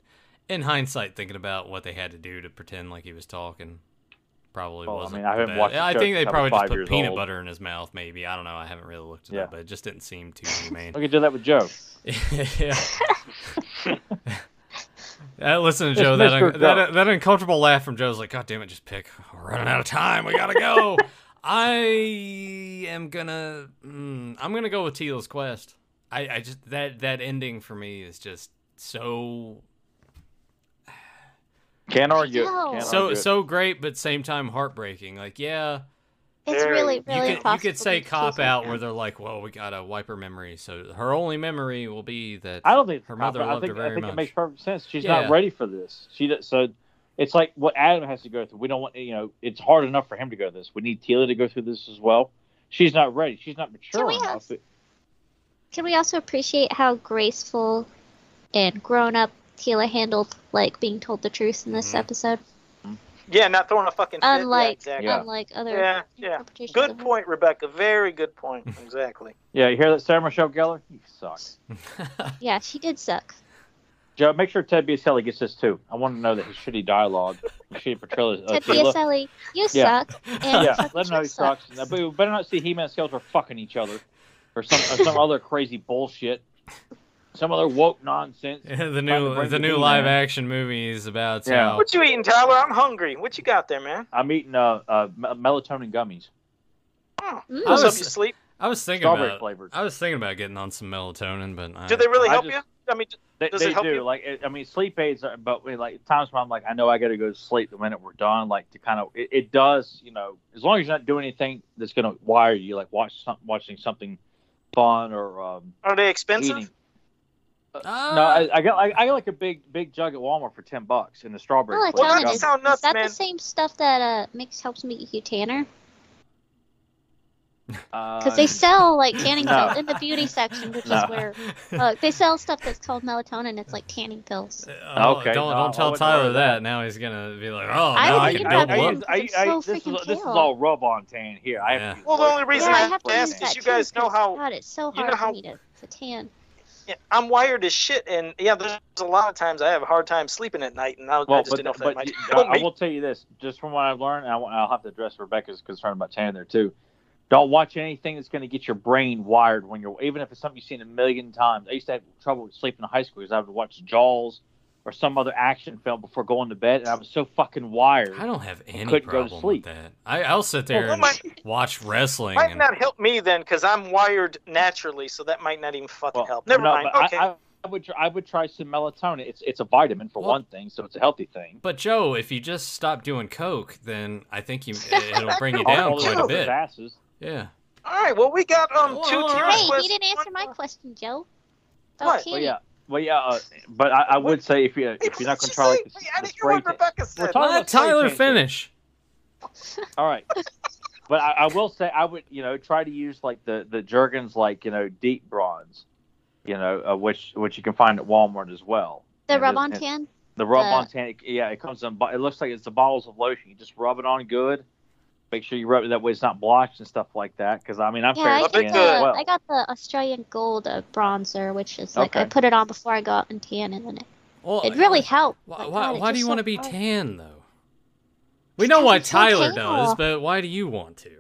Speaker 3: in hindsight, thinking about what they had to do to pretend like he was talking, probably
Speaker 1: Well, I
Speaker 3: wasn't.
Speaker 1: mean, I
Speaker 3: the
Speaker 1: haven't
Speaker 3: best.
Speaker 1: watched the
Speaker 3: I
Speaker 1: show
Speaker 3: think
Speaker 1: since I
Speaker 3: they
Speaker 1: was
Speaker 3: probably
Speaker 1: five
Speaker 3: just put
Speaker 1: years
Speaker 3: peanut
Speaker 1: old.
Speaker 3: butter in his mouth, maybe. I don't know. I haven't really looked at
Speaker 1: Yeah.
Speaker 3: that, but it just didn't seem too humane.
Speaker 1: I could do that with Joe.
Speaker 3: yeah. Uh, listen to
Speaker 1: It's
Speaker 3: Joe. That,
Speaker 1: Mr.
Speaker 3: un- that
Speaker 1: Joe.
Speaker 3: that uncomfortable laugh from Joe's like, God damn it, just pick. We're running out of time. We gotta go. I am gonna. Mm, I'm gonna go with Teal's quest. I, I just that that ending for me is just so
Speaker 1: Can't argue. it.
Speaker 4: No.
Speaker 1: Can't
Speaker 3: so
Speaker 1: argue it.
Speaker 3: so great, but same time heartbreaking. Like yeah,
Speaker 4: It's
Speaker 2: There,
Speaker 4: really,
Speaker 3: you
Speaker 4: really
Speaker 3: could you
Speaker 4: impossible
Speaker 3: could say
Speaker 4: to choose
Speaker 3: cop
Speaker 4: right
Speaker 3: out
Speaker 4: now.
Speaker 3: where they're like, well, we gotta wipe her memory. So her only memory will be that.
Speaker 1: I don't think it's
Speaker 3: Her
Speaker 1: her
Speaker 3: mother
Speaker 1: I
Speaker 3: loved
Speaker 1: think,
Speaker 3: her
Speaker 1: I
Speaker 3: very
Speaker 1: think
Speaker 3: much.
Speaker 1: it makes perfect sense. She's
Speaker 3: Yeah.
Speaker 1: not ready for this. She does- so it's like what Adam has to go through. We don't want you know. It's hard enough for him to go through this. We need Tila to go through this as well. She's not ready. She's not mature
Speaker 4: we
Speaker 1: enough.
Speaker 4: Can we also appreciate how graceful and grown up Tila handled like being told the truth in this
Speaker 3: Mhm.
Speaker 4: episode?
Speaker 2: yeah not throwing a fucking fit. Yeah,
Speaker 4: Unlike-
Speaker 2: exactly.
Speaker 1: Yeah.
Speaker 4: Unlike other
Speaker 2: Yeah, yeah.
Speaker 4: interpretations.
Speaker 2: good
Speaker 4: of it.
Speaker 2: point rebecca very good point exactly
Speaker 1: Yeah, you hear that, Sarah Michelle Gellar? You suck.
Speaker 4: Yeah, she did suck.
Speaker 1: Joe, make sure Ted Biaselli gets this too. I want to know that his shitty dialogue, his shitty portrayal. of
Speaker 4: Ted
Speaker 1: Uh, Tila.
Speaker 4: Biaselli, you
Speaker 1: Yeah.
Speaker 4: suck.
Speaker 1: Yeah, let him know he
Speaker 4: Sure sucks.
Speaker 1: sucks. But we better not see He-Man and Skeletor fucking each other, or some or some other crazy bullshit, some other woke nonsense.
Speaker 3: Yeah, the
Speaker 1: Time to
Speaker 3: new
Speaker 1: bring
Speaker 3: the
Speaker 1: the
Speaker 3: new
Speaker 1: heat,
Speaker 3: live
Speaker 1: man.
Speaker 3: action movie is about uh,
Speaker 1: Yeah.
Speaker 3: how
Speaker 2: what you eating tyler i'm hungry what you got there man
Speaker 1: I'm eating uh, uh me- melatonin gummies,
Speaker 2: oh.
Speaker 4: Mm.
Speaker 3: I
Speaker 2: what's up
Speaker 3: was-
Speaker 2: you sleep
Speaker 3: I was thinking
Speaker 1: strawberry
Speaker 3: about
Speaker 1: flavored.
Speaker 3: I was thinking about getting on some melatonin, but I,
Speaker 2: do they really
Speaker 1: I
Speaker 2: help
Speaker 1: just-
Speaker 2: you i mean
Speaker 1: They,
Speaker 2: Does
Speaker 1: they
Speaker 2: it help
Speaker 1: do.
Speaker 2: you?
Speaker 1: Like, it- I mean, sleep aids, are, but we, like times when I'm like, I know I got to go to sleep the minute we're done. Like to kind of, it, it does, you know, as long as you're not doing anything that's gonna wire you, like watch some, watching something fun or um,
Speaker 2: are they expensive
Speaker 1: eating.
Speaker 3: Ah,
Speaker 1: No, I, I got I, I got like a big big jug at Walmart for ten bucks in the strawberry.
Speaker 4: Melatonin
Speaker 1: flavor.
Speaker 2: well
Speaker 4: Tell
Speaker 2: that
Speaker 4: it
Speaker 2: don't
Speaker 4: is-
Speaker 2: sound
Speaker 4: Is
Speaker 2: nuts
Speaker 4: that
Speaker 2: man
Speaker 4: the same stuff that uh makes helps make you tanner? because they sell like tanning
Speaker 1: No.
Speaker 4: pills in the beauty section, which
Speaker 1: No.
Speaker 4: is where look they sell stuff that's called melatonin. It's like tanning pills.
Speaker 3: Oh,
Speaker 1: Okay,
Speaker 3: Don't
Speaker 1: no,
Speaker 3: don't
Speaker 1: I
Speaker 3: tell
Speaker 1: wouldn't
Speaker 3: Tyler
Speaker 1: worry
Speaker 3: that.
Speaker 1: about
Speaker 3: Now he's gonna be like, oh,
Speaker 4: I
Speaker 3: now
Speaker 4: would
Speaker 3: I
Speaker 4: think
Speaker 3: can
Speaker 4: about
Speaker 3: build
Speaker 4: that.
Speaker 3: one.
Speaker 4: I- I- so
Speaker 1: this, is,
Speaker 4: freaking
Speaker 1: this is
Speaker 4: pale.
Speaker 1: all rub on tan here. I have to
Speaker 3: Yeah.
Speaker 1: use
Speaker 2: Well, the only reason
Speaker 4: yeah,
Speaker 2: I
Speaker 4: I
Speaker 2: have
Speaker 4: have
Speaker 2: to
Speaker 4: to
Speaker 2: ask
Speaker 4: use
Speaker 2: is
Speaker 4: that
Speaker 2: you guys
Speaker 4: too,
Speaker 2: know
Speaker 4: 'cause
Speaker 2: how-
Speaker 4: God, it's so
Speaker 2: you know
Speaker 4: hard
Speaker 2: how-
Speaker 4: for me to, to tan.
Speaker 2: Yeah, I'm wired as shit, and yeah, there's a lot of times I have a hard time sleeping at night, and I, I
Speaker 1: Well,
Speaker 2: just
Speaker 1: but,
Speaker 2: didn't know if that
Speaker 1: but
Speaker 2: might.
Speaker 1: you-
Speaker 2: help
Speaker 1: I, I
Speaker 2: me.
Speaker 1: will tell you this, just from what I've learned, and I, will- I'll have to address Rebecca's concern about tan there too. Don't watch anything that's going to get your brain wired when you're, even if it's something you've seen a million times. I used to have trouble with sleeping in high school because I would watch Jaws or some other action film before going to bed, and I was so fucking wired.
Speaker 3: I don't have any
Speaker 1: couldn't go to
Speaker 3: problem
Speaker 1: sleep.
Speaker 3: with that. I, I'll sit there
Speaker 2: Well,
Speaker 3: and
Speaker 2: might,
Speaker 3: watch wrestling.
Speaker 2: might
Speaker 3: and-
Speaker 2: not help me then, because I'm wired naturally, so that might not even fucking
Speaker 1: Well,
Speaker 2: help. Never
Speaker 1: no,
Speaker 2: mind.
Speaker 1: but I-
Speaker 2: okay.
Speaker 1: I, I would try, I would try some melatonin. It's it's a vitamin for
Speaker 3: Well-
Speaker 1: one thing, so it's a healthy thing.
Speaker 3: But Joe, if you just stop doing coke, then I think you it'll bring you
Speaker 2: Oh,
Speaker 3: down
Speaker 2: well, Joe,
Speaker 3: quite
Speaker 1: those
Speaker 3: a bit.
Speaker 1: asses.
Speaker 3: Yeah.
Speaker 2: All right. Well, we got um
Speaker 3: Well,
Speaker 2: two
Speaker 3: all
Speaker 2: tier
Speaker 3: right.
Speaker 4: Hey,
Speaker 2: requests.
Speaker 4: you didn't answer my question, Joe.
Speaker 2: What?
Speaker 4: Don't
Speaker 1: Well,
Speaker 4: kid.
Speaker 1: yeah, well, yeah, uh, but I, I would say if you if you're not going to try like the,
Speaker 2: I
Speaker 1: the
Speaker 2: didn't hear
Speaker 1: spray
Speaker 2: what
Speaker 1: tan.
Speaker 2: Rebecca said.
Speaker 1: talking-
Speaker 3: Let
Speaker 1: about spray
Speaker 3: Tyler
Speaker 1: tan, too.
Speaker 3: finish.
Speaker 1: All right. But I, I will say I would, you know, try to use like the the Jergens like you know deep bronze, you know, uh, which which you can find at Walmart as well.
Speaker 4: The
Speaker 1: And
Speaker 4: rub
Speaker 1: it's-
Speaker 4: on
Speaker 1: and
Speaker 4: tan.
Speaker 1: The rub
Speaker 4: the-
Speaker 1: on tan, it- yeah, it comes in. bo- It looks like it's the bottles of lotion. You just rub it on good. Make sure you rub it that way it's not blotched and stuff like that. Because I mean, I'm
Speaker 4: Yeah,
Speaker 1: fair
Speaker 4: I,
Speaker 1: to
Speaker 2: Looking
Speaker 4: got
Speaker 1: tan
Speaker 4: the,
Speaker 1: as well.
Speaker 4: I got the Australian Gold uh, bronzer, which is like I
Speaker 1: Okay.
Speaker 4: put it on before I go out and tan, and then it,
Speaker 3: Well,
Speaker 4: it really helped.
Speaker 3: Why,
Speaker 4: Like,
Speaker 3: why,
Speaker 4: God, it
Speaker 3: why do
Speaker 4: just
Speaker 3: you
Speaker 4: so
Speaker 3: want to be
Speaker 4: hard.
Speaker 3: tan though? We know why
Speaker 4: it's so
Speaker 3: Tyler does,
Speaker 4: pale.
Speaker 3: but why do you want to?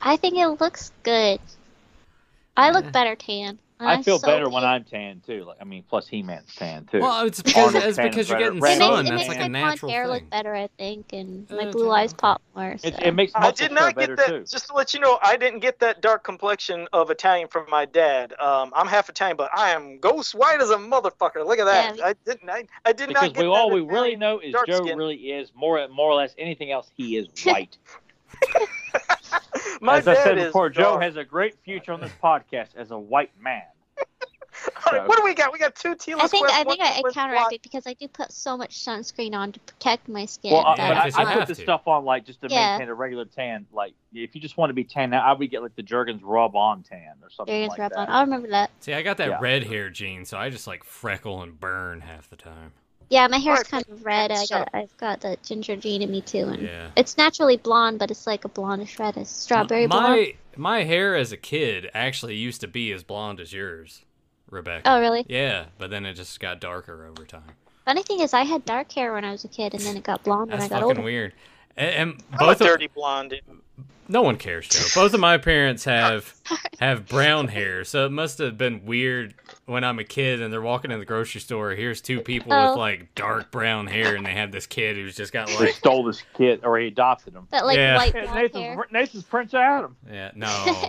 Speaker 4: I think it looks good. I
Speaker 3: Yeah.
Speaker 4: look better tan.
Speaker 1: I
Speaker 4: I'm
Speaker 1: feel
Speaker 4: so
Speaker 1: better
Speaker 4: tan.
Speaker 1: when I'm tan too. Like I mean, plus he man's tan too.
Speaker 3: Well, it's because
Speaker 1: Arnold's
Speaker 3: it's
Speaker 1: tan is
Speaker 3: because you're
Speaker 1: redder-
Speaker 3: getting
Speaker 1: redder than
Speaker 4: It
Speaker 3: sun.
Speaker 4: makes,
Speaker 1: tan.
Speaker 4: it
Speaker 3: That's
Speaker 4: makes
Speaker 3: like
Speaker 4: my
Speaker 3: a natural
Speaker 4: blonde hair
Speaker 3: thing.
Speaker 4: look better, I think, and my
Speaker 3: Uh,
Speaker 4: blue eyes pop more. So.
Speaker 1: it, it makes
Speaker 2: I
Speaker 1: muscles
Speaker 2: did
Speaker 1: feel
Speaker 2: not
Speaker 1: better
Speaker 2: get that.
Speaker 1: too.
Speaker 2: Just to let you know, I didn't get that dark complexion of Italian from my dad. Um, I'm half Italian, but I am ghost white as a motherfucker. Look at that.
Speaker 4: Yeah.
Speaker 2: I didn't. I, I did
Speaker 1: Because
Speaker 2: not get
Speaker 1: we all
Speaker 2: that
Speaker 1: we really
Speaker 2: Italian-
Speaker 1: know is
Speaker 2: dark
Speaker 1: Joe
Speaker 2: skin.
Speaker 1: really is more more or less anything else. He is white.
Speaker 2: My
Speaker 1: as I
Speaker 2: dad
Speaker 1: said
Speaker 2: is
Speaker 1: before, Joe
Speaker 2: dark.
Speaker 1: has a great future on this podcast as a white man.
Speaker 2: All right, what do we got? We got two T
Speaker 4: I think I think I, I
Speaker 2: counteracted.
Speaker 4: counteracted because I do put so much sunscreen on to protect my skin.
Speaker 1: Well, I, but
Speaker 3: Yeah,
Speaker 4: that
Speaker 1: I,
Speaker 4: I'm
Speaker 3: 'cause you
Speaker 1: I
Speaker 4: not-
Speaker 1: put
Speaker 3: have
Speaker 1: this
Speaker 3: to.
Speaker 1: stuff on like just to
Speaker 4: Yeah.
Speaker 1: maintain a regular tan. Like if you just want to be tan, now I would get like the Jergens rub on tan or something
Speaker 4: Jergens
Speaker 1: like
Speaker 4: rub
Speaker 1: that.
Speaker 4: on. I remember that.
Speaker 3: See, I got that
Speaker 1: Yeah.
Speaker 3: red hair gene, so I just like freckle and burn half the time.
Speaker 4: Yeah, my hair's
Speaker 2: Alright,
Speaker 4: kind of red. I
Speaker 2: shut
Speaker 4: got I've got the ginger gene in me too, and
Speaker 3: Yeah.
Speaker 4: it's naturally blonde, but it's like a blondish red. It's strawberry blonde.
Speaker 3: my my hair as a kid actually used to be as blonde as yours, Rebecca.
Speaker 4: Oh, really?
Speaker 3: Yeah, but then it just got darker over time.
Speaker 4: Funny thing is, I had dark hair when I was a kid, and then it got blonde when
Speaker 3: That's
Speaker 4: I got
Speaker 3: fucking
Speaker 4: older.
Speaker 3: weird. And, and
Speaker 2: I'm a
Speaker 3: both of,
Speaker 2: dirty blonde.
Speaker 3: no one cares, Joe. Both of my parents have have brown hair, so it must have been weird when I'm a kid and they're walking in the grocery store. Here's two people
Speaker 4: Oh.
Speaker 3: with like dark brown hair, and they have this kid who's just got
Speaker 1: They
Speaker 3: like
Speaker 1: stole this kid or he adopted him.
Speaker 4: That like
Speaker 3: Yeah.
Speaker 4: white
Speaker 1: Yeah,
Speaker 4: blonde hair.
Speaker 1: Nathan's, Nathan's Prince Adam.
Speaker 3: yeah no.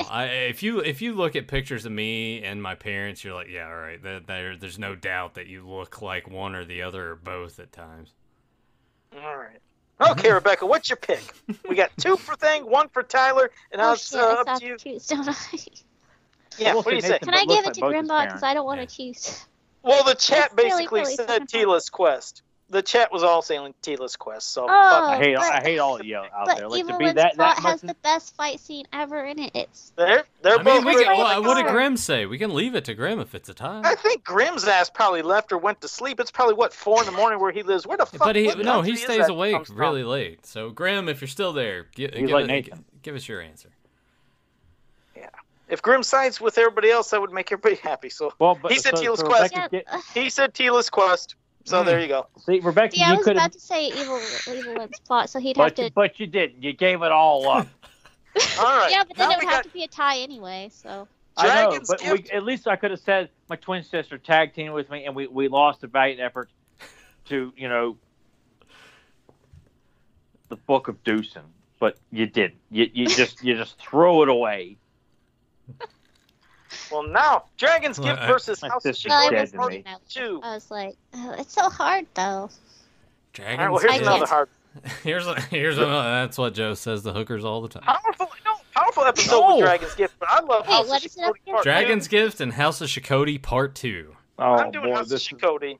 Speaker 3: I, if you if you look at pictures of me and my parents, you're like yeah, all right. There, there there's no doubt that you look like one or the other or both at times.
Speaker 2: All right. Okay, Rebecca, what's your pick? We got two for thing, one for Tyler, and
Speaker 4: Oh
Speaker 2: I'll
Speaker 4: shit!
Speaker 2: uh,
Speaker 4: I
Speaker 2: up
Speaker 4: stopped
Speaker 2: to you.
Speaker 4: choose, don't I?
Speaker 2: Yeah,
Speaker 1: We'll
Speaker 2: what do you
Speaker 1: see,
Speaker 2: say?
Speaker 1: Nathan.
Speaker 4: Can
Speaker 1: but
Speaker 4: I
Speaker 1: it looks
Speaker 4: give it
Speaker 1: like both
Speaker 4: to
Speaker 1: his
Speaker 4: Grimbaugh because
Speaker 1: parents.
Speaker 4: I don't want
Speaker 3: Yeah.
Speaker 4: to choose?
Speaker 2: Well, the chat
Speaker 4: It's really,
Speaker 2: basically
Speaker 4: really
Speaker 2: said
Speaker 4: fucking
Speaker 2: Tila's quest. The chat was all saying Tila's quest. So
Speaker 4: Oh.
Speaker 1: I hate
Speaker 4: but-
Speaker 1: I hate all of you out
Speaker 4: But
Speaker 1: there. Like to
Speaker 4: Evil
Speaker 1: be
Speaker 4: Within
Speaker 1: that
Speaker 4: Plot
Speaker 1: that much.
Speaker 4: has the best fight scene ever in it. It's
Speaker 2: but they're they're
Speaker 3: I
Speaker 2: both.
Speaker 3: mean, we can,
Speaker 4: right
Speaker 3: well,
Speaker 4: on
Speaker 3: what did
Speaker 4: par.
Speaker 3: Grim say? We can leave it to Grim if it's a tie.
Speaker 2: I think Grimm's ass probably left or went to sleep. It's probably what four in the morning where he lives. Where the fuck?
Speaker 3: But he
Speaker 2: what
Speaker 3: no,
Speaker 2: country
Speaker 3: he
Speaker 2: is
Speaker 3: stays
Speaker 2: that
Speaker 3: awake
Speaker 2: comes from?
Speaker 3: really late. So Graham, if you're still there, give,
Speaker 1: He's
Speaker 3: give,
Speaker 1: like
Speaker 3: it-
Speaker 1: Nathan.
Speaker 3: give us your answer.
Speaker 2: If Grimm sides with everybody else, that would make everybody happy. So
Speaker 1: Well, but
Speaker 2: He said
Speaker 1: so,
Speaker 2: Teal's
Speaker 1: so
Speaker 2: quest.
Speaker 1: Rebecca, get,
Speaker 4: Ugh.
Speaker 2: he said Tila's quest. So
Speaker 3: Hmm.
Speaker 2: there you go.
Speaker 1: see, Rebecca,
Speaker 4: See, I
Speaker 1: you
Speaker 4: was
Speaker 1: could
Speaker 4: about
Speaker 1: have,
Speaker 4: to say Evil Evil Within's Plot, so he'd have
Speaker 1: but,
Speaker 4: to.
Speaker 1: you- but you didn't. You gave it all up.
Speaker 2: All right.
Speaker 4: Yeah, but then
Speaker 2: now
Speaker 4: it
Speaker 2: we
Speaker 4: would
Speaker 2: got
Speaker 4: have to be a tie anyway. So
Speaker 1: I know,
Speaker 2: Dragon's
Speaker 1: but we,
Speaker 2: Gift.
Speaker 1: at least I could have said my twin sister tag team with me, and we, we lost a valiant effort to you know the book of Deucin, but you did. You you just you just throw it away.
Speaker 2: Well, now Dragon's
Speaker 3: Well,
Speaker 2: Gift
Speaker 3: I-
Speaker 2: versus
Speaker 1: my
Speaker 2: House of
Speaker 1: sister's
Speaker 2: Shadows
Speaker 1: dead
Speaker 2: versus
Speaker 1: to me.
Speaker 4: I,
Speaker 2: Two.
Speaker 4: I was like, oh, it's so hard though.
Speaker 2: All
Speaker 3: Dragons.
Speaker 2: right. Well, here's
Speaker 3: is-
Speaker 4: I can't-
Speaker 2: another hard.
Speaker 3: Here's a, here's another. That's what Joe says to hookers all the time.
Speaker 2: Powerful, no, powerful episode
Speaker 3: No.
Speaker 2: with Dragon's Gift, but I love
Speaker 4: Hey,
Speaker 2: House
Speaker 4: what
Speaker 2: of
Speaker 4: is it up
Speaker 2: Shikoti
Speaker 4: here?
Speaker 2: Part Two.
Speaker 3: Dragon's Gift and House of Shikoti Part Two.
Speaker 1: Oh
Speaker 2: I'm doing
Speaker 1: boy,
Speaker 2: House of
Speaker 1: this
Speaker 2: Shikoti.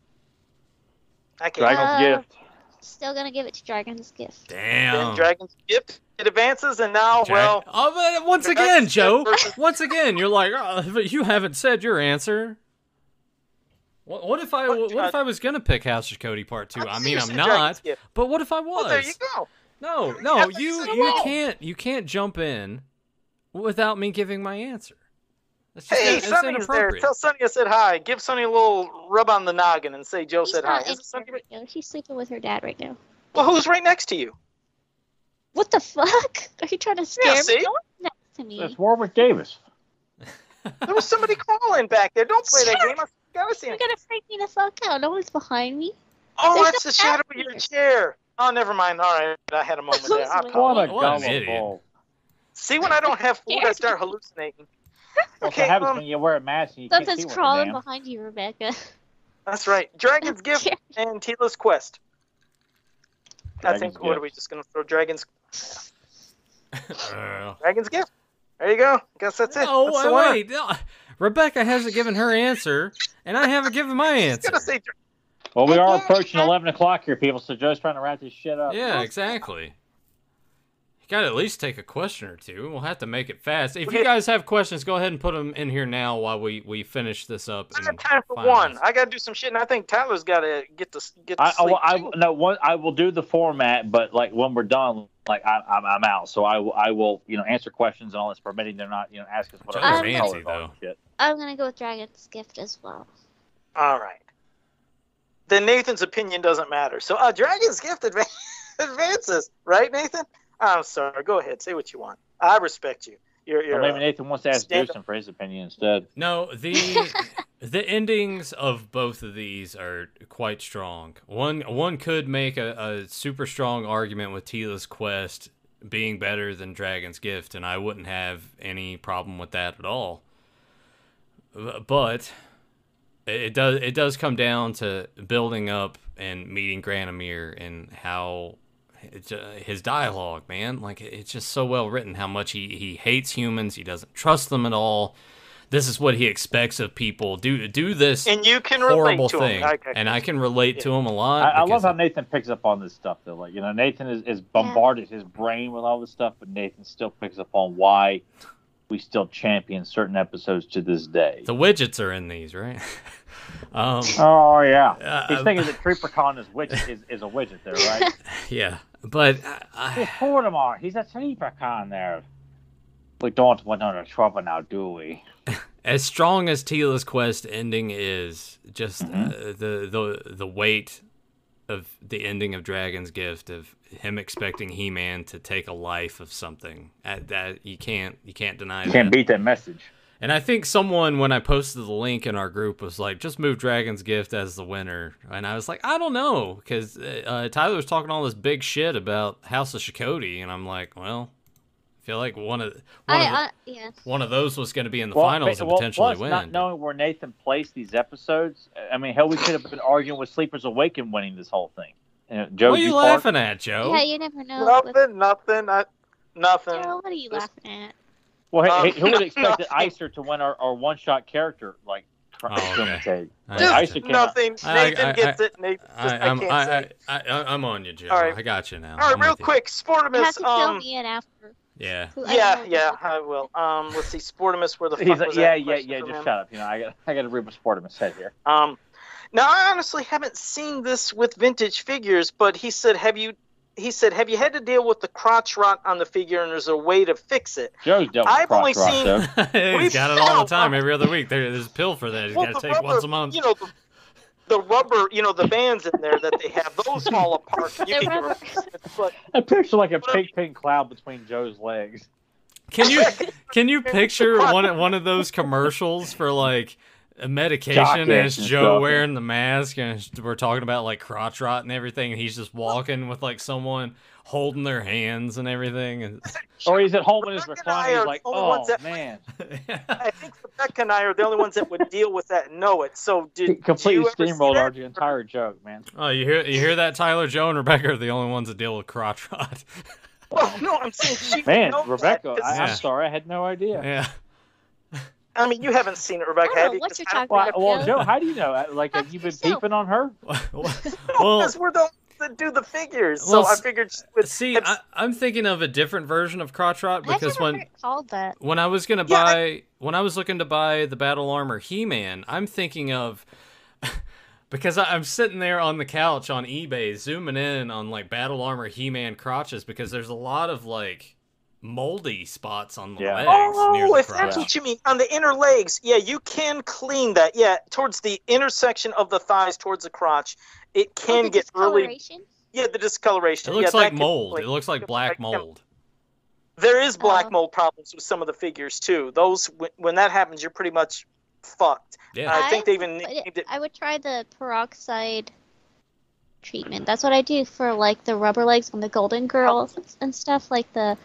Speaker 2: I can't.
Speaker 1: Dragon's
Speaker 4: Uh,
Speaker 1: gift.
Speaker 4: Still gonna give it to Dragon's Gift.
Speaker 3: Damn.
Speaker 2: Then Dragon's Gift it advances, and now
Speaker 3: Dra-
Speaker 2: well,
Speaker 3: oh, but once
Speaker 2: Dragon's
Speaker 3: again,
Speaker 2: Gift
Speaker 3: Joe.
Speaker 2: versus-
Speaker 3: Once again, you're like, oh, but you haven't said your answer. What, what if I
Speaker 2: What,
Speaker 3: what, if I was gonna pick House of Cody Part Two?
Speaker 2: I'm
Speaker 3: I mean,
Speaker 2: serious,
Speaker 3: I'm
Speaker 2: Dragon's
Speaker 3: not.
Speaker 2: Gift.
Speaker 3: But what if I was?
Speaker 2: Well, there you go.
Speaker 3: No, no,
Speaker 2: but
Speaker 3: you
Speaker 2: so
Speaker 3: you
Speaker 2: what?
Speaker 3: can't you can't jump in without me giving my answer. That's just
Speaker 2: Hey,
Speaker 3: it's
Speaker 2: Sonny's there.
Speaker 3: inappropriate.
Speaker 2: Tell Sonny I said hi. Give Sonny a little rub on the noggin and say Joe
Speaker 4: She's
Speaker 2: said hi.
Speaker 4: not in
Speaker 2: Is it
Speaker 4: here
Speaker 2: Sonny?
Speaker 4: right now. She's sleeping with her dad right now.
Speaker 2: Well, who's right next to you?
Speaker 4: What the fuck? Are you trying to scare
Speaker 2: Yeah,
Speaker 4: me?
Speaker 2: see?
Speaker 4: Don't next to me.
Speaker 1: That's Warwick Davis.
Speaker 2: There was somebody calling back there. Don't play that
Speaker 4: Sure.
Speaker 2: game. I gotta see
Speaker 4: You're
Speaker 2: it.
Speaker 4: gonna freak me the fuck out. No one's behind me.
Speaker 2: Oh,
Speaker 4: There's
Speaker 2: that's
Speaker 4: no
Speaker 2: the shadow of
Speaker 4: back
Speaker 2: your
Speaker 4: here.
Speaker 2: chair. Oh, never mind. All right, I had a moment there. I
Speaker 4: What
Speaker 1: What
Speaker 2: apologize.
Speaker 1: a
Speaker 3: What an
Speaker 1: gullible.
Speaker 3: idiot.
Speaker 2: see when I don't have food, I start hallucinating.
Speaker 1: Well,
Speaker 2: Okay,
Speaker 1: what happens
Speaker 2: um,
Speaker 1: when you wear a mask and you can't see
Speaker 4: Something's
Speaker 1: what
Speaker 4: crawling
Speaker 1: the damn-
Speaker 4: behind you, Rebecca.
Speaker 2: That's right. Dragon's Gift
Speaker 4: Scared.
Speaker 2: and Tila's Quest. I
Speaker 1: Dragon's
Speaker 2: think. What
Speaker 1: Gift.
Speaker 2: are we just gonna throw? Dragon's
Speaker 3: Uh,
Speaker 2: Dragon's Gift. There you go. Guess that's it.
Speaker 3: oh,
Speaker 2: that's
Speaker 3: wait,
Speaker 2: the winner.
Speaker 3: wait. no, Rebecca hasn't given her answer, and I haven't given my answer.
Speaker 2: Gotta say,
Speaker 1: Well, we are
Speaker 4: Again,
Speaker 1: approaching
Speaker 4: I-
Speaker 1: 11 o'clock here, people, so Joe's trying to wrap this shit up.
Speaker 3: Yeah, exactly. You gotta at least take a question or two. We'll have to make it fast. If you
Speaker 2: Okay.
Speaker 3: guys have questions, go ahead and put them in here now while we, we finish this up.
Speaker 2: I
Speaker 3: and
Speaker 2: got time for
Speaker 3: finalize.
Speaker 2: one. I gotta do some shit, and I think Tyler's gotta get to get to
Speaker 1: I, I,
Speaker 2: sleep.
Speaker 1: will- I
Speaker 2: too.
Speaker 1: will- no one. I will do the format, but like when we're done, like I, I'm I'm out. So I will I will you know answer questions and all that's permitting. They're not you know ask us what
Speaker 3: Joe's
Speaker 1: our
Speaker 4: fancy,
Speaker 1: colors
Speaker 3: though.
Speaker 1: are and Shit.
Speaker 4: I'm gonna go with Dragon's Gift as well.
Speaker 2: All right. Then Nathan's opinion doesn't matter. So uh, Dragon's Gift advan- advances, right, Nathan? I'm sorry. Go ahead. Say what you want. I respect you. You're
Speaker 1: Or
Speaker 2: you're.
Speaker 1: maybe
Speaker 2: Uh,
Speaker 1: Nathan wants to ask
Speaker 2: Stand
Speaker 1: Jason for his opinion instead.
Speaker 3: No, the the endings of both of these are quite strong. One one could make a, a super strong argument with Tila's quest being better than Dragon's Gift, and I wouldn't have any problem with that at all. B- But it it does it does come down to building up and meeting Granomir and how it's, uh, his dialogue, man. Like it's just so well written. How much he he hates humans. He doesn't trust them at all. This is what he expects of people. Do do this
Speaker 2: and you can relate
Speaker 3: horrible
Speaker 2: to
Speaker 3: thing,
Speaker 2: him. Okay.
Speaker 3: and I can relate to him a lot.
Speaker 1: I, I love
Speaker 3: because
Speaker 1: how Nathan picks up on this stuff though. Like you know, Nathan is, is bombarded his brain with all this stuff, but Nathan still picks up on why we still champion certain episodes to this day.
Speaker 3: the widgets are in these, right? um,
Speaker 1: Oh yeah,
Speaker 3: Uh,
Speaker 1: he's thinking that Creepercon is widget is, is a widget there, right?
Speaker 3: yeah, but uh, I, I,
Speaker 1: It's Portimar. He's a Creepercon there. We don't want no trouble now, do we?
Speaker 3: as strong as Tila's quest ending is, just
Speaker 1: Mhm.
Speaker 3: uh, the the the weight of the ending of Dragon's Gift of him expecting He Man to take a life of something at that you can't you can't deny
Speaker 1: You
Speaker 3: that.
Speaker 1: can't beat that message.
Speaker 3: And I think someone when I posted the link in our group was like, just move Dragon's Gift as the winner, and I was like, I don't know, because uh, Tyler was talking all this big shit about House of Shakoti, and I'm like, well, I feel like one of one of the,
Speaker 4: I, I yeah.
Speaker 3: one of those was going to be in the finals
Speaker 1: ba-
Speaker 3: and
Speaker 1: well,
Speaker 3: potentially
Speaker 1: plus
Speaker 3: win.
Speaker 1: Not knowing where Nathan placed these episodes, I mean, hell, we could have been arguing with Sleepers Awaken winning this whole thing. You know, Joe,
Speaker 3: what are you,
Speaker 1: fart.
Speaker 3: laughing at, Joe?
Speaker 4: Yeah, you never know. with-
Speaker 2: nothing. Nothing. I, nothing.
Speaker 4: Daryl, what are you
Speaker 2: uh, This-
Speaker 4: laughing at?
Speaker 1: Well, hey,
Speaker 2: Um,
Speaker 1: hey, who would have expected Icer to win our, our one shot character like?
Speaker 3: Oh, okay.
Speaker 1: take?
Speaker 3: I-
Speaker 1: Dude,
Speaker 3: I,
Speaker 1: I should-
Speaker 2: Just nothing.
Speaker 3: I-
Speaker 2: Nathan
Speaker 3: I-
Speaker 2: gets it. Nathan. Just, I,
Speaker 3: am
Speaker 2: can't say.
Speaker 3: I, I, I, am on you, Joe.
Speaker 2: All right.
Speaker 3: I got you now.
Speaker 2: All
Speaker 3: I'm
Speaker 2: right, real
Speaker 3: with you.
Speaker 2: quick,
Speaker 4: You have
Speaker 2: Sportimus.
Speaker 4: to fill
Speaker 2: Um,
Speaker 4: me in after.
Speaker 3: Yeah.
Speaker 4: Who- I don't
Speaker 2: yeah,
Speaker 4: know who-
Speaker 2: yeah, I will. Um, let's see, Sportimus, where the fuck
Speaker 1: He's like,
Speaker 2: was
Speaker 1: yeah,
Speaker 2: that
Speaker 1: yeah,
Speaker 2: question
Speaker 1: yeah.
Speaker 2: from
Speaker 1: Just
Speaker 2: him?
Speaker 1: shut up. You know, I got I got to read what Sportimus said here.
Speaker 2: Um, now I honestly haven't seen this with vintage figures, but he said, "Have you?" He said, "Have you had to deal with the crotch rot on the figure, and there's a way to fix it?"
Speaker 1: Joe's dealt with
Speaker 2: I've
Speaker 1: crotch
Speaker 2: only
Speaker 1: rock,
Speaker 2: seen-
Speaker 1: though.
Speaker 3: He's
Speaker 2: We've
Speaker 3: got it all the
Speaker 2: found-
Speaker 3: time, every other week. There, there's a pill for that. He's
Speaker 2: Well,
Speaker 3: got
Speaker 2: the
Speaker 3: to take once a month.
Speaker 2: You know, the, the rubber, you know, the bands in there that they have, those fall apart. You
Speaker 4: They're
Speaker 2: can get
Speaker 4: rubber.
Speaker 2: replacements, but
Speaker 1: I picture like a pink, pink cloud between Joe's legs.
Speaker 3: Can you can you picture one of- one of those commercials for like a medication
Speaker 1: Jock
Speaker 3: and it's
Speaker 1: itch and
Speaker 3: Joe
Speaker 1: stuff.
Speaker 3: wearing the mask and it's- we're talking about like crotch rot and everything and he's just walking with like someone holding their hands and everything and
Speaker 1: Or he's at home in his
Speaker 2: Rebecca and I
Speaker 1: recliner. He's
Speaker 2: are
Speaker 1: like,
Speaker 2: the only ones
Speaker 1: oh
Speaker 2: that-
Speaker 1: man,
Speaker 2: I think Rebecca and I are the only ones that would deal with that and know it. So did
Speaker 1: He
Speaker 2: did
Speaker 1: completely
Speaker 2: you ever see
Speaker 1: steamrolled
Speaker 2: that?
Speaker 1: our entire joke, man.
Speaker 3: oh you hear you hear that Tyler Joe and Rebecca are the only ones that deal with crotch rot
Speaker 2: Well, Oh, no, I'm saying she
Speaker 1: Man,
Speaker 2: knows that,
Speaker 1: Rebecca,
Speaker 2: 'cause-
Speaker 1: I,
Speaker 3: Yeah.
Speaker 1: I'm sorry, I had no idea.
Speaker 3: yeah
Speaker 2: I mean, you haven't seen it,
Speaker 4: I
Speaker 2: Rebecca.
Speaker 4: don't
Speaker 2: have
Speaker 4: know
Speaker 2: you?
Speaker 4: what
Speaker 2: 'Cause
Speaker 4: you're
Speaker 2: I don't
Speaker 4: talking
Speaker 1: Uh, Well,
Speaker 4: about.
Speaker 1: well,
Speaker 4: Joe.
Speaker 1: Joe, how do you know? Like, have you been
Speaker 4: Yourself.
Speaker 1: peeping on her?
Speaker 3: well
Speaker 2: Because we're the to do the figures.
Speaker 3: Well,
Speaker 2: so I
Speaker 3: s-
Speaker 2: figured she would
Speaker 3: See,
Speaker 2: have-
Speaker 3: I, I'm thinking of a different version of crotch rot
Speaker 4: I've
Speaker 3: because
Speaker 4: never
Speaker 3: when
Speaker 4: heard it called that.
Speaker 3: when I was gonna
Speaker 2: Yeah, I-
Speaker 3: buy when I was looking to buy the battle armor He-Man, I'm thinking of because I, I'm sitting there on the couch on eBay zooming in on like battle armor He-Man crotches because there's a lot of like moldy spots on the
Speaker 1: Yeah.
Speaker 3: legs near
Speaker 2: Oh,
Speaker 3: the
Speaker 2: if that's
Speaker 3: crotch.
Speaker 2: what you mean. On the inner legs, yeah, you can clean that. Yeah, towards the intersection of the thighs, towards the crotch, it can
Speaker 4: the
Speaker 2: get really.
Speaker 4: discoloration?
Speaker 2: Yeah, the discoloration.
Speaker 3: It
Speaker 2: yeah,
Speaker 3: looks
Speaker 2: that
Speaker 3: like
Speaker 2: can-
Speaker 3: mold. It looks like
Speaker 2: like,
Speaker 3: black
Speaker 2: yeah.
Speaker 3: mold.
Speaker 2: There is black
Speaker 4: Oh.
Speaker 2: mold problems with some of the figures too. Those when, when that happens, you're pretty much fucked.
Speaker 3: Yeah.
Speaker 2: And I, think they even
Speaker 4: But
Speaker 2: named
Speaker 4: it,
Speaker 2: it.
Speaker 4: I would try the peroxide treatment. That's what I do for like the rubber legs on the Golden Girls and stuff. Like the,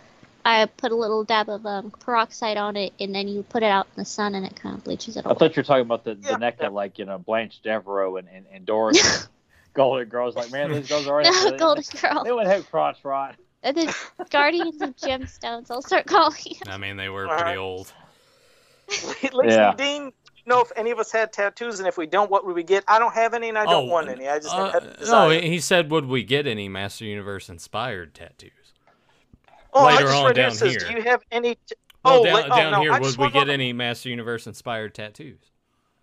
Speaker 4: I put a little dab of um, peroxide on it, and then you put it out in the sun, and it kind of bleaches it
Speaker 1: I
Speaker 4: all.
Speaker 1: thought you were talking about the,
Speaker 2: Yeah.
Speaker 1: the neck that like you know Blanche Devereaux and and, and Doris Golden Girls. Like man, these girls already
Speaker 4: No,
Speaker 1: they,
Speaker 4: Golden
Speaker 1: they
Speaker 4: Girl.
Speaker 1: would have crotch rot.
Speaker 4: And then Guardians of Gemstones. I'll start calling. it.
Speaker 3: I mean, they were
Speaker 2: Alright.
Speaker 3: pretty old.
Speaker 2: Lacey
Speaker 1: Yeah.
Speaker 2: Dean. Know if any of us had tattoos, and if we don't, what would we get? I don't have any, and I don't
Speaker 3: Oh,
Speaker 2: want any. I just
Speaker 3: Uh,
Speaker 2: have had the
Speaker 3: no,
Speaker 2: desire.
Speaker 3: he he said, "Would we get any Master Universe inspired tattoos?"
Speaker 2: oh, I
Speaker 3: later
Speaker 2: just
Speaker 3: on
Speaker 2: read here
Speaker 3: down
Speaker 2: it says,
Speaker 3: here.
Speaker 2: do you have any? T-
Speaker 3: Well,
Speaker 2: oh,
Speaker 3: down,
Speaker 2: la- oh,
Speaker 3: down
Speaker 2: no,
Speaker 3: here,
Speaker 2: I
Speaker 3: would
Speaker 2: just
Speaker 3: we
Speaker 2: want one-
Speaker 3: get any Master Universe inspired tattoos?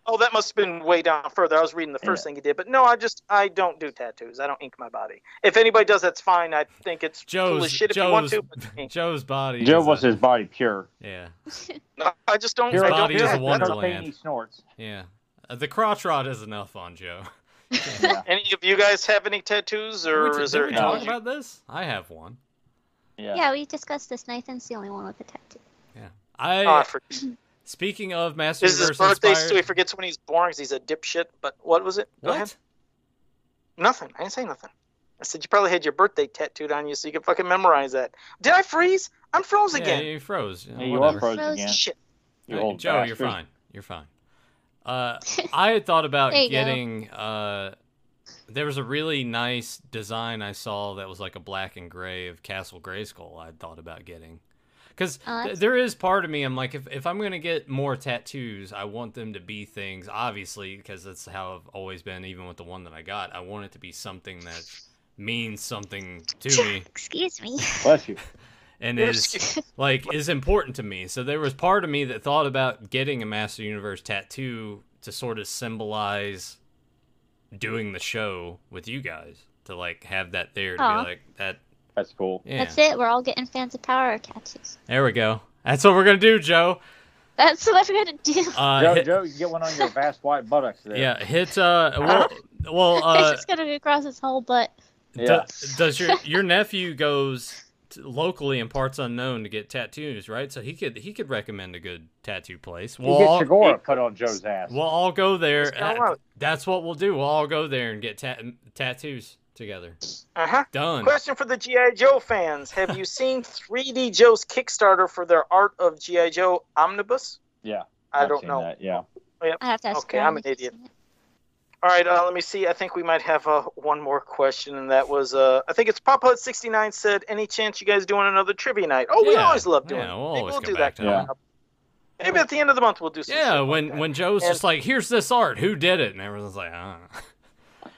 Speaker 2: Oh, that must have been way down further. I was reading the first thing he did, but no, I just I don't do tattoos. I don't ink my body. If anybody does, that's fine. I think it's cool as
Speaker 3: Joe's
Speaker 2: shit if you want
Speaker 3: Joe's
Speaker 2: to. But ink.
Speaker 3: Joe's body.
Speaker 1: Joe
Speaker 3: is
Speaker 1: wants
Speaker 3: a,
Speaker 1: his body pure.
Speaker 3: Yeah,
Speaker 2: No, I just don't.
Speaker 3: Your
Speaker 2: I
Speaker 3: body
Speaker 2: don't
Speaker 3: is a
Speaker 2: do that.
Speaker 1: That's the
Speaker 3: wonderland.
Speaker 1: thing he snorts.
Speaker 3: yeah. Uh, the crotch rod is enough on Joe.
Speaker 1: Yeah.
Speaker 2: Any of you guys have any tattoos,
Speaker 3: Did
Speaker 2: or
Speaker 3: we,
Speaker 2: is
Speaker 3: did
Speaker 2: there?
Speaker 3: we
Speaker 1: any-
Speaker 3: talk about this? I have one.
Speaker 1: yeah.
Speaker 4: Yeah. we discussed this. Nathan's the only one with a tattoo.
Speaker 3: I
Speaker 2: Oh, I forget.
Speaker 3: speaking of Master
Speaker 2: This is his
Speaker 3: Universe
Speaker 2: birthday,
Speaker 3: inspired.
Speaker 2: so he forgets when he's born 'cause he's a dipshit. But what was it? Go ahead.
Speaker 3: what?
Speaker 2: Nothing. I didn't say nothing. I said you probably had your birthday tattooed on you, so you could fucking memorize that. Did I freeze? I'm froze
Speaker 3: yeah,
Speaker 2: again.
Speaker 3: you froze. Yeah,
Speaker 1: Yeah, you
Speaker 3: whatever.
Speaker 1: are frozen
Speaker 4: Frozen.
Speaker 1: again.
Speaker 2: Shit.
Speaker 1: You
Speaker 3: Hey,
Speaker 1: old
Speaker 3: Joe,
Speaker 1: bastard.
Speaker 3: you're fine. You're fine. Uh, I had thought about
Speaker 4: There you go.
Speaker 3: getting. Uh, there was a really nice design I saw that was like a black and gray of Castle Grayskull. I would thought about getting, because
Speaker 4: Oh, that's-
Speaker 3: there is part of me I'm like, if if I'm gonna get more tattoos, I want them to be things. Obviously, because that's how I've always been. Even with the one that I got, I want it to be something that means something to me
Speaker 4: Excuse me.
Speaker 1: Bless you.
Speaker 3: and
Speaker 2: You're
Speaker 3: is like is important to me. So there was part of me that thought about getting a Master Universe tattoo to sort of symbolize doing the show with you guys to like have that there to
Speaker 4: Aw.
Speaker 3: be like that.
Speaker 1: That's cool.
Speaker 3: Yeah,
Speaker 4: That's it. We're all getting fans of power tattoos.
Speaker 3: there we go. That's what we're gonna do, Joe.
Speaker 4: That's what we're gonna do.
Speaker 3: Uh,
Speaker 1: Joe,
Speaker 3: hit,
Speaker 1: Joe, you can get one on your vast white buttocks there.
Speaker 3: yeah, hit. Uh, well, well
Speaker 4: it's
Speaker 3: uh,
Speaker 4: just gonna go across his whole butt.
Speaker 3: do-
Speaker 1: Yeah.
Speaker 3: does your your nephew goes t locally in parts unknown to get tattoos, right? So he could he could recommend a good tattoo place.
Speaker 1: You
Speaker 3: Well,
Speaker 1: get
Speaker 3: I'll-
Speaker 1: Chigora put on Joe's ass.
Speaker 3: We'll all go there.
Speaker 2: Let's go out.
Speaker 3: That's what we'll do. We'll all go there and get tat- tattoos together.
Speaker 2: Uh huh.
Speaker 3: Done.
Speaker 2: Question for the G.I. Joe fans Have you seen 3D Joe's Kickstarter for their Art of G.I. Joe Omnibus?
Speaker 1: Yeah,
Speaker 2: I
Speaker 1: I've
Speaker 2: don't
Speaker 1: seen
Speaker 2: know.
Speaker 1: That. Yeah.
Speaker 4: I have to ask.
Speaker 2: Okay,
Speaker 4: Graham
Speaker 2: I'm an
Speaker 4: if he's
Speaker 2: idiot.
Speaker 4: seen it.
Speaker 2: All right, uh, let me see. I think we might have uh, one more question, and that was uh, I think it's Pop Hut 69 said, Any chance you guys doing another trivia night? Oh, we
Speaker 3: Yeah,
Speaker 2: always love doing
Speaker 3: yeah,
Speaker 2: it.
Speaker 3: we'll
Speaker 2: Maybe
Speaker 3: always
Speaker 2: we'll
Speaker 3: come
Speaker 2: do
Speaker 3: back
Speaker 2: that
Speaker 3: to
Speaker 2: coming
Speaker 1: that.
Speaker 2: up. Maybe at the end of the month we'll do some shit
Speaker 3: Yeah,
Speaker 2: like
Speaker 3: when
Speaker 2: that.
Speaker 3: when Joe's
Speaker 2: And-
Speaker 3: just like, "Here's this art. Who did it?" and everyone's like, "Ah."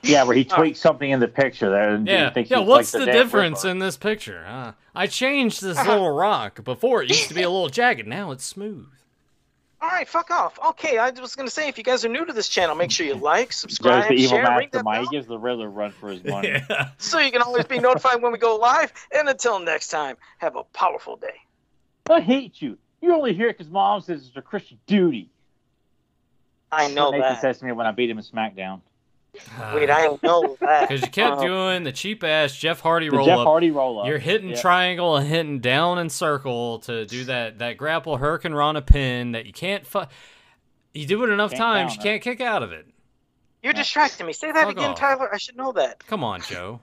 Speaker 1: Yeah, where he
Speaker 2: Oh.
Speaker 1: tweaks something in the picture there. And
Speaker 3: Yeah,
Speaker 1: he thinks
Speaker 3: yeah.
Speaker 1: he's
Speaker 3: What's
Speaker 1: like
Speaker 3: the,
Speaker 1: the, damn
Speaker 3: difference
Speaker 1: Ripper.
Speaker 3: in this picture? Uh, I changed this little rock. Before it used to be a little jagged. Now it's smooth.
Speaker 2: All right, fuck off. Okay, I was going to say, if you guys are new to this channel, make sure you like,
Speaker 1: Joe's
Speaker 2: subscribe,
Speaker 1: the evil
Speaker 2: share, ring that
Speaker 1: mastermind.
Speaker 2: bell.
Speaker 1: He gives the Riddler a run for his money.
Speaker 3: Yeah.
Speaker 2: so you can always be notified when we go live. And until next time, have a powerful day.
Speaker 1: I hate you. You're only here because mom says it's a Christian duty.
Speaker 2: I know
Speaker 1: Nathan
Speaker 2: that.
Speaker 1: says to me when I beat him in SmackDown.
Speaker 2: Wait, I know that.
Speaker 3: Because you kept
Speaker 2: Um,
Speaker 3: doing the cheap ass Jeff Hardy
Speaker 1: The
Speaker 3: roll
Speaker 1: Jeff
Speaker 3: up.
Speaker 1: Hardy roll up.
Speaker 3: You're hitting
Speaker 1: Yeah.
Speaker 3: triangle and hitting down and circle to do that that grapple hurricane run a pin that you can't fu- You do it enough
Speaker 1: Can't
Speaker 3: times, you
Speaker 1: count
Speaker 3: can't kick out of it.
Speaker 2: You're distracting me. Say that
Speaker 3: Fuck
Speaker 2: again,
Speaker 3: off.
Speaker 2: Tyler. I should know that.
Speaker 3: Come on, Joe.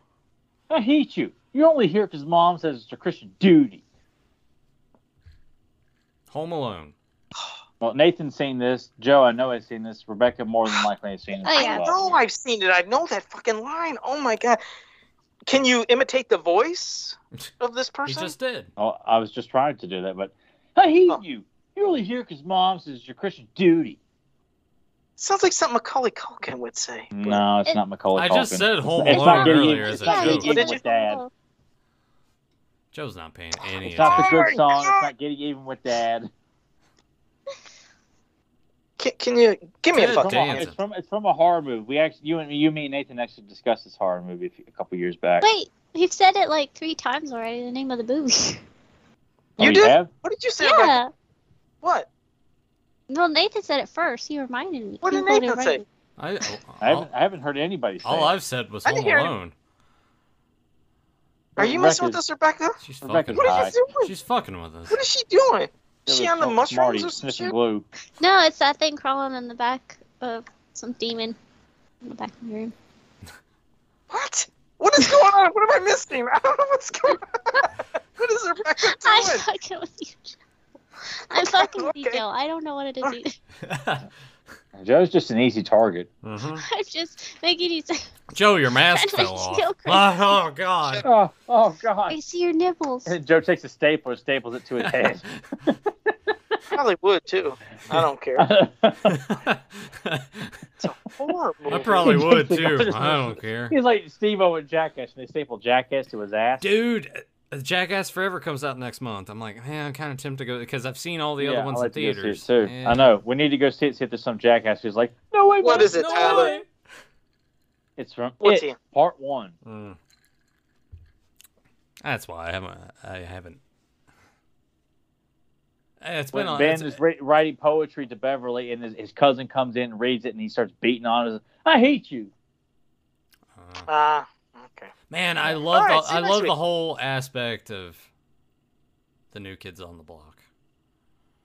Speaker 1: I hate you. You're only here because mom says it's a Christian duty.
Speaker 3: Home Alone.
Speaker 1: Well, Nathan's seen this. Joe, I know has seen this. Rebecca more than likely has seen this.
Speaker 4: Oh,
Speaker 1: as
Speaker 4: yeah.
Speaker 2: I
Speaker 1: well.
Speaker 2: know I've seen it. I know that fucking line. Oh my god. Can you imitate the voice of this
Speaker 3: He
Speaker 2: person?
Speaker 3: just did.
Speaker 1: Oh, I was just trying to do that, but I hate
Speaker 2: Huh.
Speaker 1: you. You're only here because mom says it's your Christian duty.
Speaker 2: Sounds like something Macaulay Culkin would say.
Speaker 1: No, it's
Speaker 4: It-
Speaker 1: not Macaulay
Speaker 3: Mm. I
Speaker 1: Culkin.
Speaker 3: just said Home
Speaker 1: It's not
Speaker 3: Alone
Speaker 1: getting-
Speaker 3: earlier as a
Speaker 1: Yeah,
Speaker 4: you
Speaker 1: you
Speaker 3: joke.
Speaker 1: did even
Speaker 4: did
Speaker 1: with Dad.
Speaker 4: Oh,
Speaker 3: Joe's not paying any
Speaker 1: It's
Speaker 3: attention.
Speaker 1: not the
Speaker 2: Oh my
Speaker 1: good song.
Speaker 2: God.
Speaker 1: It's not getting even with Dad.
Speaker 2: Can, can you give me a
Speaker 1: It's
Speaker 3: Good
Speaker 2: fucking?
Speaker 1: from a-
Speaker 3: Dancing.
Speaker 1: It's from it's from a horror movie. We actually you and you me and Nathan actually discussed this horror movie a, few, a couple years back.
Speaker 4: Wait, you've said it like three times already. The name of the movie.
Speaker 1: Oh,
Speaker 2: You did?
Speaker 1: have?
Speaker 2: What did you say? About,
Speaker 4: yeah.
Speaker 2: what?
Speaker 4: Well, Nathan said it first. He reminded me.
Speaker 2: What
Speaker 4: He
Speaker 2: did
Speaker 4: told me
Speaker 2: Nathan
Speaker 4: right-
Speaker 2: say?
Speaker 3: I,
Speaker 1: I
Speaker 3: all,
Speaker 1: haven't I haven't heard anybody say.
Speaker 3: all
Speaker 1: it.
Speaker 3: I've said was
Speaker 2: I didn't
Speaker 3: Home
Speaker 2: hear it.
Speaker 3: Alone.
Speaker 2: Are you messing with
Speaker 1: Rebecca's-
Speaker 2: us, Rebecca?
Speaker 3: She's
Speaker 1: Rebecca's
Speaker 3: fucking.
Speaker 2: What are
Speaker 1: Hi.
Speaker 2: you doing?
Speaker 3: She's fucking with us.
Speaker 2: What is she doing?
Speaker 1: There
Speaker 2: She
Speaker 1: was
Speaker 2: on the
Speaker 1: some-
Speaker 2: mushrooms
Speaker 1: Marty
Speaker 2: or some
Speaker 1: sniffing
Speaker 2: shit?
Speaker 1: glue.
Speaker 4: No, it's that thing crawling in the back of some demon in the back of the room.
Speaker 2: What? What is going on? What am I missing? I don't know what's going on. what is Rebecca
Speaker 4: I'm
Speaker 2: doing?
Speaker 4: fucking with you. I'm fucking with you,
Speaker 2: Okay.
Speaker 4: Joe. I don't know what it is
Speaker 2: Alright.
Speaker 4: either.
Speaker 1: Joe's just an easy target.
Speaker 3: Mhm.
Speaker 4: I'm just making you say,
Speaker 3: Joe, your mask
Speaker 4: Trying to
Speaker 3: fell off.
Speaker 4: feel crazy.
Speaker 3: Oh, oh, God.
Speaker 1: Oh, oh God!
Speaker 4: I see your nibbles.
Speaker 1: And Joe takes a staple and staples it to his head.
Speaker 2: Probably would too. I don't care.
Speaker 3: Oh,
Speaker 2: Horrible.
Speaker 3: I probably would too. I don't care.
Speaker 1: He's like Steve-O and Jackass, and they staple Jackass to his ass.
Speaker 3: Dude, uh, Jackass Forever comes out next month. I'm like, man, I'm kind of tempted to go because I've seen all the
Speaker 1: Yeah,
Speaker 3: other
Speaker 1: I'd
Speaker 3: ones in
Speaker 1: like to go see it
Speaker 3: theaters.
Speaker 1: too.
Speaker 3: Yeah.
Speaker 1: I know. We need to go see it. See if there's some Jackass who's like, no way.
Speaker 2: What
Speaker 1: no,
Speaker 2: is it,
Speaker 1: no
Speaker 2: Tyler?
Speaker 1: way." It's from
Speaker 2: What's
Speaker 1: It,
Speaker 2: he?
Speaker 1: Part One.
Speaker 3: Mm. That's why I haven't. I haven't. Eh, It's been
Speaker 1: When
Speaker 3: on.
Speaker 1: Ben
Speaker 3: it's-
Speaker 1: is ri- writing poetry to Beverly, and his, his cousin comes in, and reads it, and he starts beating on him. I hate you.
Speaker 3: uh,
Speaker 2: Ah, okay.
Speaker 3: man, I
Speaker 2: All
Speaker 3: love.
Speaker 2: right,
Speaker 3: the,
Speaker 2: see
Speaker 3: I
Speaker 2: you next
Speaker 3: love the
Speaker 2: week.
Speaker 3: whole aspect of the new kids on the block.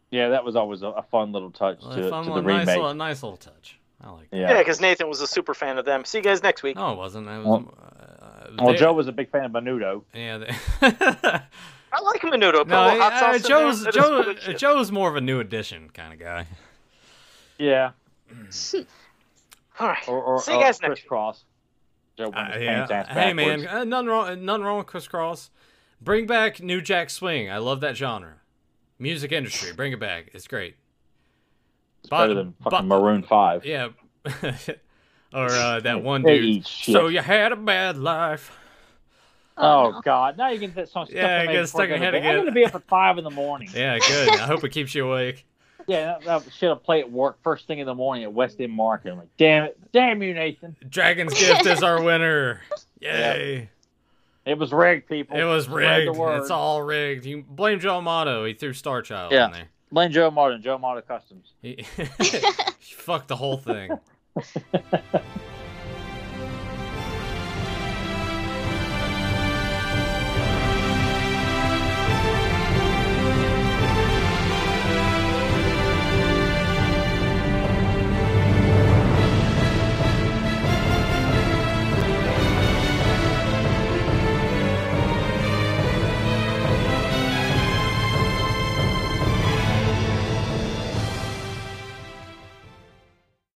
Speaker 1: Yeah, that was always a, a fun little touch
Speaker 3: Well,
Speaker 1: to,
Speaker 3: fun
Speaker 1: to the
Speaker 3: little, nice,
Speaker 1: remake.
Speaker 3: little, nice little touch. I like. That.
Speaker 2: Yeah,
Speaker 1: Yeah.
Speaker 2: because Nathan was a super fan of them. See you guys next week.
Speaker 3: No, it wasn't. It was, uh,
Speaker 1: Well,
Speaker 3: they-
Speaker 1: Joe was a big fan of Menudo.
Speaker 3: Yeah. They,
Speaker 2: I like Menudo.
Speaker 3: no,
Speaker 2: No, hot
Speaker 3: uh,
Speaker 2: sauce in there.
Speaker 3: Joe's
Speaker 2: That is
Speaker 3: Joe. uh,
Speaker 2: good shit.
Speaker 3: Joe's more of a new edition kind of guy.
Speaker 1: Yeah.
Speaker 4: Oh,
Speaker 2: All right.
Speaker 1: Or, or
Speaker 2: See you guys
Speaker 1: or
Speaker 2: next week.
Speaker 1: crisscross. Joe went
Speaker 3: Uh,
Speaker 1: his
Speaker 3: yeah.
Speaker 1: pants ass
Speaker 3: Hey man,
Speaker 1: backwards.
Speaker 3: uh, nothing wrong. uh, Nothing wrong with Chris Cross. Bring back New Jack Swing. I love that genre. Music industry, bring it back. It's great.
Speaker 1: It's better than
Speaker 3: but-
Speaker 1: fucking Maroon Five.
Speaker 3: Yeah. or uh, that one
Speaker 1: They
Speaker 3: dude.
Speaker 1: eat shit.
Speaker 3: So you had a bad life.
Speaker 1: Oh,
Speaker 4: no.
Speaker 1: God! Now you get that song stuck
Speaker 3: Yeah,
Speaker 1: in
Speaker 3: it
Speaker 1: my head.
Speaker 3: gets
Speaker 1: before I
Speaker 3: stuck in
Speaker 1: go to
Speaker 3: your head
Speaker 1: bed. I'm
Speaker 3: again.
Speaker 1: gonna be up at five in the morning.
Speaker 3: Yeah, good. I hope it keeps you awake.
Speaker 1: Yeah, that, that shit will play at work first thing in the morning at West End Market. I'm like, damn it, damn you, Nathan.
Speaker 3: Dragon's Gift is our winner. Yay.
Speaker 1: It was rigged, people.
Speaker 3: It was
Speaker 1: Spread the
Speaker 3: rigged.
Speaker 1: word.
Speaker 3: It's all rigged. You blame Joe Amato. He threw Star Child
Speaker 1: Yeah.
Speaker 3: in there.
Speaker 1: Blame Joe Martin, Joe Martin Customs.
Speaker 3: He, he fucked the whole thing.